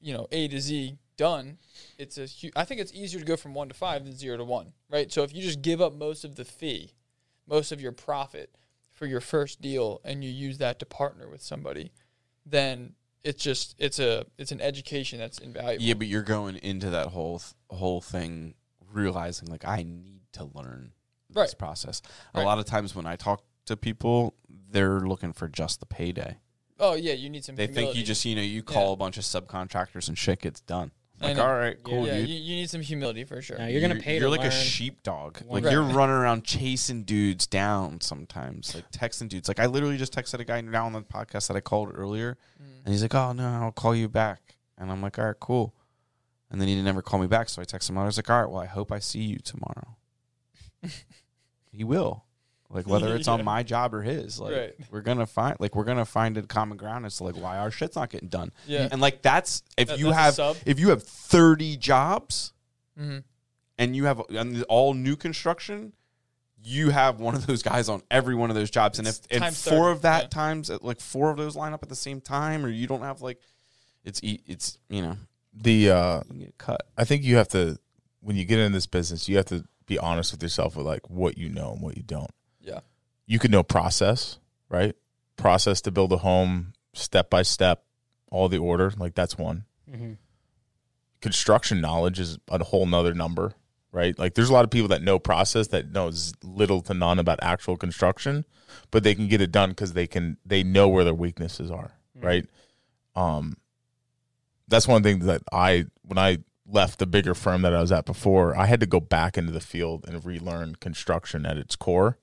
[SPEAKER 3] you know, A to Z done, it's a hu- I think it's easier to go from one to five than zero to one, right? So if you just give up most of the fee, most of your profit for your first deal, and you use that to partner with somebody, then it's just it's a it's an education that's invaluable.
[SPEAKER 2] yeah but you're going into that whole th- whole thing realizing like i need to learn this
[SPEAKER 3] Right.
[SPEAKER 2] process a
[SPEAKER 3] Right.
[SPEAKER 2] lot of times when i talk to people they're looking for just the payday
[SPEAKER 3] Oh yeah, you need some.
[SPEAKER 2] they think
[SPEAKER 3] humility.
[SPEAKER 2] you just you know you call a bunch of subcontractors and shit gets done
[SPEAKER 3] I
[SPEAKER 2] like
[SPEAKER 3] know.
[SPEAKER 2] all right cool
[SPEAKER 3] yeah,
[SPEAKER 2] dude
[SPEAKER 3] you, you need some humility for sure.
[SPEAKER 4] Now you're gonna pay
[SPEAKER 2] You're
[SPEAKER 4] to
[SPEAKER 2] like
[SPEAKER 4] learn.
[SPEAKER 2] a sheepdog.
[SPEAKER 4] One-
[SPEAKER 2] Like
[SPEAKER 4] [laughs]
[SPEAKER 2] you're running around chasing dudes down sometimes, like texting dudes. Like I literally just texted a guy now on the podcast that I called earlier,
[SPEAKER 4] Mm.
[SPEAKER 2] and he's like, "Oh no, I'll call you back." And I'm like, "All right, cool." And then he didn't ever call me back, so
[SPEAKER 4] [laughs]
[SPEAKER 2] I texted him. I was like, "All right, well, I hope I see you tomorrow." he will. Like whether it's on my job or his, like
[SPEAKER 3] Right.
[SPEAKER 2] we're gonna find, like we're gonna find a common ground as to like why our shit's not getting done.
[SPEAKER 3] Yeah.
[SPEAKER 2] and like that's if
[SPEAKER 3] That-
[SPEAKER 2] you
[SPEAKER 3] that's a
[SPEAKER 2] have
[SPEAKER 3] sub.
[SPEAKER 2] if you have thirty jobs
[SPEAKER 3] Mm-hmm.
[SPEAKER 2] and you have and all new construction, you have one of those guys on every one of those jobs, and if
[SPEAKER 3] It's
[SPEAKER 2] and
[SPEAKER 3] times
[SPEAKER 2] four
[SPEAKER 3] 30,
[SPEAKER 2] of that
[SPEAKER 3] yeah.
[SPEAKER 2] times uh, like four of those line up at the same time, or you don't have like it's e- it's you know
[SPEAKER 1] The uh,
[SPEAKER 2] you can get cut.
[SPEAKER 1] I think you have to when you get in this business, you have to be honest with yourself with like what you know and what you don't.
[SPEAKER 3] Yeah.
[SPEAKER 1] You can know process, right? Process to build a home step by step, all the order, like that's one.
[SPEAKER 4] Mm-hmm.
[SPEAKER 1] Construction knowledge is a whole nother number, right? Like there's a lot of people that know process that knows little to none about actual construction, but they can get it done because they can they know where their weaknesses are,
[SPEAKER 4] Mm-hmm.
[SPEAKER 1] Mm-hmm. right? Um that's one thing that I when I left the bigger firm that I was at before, I had to go back into the field and relearn construction at its core.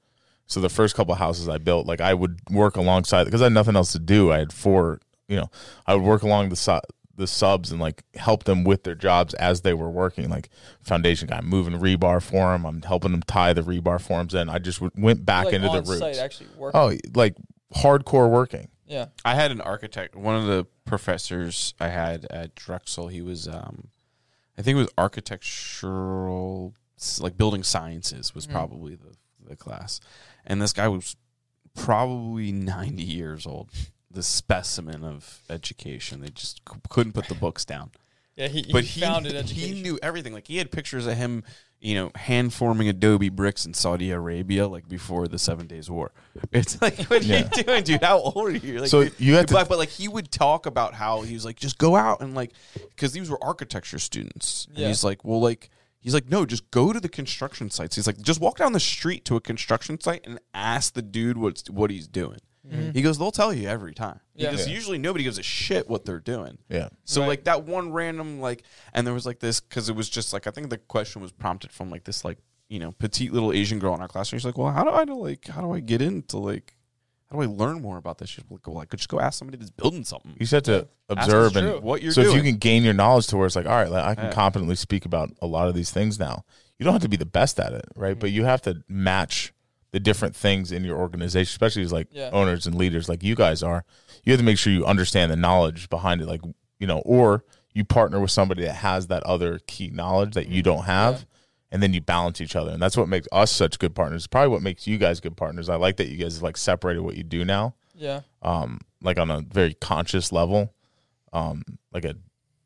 [SPEAKER 1] So the first couple houses I built, like I would work alongside because I had nothing else to do. I had four, you know, I would work along the su- the subs and like help them with their jobs as they were working. Like foundation guy, I'm moving rebar for them. I'm helping them tie the rebar forms in. I just w- went back
[SPEAKER 3] Like,
[SPEAKER 1] into the
[SPEAKER 3] on
[SPEAKER 1] roots.
[SPEAKER 3] Site, actually working.
[SPEAKER 1] oh, like hardcore working.
[SPEAKER 3] Yeah.
[SPEAKER 2] I had an architect. One of the professors I had at Drexel, he was, um, I think it was architectural, s- like building sciences was
[SPEAKER 3] Mhm.
[SPEAKER 2] probably the, the class. And this guy was probably 90 years old, the specimen of education. They just c- couldn't put the books down.
[SPEAKER 3] Yeah. He, he
[SPEAKER 2] But he,
[SPEAKER 3] founded education.
[SPEAKER 2] he knew everything. Like he had pictures of him, you know, hand forming adobe bricks in Saudi Arabia, like before the Seven Days War. [laughs] It's like, what are
[SPEAKER 1] Yeah.
[SPEAKER 2] you doing, dude? How old are you? Like,
[SPEAKER 1] so you have to
[SPEAKER 2] but, but like he would talk about how he was like just go out and like because these were architecture students and
[SPEAKER 3] Yeah.
[SPEAKER 2] he's like well like he's like no just go to the construction sites he's like just walk down the street to a construction site and ask the dude what's what he's doing he goes they'll tell you every time
[SPEAKER 3] Yeah.
[SPEAKER 2] because
[SPEAKER 1] Yeah.
[SPEAKER 2] usually nobody gives a shit what they're doing
[SPEAKER 1] yeah.
[SPEAKER 2] so
[SPEAKER 3] Right.
[SPEAKER 2] like that one random like, and there was like this because it was just like I think the question was prompted from like this like you know petite little Asian girl in our class. And she's like, well, how do I know, like how do I get into like how do I learn more about this? She's like, well, I could just go ask somebody that's building something.
[SPEAKER 1] You just have to
[SPEAKER 2] Ask
[SPEAKER 1] observe
[SPEAKER 2] them
[SPEAKER 1] and
[SPEAKER 2] what you're
[SPEAKER 1] so if
[SPEAKER 2] doing.
[SPEAKER 1] you can gain your knowledge to where it's like, all right, like, I can
[SPEAKER 2] Yeah.
[SPEAKER 1] competently speak about a lot of these things now. You don't have to be the best at it, right?
[SPEAKER 2] Mm-hmm.
[SPEAKER 1] But you have to match the different things in your organization, especially as like
[SPEAKER 3] Yeah.
[SPEAKER 1] owners and leaders, like you guys are. You have to make sure you understand the knowledge behind it, like you know, or you partner with somebody that has that other key knowledge that
[SPEAKER 2] Mm-hmm.
[SPEAKER 1] you don't have. And then you balance each other, and that's what makes us such good partners. Probably what makes you guys good partners. I like that you guys have like separated what you do now
[SPEAKER 3] Yeah.
[SPEAKER 1] um, like on a very conscious level, um, like a,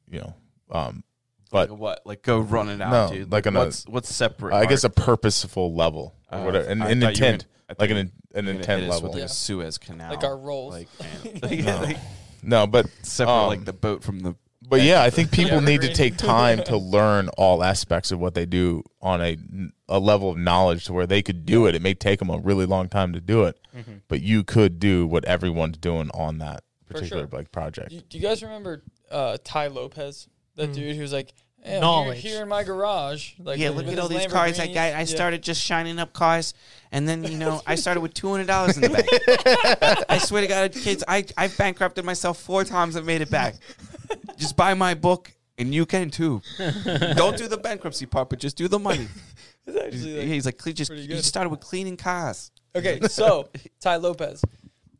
[SPEAKER 1] you know, um, but
[SPEAKER 2] like what like go run it out,
[SPEAKER 1] No,
[SPEAKER 2] dude.
[SPEAKER 1] like on a-
[SPEAKER 2] what's what's separate?
[SPEAKER 1] I guess a purposeful level or
[SPEAKER 2] Uh,
[SPEAKER 1] whatever, and
[SPEAKER 2] I
[SPEAKER 1] an
[SPEAKER 2] thought you were
[SPEAKER 1] intent,
[SPEAKER 2] gonna- I
[SPEAKER 1] like an an
[SPEAKER 2] thought
[SPEAKER 1] an
[SPEAKER 2] you were gonna
[SPEAKER 1] intent
[SPEAKER 2] hit us with,
[SPEAKER 1] level.
[SPEAKER 2] like
[SPEAKER 3] Yeah.
[SPEAKER 2] a Suez Canal,
[SPEAKER 3] Like our roles.
[SPEAKER 2] like, man. Like, yeah, like,
[SPEAKER 1] [laughs] No, but
[SPEAKER 2] [laughs] separate
[SPEAKER 1] Um,
[SPEAKER 2] like the boat from the
[SPEAKER 1] but yeah, I think people need to
[SPEAKER 3] Evergreen.
[SPEAKER 1] take time to learn all aspects of what they do on a a level of knowledge to where they could do it. It may take them a really long time to do it,
[SPEAKER 4] Mm-hmm.
[SPEAKER 1] but you could do what everyone's doing on that particular
[SPEAKER 3] sure.
[SPEAKER 1] like project.
[SPEAKER 3] Do, do you guys remember uh, Ty Lopez? That dude who was like, eh, I'm here,
[SPEAKER 5] Knowledge.
[SPEAKER 3] here in my garage. Like,
[SPEAKER 9] Hmm. Yeah,
[SPEAKER 3] with-
[SPEAKER 9] look
[SPEAKER 3] with
[SPEAKER 9] at all
[SPEAKER 3] his
[SPEAKER 9] these cars I
[SPEAKER 3] Lamborghini.
[SPEAKER 9] got. I
[SPEAKER 3] Yeah.
[SPEAKER 9] started just shining up cars, and then you know I started with two hundred dollars in the bank.
[SPEAKER 3] [laughs]
[SPEAKER 9] I swear to God, kids, I I bankrupted myself four times and made it back.
[SPEAKER 2] just buy my book and you can too. Don't do the bankruptcy part, but just do the
[SPEAKER 3] [laughs]
[SPEAKER 2] money.
[SPEAKER 3] It's actually, like,
[SPEAKER 2] Yeah, he's like, "Cle- just
[SPEAKER 3] pretty
[SPEAKER 2] you
[SPEAKER 3] good.
[SPEAKER 2] started with cleaning cars.
[SPEAKER 3] Okay, so Ty Lopez,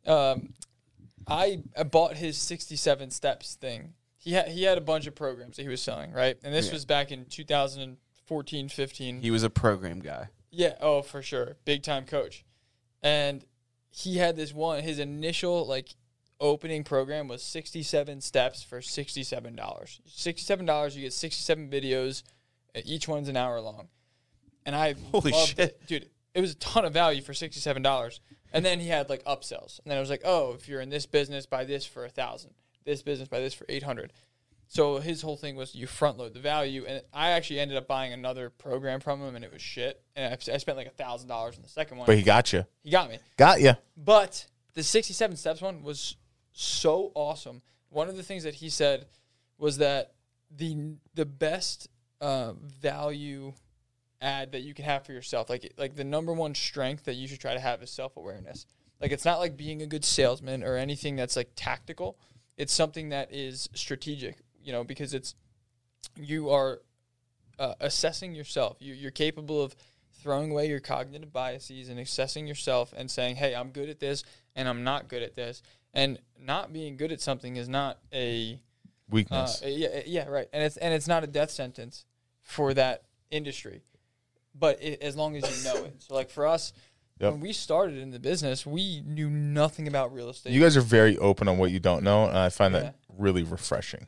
[SPEAKER 3] um, I, I bought his 67 steps thing. He had he had a bunch of programs that he was selling, right? And this
[SPEAKER 2] Yeah.
[SPEAKER 3] was back in 2014, 15.
[SPEAKER 2] He was a program guy.
[SPEAKER 3] yeah, oh for sure, big time coach. And he had this one. His initial like opening program was 67 steps for $67. $67, you get 67 videos. and Each one's an hour long. And I
[SPEAKER 2] [laughs] Holy
[SPEAKER 3] loved
[SPEAKER 2] shit.
[SPEAKER 3] it. dude, it was a ton of value for sixty-seven dollars. And then he had like upsells, and then it was like, oh, if you're in this business, buy this for a thousand, this business, buy this for eight hundred. So his whole thing was you front load the value, and I actually ended up buying another program from him, and it was shit. And I, I spent like a thousand dollars on the second one.
[SPEAKER 1] But he got you,
[SPEAKER 3] he got me.
[SPEAKER 1] got you.
[SPEAKER 3] But the 67 steps one was so awesome. One of the things that he said was that the the best uh, value ad that you can have for yourself, like like the number one strength that you should try to have is self awareness. Like it's not like being a good salesman or anything that's like tactical. It's something that is strategic, you know, because it's you are uh, assessing yourself. You, you're capable of throwing away your cognitive biases and assessing yourself and saying, hey, I'm good at this and I'm not good at this. And not being good at something is not a uh,
[SPEAKER 1] Weakness.
[SPEAKER 3] yeah, yeah, right. And it's and it's not a death sentence for that industry, but i as long as you know it. So like for us,
[SPEAKER 1] Yep.
[SPEAKER 3] when we started in the business, we knew nothing about real estate.
[SPEAKER 1] you guys are very open on what you don't know, and I find
[SPEAKER 3] Yeah.
[SPEAKER 1] that really refreshing.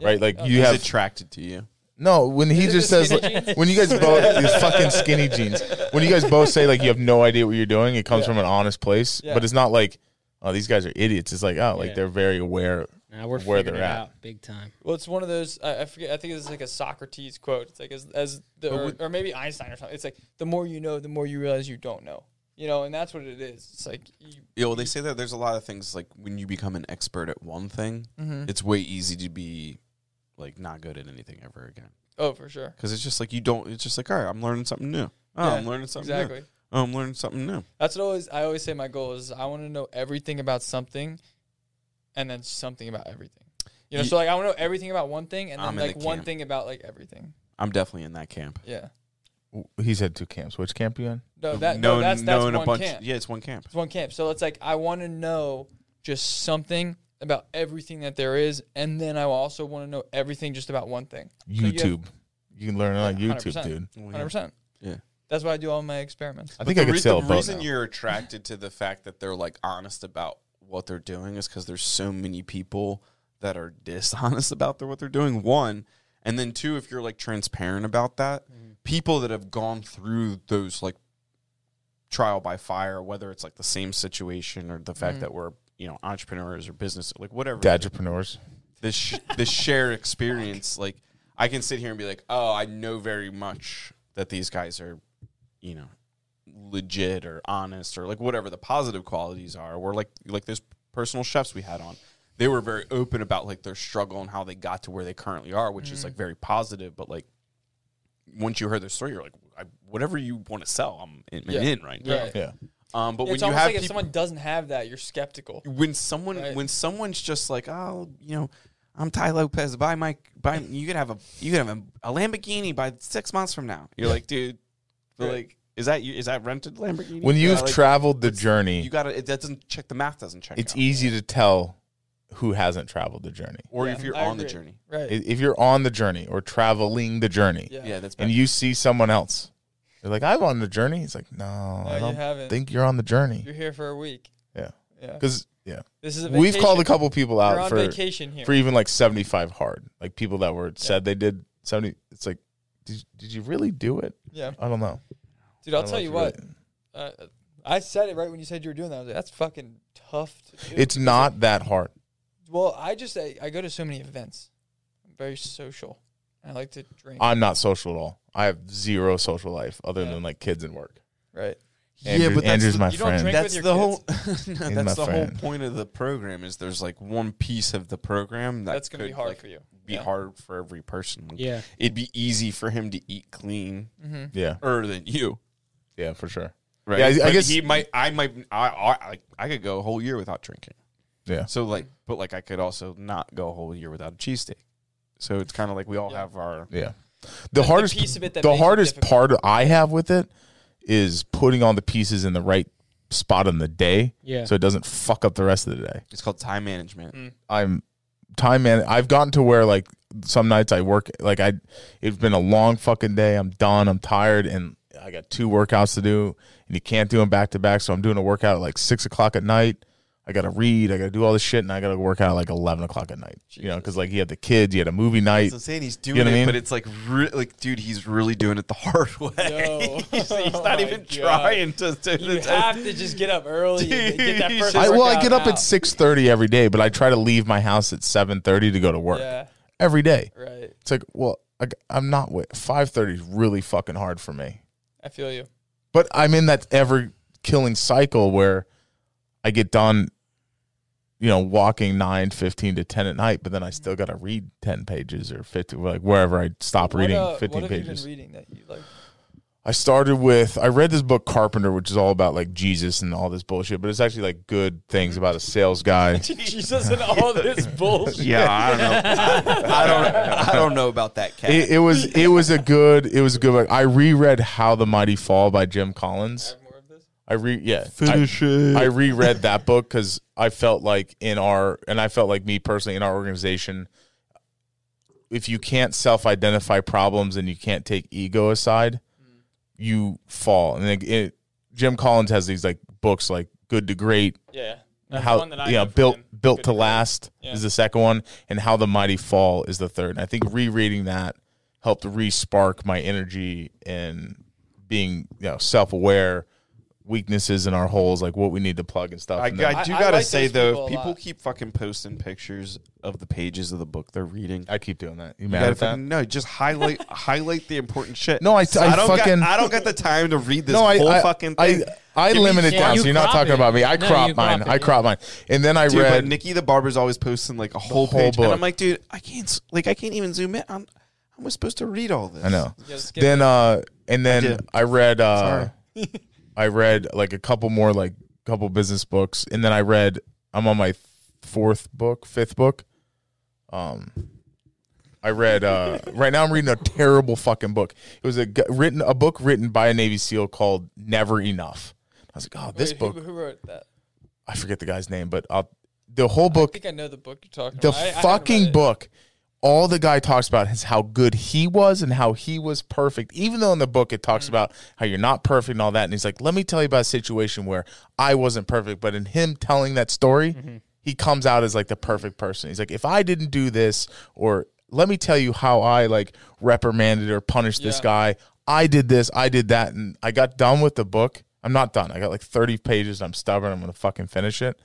[SPEAKER 3] Yeah.
[SPEAKER 1] right, like
[SPEAKER 3] Oh,
[SPEAKER 1] you
[SPEAKER 2] He's
[SPEAKER 1] have
[SPEAKER 2] attracted to you.
[SPEAKER 1] no. When he
[SPEAKER 3] it
[SPEAKER 1] just
[SPEAKER 3] the
[SPEAKER 1] says,
[SPEAKER 3] skinny
[SPEAKER 1] like-
[SPEAKER 3] jeans?
[SPEAKER 1] when you guys both these fucking skinny jeans, when you guys both say like you have no idea what you're doing, it comes
[SPEAKER 3] Yeah.
[SPEAKER 1] from an honest place,
[SPEAKER 3] Yeah.
[SPEAKER 1] but it's not like oh these guys are idiots. It's like oh like
[SPEAKER 4] Yeah.
[SPEAKER 1] they're very aware.
[SPEAKER 4] Now we're
[SPEAKER 1] Where
[SPEAKER 4] figuring
[SPEAKER 1] they're
[SPEAKER 4] it
[SPEAKER 1] at.
[SPEAKER 4] out big time.
[SPEAKER 3] Well, it's one of those. I, I forget. I think it's like a Socrates quote. It's like as as the or, or maybe Einstein or something. It's like the more you know, the more you realize you don't know. You know, and that's what it is. It's like you,
[SPEAKER 2] Yeah, well, they say that there's a lot of things like when you become an expert at one thing,
[SPEAKER 9] Mm-hmm.
[SPEAKER 2] it's way easy to be like not good at anything ever again
[SPEAKER 3] oh, for sure,
[SPEAKER 2] because it's just like you don't. It's just like all right, I'm learning something new. Oh, I'm
[SPEAKER 3] Yeah,
[SPEAKER 2] learning something
[SPEAKER 3] exactly.
[SPEAKER 2] new. Oh, I'm learning something new.
[SPEAKER 3] That's what always I always say. My goal is I want to know everything about something, and then something about everything. You know,
[SPEAKER 2] Ye-
[SPEAKER 3] so like I want to know everything about one thing, and then
[SPEAKER 2] I'm in
[SPEAKER 3] like
[SPEAKER 2] the
[SPEAKER 3] one
[SPEAKER 2] camp.
[SPEAKER 3] thing about like everything.
[SPEAKER 2] I'm definitely in that camp.
[SPEAKER 3] Yeah.
[SPEAKER 1] He said two camps. Which camp are you in?
[SPEAKER 3] No, Oh, that no, that's that's one camp.
[SPEAKER 2] Yeah, it's one camp.
[SPEAKER 3] It's one camp. So it's like I want to know just something about everything that there is, and then I also want to know everything just about one thing. you have-
[SPEAKER 1] YouTube. you, can learn it on
[SPEAKER 3] Yeah,
[SPEAKER 1] YouTube,
[SPEAKER 3] 100%.
[SPEAKER 1] dude.
[SPEAKER 2] Well,
[SPEAKER 3] Hundred
[SPEAKER 2] yeah.
[SPEAKER 3] percent.
[SPEAKER 2] Yeah.
[SPEAKER 3] That's why I do all my experiments.
[SPEAKER 1] I
[SPEAKER 2] But
[SPEAKER 1] think
[SPEAKER 2] the
[SPEAKER 1] I could
[SPEAKER 2] rea-
[SPEAKER 1] sell a
[SPEAKER 2] The
[SPEAKER 1] boat
[SPEAKER 2] reason
[SPEAKER 1] now.
[SPEAKER 2] you're attracted to the fact that they're like honest about what they're doing is because there's so many people that are dishonest [laughs] about their, what they're doing. One, and then two, if you're like transparent about that, people that have gone through those like trial by fire, whether it's like the same situation or the fact that we're you know entrepreneurs or business like whatever
[SPEAKER 1] Dadrepreneurs.
[SPEAKER 2] this sh- this shared experience. Like I can sit here and be like, oh, I know very much that these guys are, you know, legit or honest or like whatever the positive qualities are. Or like like those personal chefs we had on. They were very open about like their struggle and how they got to where they currently are, which is like
[SPEAKER 3] Mm.
[SPEAKER 2] very positive. But like once you heard their story, you're like, I, whatever you want to sell, I'm in,
[SPEAKER 3] Yeah.
[SPEAKER 2] in right now.
[SPEAKER 3] Yeah.
[SPEAKER 1] Yeah.
[SPEAKER 2] Um, but
[SPEAKER 3] it's
[SPEAKER 2] when you
[SPEAKER 3] almost
[SPEAKER 2] have
[SPEAKER 3] like if
[SPEAKER 2] people-
[SPEAKER 3] someone doesn't have that, you're skeptical.
[SPEAKER 2] when someone
[SPEAKER 3] Right.
[SPEAKER 2] when someone's just like, oh, you know, I'm Ty Lopez. Buy my
[SPEAKER 3] [laughs]
[SPEAKER 2] buy. You could have a you could have a, a Lamborghini by six months from now. You're like, dude, but
[SPEAKER 3] Right.
[SPEAKER 2] like, is that you? Is that rented Lamborghini?
[SPEAKER 1] When
[SPEAKER 2] Yeah,
[SPEAKER 1] you've
[SPEAKER 2] like,
[SPEAKER 1] traveled the
[SPEAKER 2] it's-
[SPEAKER 1] journey,
[SPEAKER 2] you gotta. It, that doesn't check. The math doesn't check.
[SPEAKER 1] it's
[SPEAKER 2] out.
[SPEAKER 1] easy to tell who hasn't traveled the journey.
[SPEAKER 2] Or
[SPEAKER 3] Yeah,
[SPEAKER 2] if you're
[SPEAKER 3] I
[SPEAKER 2] on the
[SPEAKER 3] agree.
[SPEAKER 2] journey.
[SPEAKER 1] I-
[SPEAKER 3] Right.
[SPEAKER 1] If you're on the journey or traveling the journey
[SPEAKER 3] yeah.
[SPEAKER 2] Yeah, that's
[SPEAKER 1] and
[SPEAKER 2] bad.
[SPEAKER 1] you see someone else, they're like, I'm on the journey. It's like, no,
[SPEAKER 3] No,
[SPEAKER 1] I
[SPEAKER 3] you
[SPEAKER 1] don't
[SPEAKER 3] haven't.
[SPEAKER 1] think you're on the journey.
[SPEAKER 3] You're here for a week.
[SPEAKER 1] Yeah.
[SPEAKER 3] Yeah.
[SPEAKER 1] Because, yeah.
[SPEAKER 3] This is a
[SPEAKER 1] We've called a
[SPEAKER 3] vacation.
[SPEAKER 1] couple people
[SPEAKER 3] We're
[SPEAKER 1] out
[SPEAKER 3] on
[SPEAKER 1] for,
[SPEAKER 3] vacation here.
[SPEAKER 1] for even like 75 hard. Like people that were said they did 70. It's like, did, did you really do it?
[SPEAKER 3] Yeah,
[SPEAKER 1] I don't know.
[SPEAKER 3] dude. I'll
[SPEAKER 1] I don't know
[SPEAKER 3] tell
[SPEAKER 1] if
[SPEAKER 3] you
[SPEAKER 1] really-
[SPEAKER 3] what. Uh, I said it right when you said you were doing that. I was like, that's fucking tough. To do.
[SPEAKER 1] It's not that hard.
[SPEAKER 3] well. I just I, I go to so many events. I'm very social. And I like to drink.
[SPEAKER 1] I'm not social at all. I have zero social life other
[SPEAKER 3] Yeah.
[SPEAKER 1] than like kids and work.
[SPEAKER 3] right.
[SPEAKER 1] Andrew, Andrew's my
[SPEAKER 3] you don't
[SPEAKER 1] friend.
[SPEAKER 3] drink with
[SPEAKER 2] that's
[SPEAKER 3] your
[SPEAKER 2] the
[SPEAKER 3] kids.
[SPEAKER 2] whole [laughs] no,
[SPEAKER 1] my
[SPEAKER 2] that's the whole
[SPEAKER 1] friend.
[SPEAKER 2] point of the program is there's like one piece of the program that
[SPEAKER 3] That's gonna be
[SPEAKER 2] could,
[SPEAKER 3] hard
[SPEAKER 2] like,
[SPEAKER 3] for you.
[SPEAKER 2] be
[SPEAKER 3] Yeah.
[SPEAKER 2] hard for every person Like,
[SPEAKER 4] Yeah.
[SPEAKER 2] it'd be easy for him to eat clean
[SPEAKER 3] Mm-hmm.
[SPEAKER 1] yeah,
[SPEAKER 2] er than you
[SPEAKER 1] yeah, for sure.
[SPEAKER 2] Right.
[SPEAKER 1] Yeah, I- I
[SPEAKER 2] But
[SPEAKER 1] guess-
[SPEAKER 2] he might. I might. I, I. like, I could go a whole year without drinking.
[SPEAKER 1] Yeah.
[SPEAKER 2] So like, but like, I could also not go a whole year without a cheesesteak. So it's kind of like we all
[SPEAKER 3] Yeah.
[SPEAKER 2] have our.
[SPEAKER 1] Yeah.
[SPEAKER 3] But
[SPEAKER 1] The
[SPEAKER 3] the
[SPEAKER 1] hardest
[SPEAKER 3] piece of it that
[SPEAKER 1] the
[SPEAKER 3] makes it
[SPEAKER 1] hardest
[SPEAKER 3] [laughs] difficult.
[SPEAKER 1] part I have with it is putting all the pieces in the right spot on the day
[SPEAKER 4] Yeah.
[SPEAKER 1] so it doesn't fuck up the rest of the day.
[SPEAKER 2] It's called time management.
[SPEAKER 3] Mm.
[SPEAKER 1] I'm time man I've gotten to where like some nights I work like I it's been a long fucking day. I'm done, I'm tired and I got two workouts to do and you can't do them back to back. So I'm doing a workout at like six o'clock at night. I gotta read, I gotta do all this shit and I gotta work out at like eleven o'clock at night. You know, because like he had the kids, he had a movie night.
[SPEAKER 2] So I'm saying he's doing
[SPEAKER 1] You know what
[SPEAKER 2] it,
[SPEAKER 1] I mean?
[SPEAKER 2] but it's like, re- like, dude, he's really doing it the [laughs] hard way.
[SPEAKER 3] Yo.
[SPEAKER 2] [laughs] he's, he's
[SPEAKER 3] Oh
[SPEAKER 2] not
[SPEAKER 3] my
[SPEAKER 2] even
[SPEAKER 3] God.
[SPEAKER 2] trying to. to,
[SPEAKER 3] You
[SPEAKER 2] to- [laughs]
[SPEAKER 3] have to just get up early and get [laughs] that
[SPEAKER 2] Dude.
[SPEAKER 3] first
[SPEAKER 1] I, well, I get up
[SPEAKER 3] workout
[SPEAKER 1] at
[SPEAKER 3] out.
[SPEAKER 1] six thirty every day, but I try to leave my house at seven thirty to go to work
[SPEAKER 3] Yeah,
[SPEAKER 1] every day.
[SPEAKER 3] right.
[SPEAKER 1] It's like, well, I, am not. Five thirty is really fucking hard for me,
[SPEAKER 3] I feel you.
[SPEAKER 1] but I'm in that ever killing cycle where I get done, you know, walking nine fifteen to ten at night, but then I still got to read ten pages or fifty, like wherever I stop
[SPEAKER 3] What,
[SPEAKER 1] reading
[SPEAKER 3] uh,
[SPEAKER 1] fifteen
[SPEAKER 3] what have
[SPEAKER 1] pages.
[SPEAKER 3] you been reading that you like?
[SPEAKER 1] I started with I read this book Carpenter, which is all about like Jesus and all this bullshit, but it's actually like good things
[SPEAKER 3] Mm-hmm.
[SPEAKER 1] about a sales
[SPEAKER 3] [laughs]
[SPEAKER 1] guy.
[SPEAKER 3] [laughs] Jesus and [laughs] all this bullshit.
[SPEAKER 2] Yeah, I don't
[SPEAKER 3] [laughs]
[SPEAKER 2] know. I, don't. I don't know about that cat.
[SPEAKER 1] It, it was it was a good it was a good book. I reread How the Mighty Fall by Jim Collins. I re yeah finish I, it. I reread that book because I felt like in our and I felt like me personally in our organization, if you can't self-identify problems and you can't take ego aside, you fall. And it, it, Jim Collins has these like books like Good to Great,
[SPEAKER 3] Yeah. That's
[SPEAKER 1] how
[SPEAKER 3] the one that I
[SPEAKER 1] yeah
[SPEAKER 3] got from
[SPEAKER 1] built
[SPEAKER 3] him.
[SPEAKER 1] built
[SPEAKER 3] Good
[SPEAKER 1] to
[SPEAKER 3] Great.
[SPEAKER 1] last
[SPEAKER 3] Yeah.
[SPEAKER 1] is the second one, and How the Mighty Fall is the third. And I think rereading that helped re-spark my energy and being you know self-aware weaknesses in our holes like what we need to plug and stuff
[SPEAKER 2] I, I
[SPEAKER 1] and
[SPEAKER 2] do
[SPEAKER 1] then-
[SPEAKER 3] I
[SPEAKER 2] gotta
[SPEAKER 3] like
[SPEAKER 2] say though,
[SPEAKER 3] those people a
[SPEAKER 2] people,
[SPEAKER 3] lot.
[SPEAKER 2] keep fucking posting pictures of the pages of the book they're reading.
[SPEAKER 1] I keep doing that you
[SPEAKER 2] You
[SPEAKER 1] mad
[SPEAKER 2] gotta
[SPEAKER 1] at that
[SPEAKER 2] fucking- no,
[SPEAKER 1] [laughs]
[SPEAKER 2] just highlight highlight the important shit.
[SPEAKER 1] No, I- I
[SPEAKER 2] don't
[SPEAKER 1] fucking-
[SPEAKER 2] got, I don't got the time to read this
[SPEAKER 1] no, I,
[SPEAKER 2] whole
[SPEAKER 1] I,
[SPEAKER 2] fucking
[SPEAKER 1] I,
[SPEAKER 2] thing.
[SPEAKER 1] I,
[SPEAKER 2] Give me
[SPEAKER 1] limit it
[SPEAKER 2] chance.
[SPEAKER 1] down, so you're not
[SPEAKER 4] crop
[SPEAKER 1] talking
[SPEAKER 4] it.
[SPEAKER 1] about me. I
[SPEAKER 4] No,
[SPEAKER 1] crop
[SPEAKER 4] you
[SPEAKER 1] mine.
[SPEAKER 4] crop it,
[SPEAKER 1] I
[SPEAKER 4] yeah.
[SPEAKER 1] crop mine, and then I
[SPEAKER 2] Dude,
[SPEAKER 1] read.
[SPEAKER 2] but Nikki the barber's always posting like a whole,
[SPEAKER 1] whole
[SPEAKER 2] page, and
[SPEAKER 1] book.
[SPEAKER 2] I'm like, dude, I can't. s- Like, I can't even zoom in. I'm, how am I supposed to read all this?
[SPEAKER 1] I know.
[SPEAKER 3] Yeah, let's get
[SPEAKER 1] Then uh, and then
[SPEAKER 2] did.
[SPEAKER 1] I, read uh,
[SPEAKER 2] Sorry.
[SPEAKER 1] [laughs] I read like a couple more like couple business books, and then I read. I'm on my fourth book, fifth book. Um, I read uh, right now. I'm reading a terrible fucking book. It was a gu- written a book written by a Navy SEAL called Never Enough. I was like, oh, this
[SPEAKER 3] Wait,
[SPEAKER 1] book.
[SPEAKER 3] Who, who wrote that?
[SPEAKER 1] I forget the guy's name, but I'll, the whole book
[SPEAKER 3] I [laughs] think I know the book you're talking
[SPEAKER 1] the
[SPEAKER 3] about. I- I haven't read
[SPEAKER 1] fucking
[SPEAKER 3] it.
[SPEAKER 1] book all the guy talks about is how good he was and how he was perfect even though in the book it
[SPEAKER 3] Mm.
[SPEAKER 1] talks about how you're not perfect and all that and he's like let me tell you about a situation where i wasn't perfect but in him telling that story
[SPEAKER 3] Mm-hmm.
[SPEAKER 1] he comes out as like the perfect person he's like if i didn't do this or let me tell you how i like reprimanded or punished this
[SPEAKER 3] Yeah.
[SPEAKER 1] guy i did this i did that and i got done with the book i'm not done i got like 30 pages and i'm stubborn i'm gonna fucking finish it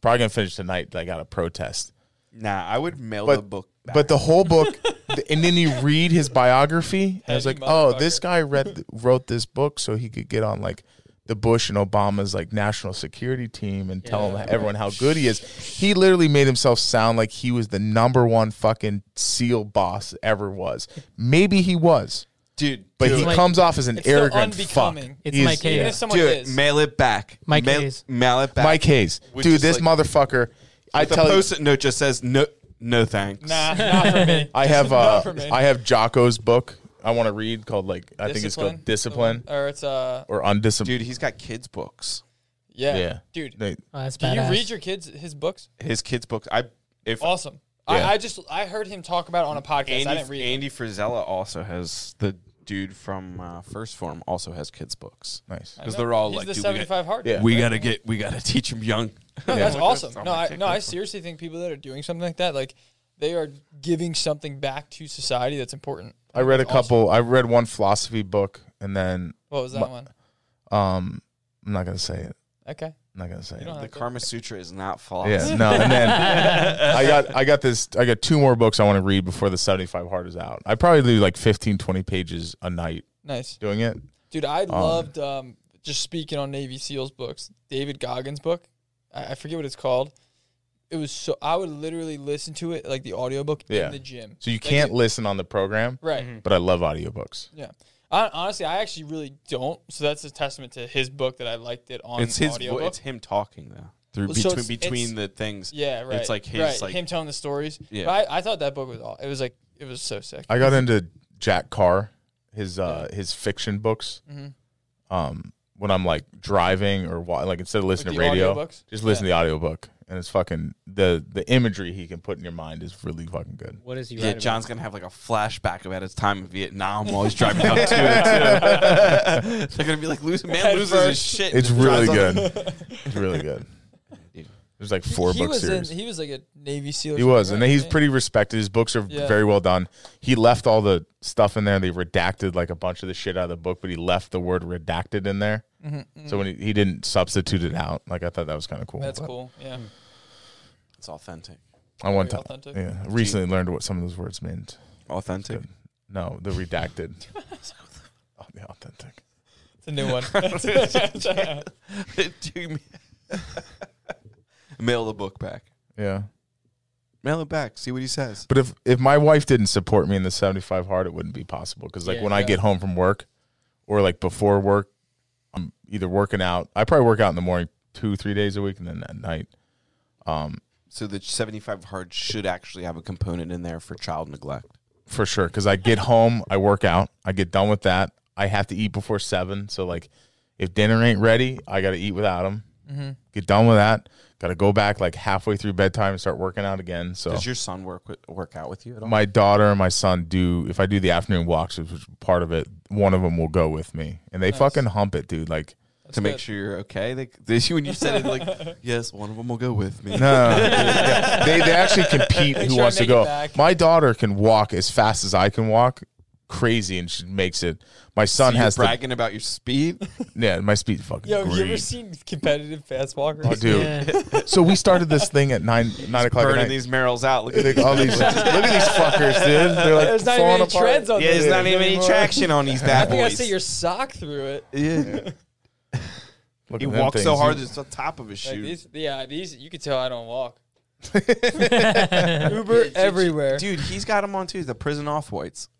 [SPEAKER 1] probably gonna finish tonight i got a protest
[SPEAKER 2] Nah, I would mail
[SPEAKER 1] But-
[SPEAKER 2] the book. Back.
[SPEAKER 1] but the whole book, th- and then you read his biography. And I was
[SPEAKER 3] Petty
[SPEAKER 1] like, oh,
[SPEAKER 3] motherfucker.
[SPEAKER 1] this guy read th- wrote this book so he could get on like the Bush and Obama's like national security team and tell him, everyone how good he is. He literally made himself sound like he was the number one fucking SEAL boss ever was. Maybe he was,
[SPEAKER 2] dude,
[SPEAKER 1] but
[SPEAKER 2] do
[SPEAKER 1] he
[SPEAKER 2] it.
[SPEAKER 4] like-
[SPEAKER 1] comes off as an
[SPEAKER 3] It's so
[SPEAKER 1] arrogant fuck.
[SPEAKER 3] unbecoming.
[SPEAKER 5] It's
[SPEAKER 1] He's-
[SPEAKER 5] Mike Hayes.
[SPEAKER 3] Even if someone
[SPEAKER 2] do it.
[SPEAKER 3] is,
[SPEAKER 2] Mail it back.
[SPEAKER 5] Mike
[SPEAKER 2] mail,
[SPEAKER 5] Hayes.
[SPEAKER 2] mail it back.
[SPEAKER 1] Mike Hayes,
[SPEAKER 2] Which
[SPEAKER 1] dude,
[SPEAKER 2] is,
[SPEAKER 1] this
[SPEAKER 2] like-
[SPEAKER 1] motherfucker. I
[SPEAKER 2] the
[SPEAKER 1] tell you,
[SPEAKER 2] post-it note just says no, no thanks.
[SPEAKER 3] nah,
[SPEAKER 1] [laughs]
[SPEAKER 3] not for me.
[SPEAKER 1] I
[SPEAKER 3] [laughs]
[SPEAKER 1] have
[SPEAKER 3] not
[SPEAKER 1] uh,
[SPEAKER 3] for me.
[SPEAKER 1] I have Jocko's book. I want to read called like I think it's called
[SPEAKER 3] Discipline?
[SPEAKER 1] Discipline
[SPEAKER 3] or it's uh,
[SPEAKER 1] or Undisciplined.
[SPEAKER 2] Dude, he's got kids books.
[SPEAKER 3] yeah,
[SPEAKER 1] Yeah.
[SPEAKER 3] dude.
[SPEAKER 1] They-
[SPEAKER 5] Oh, that's
[SPEAKER 3] Do
[SPEAKER 5] badass.
[SPEAKER 3] you read your kids his books?
[SPEAKER 2] His kids books. I if
[SPEAKER 3] Awesome.
[SPEAKER 1] Yeah.
[SPEAKER 3] I, I just I heard him talk about it on a podcast.
[SPEAKER 2] Andy,
[SPEAKER 3] I didn't read. it.
[SPEAKER 2] Andy Frizella also has the dude from uh, First Form also has kids books
[SPEAKER 1] Nice.
[SPEAKER 2] because
[SPEAKER 3] I know.
[SPEAKER 2] they're all
[SPEAKER 3] He's
[SPEAKER 2] like
[SPEAKER 3] the Uh,
[SPEAKER 2] dude, we got-
[SPEAKER 3] 75 hard.
[SPEAKER 1] Yeah.
[SPEAKER 2] we gotta get we gotta teach him young.
[SPEAKER 3] No, that's awesome.
[SPEAKER 2] I'm
[SPEAKER 3] No,
[SPEAKER 2] gonna
[SPEAKER 3] I,
[SPEAKER 2] take
[SPEAKER 3] no,
[SPEAKER 2] that
[SPEAKER 3] I
[SPEAKER 2] for-
[SPEAKER 3] seriously think people that are doing something like that, like they are giving something back to society that's important.
[SPEAKER 1] I read a
[SPEAKER 3] That's awesome.
[SPEAKER 1] couple. I read one philosophy book, and then
[SPEAKER 3] What was that
[SPEAKER 1] Mu-
[SPEAKER 3] one?
[SPEAKER 1] um, I'm not gonna say it.
[SPEAKER 3] Okay,
[SPEAKER 1] I'm not gonna say
[SPEAKER 3] you
[SPEAKER 1] it.
[SPEAKER 3] don't
[SPEAKER 2] The
[SPEAKER 3] have to.
[SPEAKER 2] Karma Sutra is not false.
[SPEAKER 1] Yeah,
[SPEAKER 2] [laughs]
[SPEAKER 1] no. And
[SPEAKER 3] [laughs]
[SPEAKER 1] then I got I got this. I got two more books I want to read before the 75 hard is out. I probably do like 15, 20 pages a night
[SPEAKER 3] nice,
[SPEAKER 1] doing it.
[SPEAKER 3] dude. I loved um, just speaking on Navy SEALs books. David Goggins' book, I, I forget what it's called. It was so I would literally listen to it like the audiobook
[SPEAKER 1] Yeah.
[SPEAKER 3] in the gym.
[SPEAKER 1] So you
[SPEAKER 3] Like,
[SPEAKER 1] can't
[SPEAKER 3] it-
[SPEAKER 1] listen on the program,
[SPEAKER 3] right?
[SPEAKER 1] but I love audiobooks.
[SPEAKER 3] Yeah. I, honestly, I actually really don't. So that's a testament to his book that I liked it on
[SPEAKER 2] it's his. Vo-
[SPEAKER 3] audiobook.
[SPEAKER 2] it's him talking though through
[SPEAKER 3] Well, so
[SPEAKER 2] between
[SPEAKER 3] it's-
[SPEAKER 2] between
[SPEAKER 3] it's-
[SPEAKER 2] the things.
[SPEAKER 3] Yeah, right.
[SPEAKER 2] like his,
[SPEAKER 3] right.
[SPEAKER 2] like-
[SPEAKER 3] him telling the stories.
[SPEAKER 2] Yeah.
[SPEAKER 3] But I, I thought that book was all. It was like it was so sick.
[SPEAKER 1] I got into Jack Carr, his uh his fiction books.
[SPEAKER 3] Mhm.
[SPEAKER 1] Um, when I'm like driving or wa- like instead of listening
[SPEAKER 3] the
[SPEAKER 1] to radio,
[SPEAKER 3] audiobooks?
[SPEAKER 1] just listen to the audiobook, and it's fucking the the imagery he can put in your mind is really fucking good.
[SPEAKER 4] What is he?
[SPEAKER 2] Yeah,
[SPEAKER 4] write about?
[SPEAKER 2] John's gonna have like a flashback about his time in Vietnam while he's driving out
[SPEAKER 3] [laughs]
[SPEAKER 2] two and two. [laughs] They're gonna be like, "Lose man,
[SPEAKER 3] Head
[SPEAKER 2] loses his
[SPEAKER 3] first.
[SPEAKER 2] shit." and
[SPEAKER 1] It's
[SPEAKER 2] just
[SPEAKER 1] really
[SPEAKER 2] drives on-
[SPEAKER 1] good. It's really good.
[SPEAKER 2] [laughs] Dude.
[SPEAKER 1] There's like four
[SPEAKER 3] he
[SPEAKER 1] book
[SPEAKER 3] was
[SPEAKER 1] series.
[SPEAKER 3] In, he was like a Navy SEAL. or
[SPEAKER 1] he was,
[SPEAKER 3] something,
[SPEAKER 1] and he's
[SPEAKER 3] right?
[SPEAKER 1] pretty respected. His books are
[SPEAKER 3] Yeah.
[SPEAKER 1] very well done. He left all the stuff in there. They redacted like a bunch of the shit out of the book, but he left the word redacted in there.
[SPEAKER 3] Mm-hmm,
[SPEAKER 1] So when he, he didn't substitute it out, like I thought that was kind of cool.
[SPEAKER 3] That's
[SPEAKER 1] But
[SPEAKER 3] cool. Yeah.
[SPEAKER 2] It's authentic.
[SPEAKER 1] I one
[SPEAKER 3] Very
[SPEAKER 1] time,
[SPEAKER 3] authentic.
[SPEAKER 1] yeah, I recently learned what some of those words meant.
[SPEAKER 2] Authentic.
[SPEAKER 1] No, the
[SPEAKER 3] [laughs]
[SPEAKER 1] redacted. oh, the authentic.
[SPEAKER 3] It's a new one.
[SPEAKER 2] [laughs]
[SPEAKER 1] [laughs]
[SPEAKER 2] Do [laughs] me- Mail the book back.
[SPEAKER 1] Yeah.
[SPEAKER 2] Mail it back. See what he says.
[SPEAKER 1] But if if my wife didn't support me in the 75 hard, it wouldn't be possible. Because like
[SPEAKER 4] Yeah.
[SPEAKER 1] when I
[SPEAKER 3] Yeah.
[SPEAKER 1] get home from work, or like before work, I'm either working out. I probably work out in the morning two, three days a week, and then at night. Um,
[SPEAKER 2] So the 75 hard should actually have a component in there for child neglect.
[SPEAKER 1] for sure. Because I get home, I work out, I get done with that. I have to eat before seven. So like, if dinner ain't ready, I got to eat without them.
[SPEAKER 3] Mm-hmm.
[SPEAKER 1] Get done with that. Got to go back like halfway through bedtime and start working out again. So
[SPEAKER 2] Does your son work with, work out with you at all?
[SPEAKER 1] my daughter and my son do if I do the afternoon walks, which is part of it, one of them will go with me, and they
[SPEAKER 3] Nice.
[SPEAKER 1] fucking hump it, dude.
[SPEAKER 2] [laughs]
[SPEAKER 1] Like
[SPEAKER 2] to make sure you're okay. They, they, [laughs] when you said it, like, yes, one of them will go with
[SPEAKER 1] no,
[SPEAKER 2] me. [laughs]
[SPEAKER 1] Yeah. [laughs] they they actually compete
[SPEAKER 3] Make
[SPEAKER 1] who
[SPEAKER 3] sure I
[SPEAKER 1] wants to
[SPEAKER 3] make it
[SPEAKER 1] go.
[SPEAKER 3] back.
[SPEAKER 1] My daughter can walk as fast as I can walk, crazy, and she makes it. My
[SPEAKER 2] So
[SPEAKER 1] son
[SPEAKER 2] you're
[SPEAKER 1] has the
[SPEAKER 2] bragging about your speed.
[SPEAKER 1] yeah, my speed fucking
[SPEAKER 3] [laughs] Yo, you ever
[SPEAKER 1] great.
[SPEAKER 3] seen competitive fast walkers?
[SPEAKER 1] Oh, dude. So we started this thing at
[SPEAKER 3] [laughs]
[SPEAKER 1] nine nine o'clock. At
[SPEAKER 2] burning
[SPEAKER 1] night.
[SPEAKER 2] these Merrills out. Look at
[SPEAKER 1] Like, [laughs] all
[SPEAKER 2] [laughs]
[SPEAKER 1] these, [laughs] look at these fuckers, dude. They're like
[SPEAKER 3] There's not even
[SPEAKER 1] falling
[SPEAKER 3] any
[SPEAKER 1] apart.
[SPEAKER 3] treads on
[SPEAKER 2] yeah,
[SPEAKER 3] this
[SPEAKER 2] there's not
[SPEAKER 3] thing
[SPEAKER 2] even any
[SPEAKER 3] anymore.
[SPEAKER 2] traction on these
[SPEAKER 3] [laughs] I
[SPEAKER 2] bad
[SPEAKER 3] think I
[SPEAKER 2] boys.
[SPEAKER 3] see your sock through it.
[SPEAKER 2] yeah.
[SPEAKER 1] Look
[SPEAKER 2] He
[SPEAKER 1] at them
[SPEAKER 2] walks so
[SPEAKER 1] things.
[SPEAKER 2] hard it's on top of his
[SPEAKER 3] Like
[SPEAKER 2] shoe.
[SPEAKER 3] these, yeah, these you could tell I
[SPEAKER 1] [laughs]
[SPEAKER 3] don't walk. Uber everywhere.
[SPEAKER 2] Dude, he's got them on too. The prison off whites. [laughs]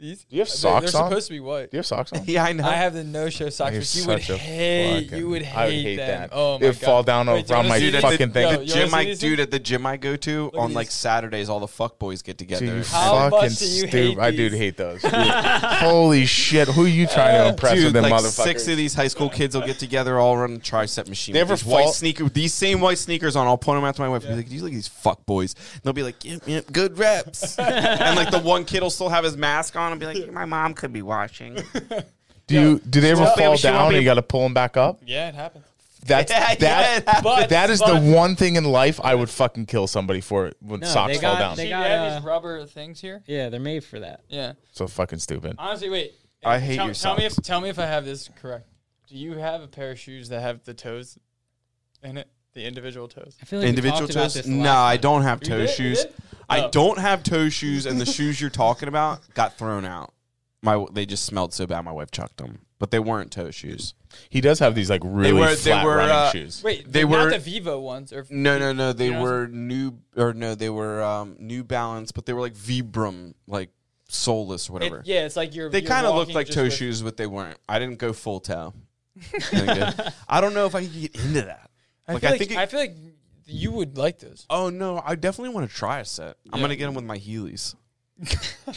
[SPEAKER 3] These
[SPEAKER 1] Do you have
[SPEAKER 3] they're-
[SPEAKER 1] socks
[SPEAKER 3] They're
[SPEAKER 1] on?
[SPEAKER 3] supposed to be white.
[SPEAKER 1] Do you have socks on?
[SPEAKER 2] Yeah, I know.
[SPEAKER 3] I have the no-show socks.
[SPEAKER 1] You're
[SPEAKER 3] which You would
[SPEAKER 1] such a
[SPEAKER 3] hate.
[SPEAKER 1] fucking-
[SPEAKER 3] you would hate,
[SPEAKER 1] I would hate
[SPEAKER 3] them.
[SPEAKER 1] that.
[SPEAKER 3] Oh my
[SPEAKER 1] It'd
[SPEAKER 3] god.
[SPEAKER 1] fall down
[SPEAKER 3] Wait, do you
[SPEAKER 1] around
[SPEAKER 3] wanna
[SPEAKER 1] my
[SPEAKER 3] see this?
[SPEAKER 1] fucking thing.
[SPEAKER 3] Yo,
[SPEAKER 1] The
[SPEAKER 3] you wanna
[SPEAKER 2] Gym
[SPEAKER 3] see
[SPEAKER 2] I,
[SPEAKER 3] this
[SPEAKER 2] dude, at the gym I go to
[SPEAKER 3] at
[SPEAKER 2] on
[SPEAKER 3] these.
[SPEAKER 2] like Saturdays, all the fuck boys get together.
[SPEAKER 1] Dude, you
[SPEAKER 3] How
[SPEAKER 1] fucking
[SPEAKER 3] much do you hate
[SPEAKER 1] stupid. I do
[SPEAKER 3] these?
[SPEAKER 1] hate those. Dude. Holy shit. Who are you trying to impress
[SPEAKER 2] Dude,
[SPEAKER 1] with them
[SPEAKER 2] like
[SPEAKER 1] motherfuckers?
[SPEAKER 2] six of these high school kids will get together, all run a tricep machine.
[SPEAKER 1] They
[SPEAKER 2] with
[SPEAKER 1] ever
[SPEAKER 2] these white
[SPEAKER 1] fall-
[SPEAKER 2] sneaker, these same white sneakers on. I'll point them out to my wife. and Be like, "Do you look at these fuck boys?" And they'll be like, "Yep, yep, good
[SPEAKER 4] [laughs]
[SPEAKER 2] reps." and like the one kid will still have his mask on and be like,
[SPEAKER 10] My mom could be
[SPEAKER 4] [laughs]
[SPEAKER 10] watching.
[SPEAKER 1] do you do they ever
[SPEAKER 2] won't be-
[SPEAKER 1] fall
[SPEAKER 2] she won't
[SPEAKER 1] down
[SPEAKER 2] be-
[SPEAKER 1] and you got to pull them back up?
[SPEAKER 3] Yeah, it happens.
[SPEAKER 1] That's
[SPEAKER 2] Yeah, yeah,
[SPEAKER 1] that
[SPEAKER 2] it happens.
[SPEAKER 3] But-
[SPEAKER 1] that is
[SPEAKER 3] but-
[SPEAKER 1] the one thing in life I would fucking kill somebody for it when
[SPEAKER 4] No,
[SPEAKER 1] socks
[SPEAKER 4] they
[SPEAKER 1] fall
[SPEAKER 4] got-
[SPEAKER 1] down.
[SPEAKER 4] they-
[SPEAKER 3] See,
[SPEAKER 4] got,
[SPEAKER 3] we have these
[SPEAKER 4] uh,
[SPEAKER 3] rubber things here.
[SPEAKER 4] yeah, they're made for that.
[SPEAKER 3] Yeah.
[SPEAKER 1] so fucking stupid.
[SPEAKER 3] Honestly, wait.
[SPEAKER 2] I hate
[SPEAKER 3] tell,
[SPEAKER 2] your
[SPEAKER 3] tell me if tell me if I have this correct. Do you have a pair of shoes that have the toes in it? The individual toes.
[SPEAKER 4] I feel like
[SPEAKER 2] "Individual
[SPEAKER 4] we talked about
[SPEAKER 2] toes?
[SPEAKER 4] this
[SPEAKER 2] No,
[SPEAKER 4] last
[SPEAKER 2] I
[SPEAKER 4] time.
[SPEAKER 2] don't have
[SPEAKER 3] You
[SPEAKER 2] toe
[SPEAKER 3] did? You
[SPEAKER 2] shoes.
[SPEAKER 3] did?
[SPEAKER 2] I
[SPEAKER 3] Oh.
[SPEAKER 2] don't have toe shoes, and the shoes you're talking about got thrown out. My they just smelled so bad. My wife chucked them, but they weren't toe shoes.
[SPEAKER 1] He does have these like really
[SPEAKER 2] were- they
[SPEAKER 1] flat
[SPEAKER 2] were,
[SPEAKER 1] running
[SPEAKER 2] uh,
[SPEAKER 1] shoes.
[SPEAKER 3] Wait,
[SPEAKER 2] They
[SPEAKER 3] they were
[SPEAKER 2] were-
[SPEAKER 3] not the Vivo ones. Or
[SPEAKER 2] No, no, no. They
[SPEAKER 3] You know what
[SPEAKER 2] were new, or no, they were um, New Balance, but they were like Vibram, like soulless or whatever.
[SPEAKER 3] It, yeah, it's like you're.
[SPEAKER 2] they
[SPEAKER 3] you're
[SPEAKER 2] kind of looked
[SPEAKER 3] walking
[SPEAKER 2] like
[SPEAKER 3] just
[SPEAKER 2] toe
[SPEAKER 3] with-
[SPEAKER 2] shoes, but they weren't. I didn't go full
[SPEAKER 3] [laughs]
[SPEAKER 2] toe. I didn't go- I don't know if I could get into that.
[SPEAKER 3] I
[SPEAKER 2] Like,
[SPEAKER 3] feel
[SPEAKER 2] I
[SPEAKER 3] like,
[SPEAKER 2] think it-
[SPEAKER 3] I feel like you would like those.
[SPEAKER 2] Oh no, I definitely want to try a set. I'm
[SPEAKER 3] Yeah.
[SPEAKER 2] gonna get them with my Heelys. [laughs]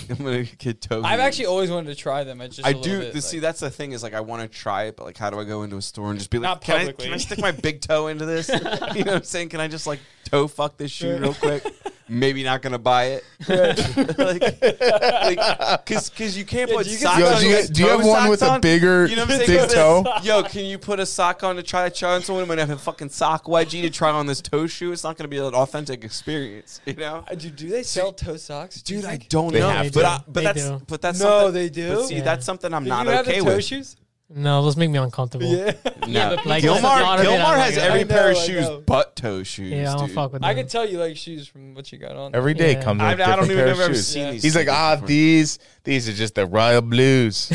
[SPEAKER 2] I'm gonna get toe.
[SPEAKER 3] I've
[SPEAKER 2] Heelys.
[SPEAKER 3] actually always wanted to try them. I just
[SPEAKER 2] Oh, I
[SPEAKER 3] a little
[SPEAKER 2] do.
[SPEAKER 3] Bit,
[SPEAKER 2] this, see, that's the thing is like I want to try it, but like, how do I go into a store and just be like,
[SPEAKER 3] Not
[SPEAKER 2] can I,
[SPEAKER 3] publicly.
[SPEAKER 2] can I stick my big toe into
[SPEAKER 3] [laughs]
[SPEAKER 2] this? [laughs] you know what I'm saying? Can I just like toe fuck this shoe real quick? Maybe not gonna buy
[SPEAKER 3] [laughs]
[SPEAKER 2] it. [laughs] like, like, cause, cause you can't
[SPEAKER 3] Yeah,
[SPEAKER 2] put
[SPEAKER 3] do you get
[SPEAKER 2] socks
[SPEAKER 1] Yo,
[SPEAKER 2] on.
[SPEAKER 1] do you,
[SPEAKER 2] with
[SPEAKER 1] do you
[SPEAKER 2] toe
[SPEAKER 1] have one
[SPEAKER 2] socks
[SPEAKER 1] with a
[SPEAKER 2] on?
[SPEAKER 1] bigger
[SPEAKER 2] You know what I'm saying?
[SPEAKER 1] big
[SPEAKER 2] Put a-
[SPEAKER 1] toe?
[SPEAKER 2] [laughs] Yo, can you put a sock on to try to try on someone? I'm gonna have a fucking sock wedgie to try on this toe shoe. It's not gonna be an authentic experience, you know?
[SPEAKER 3] Uh, do, do they sell toe socks? Do you
[SPEAKER 2] Dude, I
[SPEAKER 3] think?
[SPEAKER 2] don't
[SPEAKER 1] They
[SPEAKER 2] know,
[SPEAKER 1] have
[SPEAKER 2] but
[SPEAKER 1] to.
[SPEAKER 2] I, but
[SPEAKER 5] They
[SPEAKER 2] that's
[SPEAKER 5] do.
[SPEAKER 2] but that's
[SPEAKER 3] No,
[SPEAKER 2] something-
[SPEAKER 3] they
[SPEAKER 2] But
[SPEAKER 3] do.
[SPEAKER 2] see,
[SPEAKER 5] Yeah.
[SPEAKER 2] that's something I'm
[SPEAKER 3] Do
[SPEAKER 2] not
[SPEAKER 3] you have
[SPEAKER 2] okay
[SPEAKER 3] the toe
[SPEAKER 2] with.
[SPEAKER 3] shoes?
[SPEAKER 5] No, those make me uncomfortable. Yeah,
[SPEAKER 2] No.
[SPEAKER 4] but like-
[SPEAKER 2] Gilmar,
[SPEAKER 5] Like, it's
[SPEAKER 2] Gilmar
[SPEAKER 5] not
[SPEAKER 2] has
[SPEAKER 5] good.
[SPEAKER 2] every
[SPEAKER 3] I know,
[SPEAKER 2] pair of
[SPEAKER 3] I
[SPEAKER 2] shoes
[SPEAKER 3] know.
[SPEAKER 2] but toe shoes.
[SPEAKER 5] I don't
[SPEAKER 2] dude.
[SPEAKER 5] fuck with
[SPEAKER 3] [laughs]
[SPEAKER 5] them. [laughs]
[SPEAKER 3] I could tell you like shoes from what you got on.
[SPEAKER 1] Every day
[SPEAKER 5] Yeah.
[SPEAKER 1] comes
[SPEAKER 2] I,
[SPEAKER 1] with a
[SPEAKER 2] I don't
[SPEAKER 1] different
[SPEAKER 2] even
[SPEAKER 1] pair of
[SPEAKER 2] remember
[SPEAKER 1] shoes.
[SPEAKER 2] seeing
[SPEAKER 3] Yeah.
[SPEAKER 2] these.
[SPEAKER 1] He's like, ah, these these are just the royal blues.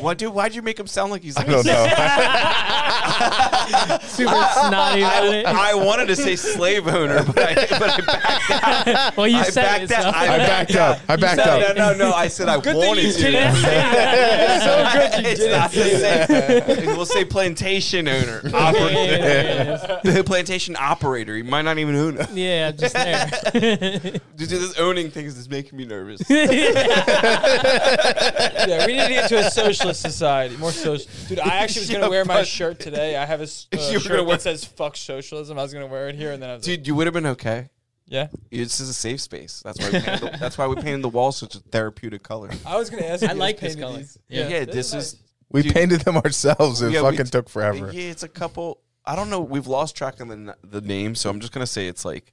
[SPEAKER 2] What, dude? Why'd you make him sound like he's
[SPEAKER 1] I
[SPEAKER 2] like?
[SPEAKER 1] don't
[SPEAKER 2] [laughs]
[SPEAKER 1] know.
[SPEAKER 5] Super snotty about it.
[SPEAKER 2] I wanted to say slave owner, but I, but I backed out.
[SPEAKER 5] well, you
[SPEAKER 2] I
[SPEAKER 5] said it.
[SPEAKER 2] backed out.
[SPEAKER 5] so-
[SPEAKER 1] I backed up. I backed
[SPEAKER 2] No, no,
[SPEAKER 1] up.
[SPEAKER 2] no, no. I said I wanted to.
[SPEAKER 3] so good you
[SPEAKER 2] It's
[SPEAKER 3] did
[SPEAKER 2] not
[SPEAKER 3] it.
[SPEAKER 2] the same. We'll say plantation owner, operator, the plantation operator. He might not even own it.
[SPEAKER 5] [laughs] yeah, I'm just there. [laughs]
[SPEAKER 2] Dude, this owning thing is just making me nervous.
[SPEAKER 3] Yeah, we need to get to a socialist society. More social. Dude, I actually
[SPEAKER 2] [laughs]
[SPEAKER 3] was gonna
[SPEAKER 2] Yeah,
[SPEAKER 3] wear my
[SPEAKER 2] but-
[SPEAKER 3] shirt today. I have a
[SPEAKER 2] [laughs]
[SPEAKER 3] s-
[SPEAKER 2] You
[SPEAKER 3] uh,
[SPEAKER 2] were
[SPEAKER 3] shirt
[SPEAKER 2] gonna wear-
[SPEAKER 3] that says "fuck socialism." I was gonna wear it here, and then I was like,
[SPEAKER 2] Dude, you would have been okay.
[SPEAKER 3] "Yeah."
[SPEAKER 2] This is a safe space. That's why we painted the, that's why we painted the wall such a therapeutic color.
[SPEAKER 3] I was gonna ask. if
[SPEAKER 4] I
[SPEAKER 3] you
[SPEAKER 4] like
[SPEAKER 3] guys
[SPEAKER 4] this
[SPEAKER 3] painted
[SPEAKER 4] color.
[SPEAKER 3] these.
[SPEAKER 2] Yeah, this,
[SPEAKER 3] nice.
[SPEAKER 2] is
[SPEAKER 1] We
[SPEAKER 2] Dude.
[SPEAKER 1] painted them ourselves. It
[SPEAKER 2] Yeah, we
[SPEAKER 1] fucking
[SPEAKER 2] d-
[SPEAKER 1] took forever.
[SPEAKER 2] yeah. It's a couple. I don't know. We've lost track of the n- the name, so I'm just gonna say it's like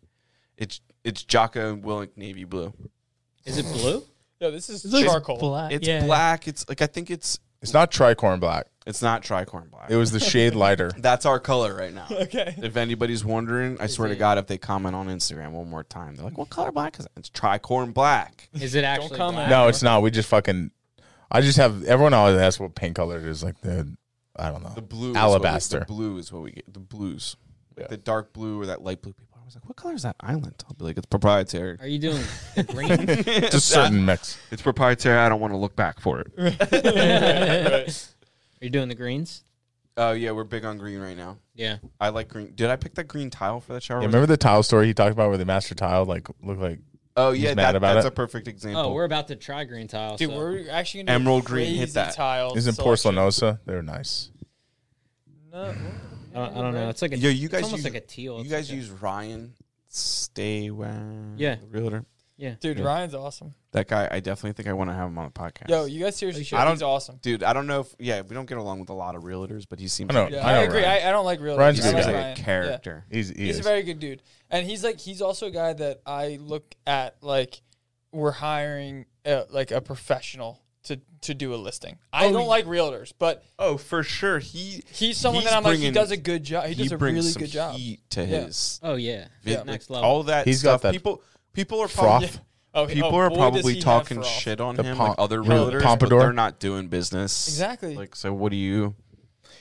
[SPEAKER 2] it's it's Jocko and Willink navy blue.
[SPEAKER 4] Is it blue?
[SPEAKER 3] Yo, this is
[SPEAKER 5] Looks
[SPEAKER 3] charcoal. [laughs]
[SPEAKER 5] Black.
[SPEAKER 2] It's
[SPEAKER 5] Uh, yeah.
[SPEAKER 2] black. It's like I think it's
[SPEAKER 1] It's not tricorn black.
[SPEAKER 2] it's not tricorn black.
[SPEAKER 1] It was the shade lighter.
[SPEAKER 2] That's our color right now.
[SPEAKER 3] Okay.
[SPEAKER 2] If anybody's wondering, I swear to God, if they comment on Instagram one more time, they're like, "What color black is it?" It's tricorn black.
[SPEAKER 4] Is it actually
[SPEAKER 3] comment.
[SPEAKER 4] black?
[SPEAKER 1] No, it's not. We just fucking. I just have everyone always asks what paint color it is. Like the, I don't know.
[SPEAKER 2] The blue,
[SPEAKER 1] Alabaster.
[SPEAKER 2] Is what we, the blue is what we get. The blues,
[SPEAKER 1] Yeah.
[SPEAKER 2] the dark blue or that light blue. People always was like, "What color is that island?" I'll be like, "It's proprietary.
[SPEAKER 4] Are you doing the green?
[SPEAKER 1] It's a certain mix.
[SPEAKER 2] It's proprietary. I don't want to look back for it." [laughs]
[SPEAKER 4] Are you doing the greens? Oh,
[SPEAKER 2] Oh yeah, we're big on green right now.
[SPEAKER 4] Yeah.
[SPEAKER 2] I like green. Did I pick that green tile for that shower?
[SPEAKER 1] Yeah, remember the tile story he talked about where the master tile like looked like
[SPEAKER 2] oh
[SPEAKER 1] he's
[SPEAKER 2] yeah,
[SPEAKER 1] mad
[SPEAKER 2] that,
[SPEAKER 1] about
[SPEAKER 2] that's
[SPEAKER 1] it?
[SPEAKER 2] a perfect example.
[SPEAKER 4] Oh, we're about to try green tile.
[SPEAKER 3] Dude,
[SPEAKER 4] so-
[SPEAKER 3] we're actually gonna do
[SPEAKER 2] Emerald green, hit
[SPEAKER 3] crazy
[SPEAKER 2] that.
[SPEAKER 3] tile.
[SPEAKER 1] isn't
[SPEAKER 3] selection.
[SPEAKER 1] porcelanosa? They're nice.
[SPEAKER 3] No,
[SPEAKER 4] I don't, I don't know. It's like a,
[SPEAKER 2] Yo, you
[SPEAKER 4] it's
[SPEAKER 2] guys
[SPEAKER 4] almost
[SPEAKER 2] use-
[SPEAKER 4] like a teal.
[SPEAKER 2] you
[SPEAKER 4] It's
[SPEAKER 2] guys
[SPEAKER 4] like a-
[SPEAKER 2] use Ryan Staywell,
[SPEAKER 4] Yeah.
[SPEAKER 2] the realtor.
[SPEAKER 3] dude,
[SPEAKER 2] Yeah.
[SPEAKER 3] Ryan's awesome.
[SPEAKER 2] That guy, I definitely think I want to have him on the podcast.
[SPEAKER 3] Yo, you guys seriously should.
[SPEAKER 2] I don't-
[SPEAKER 3] He's awesome.
[SPEAKER 2] dude, I don't know if yeah, we don't get along with a lot of realtors, but he seems
[SPEAKER 1] I know.
[SPEAKER 2] like,
[SPEAKER 3] Yeah,
[SPEAKER 1] I
[SPEAKER 3] I,
[SPEAKER 1] know
[SPEAKER 3] agree.
[SPEAKER 1] Ryan.
[SPEAKER 3] I, I don't like real.
[SPEAKER 1] Ryan's
[SPEAKER 2] he
[SPEAKER 1] a
[SPEAKER 3] I
[SPEAKER 1] good
[SPEAKER 2] seems
[SPEAKER 3] like
[SPEAKER 1] guy.
[SPEAKER 2] like
[SPEAKER 3] Ryan.
[SPEAKER 2] a
[SPEAKER 3] Yeah.
[SPEAKER 2] character.
[SPEAKER 1] He's, he
[SPEAKER 3] he's
[SPEAKER 1] is.
[SPEAKER 3] a very good dude, and he's like he's also a guy that I look at like we're hiring uh, like a professional to to do a listing. I
[SPEAKER 2] Oh,
[SPEAKER 3] don't
[SPEAKER 2] he-
[SPEAKER 3] like realtors, but
[SPEAKER 2] Oh, for sure. He
[SPEAKER 3] he's someone
[SPEAKER 2] He's
[SPEAKER 3] that I'm like he
[SPEAKER 2] bringing-
[SPEAKER 3] does a good job. He, does a
[SPEAKER 2] brings
[SPEAKER 3] really
[SPEAKER 2] some
[SPEAKER 3] good job.
[SPEAKER 2] heat to
[SPEAKER 3] Yeah.
[SPEAKER 2] his
[SPEAKER 4] Oh yeah.
[SPEAKER 3] Yeah.
[SPEAKER 4] Next level.
[SPEAKER 2] all that.
[SPEAKER 1] He's got
[SPEAKER 2] stuff.
[SPEAKER 1] that
[SPEAKER 2] people. People are probably
[SPEAKER 1] froth.
[SPEAKER 3] Oh, he-
[SPEAKER 2] people
[SPEAKER 3] oh,
[SPEAKER 2] are
[SPEAKER 3] boy, does
[SPEAKER 2] probably
[SPEAKER 3] he have
[SPEAKER 2] talking
[SPEAKER 3] froth.
[SPEAKER 2] shit on
[SPEAKER 1] The
[SPEAKER 2] him,
[SPEAKER 1] pom-
[SPEAKER 2] like other
[SPEAKER 1] the
[SPEAKER 2] realtors, but
[SPEAKER 1] pompadour.
[SPEAKER 2] they're not doing business.
[SPEAKER 3] Exactly.
[SPEAKER 2] Like, so what do you?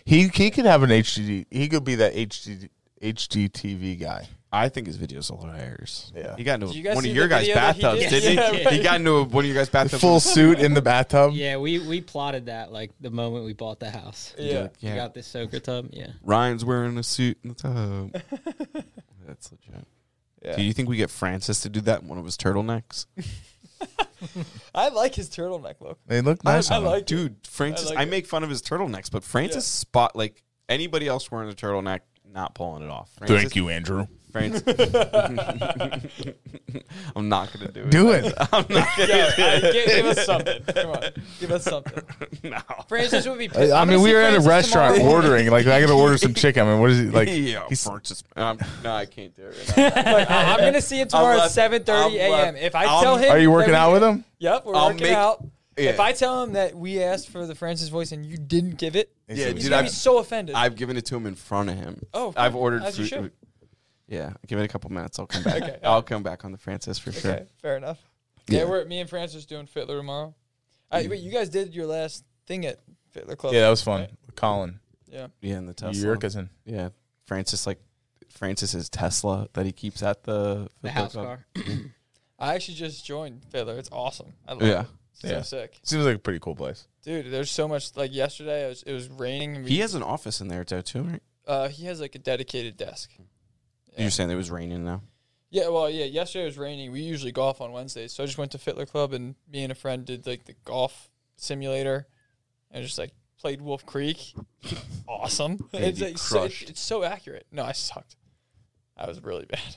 [SPEAKER 1] He he could have an HDD. He could be that HD HGTV guy.
[SPEAKER 2] I think his videos are hilarious.
[SPEAKER 1] Yeah.
[SPEAKER 2] he got into
[SPEAKER 3] Did you guys
[SPEAKER 2] one of
[SPEAKER 3] see
[SPEAKER 2] your
[SPEAKER 3] the
[SPEAKER 2] guys'
[SPEAKER 3] video that he
[SPEAKER 2] bathtubs,
[SPEAKER 3] did?
[SPEAKER 2] did. not
[SPEAKER 3] Yeah,
[SPEAKER 2] he?
[SPEAKER 3] right.
[SPEAKER 2] He got into one of your guys'
[SPEAKER 1] The
[SPEAKER 2] bathtubs.
[SPEAKER 1] full suit in the bathtub.
[SPEAKER 4] [laughs] Yeah, we we plotted that like the moment we bought the house.
[SPEAKER 2] He's
[SPEAKER 3] yeah.
[SPEAKER 2] like, yeah.
[SPEAKER 4] We got this soaker tub. Yeah.
[SPEAKER 2] Ryan's wearing a suit in the tub.
[SPEAKER 3] [laughs]
[SPEAKER 2] That's legit.
[SPEAKER 3] Yeah.
[SPEAKER 2] Do you think we get Francis to do that in one of his turtlenecks?
[SPEAKER 3] I like his turtleneck look.
[SPEAKER 1] They look nice.
[SPEAKER 3] I
[SPEAKER 1] on him.
[SPEAKER 3] like it. [laughs]
[SPEAKER 2] dude. Francis, I,
[SPEAKER 3] like it.
[SPEAKER 2] make fun of his turtlenecks, but Francis spot like anybody else wearing a turtleneck, not pulling it off. Francis,
[SPEAKER 1] Thank you, Andrew.
[SPEAKER 2] Francis, [laughs] I'm not gonna do it.
[SPEAKER 1] Do it.
[SPEAKER 2] I'm not gonna
[SPEAKER 3] Yo, I- give, give us something. Come on, give us somethething.
[SPEAKER 2] no.
[SPEAKER 3] Francis would be. Pissed.
[SPEAKER 1] I, I
[SPEAKER 3] I'm
[SPEAKER 1] mean,
[SPEAKER 3] gonna
[SPEAKER 1] we
[SPEAKER 3] see
[SPEAKER 1] were at a
[SPEAKER 3] Francis
[SPEAKER 1] restaurant
[SPEAKER 3] tomorrow.
[SPEAKER 1] ordering. Like, I gotta order some chicken. I mean, what is it like?
[SPEAKER 2] [laughs] yeah,
[SPEAKER 1] he's-
[SPEAKER 2] Francis. Um, no, I can't do it. Right now.
[SPEAKER 3] Like, I- I'm gonna see him tomorrow
[SPEAKER 2] I'll
[SPEAKER 3] at
[SPEAKER 2] let-
[SPEAKER 3] 7:30
[SPEAKER 2] I'll let-
[SPEAKER 3] a.m. If I
[SPEAKER 2] I'll-
[SPEAKER 3] tell him,
[SPEAKER 1] Are you
[SPEAKER 3] that
[SPEAKER 1] working
[SPEAKER 3] we-
[SPEAKER 1] out with him?
[SPEAKER 3] Yep, we're
[SPEAKER 2] I'll
[SPEAKER 3] working
[SPEAKER 2] make-
[SPEAKER 3] out.
[SPEAKER 2] Yeah.
[SPEAKER 3] [laughs] If I tell him that we asked for the Francis voice and you didn't give it,
[SPEAKER 2] Yeah,
[SPEAKER 3] he's
[SPEAKER 2] dude,
[SPEAKER 3] gonna
[SPEAKER 2] I've-
[SPEAKER 3] be so offended.
[SPEAKER 2] I've given it to him in front of him.
[SPEAKER 3] Oh, of
[SPEAKER 2] I've
[SPEAKER 3] course,
[SPEAKER 2] ordered
[SPEAKER 3] as you
[SPEAKER 2] food.
[SPEAKER 3] should.
[SPEAKER 2] Yeah, give it a couple minutes. I'll
[SPEAKER 3] [laughs]
[SPEAKER 2] come back.
[SPEAKER 3] Okay,
[SPEAKER 2] I'll come back on the Francis for sure.
[SPEAKER 3] okay, fair enough.
[SPEAKER 2] Yeah.
[SPEAKER 3] Yeah, we're me and Francis doing Fitler tomorrow. I, wait, you guys did your last thing at Fitler Club.
[SPEAKER 1] Yeah, that was fun. Colin,
[SPEAKER 3] yeah.
[SPEAKER 2] Yeah, in the Tesla.
[SPEAKER 1] your cousin.
[SPEAKER 2] Yeah, Francis like Francis's Tesla that he keeps at the
[SPEAKER 4] The
[SPEAKER 2] football
[SPEAKER 4] house
[SPEAKER 2] club.
[SPEAKER 4] car.
[SPEAKER 3] I actually just joined Fitler. It's awesome. I love
[SPEAKER 2] Yeah,
[SPEAKER 3] it. It's
[SPEAKER 1] Yeah.
[SPEAKER 3] so sick,
[SPEAKER 1] Seems like a pretty cool place.
[SPEAKER 3] dude. There's so much. Like yesterday, it was, it was raining. And we,
[SPEAKER 2] he has an office in there though too, right?
[SPEAKER 3] uh, he has like a dedicated desk. Yeah.
[SPEAKER 2] You're saying it was raining now.
[SPEAKER 3] Yeah, well, yeah. Yesterday was raining. We usually golf on Wednesdays, so I just went to Fitler Club and me and a friend did like the golf simulator, and just like played Wolf Creek. [laughs] awesome!
[SPEAKER 2] And
[SPEAKER 3] It's
[SPEAKER 2] you
[SPEAKER 3] like, so, it-
[SPEAKER 2] crushed.
[SPEAKER 3] it's so accurate. No, I sucked. I was really [laughs] bad.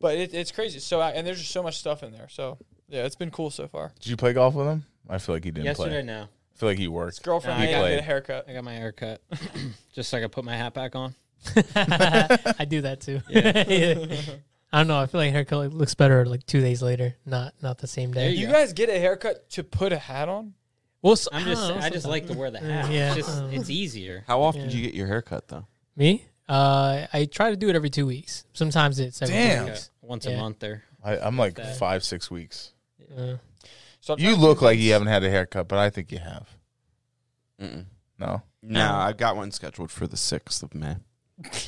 [SPEAKER 3] But it, it's crazy. It's so ac- and there's just so much stuff in there. So yeah, it's been cool so far.
[SPEAKER 1] Did you play golf with him? I feel like he didn't play.
[SPEAKER 4] Yesterday, no.
[SPEAKER 1] I feel like he
[SPEAKER 3] His
[SPEAKER 1] worked.
[SPEAKER 3] girlfriend
[SPEAKER 4] Nah,
[SPEAKER 3] made
[SPEAKER 4] he
[SPEAKER 3] him
[SPEAKER 1] played.
[SPEAKER 3] get a haircut.
[SPEAKER 4] I got my hair cut [clears throat] just so I could put my hat back on.
[SPEAKER 5] [laughs]
[SPEAKER 3] [laughs]
[SPEAKER 5] I do that too. [laughs] I don't know. I feel like haircut looks better like two days later, not not the same
[SPEAKER 4] There
[SPEAKER 5] day.
[SPEAKER 3] You
[SPEAKER 4] go.
[SPEAKER 3] guys get a haircut to put a hat on?
[SPEAKER 5] Well, so,
[SPEAKER 4] I'm
[SPEAKER 5] don't
[SPEAKER 4] just
[SPEAKER 5] know,
[SPEAKER 4] I just like to wear the hat.
[SPEAKER 5] Oh, Yeah.
[SPEAKER 4] It's just it's easier.
[SPEAKER 2] How often do
[SPEAKER 5] Yeah.
[SPEAKER 2] you get your hair cut though?
[SPEAKER 5] Me? Uh, I try to do it every two weeks. Sometimes it's every
[SPEAKER 1] Damn.
[SPEAKER 5] two
[SPEAKER 4] Like, uh,
[SPEAKER 5] weeks.
[SPEAKER 4] once a
[SPEAKER 5] Yeah.
[SPEAKER 4] month or
[SPEAKER 1] I, I'm like
[SPEAKER 4] That-
[SPEAKER 1] five, six weeks.
[SPEAKER 5] Uh,
[SPEAKER 3] So I'm
[SPEAKER 1] You
[SPEAKER 3] trying to
[SPEAKER 1] look like
[SPEAKER 3] convince-
[SPEAKER 1] you haven't had a haircut, but I think you have.
[SPEAKER 2] Mm-mm.
[SPEAKER 1] No,
[SPEAKER 2] No, I've got one scheduled for the sixth of May.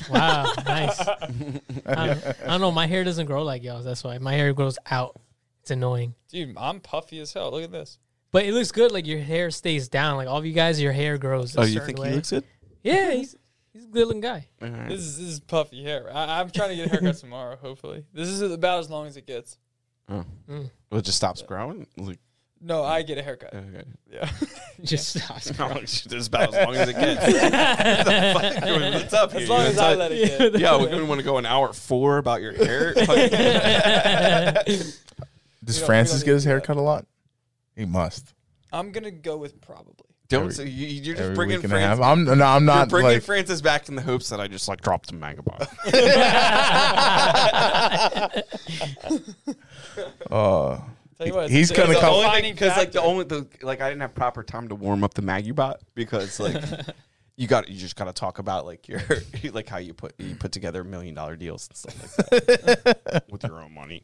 [SPEAKER 5] wow, nice. I don't, I don't know. My hair doesn't grow like y'all's. That's why my hair grows out. It's annoying,
[SPEAKER 3] Dude, I'm puffy as hell. Look at this.
[SPEAKER 5] but it looks good. Like your hair stays down. Like all of you guys, your hair grows. a
[SPEAKER 2] Oh, you
[SPEAKER 5] certain
[SPEAKER 2] think
[SPEAKER 5] way.
[SPEAKER 2] he looks good?
[SPEAKER 5] Yeah, he's he's a good
[SPEAKER 2] [laughs]
[SPEAKER 5] looking guy.
[SPEAKER 3] This is, this is puffy hair. I, I'm trying to get a
[SPEAKER 1] [laughs]
[SPEAKER 3] haircut tomorrow, hopefully. This is about as long as it gets.
[SPEAKER 2] Oh.
[SPEAKER 5] Mm.
[SPEAKER 2] Well, it just stops growing. Like,
[SPEAKER 3] No, I get a haircut.
[SPEAKER 2] okay. [laughs]
[SPEAKER 3] Yeah.
[SPEAKER 4] [laughs] just stops.
[SPEAKER 2] this is about as long as it
[SPEAKER 5] [laughs]
[SPEAKER 2] gets. What's up
[SPEAKER 3] as
[SPEAKER 2] here?
[SPEAKER 3] long
[SPEAKER 2] You
[SPEAKER 3] as
[SPEAKER 2] wanna
[SPEAKER 3] I
[SPEAKER 2] talk-
[SPEAKER 3] let it get.
[SPEAKER 2] yeah, we're gonna want to go an hour four about your hair. Like,
[SPEAKER 1] does
[SPEAKER 3] We don't- we
[SPEAKER 1] Francis
[SPEAKER 3] don't
[SPEAKER 1] get his
[SPEAKER 3] need to do
[SPEAKER 1] hair
[SPEAKER 3] that.
[SPEAKER 1] cut a lot? He must.
[SPEAKER 3] I'm going to go with probably.
[SPEAKER 2] don't
[SPEAKER 1] Every-
[SPEAKER 2] say you, you're just
[SPEAKER 1] Every
[SPEAKER 2] bringing
[SPEAKER 1] week and a half.
[SPEAKER 2] Francis.
[SPEAKER 1] I'm no, I'm
[SPEAKER 2] You're
[SPEAKER 1] not
[SPEAKER 2] bringing
[SPEAKER 1] like
[SPEAKER 2] Francis back in the hopes that I just like dropped a manga bar.
[SPEAKER 1] uh,
[SPEAKER 3] Tell you what,
[SPEAKER 1] He's
[SPEAKER 3] it's- it's
[SPEAKER 1] gonna
[SPEAKER 3] a
[SPEAKER 1] come-
[SPEAKER 2] only
[SPEAKER 3] defining
[SPEAKER 2] because like
[SPEAKER 1] [laughs]
[SPEAKER 2] the
[SPEAKER 3] factor.
[SPEAKER 2] only the like I didn't have proper time to warm up the Magubot because like you got you just got to talk about like your [laughs] like how you put you put together million dollar deals and stuff like that with your own money.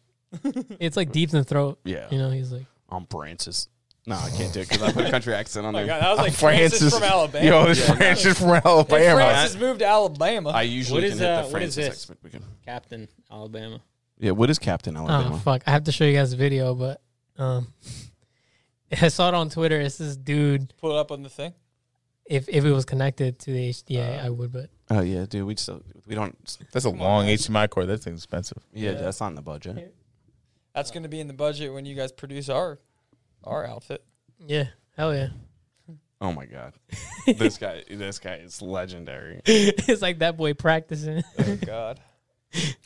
[SPEAKER 5] It's like deep in the throat.
[SPEAKER 2] Yeah,
[SPEAKER 5] You know, he's like,
[SPEAKER 2] I'm Francis. No, I can't do it because I put a country accent on
[SPEAKER 7] Oh my
[SPEAKER 2] there.
[SPEAKER 7] God, that was like
[SPEAKER 1] Francis,
[SPEAKER 7] Francis, from Alabama.
[SPEAKER 1] Yo, this Francis from Alabama.
[SPEAKER 7] Hey, Francis moved to Alabama.
[SPEAKER 2] I usually
[SPEAKER 4] What is,
[SPEAKER 2] can hit
[SPEAKER 4] uh,
[SPEAKER 2] the
[SPEAKER 4] what is
[SPEAKER 2] Francis
[SPEAKER 4] this?
[SPEAKER 2] accent. We can-
[SPEAKER 4] Captain Alabama.
[SPEAKER 2] Yeah, what is Captain Alabama?
[SPEAKER 5] Oh fuck! I have to show you guys a video, but um, [laughs] I saw it on Twitter. It's this dude.
[SPEAKER 7] Pull it up on the thing.
[SPEAKER 5] If if it was connected to the HDA,
[SPEAKER 2] Uh,
[SPEAKER 5] I would. But
[SPEAKER 2] Oh yeah, dude, we still we don't.
[SPEAKER 1] That's a long HDMI cord. That thing's expensive.
[SPEAKER 2] Yeah,
[SPEAKER 7] Yeah.
[SPEAKER 2] that's not in the budget.
[SPEAKER 7] That's going to be in the budget when you guys produce our our outfit.
[SPEAKER 5] yeah, hell yeah! [laughs]
[SPEAKER 2] Oh my god, this guy, this guy is legendary.
[SPEAKER 5] it's like that
[SPEAKER 2] [laughs]
[SPEAKER 5] boy practicing.
[SPEAKER 1] [laughs]
[SPEAKER 7] Oh God.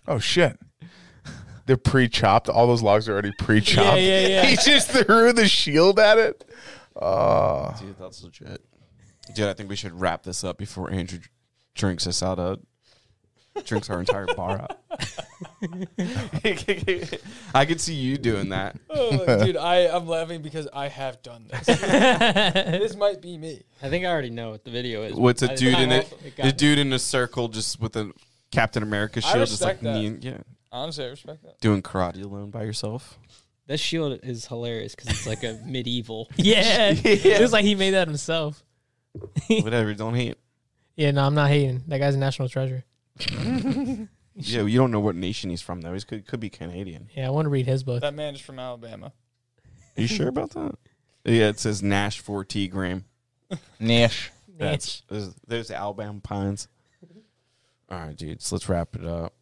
[SPEAKER 1] Oh shit. They're pre-chopped. All those logs are already pre-chopped.
[SPEAKER 5] Yeah, yeah, yeah.
[SPEAKER 1] [laughs] he just threw the shield at it. Uh,
[SPEAKER 2] Dude, that's legit. Dude, I think we should wrap this up before Andrew drinks us out of drinks our entire bar
[SPEAKER 7] [laughs]
[SPEAKER 2] up. I could see you doing that.
[SPEAKER 7] [laughs] Oh, dude, I I'm laughing because I have done
[SPEAKER 3] [laughs]
[SPEAKER 7] this. this might be me.
[SPEAKER 4] I think I already know what the video is.
[SPEAKER 2] What's
[SPEAKER 4] I-
[SPEAKER 2] a dude in
[SPEAKER 4] I-
[SPEAKER 2] it?
[SPEAKER 4] it got
[SPEAKER 2] A dude in a circle just with a Captain America
[SPEAKER 7] I
[SPEAKER 2] shield, just like
[SPEAKER 7] respect that.
[SPEAKER 2] kneeing- yeah,
[SPEAKER 7] Honestly, I respect that.
[SPEAKER 2] doing karate alone by
[SPEAKER 7] [laughs]
[SPEAKER 2] yourself.
[SPEAKER 4] That shield is hilarious because it's like a [laughs] medieval.
[SPEAKER 5] [laughs] yeah. it was like he made that himself.
[SPEAKER 2] Whatever, don't hate.
[SPEAKER 5] Yeah, no, I'm not hating. That guy's a national treasure.
[SPEAKER 2] Yeah, you don't know what nation he's from though. He could could be Canadian.
[SPEAKER 5] Yeah, I want to read his book.
[SPEAKER 7] That man is from Alabama.
[SPEAKER 2] Are you sure about that? Yeah, it says Nash 4T Graham.
[SPEAKER 1] Nash.
[SPEAKER 2] That's there's, there's the Alabama Pines. All right, dudes, let's wrap it up.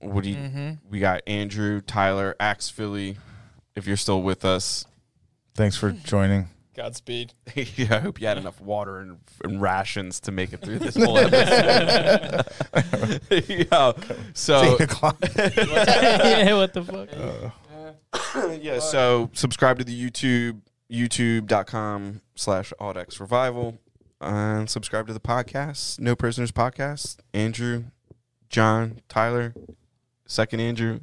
[SPEAKER 2] What do you?
[SPEAKER 7] Mm-hmm.
[SPEAKER 2] We got Andrew, Tyler, Axe Philly. If you're still with us, [laughs]
[SPEAKER 1] Thanks for joining.
[SPEAKER 7] Godspeed.
[SPEAKER 2] yeah, I hope you had enough water and, and rations to make it through this whole episode. [laughs] yeah. So
[SPEAKER 1] Eight o'clock.
[SPEAKER 5] [laughs] yeah, what the fuck?
[SPEAKER 2] yeah, so subscribe to the YouTube, youtube.com slash Audex Revival. And subscribe to the podcast, No Prisoners Podcast. Andrew, John, Tyler, second Andrew,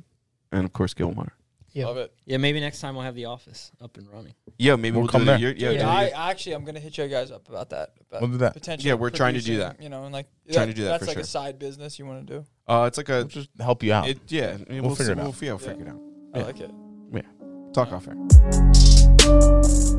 [SPEAKER 2] and of course Gilmar.
[SPEAKER 5] Yeah.
[SPEAKER 7] Love it.
[SPEAKER 4] Yeah, maybe next time we'll have the office up and running.
[SPEAKER 2] Yeah, maybe we'll,
[SPEAKER 1] We'll come
[SPEAKER 2] do the
[SPEAKER 1] there.
[SPEAKER 2] year- yeah, do
[SPEAKER 5] Yeah,
[SPEAKER 2] the
[SPEAKER 7] I
[SPEAKER 2] year-
[SPEAKER 7] actually I'm gonna hit you guys up about that. About
[SPEAKER 1] We'll do that.
[SPEAKER 7] Potential
[SPEAKER 2] Yeah, we're trying to do
[SPEAKER 7] producing,
[SPEAKER 2] that.
[SPEAKER 7] You know, and like
[SPEAKER 2] Trying to do that
[SPEAKER 7] That's
[SPEAKER 2] for
[SPEAKER 7] like
[SPEAKER 2] sure.
[SPEAKER 7] a side business you want to do.
[SPEAKER 2] uh, it's like a
[SPEAKER 1] We'll just help you out.
[SPEAKER 2] it, yeah. I mean, We'll,
[SPEAKER 1] figure it
[SPEAKER 2] see-
[SPEAKER 1] out.
[SPEAKER 2] We'll, yeah, we'll figure it out.
[SPEAKER 7] I
[SPEAKER 2] Yeah.
[SPEAKER 7] like it.
[SPEAKER 2] Talk off air.